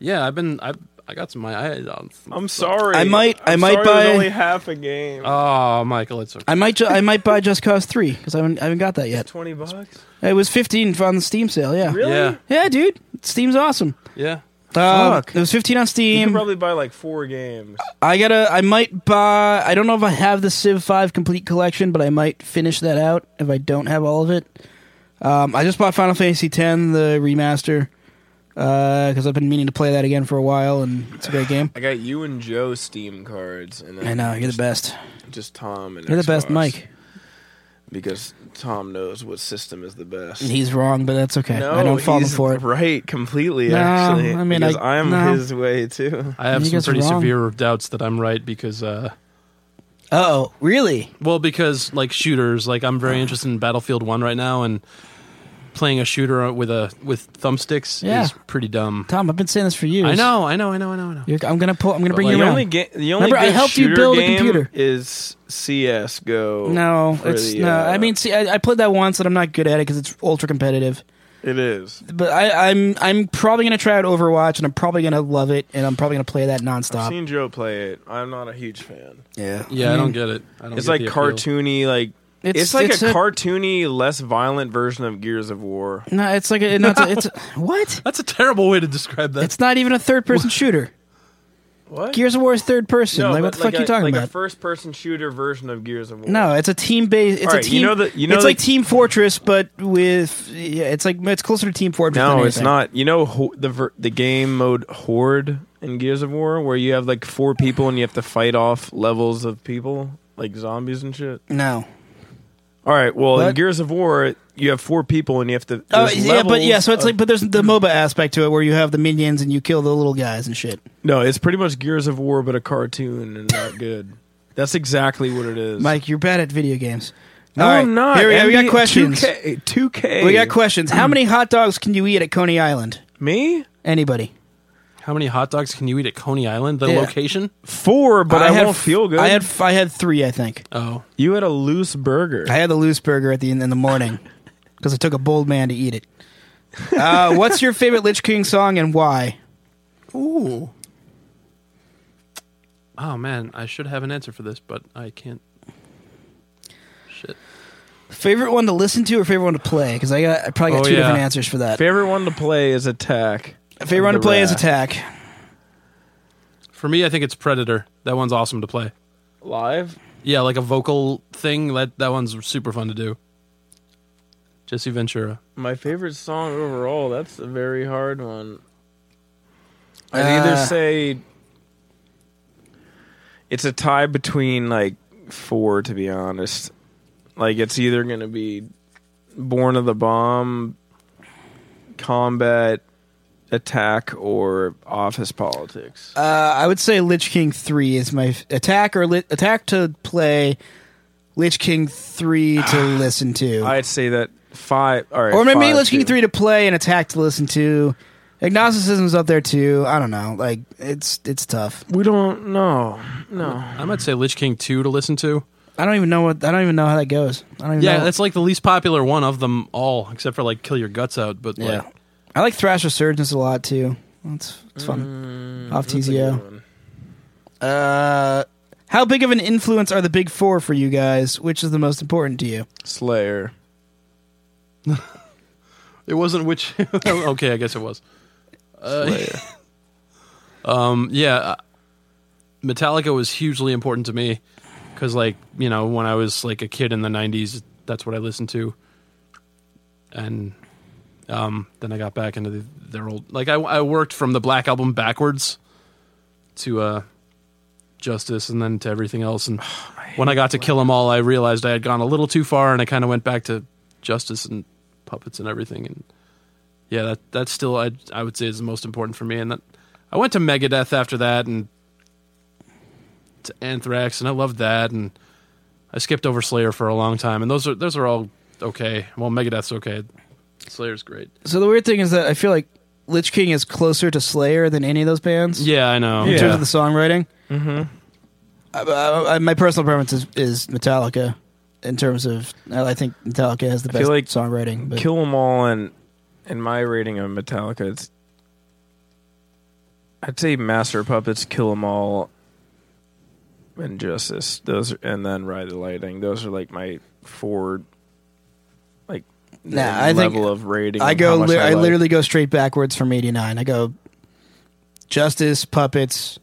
[SPEAKER 1] yeah. I've been. I I um, got some of my eyes on.
[SPEAKER 2] I'm sorry.
[SPEAKER 4] I might- I
[SPEAKER 2] I'm sorry
[SPEAKER 4] might
[SPEAKER 2] there's
[SPEAKER 4] buy- Uh,
[SPEAKER 2] only half a game.
[SPEAKER 1] Oh, Michael, it's okay.
[SPEAKER 4] I might ju- I might buy Just Cause three because I haven't, I haven't got that yet.
[SPEAKER 2] Twenty bucks.
[SPEAKER 4] It was fifteen on the Steam sale. Yeah,
[SPEAKER 2] Really?
[SPEAKER 1] Yeah,
[SPEAKER 4] yeah, dude, Steam's awesome.
[SPEAKER 1] yeah.
[SPEAKER 4] Uh, it was fifteen on
[SPEAKER 2] You
[SPEAKER 4] Steam.
[SPEAKER 2] could probably buy like four games.
[SPEAKER 4] I gotta. I might buy. I don't know if I have the Civ Five complete collection, but I might finish that out if I don't have all of it. Um, I just bought Final Fantasy X the remaster because I've been meaning to play that again for a while, and it's a great game.
[SPEAKER 2] I got you and Joe Steam cards, and then
[SPEAKER 4] I know you're the best.
[SPEAKER 2] Just Tom and
[SPEAKER 4] You're the best,
[SPEAKER 2] Xbox,
[SPEAKER 4] Mike.
[SPEAKER 2] Because Tom knows what system is the best.
[SPEAKER 4] He's wrong, but that's okay.
[SPEAKER 2] no,
[SPEAKER 4] I don't fault him
[SPEAKER 2] he's
[SPEAKER 4] for it.
[SPEAKER 2] right completely.
[SPEAKER 4] No,
[SPEAKER 2] actually,
[SPEAKER 4] I mean,
[SPEAKER 2] because
[SPEAKER 4] I-
[SPEAKER 2] am
[SPEAKER 4] no.
[SPEAKER 2] his way too.
[SPEAKER 1] I have
[SPEAKER 4] You
[SPEAKER 1] some
[SPEAKER 4] guys are
[SPEAKER 1] pretty
[SPEAKER 4] wrong.
[SPEAKER 1] severe doubts that I'm right because, uh,
[SPEAKER 4] Oh, really?
[SPEAKER 1] well, because like shooters, like I'm very interested in Battlefield One right now, and playing a shooter with a with thumbsticks
[SPEAKER 4] Yeah.
[SPEAKER 1] is pretty dumb.
[SPEAKER 4] Tom, I've been saying this for years.
[SPEAKER 1] I know, I know, I know, I know, I know.
[SPEAKER 4] You're, I'm gonna pull. I'm gonna bring
[SPEAKER 1] like-
[SPEAKER 4] you
[SPEAKER 2] The
[SPEAKER 4] around.
[SPEAKER 2] only game, the only
[SPEAKER 4] Remember, I
[SPEAKER 2] good
[SPEAKER 4] helped you
[SPEAKER 2] shooter
[SPEAKER 4] build a
[SPEAKER 2] game
[SPEAKER 4] computer.
[SPEAKER 2] Is CS:GO?
[SPEAKER 4] No,
[SPEAKER 2] for
[SPEAKER 4] it's
[SPEAKER 2] the,
[SPEAKER 4] no.
[SPEAKER 2] uh,
[SPEAKER 4] I mean, see, I, I played that once, and I'm not good at it because it's ultra competitive.
[SPEAKER 2] it is.
[SPEAKER 4] But I, I'm I'm probably gonna try out Overwatch, and I'm probably gonna love it, and I'm probably gonna play
[SPEAKER 2] I've
[SPEAKER 4] that nonstop.
[SPEAKER 2] seen Joe play it. I'm not a huge fan.
[SPEAKER 4] yeah,
[SPEAKER 1] Yeah, I don't get it. I don't
[SPEAKER 2] It's
[SPEAKER 1] get
[SPEAKER 2] like
[SPEAKER 1] the appeal.
[SPEAKER 2] cartoony, like
[SPEAKER 4] It's-
[SPEAKER 2] it's, like
[SPEAKER 4] it's
[SPEAKER 2] a,
[SPEAKER 4] a-
[SPEAKER 2] cartoony, less violent version of Gears of War.
[SPEAKER 4] No, it's like a, no, it's, a, it's a- what?
[SPEAKER 1] That's a terrible way to describe that.
[SPEAKER 4] It's not even a third person shooter.
[SPEAKER 2] What?
[SPEAKER 4] Gears of War is third person.
[SPEAKER 2] No,
[SPEAKER 4] like what
[SPEAKER 2] but
[SPEAKER 4] the fuck
[SPEAKER 2] a,
[SPEAKER 4] are you talking
[SPEAKER 2] like
[SPEAKER 4] about?
[SPEAKER 2] a first-person shooter version of Gears of War.
[SPEAKER 4] no, it's a team based. It's
[SPEAKER 2] Alright,
[SPEAKER 4] a
[SPEAKER 2] you
[SPEAKER 4] team.
[SPEAKER 2] know the- you know
[SPEAKER 4] it's
[SPEAKER 2] the-
[SPEAKER 4] like Team Fortress, but with yeah, it's like it's closer to Team Fortress.
[SPEAKER 2] No,
[SPEAKER 4] than
[SPEAKER 2] it's
[SPEAKER 4] anything.
[SPEAKER 2] not. You know ho- the ver- the game mode Horde in Gears of War, where you have like four people and you have to fight off levels of people, like zombies and shit.
[SPEAKER 4] No.
[SPEAKER 2] All right. Well,
[SPEAKER 4] What?
[SPEAKER 2] in Gears of War, you have four people and you have to.
[SPEAKER 4] Oh
[SPEAKER 2] there's
[SPEAKER 4] yeah, but yeah,
[SPEAKER 2] levels
[SPEAKER 4] so it's
[SPEAKER 2] of-
[SPEAKER 4] like, but there's the MOBA aspect to it where you have the minions and you kill the little guys and shit.
[SPEAKER 2] no, it's pretty much Gears of War, but a cartoon and not good. That's exactly what it is.
[SPEAKER 4] Mike, you're bad at video games.
[SPEAKER 2] no,
[SPEAKER 4] All right,
[SPEAKER 2] I'm not.
[SPEAKER 4] Here we, go. we got
[SPEAKER 2] NBA
[SPEAKER 4] questions.
[SPEAKER 2] 2K, 2K.
[SPEAKER 4] We got questions. How many hot dogs can you eat at Coney Island?
[SPEAKER 2] me
[SPEAKER 4] Anybody?
[SPEAKER 1] How many hot dogs can you eat at Coney Island? The
[SPEAKER 4] Yeah.
[SPEAKER 1] location?
[SPEAKER 2] four, but I,
[SPEAKER 4] had
[SPEAKER 2] won't
[SPEAKER 4] f-
[SPEAKER 2] feel good.
[SPEAKER 4] I had f- I had three, I think.
[SPEAKER 1] Oh,
[SPEAKER 2] you had a loose burger.
[SPEAKER 4] I had the loose burger at the in the morning because I took a bold man to eat it. Uh, what's your favorite Lich King song and why?
[SPEAKER 1] Ooh. Oh man, I should have an answer for this, but I can't. Shit.
[SPEAKER 4] Favorite one to listen to or favorite one to play? Because I got I probably got
[SPEAKER 1] Oh,
[SPEAKER 4] two
[SPEAKER 1] yeah.
[SPEAKER 4] different answers for that.
[SPEAKER 2] Favorite one to play is Attack.
[SPEAKER 4] favorite one to
[SPEAKER 2] The
[SPEAKER 4] play is
[SPEAKER 2] Wrath.
[SPEAKER 4] Attack.
[SPEAKER 1] For me, I think it's Predator. That one's awesome to play.
[SPEAKER 2] Live.
[SPEAKER 1] Yeah, like a vocal thing. That that one's super fun to do. Jesse Ventura.
[SPEAKER 2] My favorite song overall. That's a very hard one. I'd either
[SPEAKER 4] Uh.
[SPEAKER 2] say it's a tie between like four, to be honest. Like it's either gonna be Born of the Bomb, Combat, Attack, or Office Politics.
[SPEAKER 4] Uh, I would say Lich King three is my f- attack or li- attack to play, Lich King three to listen to,
[SPEAKER 2] I'd say that five. All right,
[SPEAKER 4] or maybe
[SPEAKER 2] five,
[SPEAKER 4] Lich King
[SPEAKER 2] too.
[SPEAKER 4] three to play and attack to listen to. Agnosticism's up there too. I don't know. Like it's it's tough.
[SPEAKER 2] We don't know. No.
[SPEAKER 1] I might say Lich King two to listen to.
[SPEAKER 4] I don't even know what I don't even know how that goes. I don't even
[SPEAKER 1] Yeah,
[SPEAKER 4] know.
[SPEAKER 1] that's like the least popular one of them all, except for like Kill Your Guts Out. But
[SPEAKER 4] yeah.
[SPEAKER 1] like,
[SPEAKER 4] I like Thrash Resurgence a lot too. It's it's fun. Off TZO. Uh, how big of an influence are the big four for you guys? Which is the most important to you?
[SPEAKER 2] Slayer.
[SPEAKER 1] It wasn't which. okay, I guess it was. Uh, um, yeah, uh, Metallica was hugely important to me because, like, you know, when I was like a kid in the '90s, that's what I listened to, and um, then I got back into the, their old. Like, I, I worked from the Black Album backwards to uh, Justice, and then to everything else, and when I got to Kill 'Em All, I realized I had gone a little too far, and I kind of went back to Justice and puppets and everything. And yeah, that that's still I I would say is the most important for me. And that, I went to Megadeth after that, and to Anthrax, and I loved that. And I skipped over Slayer for a long time, and those are those are all okay. Well, Megadeth's okay. Slayer's great.
[SPEAKER 4] So the weird thing is that I feel like Lich King is closer to Slayer than any of those bands
[SPEAKER 1] Yeah, I know.
[SPEAKER 4] in terms of the songwriting. Mm-hmm. I, I, my personal preference is, is Metallica. In terms of, I think Metallica has the
[SPEAKER 2] feel
[SPEAKER 4] best
[SPEAKER 2] like
[SPEAKER 4] songwriting. But
[SPEAKER 2] Kill 'em all, and in my rating of Metallica, it's I'd say Master of Puppets, Kill 'em all, and Justice. Those are, and then Ride the Lightning. Those are like my four, like
[SPEAKER 4] Nah, I think
[SPEAKER 2] level of rating.
[SPEAKER 4] I
[SPEAKER 2] of
[SPEAKER 4] go.
[SPEAKER 2] how much
[SPEAKER 4] Li-
[SPEAKER 2] I,
[SPEAKER 4] I
[SPEAKER 2] like.
[SPEAKER 4] literally go straight backwards from eighty nine. I go Justice, Puppets,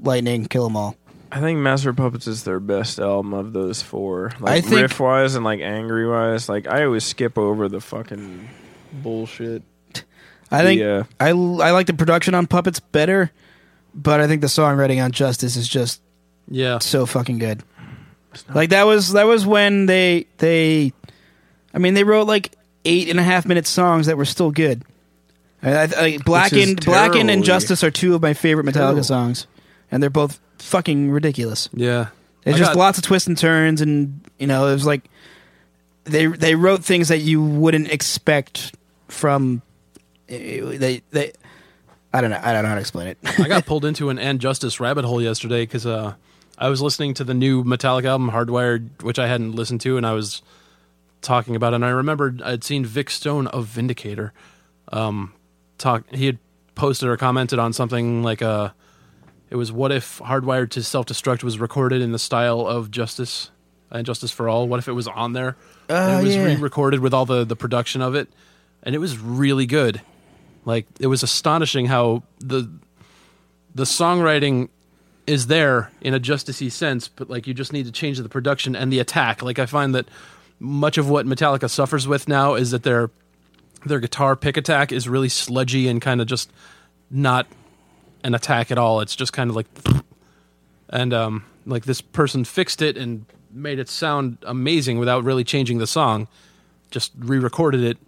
[SPEAKER 4] Lightning, Kill 'Em All.
[SPEAKER 2] I think Master of Puppets is their best album of those four. Like
[SPEAKER 4] I think-
[SPEAKER 2] riff wise and like angry wise. Like I always skip over the fucking bullshit.
[SPEAKER 4] I think
[SPEAKER 2] Yeah.
[SPEAKER 4] I l- I like the production on Puppets better, but I think the songwriting on Justice is just
[SPEAKER 1] Yeah,
[SPEAKER 4] so fucking good. Like that was that was when they they, I mean they wrote like eight and a half minute songs that were still good. I, I, I, Blackened, Blackened,
[SPEAKER 2] terrible.
[SPEAKER 4] and Justice are two of my favorite Metallica songs, and they're both fucking ridiculous.
[SPEAKER 1] yeah.
[SPEAKER 4] It's
[SPEAKER 1] I
[SPEAKER 4] just
[SPEAKER 1] got-
[SPEAKER 4] lots of twists and turns, and you know, it was like they they wrote things that you wouldn't expect from eh, they they. I don't know. I don't know how to explain it.
[SPEAKER 1] I got pulled into an and justice rabbit hole yesterday because uh, I was listening to the new Metallica album Hardwired, which I hadn't listened to, and I was talking about, it, and I remembered I'd seen Vic Stone of Vindicator um, talk. He had posted or commented on something like uh, it was what if Hardwired to Self Destruct was recorded in the style of Justice and Justice for All? What if it was on there? and it was
[SPEAKER 4] yeah.
[SPEAKER 1] re-recorded with all the the production of it, and it was really good. Like it was astonishing how the the songwriting is there in a justicey sense, but like you just need to change the production and the attack. Like I find that much of what Metallica suffers with now is that their their guitar pick attack is really sludgy and kind of just not an attack at all. It's just kind of like and um like this person fixed it and made it sound amazing without really changing the song. Just re-recorded it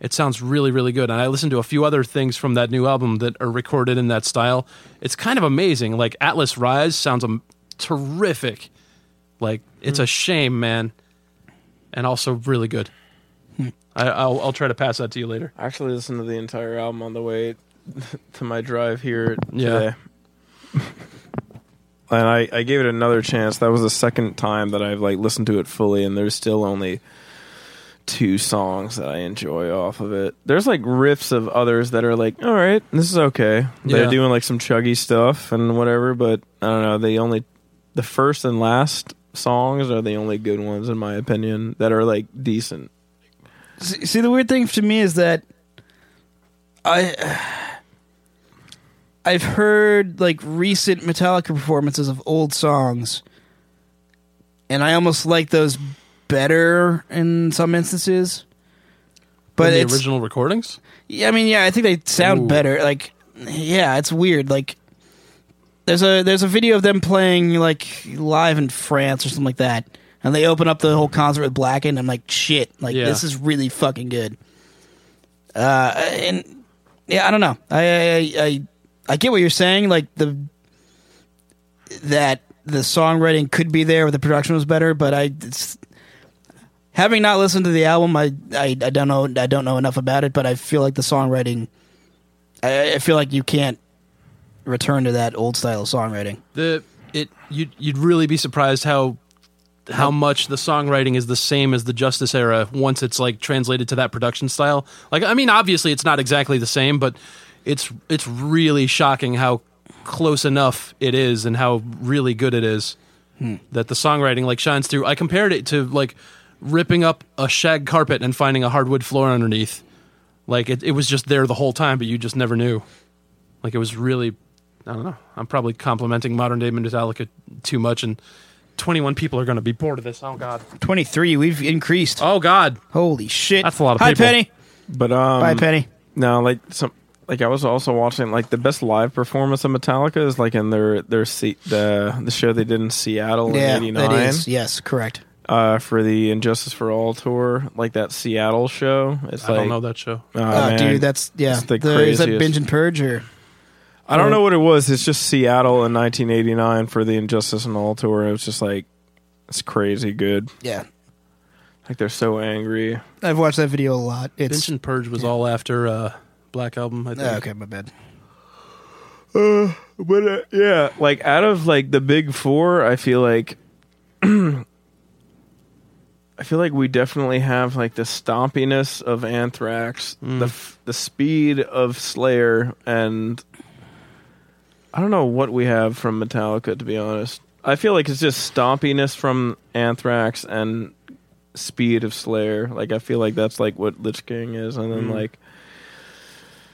[SPEAKER 1] it sounds really, really good. And I listened to a few other things from that new album that are recorded in that style. It's kind of amazing. Like Atlas Rise sounds um, terrific. Like it's
[SPEAKER 4] Hmm.
[SPEAKER 1] a shame, man, and also really good.
[SPEAKER 4] Hmm.
[SPEAKER 1] I, I'll, I'll try to pass that to you later.
[SPEAKER 2] I actually listened to the entire album on the way to my drive here
[SPEAKER 1] Yeah.
[SPEAKER 2] today. and I, I gave it another chance. That was the second time that I've like listened to it fully and there's still only two songs that I enjoy off of it. There's like riffs of others that are like, all right, this is okay. They're
[SPEAKER 1] Yeah.
[SPEAKER 2] doing like some chuggy stuff and whatever, but I don't know. They only the first and last songs are the only good ones in my opinion that are like decent.
[SPEAKER 4] see, see, the weird thing to me is that I I've heard like recent Metallica performances of old songs, and I almost like those better in some instances. But
[SPEAKER 1] In the
[SPEAKER 4] it's,
[SPEAKER 1] original recordings,
[SPEAKER 4] Yeah, I mean, yeah, I think they sound
[SPEAKER 1] Ooh.
[SPEAKER 4] better. Like, yeah, it's weird. Like, there's a there's a video of them playing like live in France or something like that, and they open up the whole concert with Blackened. I'm like, shit, like
[SPEAKER 1] Yeah.
[SPEAKER 4] this is really fucking good. Uh, and yeah, I don't know. I I I, I, I get what you're saying. Like the that the songwriting could be there, or the production was better, but I. It's, Having not listened to the album, I, I, I don't know I don't know enough about it, but I feel like the songwriting, I, I feel like you can't return to that old style of songwriting.
[SPEAKER 1] the it you'd you'd really be surprised how how much the songwriting is the same as the Justice era once it's like translated to that production style. Like I mean obviously it's not exactly the same but it's it's really shocking how close enough it is and how really good it is that the songwriting like shines through. I compared it to like ripping up a shag carpet and finding a hardwood floor underneath. Like it, it was just there the whole time but you just never knew. Like it was really I don't know. I'm probably complimenting modern day Metallica too much and 21 people are going to be bored of this. Oh god.
[SPEAKER 4] Twenty three, we've increased.
[SPEAKER 1] Oh god.
[SPEAKER 4] Holy shit!
[SPEAKER 1] That's a lot of
[SPEAKER 4] Hi,
[SPEAKER 1] people.
[SPEAKER 4] Penny.
[SPEAKER 2] But um
[SPEAKER 4] Bye, Penny.
[SPEAKER 2] No, like some like I was also watching like the best live performance of Metallica is like in their their seat the the show they did in Seattle
[SPEAKER 4] Yeah,
[SPEAKER 2] in
[SPEAKER 4] that
[SPEAKER 2] '89
[SPEAKER 4] is. Yes, correct.
[SPEAKER 2] uh, for the Injustice for All tour, like that Seattle show. It's
[SPEAKER 1] I
[SPEAKER 2] like
[SPEAKER 1] don't know that show.
[SPEAKER 2] oh,
[SPEAKER 4] Oh,
[SPEAKER 2] man.
[SPEAKER 4] dude, that's yeah.
[SPEAKER 2] It's the
[SPEAKER 4] The- is that
[SPEAKER 2] craziest.
[SPEAKER 4] binge and purge or
[SPEAKER 2] I don't know what it was. It's just Seattle in 1989 for the Injustice and All tour. It was just like it's crazy good.
[SPEAKER 4] yeah?
[SPEAKER 2] Like they're so angry.
[SPEAKER 4] I've watched that video a lot. It's
[SPEAKER 1] Bench and Purge was all after uh, Black Album. I think.
[SPEAKER 4] Ah, okay, my bad.
[SPEAKER 2] But uh, yeah, like out of like the big four, I feel like I feel like we definitely have like the stompiness of Anthrax, the f- the speed of Slayer, and I don't know what we have from Metallica. To be honest, I feel like it's just stompiness from Anthrax and speed of Slayer. Like I feel like that's like what Lich King is, and then like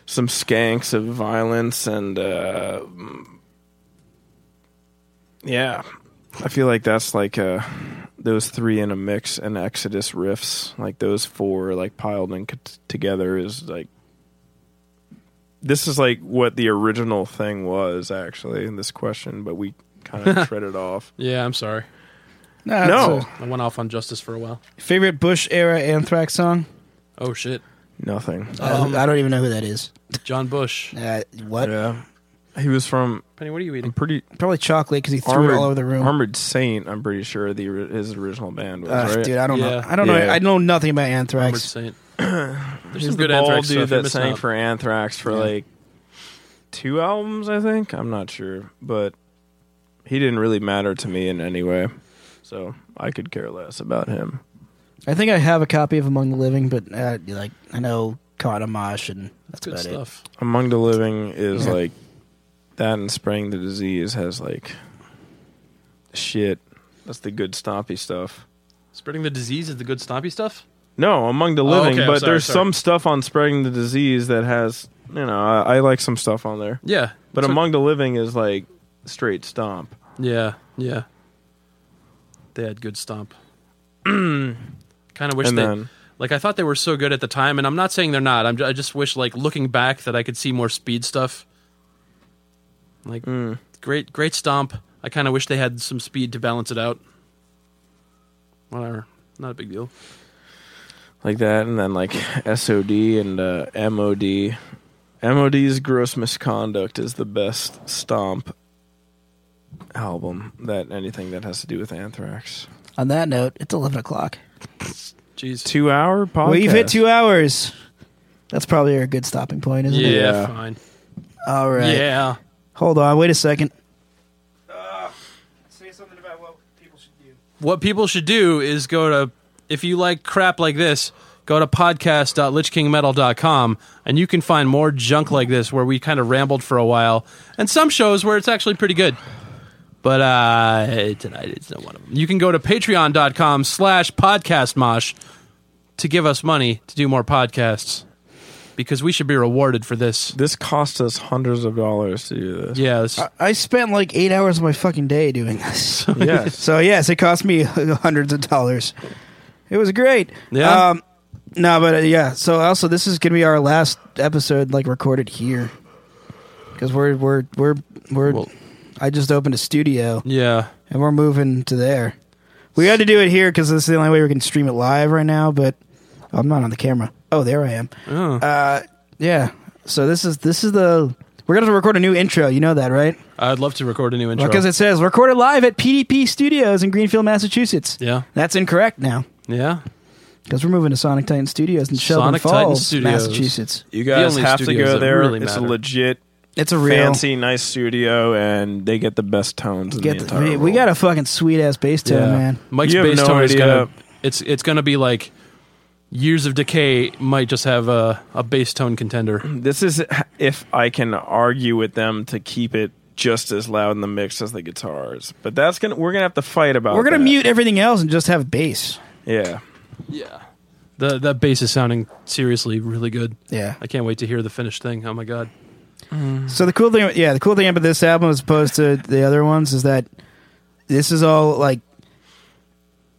[SPEAKER 2] some skanks of violence and uh yeah i feel like that's like uh those three in a mix and exodus riffs like those four like piled in c- together is like this is like what the original thing was actually in this question but we kind of shredded off
[SPEAKER 1] Yeah, I'm sorry.
[SPEAKER 4] Nah,
[SPEAKER 2] no
[SPEAKER 4] it's
[SPEAKER 1] I went off on Justice for a while.
[SPEAKER 4] a- favorite Bush era Anthrax song?
[SPEAKER 1] Oh shit,
[SPEAKER 2] nothing
[SPEAKER 4] I don't- Oh, I don't even know who that is.
[SPEAKER 1] John Bush.
[SPEAKER 4] Uh, what?
[SPEAKER 2] yeah he was from
[SPEAKER 1] Penny, what are you eating?
[SPEAKER 2] pretty
[SPEAKER 4] Probably chocolate because he threw
[SPEAKER 2] armored,
[SPEAKER 4] it all over the room.
[SPEAKER 2] armored saint i'm pretty sure the ori- his original band was
[SPEAKER 4] Ugh,
[SPEAKER 2] right
[SPEAKER 4] Dude, I don't know.
[SPEAKER 1] Yeah.
[SPEAKER 4] I don't know.
[SPEAKER 2] Yeah.
[SPEAKER 4] I know nothing about
[SPEAKER 1] Armored
[SPEAKER 4] Anthrax.
[SPEAKER 1] Saint. There's
[SPEAKER 2] He's
[SPEAKER 1] some
[SPEAKER 2] the
[SPEAKER 1] good
[SPEAKER 2] bald
[SPEAKER 1] Anthrax stuff.
[SPEAKER 2] dude
[SPEAKER 1] You're
[SPEAKER 2] that
[SPEAKER 1] missing
[SPEAKER 2] sang
[SPEAKER 1] out.
[SPEAKER 2] for Anthrax for like two albums, I think. I'm not sure, but he didn't really matter to me in any way, so I could care less about him.
[SPEAKER 4] I think I have a copy of Among the Living, but uh, like I know Caught Amash and that's
[SPEAKER 1] good
[SPEAKER 4] about it.
[SPEAKER 1] stuff.
[SPEAKER 2] Among the Living is like that, and Spraying the Disease has like shit. That's the good stompy stuff.
[SPEAKER 1] Spreading the disease is the good stompy stuff.
[SPEAKER 2] No, Among the Living,
[SPEAKER 1] Oh, okay, I'm
[SPEAKER 2] but
[SPEAKER 1] sorry,
[SPEAKER 2] there's
[SPEAKER 1] sorry.
[SPEAKER 2] some stuff on Spreading the Disease that has you know I, I like some stuff on there,
[SPEAKER 1] Yeah,
[SPEAKER 2] but
[SPEAKER 1] So-
[SPEAKER 2] Among the Living is like straight stomp.
[SPEAKER 1] yeah, yeah, they had good stomp. kind of wish
[SPEAKER 2] and
[SPEAKER 1] they
[SPEAKER 2] then
[SPEAKER 1] like I thought they were so good at the time, and I'm not saying they're not. I'm ju- I just wish like looking back that I could see more speed stuff. Like great, great stomp. I kind of wish they had some speed to balance it out. Whatever, not a big deal.
[SPEAKER 2] like that, and then like SOD and uh, MOD. MOD's Gross Misconduct is the best stomp album that anything that has to do with Anthrax.
[SPEAKER 4] On that note, it's eleven o'clock.
[SPEAKER 1] Jeez.
[SPEAKER 2] Two hour podcast.
[SPEAKER 4] We've hit two hours. That's probably a good stopping point, isn't
[SPEAKER 1] yeah,
[SPEAKER 4] it?
[SPEAKER 2] Yeah.
[SPEAKER 1] fine.
[SPEAKER 4] All right.
[SPEAKER 1] Yeah,
[SPEAKER 4] Hold on. Wait a second.
[SPEAKER 1] what people should do is go to if you like crap like this go to podcast.lichkingmetal.com and you can find more junk like this where we kind of rambled for a while and some shows where it's actually pretty good but uh tonight it's not one of them you can go to patreon.com slash podcastmosh to give us money to do more podcasts because we should be rewarded for this
[SPEAKER 2] This cost us hundreds of dollars to do this.
[SPEAKER 1] yeah this-
[SPEAKER 4] I spent like eight hours of my fucking day doing this.
[SPEAKER 2] Yes.
[SPEAKER 4] so yes, it cost me hundreds of dollars. It was great.
[SPEAKER 1] Yeah?
[SPEAKER 4] Um, no, but uh, yeah. So also, this is gonna be our last episode like recorded here because we're we're we're we're.
[SPEAKER 1] Well-
[SPEAKER 4] I just opened a studio
[SPEAKER 1] yeah
[SPEAKER 4] and we're moving to there. We had to do it here because this is the only way we can stream it live right now. But I'm not on the camera. Oh, there I am.
[SPEAKER 1] Oh.
[SPEAKER 4] Uh, yeah. So this is this is the we're gonna have to record a new intro. You know that, right?
[SPEAKER 1] i'd love to record a new intro
[SPEAKER 4] Because it says recorded live at PDP Studios in Greenfield, Massachusetts.
[SPEAKER 1] yeah
[SPEAKER 4] That's incorrect now
[SPEAKER 1] yeah
[SPEAKER 4] because we're moving to Sonic Titan Studios in Sheldon
[SPEAKER 1] Sonic Titan
[SPEAKER 4] Falls,
[SPEAKER 1] Studios.
[SPEAKER 4] Massachusetts.
[SPEAKER 2] You guys
[SPEAKER 1] only
[SPEAKER 2] have to
[SPEAKER 1] studios
[SPEAKER 2] go
[SPEAKER 1] that
[SPEAKER 2] there.
[SPEAKER 1] really
[SPEAKER 2] it's a
[SPEAKER 1] matter.
[SPEAKER 2] legit,
[SPEAKER 4] It's a real
[SPEAKER 2] fancy, nice studio, and they get the best tones in
[SPEAKER 4] Get
[SPEAKER 2] the
[SPEAKER 4] the-
[SPEAKER 2] entire
[SPEAKER 4] we, we
[SPEAKER 2] world.
[SPEAKER 4] got a fucking sweet ass bass tone, man.
[SPEAKER 1] Mike's
[SPEAKER 2] You have
[SPEAKER 1] bass
[SPEAKER 2] no
[SPEAKER 1] tone is
[SPEAKER 2] idea.
[SPEAKER 1] gonna it's it's gonna be like years of decay might just have a, a bass tone contender.
[SPEAKER 2] This is if I can argue with them to keep it just as loud in the mix as the guitars. But that's gonna we're gonna have to fight about.
[SPEAKER 4] We're gonna
[SPEAKER 2] that.
[SPEAKER 4] mute everything else and just have bass.
[SPEAKER 2] Yeah,
[SPEAKER 1] Yeah. The that bass is sounding seriously really good.
[SPEAKER 4] Yeah.
[SPEAKER 1] I can't wait to hear the finished thing. Oh my god.
[SPEAKER 4] So the cool thing, yeah, the cool thing about this album as opposed to the other ones is that this is all like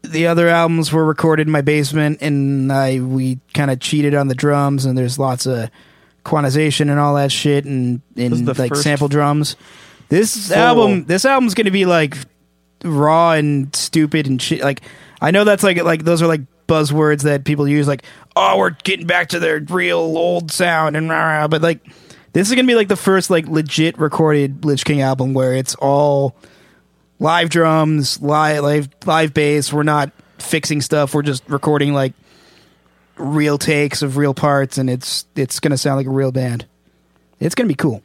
[SPEAKER 4] the other albums were recorded in my basement, and I we kind of cheated on the drums, and there's lots of quantization and all that shit and, and
[SPEAKER 5] the
[SPEAKER 4] like
[SPEAKER 5] first
[SPEAKER 4] sample drums. This album this album's gonna be like raw and stupid and shit like I know that's like like those are like buzzwords that people use like oh we're getting back to their real old sound and rah, rah, but like this is gonna be like the first like legit recorded Lich King album where it's all live drums, live live live bass. We're not fixing stuff. We're just recording like real takes of real parts, and it's it's gonna sound like a real band. It's gonna be cool.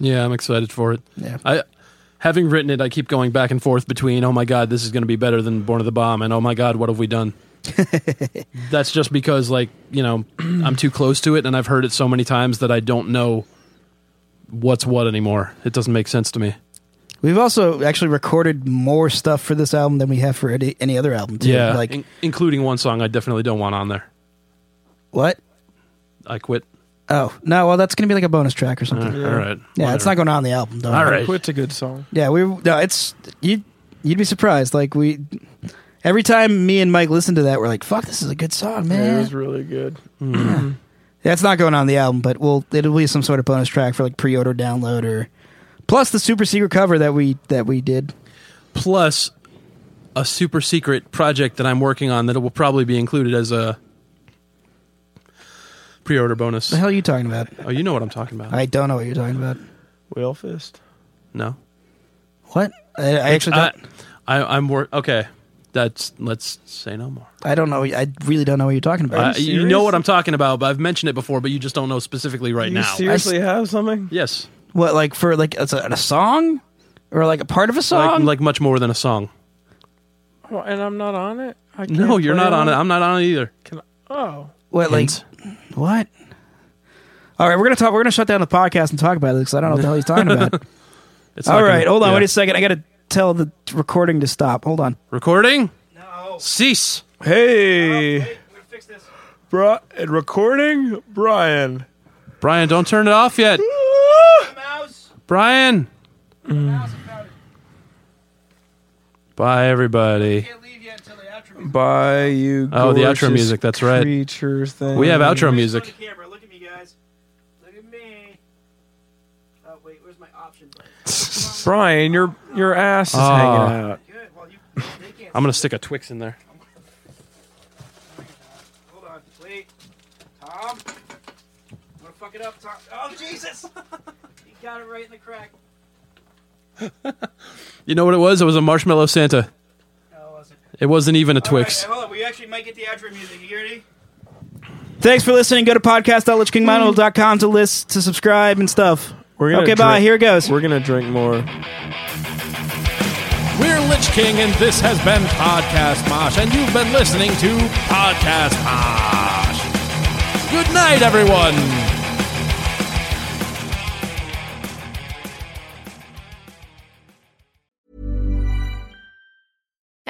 [SPEAKER 1] Yeah, I'm excited for it.
[SPEAKER 4] Yeah.
[SPEAKER 1] I having written it, I keep going back and forth between oh my god, this is going to be better than Born of the Bomb and oh my god, what have we done? That's just because like, you know, I'm too close to it and I've heard it so many times that I don't know what's what anymore. It doesn't make sense to me.
[SPEAKER 4] We've also actually recorded more stuff for this album than we have for any, any other album. Too.
[SPEAKER 1] Yeah,
[SPEAKER 4] like
[SPEAKER 1] in- including one song I definitely don't want on there.
[SPEAKER 4] what?
[SPEAKER 1] I quit.
[SPEAKER 4] Oh no! Well, that's gonna be like a bonus track or something.
[SPEAKER 1] Uh, All right.
[SPEAKER 4] yeah, it's
[SPEAKER 1] Whatever.
[SPEAKER 4] not going on the album. Though.
[SPEAKER 1] All right.
[SPEAKER 5] Quit's a good song.
[SPEAKER 4] Yeah, we no, it's you you'd be surprised. Like we every time me and Mike listen to that, we're like, fuck, this is a good song,
[SPEAKER 5] It
[SPEAKER 4] man.
[SPEAKER 5] was really good.
[SPEAKER 4] That's not going on the album, but we'll it'll be some sort of bonus track for like pre-order download or plus the super secret cover that we that we did.
[SPEAKER 1] Plus a super secret project that I'm working on that it will probably be included as a pre-order bonus.
[SPEAKER 4] The hell are you talking about?
[SPEAKER 1] Oh, you know what I'm talking about.
[SPEAKER 4] I don't know what you're talking about.
[SPEAKER 5] Whale fist.
[SPEAKER 1] no.
[SPEAKER 4] What? I, I actually
[SPEAKER 1] I,
[SPEAKER 4] don't,
[SPEAKER 1] I, I'm work. Okay, that's let's say no more.
[SPEAKER 4] I don't know. I really don't know what you're talking
[SPEAKER 1] Uh,
[SPEAKER 4] about.
[SPEAKER 1] you know what I'm talking about, but I've mentioned it before, but you just don't know specifically right
[SPEAKER 5] You
[SPEAKER 1] now.
[SPEAKER 5] seriously have something?
[SPEAKER 1] Yes,
[SPEAKER 4] what like for like as a, a song or like a part of a
[SPEAKER 1] like,
[SPEAKER 4] song?
[SPEAKER 1] like much more than a song.
[SPEAKER 5] Oh, and I'm not on it. I can't
[SPEAKER 1] No, you're
[SPEAKER 5] play
[SPEAKER 1] not on it. I'm not on it either.
[SPEAKER 5] Can I- oh,
[SPEAKER 4] what like
[SPEAKER 1] Hint.
[SPEAKER 4] what? All right, we're gonna talk. We're gonna shut down the podcast and talk about it because I don't know what the hell he's talking about.
[SPEAKER 1] It's
[SPEAKER 4] All
[SPEAKER 1] not gonna-
[SPEAKER 4] right, hold on.
[SPEAKER 1] yeah.
[SPEAKER 4] Wait a second. I gotta tell the recording to stop. Hold on.
[SPEAKER 1] Recording. No. Cease.
[SPEAKER 5] hey, Bri- and recording, Brian.
[SPEAKER 1] Brian, don't turn it off yet. Brian. Bye, everybody.
[SPEAKER 5] By you.
[SPEAKER 1] Oh, the outro
[SPEAKER 5] gorgeous
[SPEAKER 1] music, that's right.
[SPEAKER 5] Creatures thing.
[SPEAKER 1] We have outro music.
[SPEAKER 4] Look at me, guys. Look at me. Oh wait, where's my option?
[SPEAKER 5] Brian, your your ass is
[SPEAKER 1] Ah.
[SPEAKER 5] hanging out.
[SPEAKER 4] Good. Well, you. They can't.
[SPEAKER 1] I'm gonna stick a Twix in there.
[SPEAKER 4] Hold on. Wait. Tom. I'm gonna fuck it up, Tom. Oh Jesus! you got it right in the crack.
[SPEAKER 1] You know what it was? It was a marshmallow Santa.
[SPEAKER 4] No, it wasn't.
[SPEAKER 1] It wasn't even a Twix.
[SPEAKER 4] hold on. We actually might get the outro music. You ready? Thanks for listening. Go to podcast.lichkingmanual.com to list to subscribe and stuff.
[SPEAKER 5] We're gonna
[SPEAKER 4] Okay, bye.
[SPEAKER 5] drink-
[SPEAKER 4] Here it goes.
[SPEAKER 5] We're gonna drink more.
[SPEAKER 8] We're Lich King, and this has been Podcast Mosh, and you've been listening to Podcast Mosh. Good night, everyone.